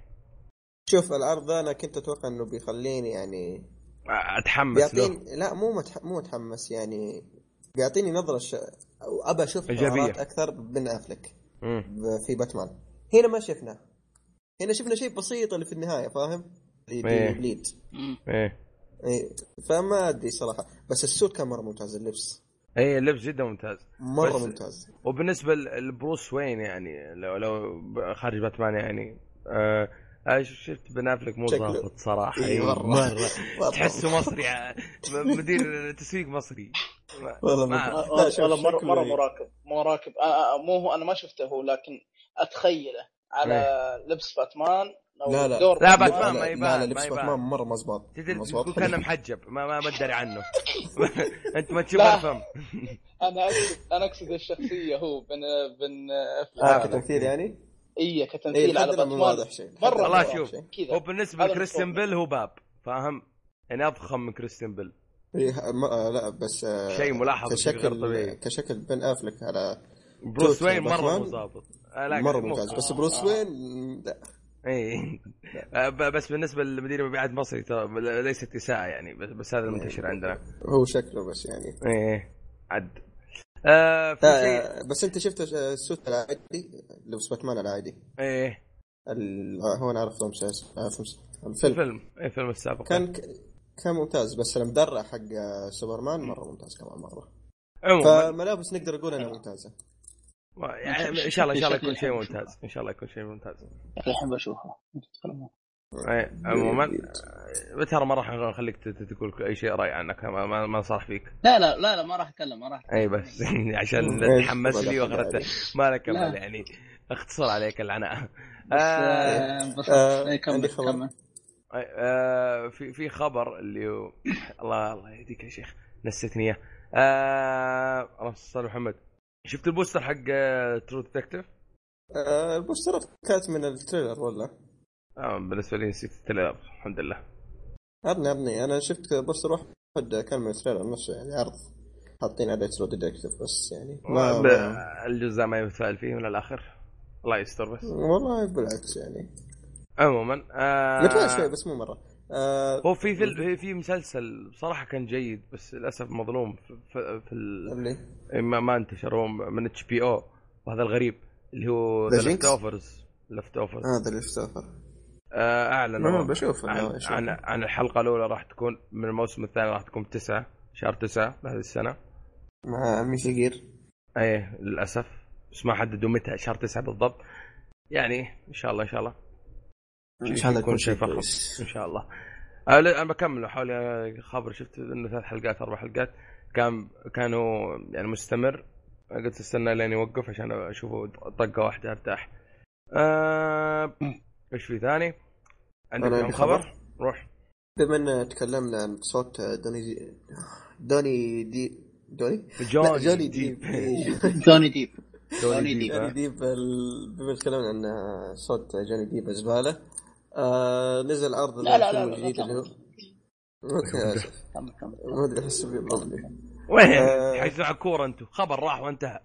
Speaker 2: شوف العرض ده انا كنت اتوقع انه بيخليني يعني
Speaker 1: اتحمس له
Speaker 2: بيعطيني لا مو متح... مو متحمس يعني بيعطيني نظره ش... او ابى اشوف
Speaker 1: إيجابية.
Speaker 2: حوارات اكثر من افلك
Speaker 1: مم.
Speaker 2: ب- في باتمان هنا ما شفنا هنا شفنا شيء بسيط اللي في النهايه فاهم؟ اللي
Speaker 1: إيه.
Speaker 2: يجي بليد
Speaker 1: ايه
Speaker 2: إيه. فما ادري صراحه بس السوت كان مره ممتاز اللبس
Speaker 1: ايه اللبس جدا ممتاز
Speaker 2: مره
Speaker 1: بس-
Speaker 2: ممتاز
Speaker 1: وبالنسبه ل- لبروس وين يعني لو لو ب- خارج باتمان يعني آه آه، ش- شفت بن افلك مو
Speaker 2: شكله.
Speaker 1: ظابط صراحه
Speaker 2: إيه،
Speaker 1: إيه،
Speaker 2: مرة. مرة.
Speaker 1: تحسه مصري آه، م- مدير تسويق مصري ما-
Speaker 2: والله
Speaker 1: ما-
Speaker 3: آه،
Speaker 2: ممتاز. لا، شوف
Speaker 3: والله مره
Speaker 2: شكله
Speaker 3: مره
Speaker 2: إيه.
Speaker 3: مراكب مراكب آه، آه، آه، مو هو انا ما شفته هو لكن اتخيله على لبس باتمان او
Speaker 2: إيه. لا، لا.
Speaker 3: دور
Speaker 1: لا
Speaker 2: لا
Speaker 1: باتمان ما
Speaker 2: لا-
Speaker 1: يبان
Speaker 2: لا
Speaker 1: ما
Speaker 2: لا لبس
Speaker 1: يبان
Speaker 2: باتمان مره مزبط
Speaker 1: تدري
Speaker 2: مزبط
Speaker 1: تقول كانه محجب ما ما بدري عنه انت ما تشوف
Speaker 3: لا.
Speaker 1: الفم
Speaker 3: انا اقصد انا اقصد الشخصيه هو بن بن
Speaker 2: اه كتمثيل يعني؟
Speaker 3: اي
Speaker 2: إيه،
Speaker 3: كتمثيل
Speaker 2: لحد
Speaker 3: على
Speaker 2: الآن ما
Speaker 3: باتمان
Speaker 2: واضح شيء. لحد
Speaker 3: مره
Speaker 2: الآن
Speaker 1: والله
Speaker 2: ما واضح
Speaker 3: مراكب
Speaker 1: شوف
Speaker 3: كذا
Speaker 1: هو بالنسبه
Speaker 3: هذا
Speaker 1: لكريستيان
Speaker 3: متوقع.
Speaker 1: بيل هو باب فاهم يعني اضخم من كريستيان بيل
Speaker 2: إيه ما آه لا بس آه
Speaker 1: شيء ملاحظ شيء غير
Speaker 2: كشكل
Speaker 1: طبيعي.
Speaker 2: كشكل بن افلك على
Speaker 1: بروس
Speaker 2: توتر
Speaker 1: وين مره
Speaker 2: يعني باتمان
Speaker 1: مو ظابط آه، لا
Speaker 2: مره
Speaker 1: مو-
Speaker 2: ممتاز بس
Speaker 3: آه،
Speaker 2: بروس
Speaker 3: آه.
Speaker 2: وين لا
Speaker 1: اي آه، ب- بس بالنسبه لمدير مبيعات مصري ترى ب- ليست اساءه يعني بس, بس هذا المنتشر عندنا
Speaker 2: هو شكله بس يعني
Speaker 1: ايه عد آه في شيء
Speaker 2: آه بس انت شفت السوت العادي لبس باتمان العادي
Speaker 1: ايه
Speaker 2: ال- هو انا عرفته مسلسل آه، في مس- الفيلم
Speaker 1: فيلم ايه فيلم السابق
Speaker 2: كان كان ممتاز بس المدرع حق آه، سوبرمان مره ممتاز كمان مره
Speaker 1: عموما
Speaker 2: فملابس نقدر نقول انها ممتازه
Speaker 1: يعني ان شاء الله ان شاء الله يكون شيء ممتاز ان شاء الله يكون شيء ممتاز
Speaker 3: الحين بشوفها
Speaker 1: ايه عموما
Speaker 2: إيه.
Speaker 1: آه، ترى ما راح اخليك ت- ت- تقول اي شيء راي عنك ما, ما, ما صار فيك
Speaker 3: لا لا لا لا ما راح اتكلم ما راح أتكلم.
Speaker 1: اي بس يعني عشان
Speaker 2: إيه،
Speaker 1: تحمس لي واخرته ما نكمل
Speaker 3: لا.
Speaker 1: يعني اختصر عليك العناء
Speaker 3: بس
Speaker 1: آه،
Speaker 3: آه، انبسطت
Speaker 2: آه،
Speaker 3: إيه، كمل
Speaker 2: عندي خبر.
Speaker 3: كمل
Speaker 1: آه، في في خبر اللي هو الله الله يهديك يا شيخ نسيتني اياه آه، اللهم صل على محمد شفت البوستر حق ترو ديتكتيف؟
Speaker 2: آه، البوسترات كانت من التريلر ولا
Speaker 1: بالنسبه آه، لي نسيت التريلر الحمد لله
Speaker 2: ارني ارني انا شفت بوستر واحد كان من التريلر نفسه يعني عرض حاطين عليه ترو ديتكتيف بس يعني ما,
Speaker 1: ب-
Speaker 2: ما
Speaker 1: الجزء ما يمثل فيه من الاخر الله يستر بس
Speaker 2: والله بالعكس يعني
Speaker 1: عموما آه،
Speaker 2: متوقع شوي بس مو مره آه
Speaker 1: هو في فيلم في مسلسل بصراحه كان جيد بس للاسف مظلوم في, في, في ال...
Speaker 2: اللي
Speaker 1: ما, ما انتشر هو من اتش بي او وهذا الغريب اللي هو
Speaker 2: The
Speaker 1: ذا ليفت
Speaker 2: Jinx؟
Speaker 1: اوفرز ليفت اوفرز
Speaker 2: هذا اللي استغفر
Speaker 1: اعلن
Speaker 2: ما
Speaker 1: هو
Speaker 2: بشوف أنا
Speaker 1: آه، عن,
Speaker 2: بشوف.
Speaker 1: عن, عن الحلقه الاولى راح تكون من الموسم الثاني راح تكون تسعة شهر تسعة لهذه السنه
Speaker 2: مع ميشي جير
Speaker 1: ايه للاسف بس ما حددوا متى شهر تسعة بالضبط يعني ان شاء الله ان شاء الله
Speaker 2: ان شاء الله
Speaker 1: يكون
Speaker 2: يكون
Speaker 1: شيء
Speaker 2: شيء
Speaker 1: فخم.
Speaker 2: كويس
Speaker 1: ان شاء الله أه، لا، انا بكمل حوالي خبر شفت انه ثلاث حلقات اربع حلقات كان كانوا يعني مستمر قلت استنى لين يوقف عشان اشوفه طقه واحده ارتاح أه، ايش في ثاني؟ عندك
Speaker 2: أنا
Speaker 1: كم
Speaker 2: عندي
Speaker 1: خبر؟
Speaker 2: خبر.
Speaker 1: روح
Speaker 2: بما ان تكلمنا عن صوت دوني دوني دي دوني لا
Speaker 1: جوني
Speaker 2: جوني
Speaker 1: ديب.
Speaker 2: ديب إيه. آه.
Speaker 3: دوني ديب
Speaker 1: جوني
Speaker 3: جوني
Speaker 1: ديب
Speaker 3: ديب.
Speaker 1: ها؟
Speaker 2: جوني ديب ال- بما تكلمنا عن صوت جوني ديب زباله آه نزل عرض
Speaker 3: لا لا لا
Speaker 2: الفيلم
Speaker 3: لا،
Speaker 2: الجديد
Speaker 3: لا
Speaker 2: اللي هو اوكي اسف
Speaker 3: كمل كمل
Speaker 2: ما ادري احس بالضبط
Speaker 1: وين؟
Speaker 2: آه.
Speaker 1: حيزرع كوره انتم خبر راح وانتهى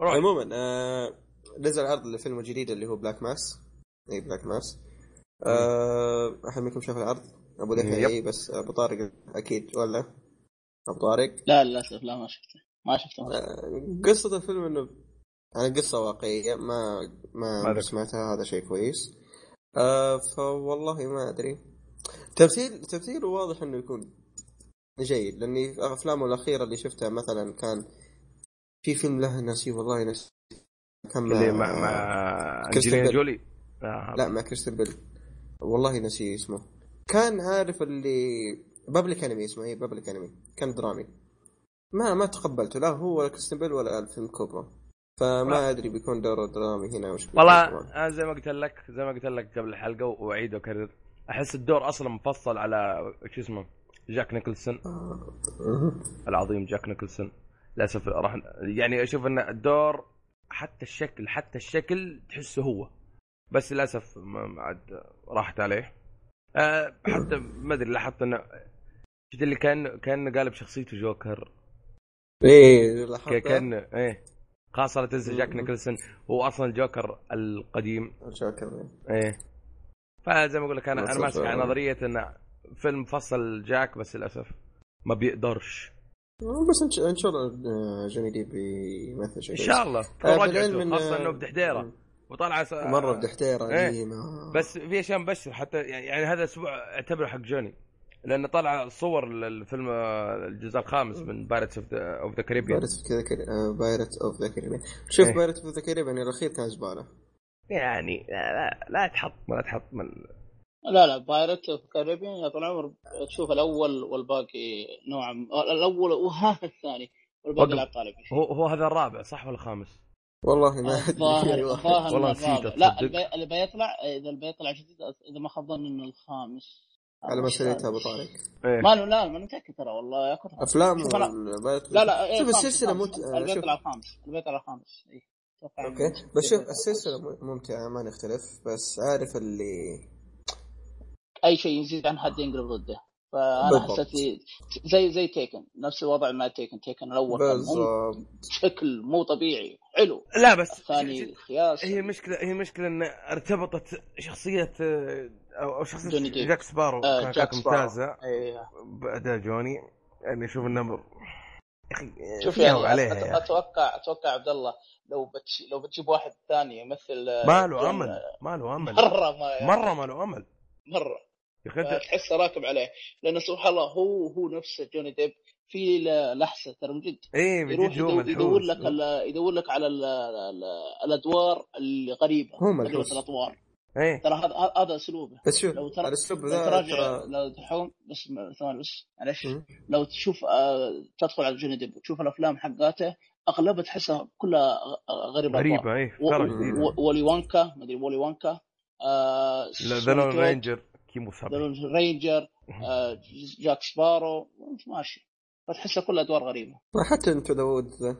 Speaker 1: روح
Speaker 2: عموما آه نزل عرض الفيلم الجديد اللي هو بلاك ماس اي بلاك ماس آه احد منكم شاف العرض ابو
Speaker 1: يب.
Speaker 2: لحيه اي بس ابو طارق اكيد ولا ابو طارق
Speaker 3: لا للاسف لا ما شفته ما شفته
Speaker 2: آه، قصة الفيلم انه يعني قصة واقعية ما ما
Speaker 1: هذا.
Speaker 2: ما سمعتها هذا شيء كويس آه فوالله ما ادري تمثيل تمثيله واضح انه يكون جيد لاني في افلامه الاخيرة اللي شفتها مثلا كان في فيلم له نسي والله نسي كان
Speaker 1: اللي مع مع
Speaker 2: كريستن
Speaker 1: انجلينا
Speaker 2: بيل.
Speaker 1: جولي آه،
Speaker 2: لا مع كريستن بيل والله نسي اسمه كان عارف اللي بابليك انمي اسمه اي بابليك انمي كان درامي ما ما تقبلته لا هو كريستن بيل ولا الفيلم كوبرا فما ادري بيكون دوره درامي هنا وش بيكون
Speaker 1: والله
Speaker 2: كمان.
Speaker 1: انا زي ما قلت لك زي ما قلت لك قبل الحلقه واعيد واكرر احس الدور اصلا مفصل على شو اسمه جاك نيكلسون العظيم جاك نيكلسون للاسف راح يعني اشوف ان الدور حتى الشكل حتى الشكل تحسه هو بس للاسف ما ما عاد راحت عليه أه حتى ما ادري لاحظت انه شفت اللي كان كان قالب شخصيته جوكر
Speaker 2: ايه
Speaker 1: ك-
Speaker 2: لاحظت
Speaker 1: كان ايه خاصه لا تنسى جاك
Speaker 2: مم.
Speaker 1: نيكلسون هو اصلا الجوكر القديم
Speaker 2: الجوكر.
Speaker 1: ايه فزي ما اقول لك انا انا
Speaker 2: للأسف
Speaker 1: ماسك على
Speaker 2: يعني.
Speaker 1: نظريه ان فيلم فصل جاك بس للاسف ما بيقدرش
Speaker 2: بس إن شاء- ان شاء الله آه، جوني ديب بيمثل شيء
Speaker 1: ان
Speaker 2: كويس.
Speaker 1: شاء الله
Speaker 2: آه،
Speaker 1: هو
Speaker 2: بالعلم
Speaker 1: رجعته
Speaker 2: إن-
Speaker 1: خاصه انه بدحديره وطلع س...
Speaker 2: مره بدحتيره
Speaker 1: إيه.
Speaker 2: إيه، ما-
Speaker 1: بس في اشياء مبشر حتى يعني, يعني هذا الاسبوع اعتبره حق جوني لانه طلع صور للفيلم آه، الجزء الخامس من بايرتس اوف ذا كاريبيان
Speaker 2: بايرتس اوف ذا بايرتس اوف ذا كاريبيان شوف
Speaker 1: إيه.
Speaker 2: بايرتس اوف ذا كاريبيان الاخير كان زباله
Speaker 1: يعني لا لا, لا تحط لا تحط من
Speaker 3: لا لا بايرت اوف كاريبيان يا طول العمر تشوف الاول والباقي نوعا ما الاول وها الثاني والباقي
Speaker 1: وقف.
Speaker 3: لعب طالبي
Speaker 1: هو هو هذا الرابع صح ولا الخامس؟
Speaker 2: والله ما ادري أي
Speaker 3: الظاهر
Speaker 2: واحد
Speaker 3: الظاهر
Speaker 1: والله
Speaker 3: إنه
Speaker 1: نسيت
Speaker 3: آه، الرابع. لا
Speaker 1: أصدق.
Speaker 3: البي- اللي بيطلع اذا اللي بيطلع جديد اذا ما خاب ظني انه الخامس
Speaker 2: على ما سويته ابو طارق
Speaker 1: ايه
Speaker 3: ما له لا ما أنا متاكد ترى والله يا كثر
Speaker 2: افلام
Speaker 3: شوف أنا-
Speaker 2: بايرتس
Speaker 3: لا لا إيه
Speaker 2: شوف
Speaker 3: الخامس،
Speaker 2: السلسله
Speaker 3: الخامس.
Speaker 2: مت...
Speaker 3: اللي
Speaker 2: آه، شوف
Speaker 3: بيطلع الخامس اللي بيطلع الخامس اي إيه، أتوقع
Speaker 2: اوكي
Speaker 3: إنه-
Speaker 2: بس شوف السلسله مم- ممتعه ما نختلف بس عارف اللي
Speaker 3: اي شيء يزيد عن حد ينقلب ضده فانا
Speaker 2: بالضبط.
Speaker 3: حسيت لي- زي زي تيكن نفس الوضع مع تيكن تيكن الاول كان مم-
Speaker 2: بالضبط
Speaker 3: شكل مو طبيعي حلو
Speaker 1: لا بس
Speaker 3: الثاني خياس
Speaker 1: هي المشكلة هي المشكلة ان ارتبطت شخصية آه، او أو
Speaker 3: جوني
Speaker 1: شخصية
Speaker 3: ديب.
Speaker 1: جاك سبارو
Speaker 3: آه،
Speaker 1: كان-
Speaker 3: جاك
Speaker 1: كانت
Speaker 3: سبارو.
Speaker 1: ممتازة
Speaker 3: أيوه.
Speaker 1: بأداء جوني يعني اشوف انه يا اخي آه،
Speaker 3: شوف
Speaker 1: فيها
Speaker 3: يعني
Speaker 1: وعليها
Speaker 3: أت-
Speaker 1: يا اخي
Speaker 3: اتوقع اتوقع عبد الله لو بتش... لو بتجيب واحد ثاني يمثل آه،
Speaker 1: ما له
Speaker 3: جون،
Speaker 1: امل
Speaker 3: آه،
Speaker 1: ما له امل
Speaker 3: مره ما
Speaker 1: مرة ما له امل
Speaker 3: مره
Speaker 1: يا اخي أنت-
Speaker 3: تحسه راكب عليه لانه سبحان الله هو هو نفسه جوني ديب في ل- لحظه ترى من جد
Speaker 1: ايه
Speaker 3: يروح
Speaker 1: بجد هو
Speaker 3: يدو- يدور
Speaker 1: ملحوس
Speaker 3: لك ال- يدور لك على ال- ال- الادوار الغريبه
Speaker 2: هو ملحوس.
Speaker 3: غريبه الاطوار
Speaker 1: ايه
Speaker 3: ترى هذا هذا- هذا اسلوبه
Speaker 2: بس شوف
Speaker 3: لو ترى
Speaker 2: الاسلوب
Speaker 3: لو
Speaker 2: ذا
Speaker 3: تراجع
Speaker 2: ترى
Speaker 3: لو تحوم بس م- ثواني بس معلش
Speaker 2: مم.
Speaker 3: لو تشوف آه، تدخل على جوني ديب وتشوف الافلام حقاته اغلبها تحسها كلها غ- غريبة
Speaker 1: غريبة ايه فكرة جديدة
Speaker 3: وولي وانكا مدري وولي وانكا آه
Speaker 1: لا
Speaker 3: سوني
Speaker 1: ذا
Speaker 3: دوغ.
Speaker 1: رينجر كيمو سبعة
Speaker 3: دون رينجر آه، جاك سبارو ماشي فتحسها كلها ادوار غريبه
Speaker 2: حتى انتو ذا وود ذا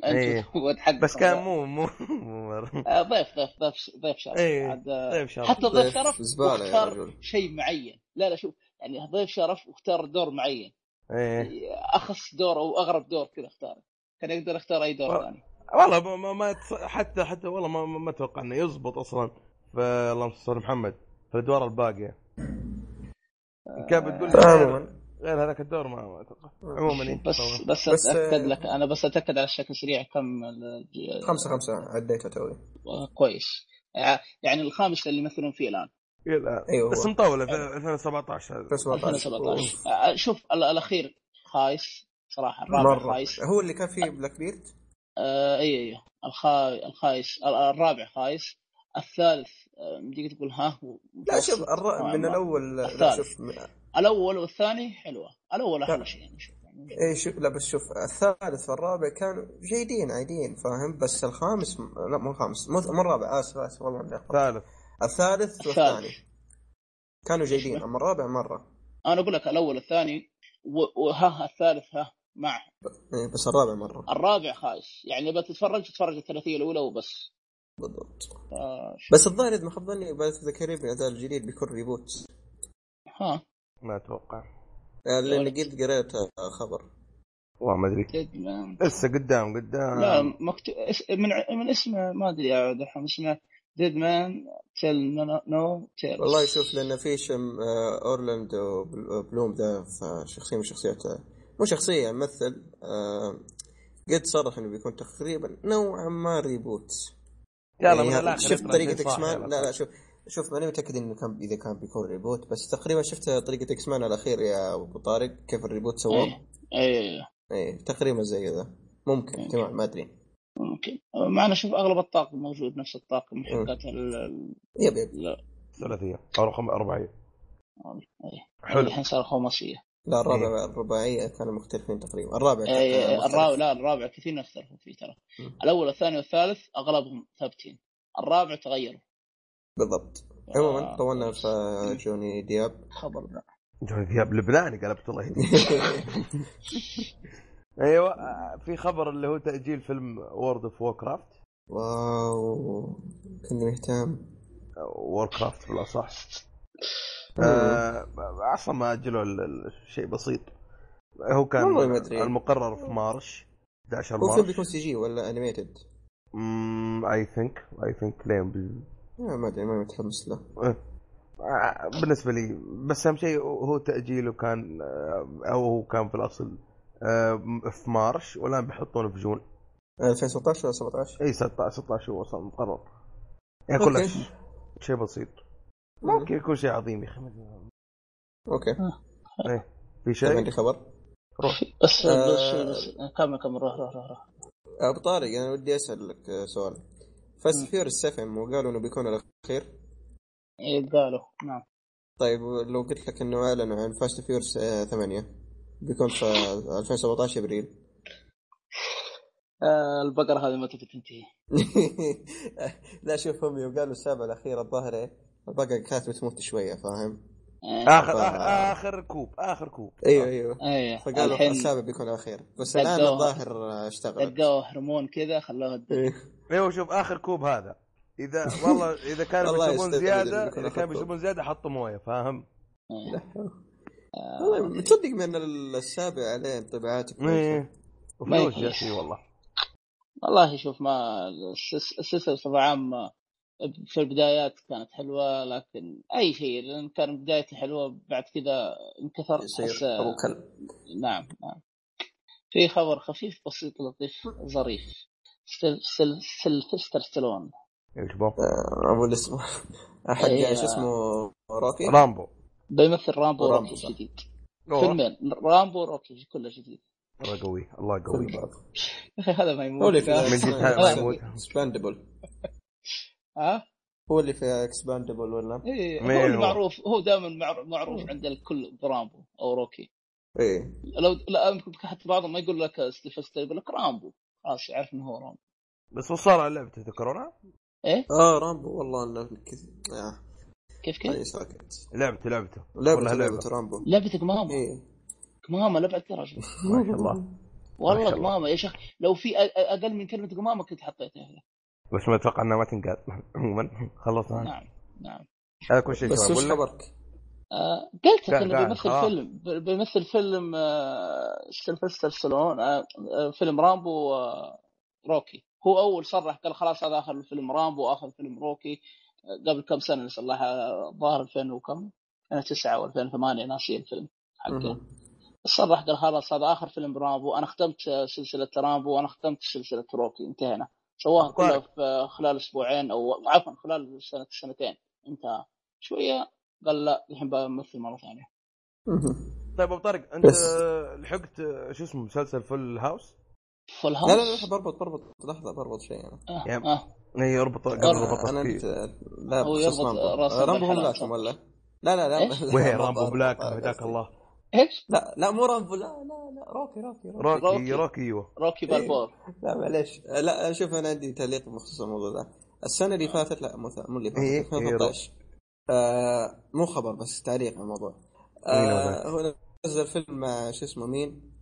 Speaker 1: إيه.
Speaker 3: انت ود حق
Speaker 1: بس كان مو مو مو مرة.
Speaker 3: آه، ضيف ضيف ضيف ضيف شرف
Speaker 1: إيه.
Speaker 3: عاد، آه،
Speaker 1: طيب شرف
Speaker 3: حتى ضيف
Speaker 2: ضيف
Speaker 3: شرف
Speaker 2: زبالة يا
Speaker 3: واختار
Speaker 2: رجل.
Speaker 3: شيء معين لا لا شوف يعني ضيف شرف واختار دور معين
Speaker 1: ايه
Speaker 3: اخص دور او اغرب دور كذا اختاره كان يقدر يختار اي دور
Speaker 1: والله.
Speaker 3: ثاني
Speaker 1: والله ما, ما, ما تص- حتى حتى والله ما ما ما اتوقع انه يزبط اصلا في اللهم صل على محمد في الادوار الباقيه كان بتقول لي
Speaker 2: آه، عموما
Speaker 1: غير هذاك الدور ما اتوقع
Speaker 2: آه،
Speaker 1: عموما انت
Speaker 3: بس
Speaker 1: طبعاً.
Speaker 3: بس
Speaker 2: بس-
Speaker 3: اتاكد لك انا بس اتاكد على شكل سريع كم ال-
Speaker 2: خمسة خمسة عديتها توي
Speaker 3: كويس يع- يعني الخامس اللي يمثلون فيه الان
Speaker 1: يلا
Speaker 2: ايوه
Speaker 1: بس
Speaker 2: هو
Speaker 1: مطوله في 2017 هذا
Speaker 2: 2017
Speaker 3: 2017 آه، شوف ال- الاخير خايس صراحه الرابع
Speaker 2: مرة
Speaker 3: خايس
Speaker 2: هو اللي كان فيه بلاك بيرد
Speaker 3: آه اي اي الخا... الخايس ال- الرابع خايس الثالث آه، يمديك تقول ها هو
Speaker 2: لا
Speaker 3: متوسط
Speaker 2: شوف الر...
Speaker 3: نوعاً
Speaker 2: من
Speaker 3: ما.
Speaker 2: الاول لا
Speaker 3: الثالث.
Speaker 2: شوف من...
Speaker 3: الاول والثاني حلوه الاول
Speaker 2: لا.
Speaker 3: احلى شيء يعني شوف يعني
Speaker 2: اي شوف إيه، لا بس شوف الثالث والرابع كانوا جيدين عاديين فاهم بس الخامس لا مو الخامس مو, مو الرابع اسف اسف والله اني أخطأت.
Speaker 1: ثالث
Speaker 2: الثالث
Speaker 3: الثالث.
Speaker 2: والثاني كانوا جيدين اما الرابع مره
Speaker 3: انا اقول لك الاول الثاني و- وها الثالث ها مع
Speaker 2: إيه بس الرابع مره
Speaker 3: الرابع خايس يعني يبغى تتفرج تتفرج الثلاثيه الاولى وبس
Speaker 2: بالضبط
Speaker 3: آه،
Speaker 2: بس الظاهر اذا ما خاب ظني بايرتس ذا كاريبيان الاداء الجديد بيكون ريبوت
Speaker 3: ها
Speaker 1: ما اتوقع
Speaker 2: آه، لاني قد قريت آه، خبر
Speaker 1: والله ما ادري
Speaker 3: تدمن
Speaker 1: لسه قدام قدام
Speaker 3: لا مكتوب من ع- من اسمه ما ادري يا عبد الرحمن اسمه ديد مان تيل نو تيل
Speaker 2: والله شوف لان في شم آه، اورلاند وبل- بلوم ذا ف- شخصيه من شخصيات آه، مو شخصيه ممثل آه، قد صرح انه بيكون تقريبا نوعا ما ريبوت
Speaker 1: يلا من
Speaker 2: يعني
Speaker 1: الاخر
Speaker 2: شفت
Speaker 1: يطلع
Speaker 2: طريقة
Speaker 1: شيء
Speaker 2: اكس
Speaker 1: صاحي
Speaker 2: مان
Speaker 1: على
Speaker 2: لا لا
Speaker 1: الأقل.
Speaker 2: شوف شوف ماني متاكد انه كان اذا كان بيكون ريبوت بس تقريبا شفت طريقة اكس مان الاخير يا ابو طارق كيف الريبوت سووه
Speaker 3: ايه ايه
Speaker 2: اي تقريبا زي ذا ممكن
Speaker 3: إيه.
Speaker 2: احتمال ما ادري
Speaker 3: ممكن مع انه شوف اغلب الطاقم موجود نفس الطاقم
Speaker 2: مم.
Speaker 3: حقت ال ال-
Speaker 2: يب يب
Speaker 3: ال-
Speaker 1: ثلاثيه او رقم اربعيه
Speaker 3: إيه.
Speaker 1: حلو
Speaker 3: الحين صار خماسيه
Speaker 2: لا الرابع الرباعية كانوا مختلفين تقريبا الرابع كان
Speaker 3: إيه،
Speaker 2: مختلف.
Speaker 3: الرابع لا الرابع كثير اختلفوا فيه ترى
Speaker 2: مم.
Speaker 3: الاول والثاني والثالث اغلبهم ثابتين الرابع تغيروا
Speaker 2: بالضبط
Speaker 3: آه،
Speaker 2: عموما أيوة، طولنا
Speaker 3: كويس.
Speaker 2: في جوني دياب
Speaker 3: خبر ذا.
Speaker 1: جوني دياب لبناني قلبت الله يهديك ايوه آه، في خبر اللي هو تاجيل فيلم وورد اوف وور كرافت
Speaker 2: واو كني مهتم
Speaker 1: وور كرافت بالاصح آه، اصلا ما اجلوا ال- ال- شيء بسيط هو كان
Speaker 2: والله ما أدري.
Speaker 1: المقرر في مارش 11
Speaker 2: هو فيلم بيكون
Speaker 1: مارش
Speaker 2: سي جي ولا انيميتد؟
Speaker 1: اي ثينك اي ثينك لين بال...
Speaker 2: آه، ما ادري ما متحمس له
Speaker 1: آه، بالنسبه لي بس اهم شيء هو تاجيله كان آه، او هو كان في الاصل آه، في مارش والان بيحطونه في جون
Speaker 2: 2017 آه، ولا 17
Speaker 1: اي 16 16 هو اصلا مقرر يعني كلها
Speaker 2: أوكي.
Speaker 1: ش- شيء بسيط
Speaker 2: مم.
Speaker 1: ممكن يكون شيء عظيم يا اخي ما أدري.
Speaker 2: اوكي
Speaker 1: ايه في
Speaker 2: طيب
Speaker 1: شيء
Speaker 2: عندي خبر
Speaker 3: بس بس,
Speaker 2: آه.
Speaker 3: بس كمل كمل روح روح روح روح
Speaker 2: ابو طارق انا ودي اسالك آه، سؤال
Speaker 3: مم.
Speaker 2: فاست فيور 7 وقالوا انه بيكون الاخير
Speaker 3: إيه، قالوا نعم
Speaker 2: طيب لو قلت لك انه اعلنوا عن فاست فيور 8 بيكون في آه، 2017 ابريل
Speaker 3: آه، البقره هذه متى بتنتهي؟
Speaker 2: لا شوف هم يوم قالوا السابع الاخير الظاهر ايه البقره كانت بتموت شويه فاهم
Speaker 3: آه،
Speaker 1: اخر آخر, اخر كوب اخر كوب آه،
Speaker 2: ايوه ايوه
Speaker 3: ايه
Speaker 2: فقالوا
Speaker 3: الحين
Speaker 2: السابع بيكون الاخير بس
Speaker 3: دقوها.
Speaker 2: الان الظاهر آه، إيه. اشتغلت
Speaker 3: دقوا هرمون كذا خلوها تدق.
Speaker 1: ايوه شوف اخر كوب هذا اذا والله اذا كانوا
Speaker 2: والله
Speaker 1: بيشربون
Speaker 2: يستبعد إنه
Speaker 1: زياده
Speaker 2: بيكون
Speaker 1: اذا
Speaker 2: آخر
Speaker 1: كانوا
Speaker 2: كوب.
Speaker 1: بيشربون زياده حطوا مويه فاهم؟
Speaker 3: إيه. آه،
Speaker 2: والله تصدق من السابع عليه انطباعات كويسه
Speaker 1: ايه
Speaker 3: ما
Speaker 1: وفلوس
Speaker 3: يكفي.
Speaker 1: جاتني والله
Speaker 3: والله شوف ما السلس- السلسله بصفه عامه في البدايات كانت حلوه لكن اي شيء لان كان بدايته حلوه بعد كذا انكثر
Speaker 2: يصير
Speaker 3: هسه-
Speaker 2: ابو كلب
Speaker 3: نعم نعم في خبر خفيف بسيط لطيف ظريف سل- سل- سلفستر ستالون
Speaker 1: ايوه شباب
Speaker 2: إيه. ابو اللي اسمه حق
Speaker 3: إيه.
Speaker 2: شو اسمه روكي
Speaker 1: رامبو
Speaker 3: بيمثل رامبو
Speaker 2: ورامبو،
Speaker 3: روكي
Speaker 2: صح.
Speaker 3: الجديد
Speaker 1: أوه،
Speaker 3: فيلمين رامبو روكي كله جديد
Speaker 1: الله قوي الله
Speaker 2: كل
Speaker 1: قوي
Speaker 2: بعض
Speaker 3: يا اخي هذا ما
Speaker 2: هو
Speaker 3: يموت
Speaker 2: اللي في
Speaker 1: من جد
Speaker 3: هذا
Speaker 1: هذا
Speaker 3: ما
Speaker 1: ما
Speaker 3: يموت
Speaker 1: يموت.
Speaker 2: اكسباندبل
Speaker 3: ها؟
Speaker 2: هو اللي في اكسباندبل ولا
Speaker 3: إيه
Speaker 1: مين
Speaker 3: هو
Speaker 1: هو؟
Speaker 3: المعروف هو دائما معر- معروف عند الكل برامبو او روكي
Speaker 2: ايه
Speaker 3: لو لا يمكن حتى بعضهم ما يقول لك ستيفستر يقول لك رامبو خلاص يعرف انه هو رامبو
Speaker 1: بس وصار على لعبه تذكرونها؟
Speaker 3: ايه
Speaker 2: اه رامبو والله انه كثير آه.
Speaker 3: كيف كيف؟
Speaker 1: طيب.
Speaker 2: هذه ساكت
Speaker 1: لعبته لعبته
Speaker 2: لعبة
Speaker 1: والله
Speaker 2: لعبة
Speaker 1: لعبه
Speaker 2: رامبو
Speaker 3: لعبه
Speaker 1: إيه.
Speaker 3: قمامه
Speaker 2: ايه
Speaker 3: قمامه لعبه درجه
Speaker 1: ما شاء الله ما
Speaker 3: والله
Speaker 1: شاء الله.
Speaker 3: قمامه يا شيخ لو في أ- أ- اقل من كلمه قمامه كنت حطيتها
Speaker 1: بس ما اتوقع انها ما تنقال عموما خلصنا
Speaker 3: نعم نعم
Speaker 1: هذا كل شيء
Speaker 2: بس
Speaker 1: شباب
Speaker 2: وش
Speaker 1: ولا؟
Speaker 2: خبرك؟
Speaker 3: آه قلت لك
Speaker 1: قاعد- قاعد،
Speaker 3: انه بيمثل
Speaker 1: آه.
Speaker 3: فيلم بي- بيمثل فيلم آه سيلفستر سلون آه آه، فيلم رامبو آه روكي هو اول صرح قال خلاص هذا اخر فيلم رامبو واخر فيلم روكي آه، قبل كم سنه نسال الله آه، الظاهر 2000 وكم 2009 او 2008 ناسي الفيلم حقه
Speaker 2: مهم.
Speaker 3: صرح قال خلاص هذا اخر فيلم رامبو انا ختمت سلسله رامبو وانا ختمت سلسله روكي انتهينا سواها كلها في خلال اسبوعين او عفوا خلال سنه سنتين انتهى شويه قال لا الحين بمثل مره ثانيه
Speaker 1: طيب ابو طارق انت لحقت شو اسمه مسلسل فل هاوس؟
Speaker 3: فول
Speaker 2: لا
Speaker 3: هاوس
Speaker 2: لا لا بربط بربط لحظه بربط شيء انا
Speaker 3: آه،
Speaker 1: يعني-
Speaker 3: آه.
Speaker 1: اي اربط قبل
Speaker 3: أربط.
Speaker 1: ربطت
Speaker 2: انا
Speaker 1: فيه
Speaker 2: انت لا
Speaker 3: هو
Speaker 2: بخصوص
Speaker 3: يربط
Speaker 2: رامبو. آه،
Speaker 3: راسه
Speaker 2: رامبو هم
Speaker 3: بالحلال.
Speaker 2: لكم ولا لا لا لا
Speaker 3: إيش؟
Speaker 2: لا،
Speaker 1: وين
Speaker 2: رامبو
Speaker 1: رامبو
Speaker 2: أربط،
Speaker 1: بلاك
Speaker 2: أنا
Speaker 1: هداك
Speaker 2: قصدي.
Speaker 1: الله
Speaker 3: ايش؟
Speaker 2: لا لا مو رامبو لا لا لا روكي روكي روكي
Speaker 1: روكي
Speaker 3: روكي.
Speaker 1: روكي ايوه
Speaker 3: روكي
Speaker 2: إيه.
Speaker 3: بالبور
Speaker 2: لا معليش آه، لا شوف انا عندي تعليق بخصوص الموضوع ذا السنه
Speaker 3: آه.
Speaker 2: اللي فاتت لا مو مو اللي
Speaker 1: إيه، إيه،
Speaker 2: فاتت 2018 آه مو خبر بس تعليق على الموضوع
Speaker 1: مين هو ذا؟
Speaker 2: آه
Speaker 3: إيه،
Speaker 2: هو نزل فيلم مع شو اسمه مين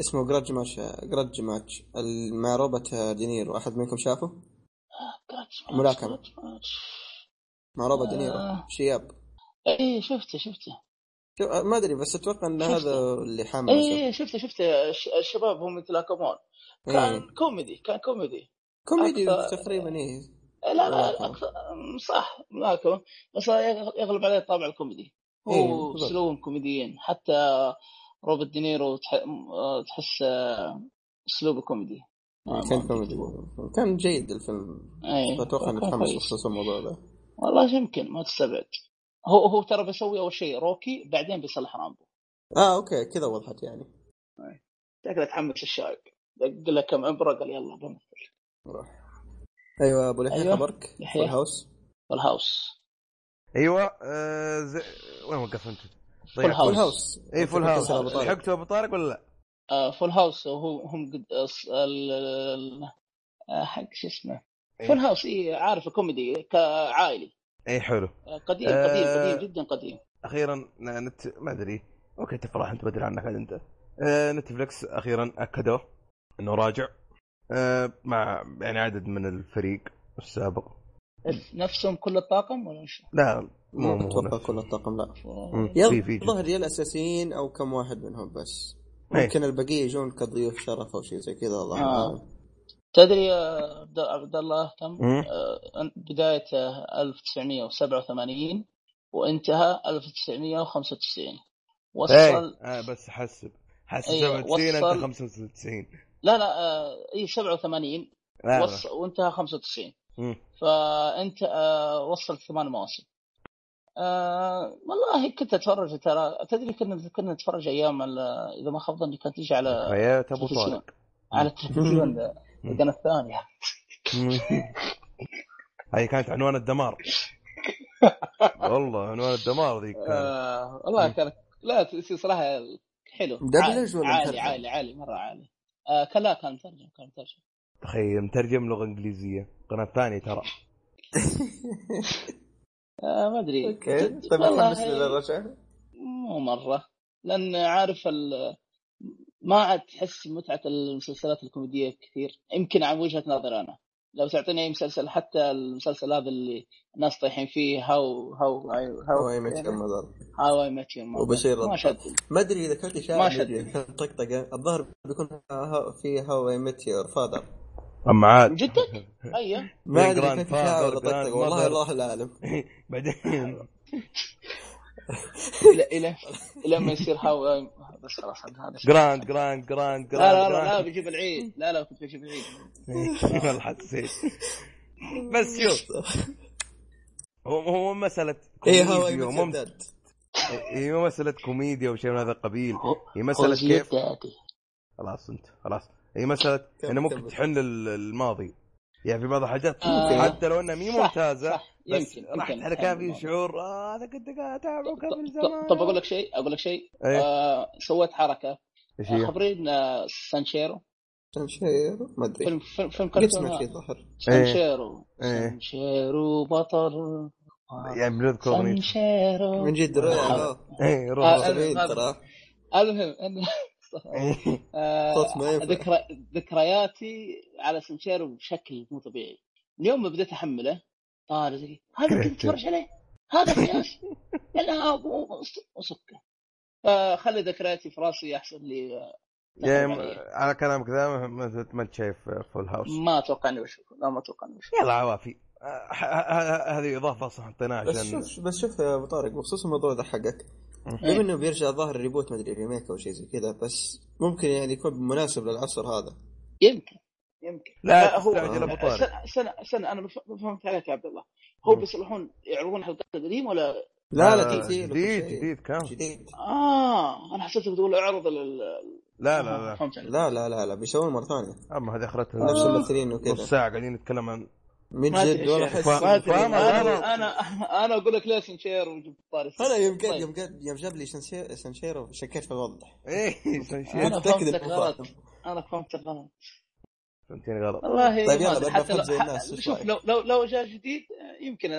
Speaker 2: اسمه جراج ماتش جراج ماتش ال- مع روبرت دينيرو احد منكم شافه؟ ملاكمة. مع روبرت دينيرو
Speaker 3: آه.
Speaker 2: شياب
Speaker 3: ايه شفته شفته
Speaker 2: شو- آه، ما ادري بس اتوقع ان
Speaker 3: شفته.
Speaker 2: هذا اللي حامل
Speaker 3: ايه شفته شفته الش- الشباب هم يتلاكمون
Speaker 2: إيه.
Speaker 3: كان كوميدي كان كوميدي
Speaker 2: كوميدي
Speaker 3: أكثر-
Speaker 2: تقريبا ايه
Speaker 3: لا لا
Speaker 2: ملاكمة.
Speaker 3: اكثر صح ملاكمة بس يغ- يغلب عليه الطابع الكوميدي
Speaker 2: إيه،
Speaker 3: هو
Speaker 2: بالضبط.
Speaker 3: سلوم كوميديين حتى روبرت دينيرو تح- م- تحس آه، اسلوبه كوميدي آه، ما- ما
Speaker 2: آه، كان
Speaker 3: أمديك
Speaker 2: كوميدي
Speaker 3: تقول.
Speaker 2: كان جيد الفيلم
Speaker 3: ايه
Speaker 2: اتوقع اني
Speaker 3: كان
Speaker 2: متحمس
Speaker 3: كويس
Speaker 2: بخصوص الموضوع ذا
Speaker 3: والله يمكن ما تستبعد هو هو ترى بيسوي اول شيء روكي بعدين بيصلح رامبو
Speaker 2: اه اوكي كذا وضحت يعني
Speaker 3: شكله تحمس الشايب دق له كم عبره قال يلا بمثل
Speaker 2: روح. ايوه ابو لحية
Speaker 3: أيوة.
Speaker 2: خبرك
Speaker 3: لحية.
Speaker 2: فول هاوس
Speaker 3: والهاوس
Speaker 1: ايوه آه زي... وين وقف انت؟
Speaker 3: فول
Speaker 1: ضيعت إيه،
Speaker 2: فول
Speaker 3: هاوس
Speaker 2: هاوس
Speaker 1: اي فول هاوس
Speaker 2: أبو طارق.
Speaker 1: لحقته ابو طارق ولا لا؟
Speaker 3: آه، فول هاوس وهو هم قد أص- ال- ال- آه، حق شو اسمه
Speaker 1: إيه.
Speaker 3: فول هاوس اي عارف كوميدي كعائلي
Speaker 1: اي إيه، حلو
Speaker 3: آه، قديم
Speaker 1: آه.
Speaker 3: قديم قديم جدا قديم
Speaker 1: اخيرا نت ما ادري اوكي تفرح انت ما ادري عنك عاد انت آه نتفلكس اخيرا اكدوا انه راجع آه مع يعني عدد من الفريق السابق
Speaker 3: نفسهم كل الطاقم ولا مش
Speaker 1: لا مو
Speaker 2: ما
Speaker 1: مو هو
Speaker 2: اتوقع
Speaker 1: نفسه
Speaker 2: كل الطاقم لا
Speaker 1: مم، في في
Speaker 2: يلا
Speaker 1: جزء.
Speaker 2: ظهر يا الاساسيين او كم واحد منهم بس
Speaker 1: إيه.
Speaker 2: ممكن البقيه يجون كضيوف شرف او شيء زي كذا الله
Speaker 3: آه.
Speaker 2: اعلم
Speaker 3: تدري يا عبد- عبد الله كم
Speaker 1: مم.
Speaker 3: آه، بداية 1987 وانتهى 1995
Speaker 1: ايه
Speaker 3: وصل
Speaker 1: آه بس حسب حسب
Speaker 3: أيوة،
Speaker 1: 97 انت
Speaker 3: وصل-
Speaker 1: 95
Speaker 3: لا لا آه، اي 87
Speaker 1: لا
Speaker 3: وص... وانتهى 95
Speaker 1: آه. مم.
Speaker 3: فانت آه، وصل ثمان مواسم آه والله كنت اتفرج ترى تدري كنا كنا نتفرج ايام ال- اذا ما خاب ظني كانت تيجي على
Speaker 1: ذكريات ابو
Speaker 3: التلفزيون.
Speaker 1: طارق
Speaker 3: على التلفزيون آه، القناه الثانيه
Speaker 1: مم. هاي كانت عنوان الدمار والله عنوان الدمار ذيك كانت
Speaker 3: آه والله
Speaker 1: مم.
Speaker 3: كانت لا تس- صراحه حلو
Speaker 2: مدبلج ولا
Speaker 3: عالي
Speaker 2: مترجم؟
Speaker 3: عالي عالي مره عالي آه كان لا كان مترجم كان مترجم
Speaker 1: تخيل مترجم لغه انجليزيه قناه ثانيه ترى
Speaker 3: آه ما
Speaker 1: إيه،
Speaker 3: ادري
Speaker 2: اوكي
Speaker 3: جد-
Speaker 2: طيب
Speaker 3: والله إيه.
Speaker 2: متحمس للرجع؟
Speaker 3: مو مره لان عارف ال ما عاد تحس متعه المسلسلات الكوميديه كثير يمكن عن وجهه نظري انا لو تعطيني اي مسلسل حتى المسلسل هذا اللي الناس طايحين فيه هاو هاو
Speaker 2: هو
Speaker 3: هاو
Speaker 2: اي مت
Speaker 3: هاو اي مات
Speaker 2: وبشير
Speaker 3: إيه. ما
Speaker 2: الضبط.
Speaker 3: شدني
Speaker 2: ما ادري اذا كنت
Speaker 3: ما
Speaker 2: شاعر ما ادري
Speaker 3: شدني.
Speaker 2: كان طقطقه الظاهر بيكون ها- في هاو اي مت يور فادر
Speaker 1: اما
Speaker 3: من
Speaker 1: عاد
Speaker 3: جدك؟ ايوه
Speaker 2: ما
Speaker 1: Your
Speaker 2: ادري كنت شاعر
Speaker 1: grandfather,
Speaker 2: ولا طقطقه
Speaker 1: grandmother.
Speaker 2: والله الله لا اعلم
Speaker 1: بعدين
Speaker 3: الى الى الى ما يصير هاو بس خلاص هذا هذا
Speaker 1: جراند جراند جراند
Speaker 3: لا لا
Speaker 1: جراند
Speaker 3: والله لا
Speaker 1: جراند
Speaker 3: بجيب العيد لا لا كنت بجيب العيد
Speaker 1: إيه، والله حسيت بس شوف هو هو مو مساله
Speaker 3: إيه،
Speaker 2: ايه هاو اي
Speaker 1: كوميديا
Speaker 2: مت
Speaker 1: ومم-
Speaker 2: يور
Speaker 1: هي مو مساله إيه، كوميديا وشيء من هذا القبيل
Speaker 3: هو-
Speaker 1: هي
Speaker 3: هو
Speaker 1: مساله
Speaker 3: زي
Speaker 1: كيف
Speaker 3: دادي
Speaker 1: خلاص انت خلاص هي مساله انه
Speaker 2: كمل
Speaker 1: ممكن
Speaker 2: كمل.
Speaker 1: تحن لل- الماضي يعني في بعض الحاجات
Speaker 3: آه.
Speaker 1: حتى لو انها مي
Speaker 3: صح
Speaker 1: ممتازه
Speaker 3: صح
Speaker 1: بس
Speaker 3: يمكن
Speaker 1: راحت
Speaker 3: يمكن
Speaker 1: على
Speaker 3: تحل
Speaker 1: كان في
Speaker 3: الموضوع.
Speaker 1: شعور آه هذا كنت قاعد اتابعه قبل
Speaker 3: ط-
Speaker 1: زمان
Speaker 3: طب اقول لك شيء اقول لك شيء
Speaker 1: ايه
Speaker 3: آه سويت حركه
Speaker 1: ايش
Speaker 3: آه،
Speaker 1: هي؟
Speaker 3: خبرين آه، سانشيرو
Speaker 2: شنشيرو ما ادري
Speaker 3: فيلم فيلم فيلم
Speaker 2: قد
Speaker 3: كرتون
Speaker 2: سمعت فيه
Speaker 3: آه،
Speaker 2: الظاهر
Speaker 3: سانشيرو
Speaker 1: إيه.
Speaker 3: سانشيرو بطل آه،
Speaker 1: يعني بنذكر اغنيته
Speaker 2: من
Speaker 3: سانشيرو
Speaker 2: جد روح
Speaker 3: حب-
Speaker 2: ها
Speaker 1: ايه روح
Speaker 3: آه،
Speaker 1: روح
Speaker 2: سبعين
Speaker 3: هذا-
Speaker 2: ترى
Speaker 3: المهم ان
Speaker 1: إيه.
Speaker 2: صوت ما
Speaker 3: آه،
Speaker 2: ينفع
Speaker 3: ذكرى ذكرياتي على سانشيرو بشكل مو طبيعي اليوم ما بديت احمله طار زي هذا كنت
Speaker 1: كرهته.
Speaker 3: اتفرج عليه هذا حياس يا لا أبو- وسكه فخلي ذكرياتي في راسي احسن لي آه،
Speaker 1: يعني
Speaker 3: تخرب علي
Speaker 1: على كلامك ذا ما ما انت شايف فول هاوس
Speaker 3: ما اتوقع اني بشوفه لا ما اتوقع اني بشوفه
Speaker 1: يلا عوافي أه، ه- ه- ه- هذه اضافه اصلا حطيناها
Speaker 2: بس
Speaker 1: عشان
Speaker 2: شوف بس شوف يا ابو طارق بخصوص الموضوع ذا حقك بما انه بيرجع ظاهر ريبوت مدري ريميك او شيء زي كذا بس ممكن يعني يكون مناسب للعصر هذا
Speaker 3: يمكن يمكن
Speaker 1: لا
Speaker 3: هو
Speaker 1: تستعجل أبو طارق.
Speaker 3: سنه سنه, سنة انا ما فهمت عليك يا عبد الله هو بيصلحون يعرضون حلقات قديمه ولا
Speaker 2: لا لا
Speaker 1: آه،
Speaker 2: تمثيل وكل
Speaker 1: جديد
Speaker 2: شيء.
Speaker 1: جديد كان
Speaker 2: جديد
Speaker 3: اه انا حسيت بتقول اعرض ال-
Speaker 1: لا لا لا
Speaker 3: فهمت عليك
Speaker 2: لا لا لا لا بيسوون مره ثانيه
Speaker 1: اما هذه اخرتها
Speaker 2: نفس الممثلين
Speaker 1: نص
Speaker 2: وكذا
Speaker 1: ساعه قاعدين نتكلم عن
Speaker 2: من
Speaker 3: ما
Speaker 2: جد
Speaker 3: أدري
Speaker 2: والله
Speaker 3: إيش
Speaker 2: احس
Speaker 1: يعني.
Speaker 3: ما أدري.
Speaker 1: فاهم
Speaker 3: انا
Speaker 1: أنا-
Speaker 3: انا انا اقول لك ليه سنشير وجبت طاري
Speaker 2: انا يوم قد
Speaker 3: طيب.
Speaker 2: يوم قد يوم جاب لي شنشي- سنشيرو شكيت في الوضع
Speaker 1: ايه
Speaker 2: أنا
Speaker 3: انا
Speaker 2: متأكد
Speaker 3: فهمتك
Speaker 2: إنه
Speaker 3: غلط
Speaker 2: فاهم.
Speaker 3: انا فهمتك غلط
Speaker 1: فهمتني غلط
Speaker 3: والله
Speaker 2: طيب
Speaker 3: ما
Speaker 2: يلا
Speaker 3: أدري.
Speaker 2: بدنا
Speaker 3: حتى
Speaker 2: نفهم
Speaker 3: لو
Speaker 2: زي
Speaker 3: ح-
Speaker 2: الناس، إيش
Speaker 3: شوف
Speaker 2: رأيك؟
Speaker 3: لو لو لو جاء جديد يمكن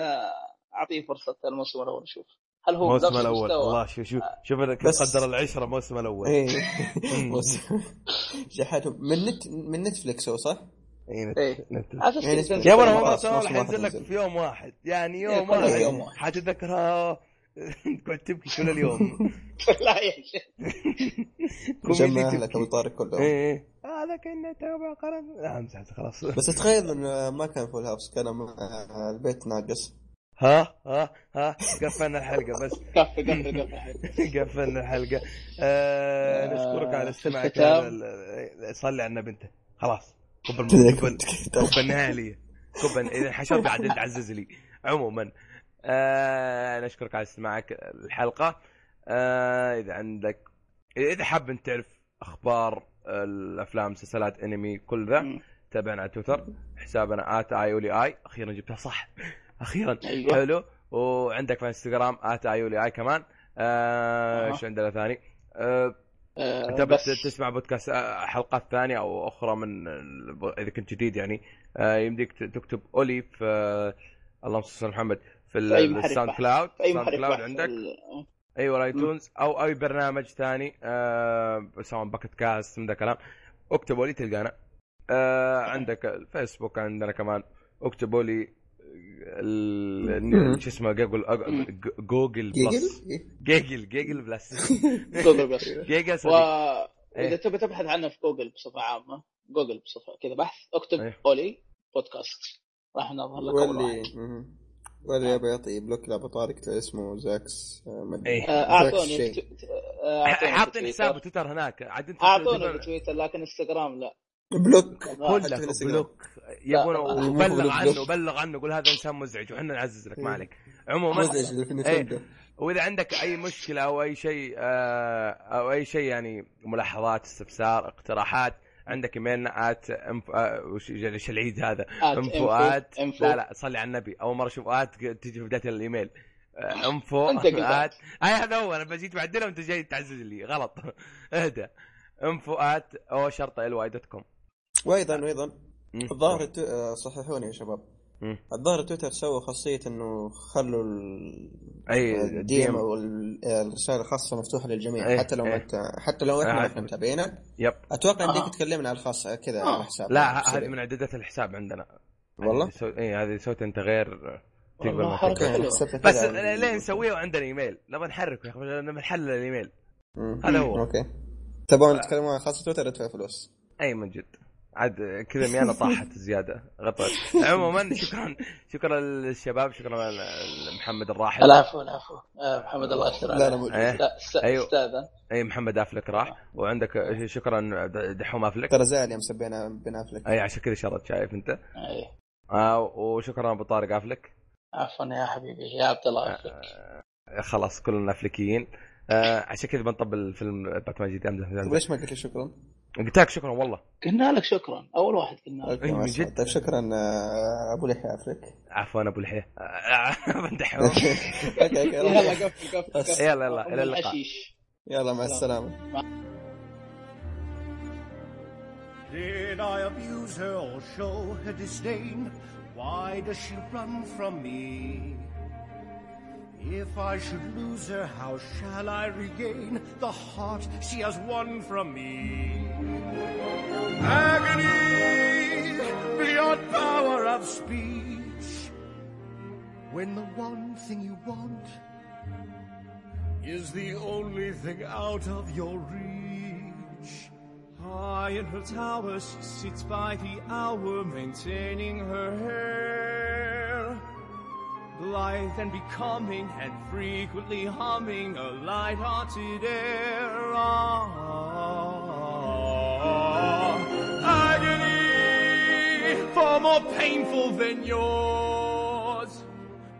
Speaker 3: اعطيه فرصه الموسم الاول شوف هل هو بنفس
Speaker 1: الموسم الاول
Speaker 3: المستوى
Speaker 1: الله شوف شوف شوف أنا كيف
Speaker 2: بس-
Speaker 1: قدر العشره الموسم الاول
Speaker 2: ايه بص شحاتهم من نت من نتفلكس هو صح؟
Speaker 1: إيه، نت-
Speaker 3: إيه.
Speaker 1: نت-
Speaker 3: على أساس
Speaker 2: يعني
Speaker 3: تنزل.
Speaker 1: يا ابو
Speaker 2: كل
Speaker 1: الهوى
Speaker 2: مرة
Speaker 1: ترى
Speaker 2: نص
Speaker 1: راح
Speaker 2: واحد
Speaker 1: ينزل لك
Speaker 2: ينزل.
Speaker 1: في يوم واحد يعني
Speaker 3: إيه،
Speaker 1: يوم
Speaker 3: كله
Speaker 1: واحد
Speaker 3: يوم واحد.
Speaker 1: حتتذكرها تقعد تبكي كل اليوم
Speaker 3: لا يا شيخ
Speaker 2: جمع
Speaker 1: كوميدي
Speaker 2: اهلك ابو
Speaker 1: تبكي
Speaker 2: طارق كلهم
Speaker 1: ايه هذا كنا توبه قرن لا امزح خلاص
Speaker 2: بس تخيل انه ما كان فول هاوس كان مع- البيت ناقص
Speaker 1: ها ها ها قفلنا الحلقه بس
Speaker 3: كفى كفى كفى
Speaker 1: قفلنا الحلقه آه
Speaker 3: آه،
Speaker 1: نشكرك على استماعك
Speaker 3: في الختام.
Speaker 1: هذا ال- صلي على النبي انت خلاص كب
Speaker 2: كذا
Speaker 1: الم- كب
Speaker 2: يكون.
Speaker 1: ال- كب النهايه لي كب ال- اذا حشرت عدد عزز لي عموما آه نشكرك على استماعك الحلقه آه اذا عندك اذا حاب انت تعرف اخبار الافلام مسلسلات انمي كل ذا
Speaker 3: مم.
Speaker 1: تابعنا على تويتر حسابنا ات اي اولي اي اخيرا جبتها صح اخيرا
Speaker 3: أيوة.
Speaker 1: حلو وعندك في انستغرام ات اي اولي اي كمان آه،
Speaker 3: أها.
Speaker 1: ايش عندنا ثاني؟ آه،
Speaker 3: آه،
Speaker 1: انت
Speaker 3: بس
Speaker 1: بس تسمع بودكاست آه، حلقات ثانيه او اخرى من ال- اذا كنت جديد يعني آه، يمديك ت- تكتب اولي في آه، اللهم صل على محمد في ال-
Speaker 3: في أي طيب، محرك
Speaker 1: الساوند
Speaker 3: بحث.
Speaker 1: كلاود
Speaker 3: في اي
Speaker 1: ساوند
Speaker 3: محرك
Speaker 1: كلاود
Speaker 3: بحث
Speaker 1: عندك
Speaker 3: ال-
Speaker 1: ايوه الايتونز او اي برنامج ثاني آه سواء باكت كاست من ذا كلام اكتبوا لي تلقانا آه عندك الفيسبوك عندنا كمان اكتبوا لي ال-
Speaker 2: مم.
Speaker 1: شو اسمه جوجل أج- جوجل بلس
Speaker 2: جيجل؟
Speaker 1: جيجل جيجل بلس
Speaker 3: جوجل بس
Speaker 1: جيجل
Speaker 3: و...
Speaker 1: صديق إيه.
Speaker 3: واذا تبي تبحث عنه في جوجل بصفه عامه جوجل بصفه كذا بحث اكتب
Speaker 1: إيه.
Speaker 3: اولي بودكاست راح نظهر لك اول
Speaker 2: واللي
Speaker 3: واحد
Speaker 2: مم. واللي يبي يعطي بلوك لابو طارق اسمه زاكس آه، ما أدري.
Speaker 1: إيه.
Speaker 3: آه،
Speaker 2: زاكس
Speaker 3: اعطوني
Speaker 2: شيء
Speaker 3: في تو- آه، أعطوني في
Speaker 1: حاطين
Speaker 3: تويتر.
Speaker 1: حساب تويتر هناك عاد انت
Speaker 3: اعطوني في تويتر لكن انستغرام لا
Speaker 2: بلوك حتى في
Speaker 1: كله
Speaker 2: الانستغرام.
Speaker 1: بلوك يبون
Speaker 3: لا،
Speaker 2: مو
Speaker 1: وبلغ
Speaker 2: بلوك.
Speaker 1: عنه بلغ عنه قول هذا انسان مزعج وحنا نعزز لك ما
Speaker 2: إيه.
Speaker 1: عليك عموما
Speaker 2: مزعج اللي في
Speaker 3: إيه.
Speaker 2: نتندو
Speaker 1: واذا عندك اي مشكله او اي شيء آه، او اي شيء يعني ملاحظات استفسار اقتراحات عندك ايميلنا ات آه، وش يعني، العيد هذا انفو ات
Speaker 3: آه، info.
Speaker 1: لا لا صلي على النبي اول مره اشوف ات تجي في بدايه الايميل آه، انفو
Speaker 3: أنت قلت
Speaker 1: ات اي هذا هو انا بجيت بعدلها وانت جاي تعزز لي غلط اهدى انفو ات او شرطه ال واي دوت كوم
Speaker 2: وايضا وايضا
Speaker 1: مم.
Speaker 2: الظاهر التو... آه، صححوني يا شباب
Speaker 1: مم.
Speaker 2: الظاهر تويتر سوى خاصيه انه خلوا ال...
Speaker 1: اي
Speaker 2: الديم
Speaker 1: إيه، الديم
Speaker 2: او ال- آه، الرساله الخاصه مفتوحه للجميع
Speaker 1: إيه،
Speaker 2: حتى لو ما
Speaker 1: إيه.
Speaker 2: انت حتى لو احنا ما
Speaker 1: آه.
Speaker 2: احنا متابعينك
Speaker 1: يب
Speaker 2: اتوقع
Speaker 3: آه.
Speaker 2: انك تكلمنا على الخاصه كذا
Speaker 3: آه.
Speaker 2: على حساب
Speaker 1: لا ه- هذه من اعدادات الحساب عندنا
Speaker 2: والله؟
Speaker 1: هذه سو... اي هذه سويت انت غير تقبل
Speaker 3: والله
Speaker 1: ما
Speaker 3: حركة
Speaker 2: اوكي
Speaker 1: تقبل
Speaker 2: انا
Speaker 3: حلوة.
Speaker 2: حسبتها
Speaker 1: بس
Speaker 2: كذا على-
Speaker 1: ليه نسويه وعندنا ايميل لما نحرك يا اخي لما نحلل الايميل
Speaker 2: مم.
Speaker 1: هذا هو.
Speaker 2: اوكي
Speaker 1: آه.
Speaker 2: تبغون تتكلمون عن خاصه تويتر ادفع فلوس
Speaker 1: اي من جد عاد كذا ميانا طاحت زياده غطت عموما شكرا شكرا للشباب شكرا لمحمد الراحل
Speaker 3: العفو العفو آه، محمد الله يستر
Speaker 2: لا انا موجود
Speaker 1: إيه.
Speaker 3: لا است-
Speaker 1: أيوه.
Speaker 3: استاذن
Speaker 1: اي محمد افلك راح وعندك شكرا د- دحوم افلك
Speaker 2: ترى زعل يوم سبينا بن افلك
Speaker 1: اي عشان كذا شرد شايف انت
Speaker 3: أيوه.
Speaker 1: آه وشكرا ابو طارق افلك
Speaker 3: عفوا يا حبيبي يا عبد الله أفلك.
Speaker 1: آه. خلاص كلنا افلكيين آه عشان كذا بنطبل فيلم باتمان جديد امزح أمزح.
Speaker 2: طيب ليش ما قلت لي شكرا؟
Speaker 1: قلت لك شكرا والله
Speaker 3: قلنا لك شكرا اول واحد قلنا لك
Speaker 2: اوكي
Speaker 1: من
Speaker 2: ما شاء
Speaker 1: جد.
Speaker 2: الله. طيب شكرا آه، ابو لحية افلك
Speaker 1: عفوا ابو الحيه آه، بندحهم
Speaker 2: اوكي اوكي
Speaker 3: يلا
Speaker 2: روح.
Speaker 3: قفل قفل قفل.
Speaker 1: يلا، يلا، إلى اللقاء.
Speaker 3: الحشيش.
Speaker 2: يلا مع السلامه
Speaker 8: Did I abuse her or show her disdain? Why does she run from me? If I should lose her, how shall I regain the heart she has won from me? Agony beyond power of speech. When the one thing you want is the only thing out of your reach. High in her tower, she sits by the hour, maintaining her hair. lithe and becoming, and frequently humming a light-hearted air. Ah, agony far more painful than yours,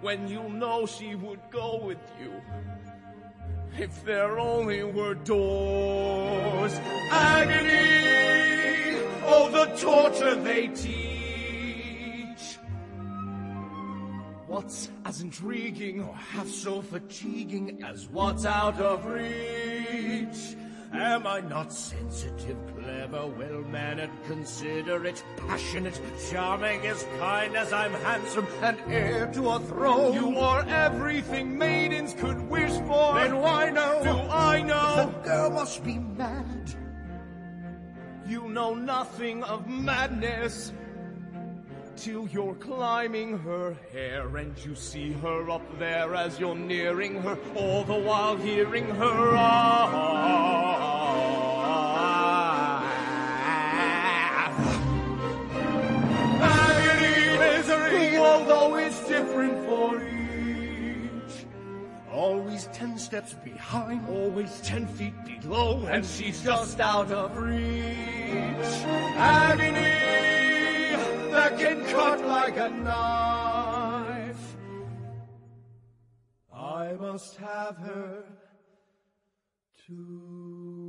Speaker 8: when you know she would go with you. If there only were doors, agony, oh the torture they teach. What's as intriguing or half so fatiguing as what's out of reach? Am I not sensitive, clever, well-mannered, considerate, passionate, charming is kindness, I'm handsome, and heir to a throne? You are everything maidens could wish for. Then why know? Do I know? The girl must be mad. You know nothing of madness till you're climbing her hair and you see her up there as you're nearing her, all the while hearing her ah. Agony, misery, although it's different for each. Always ten steps behind, always ten feet below, and she's just out of reach. Agony that can cut like a knife. I must have her to.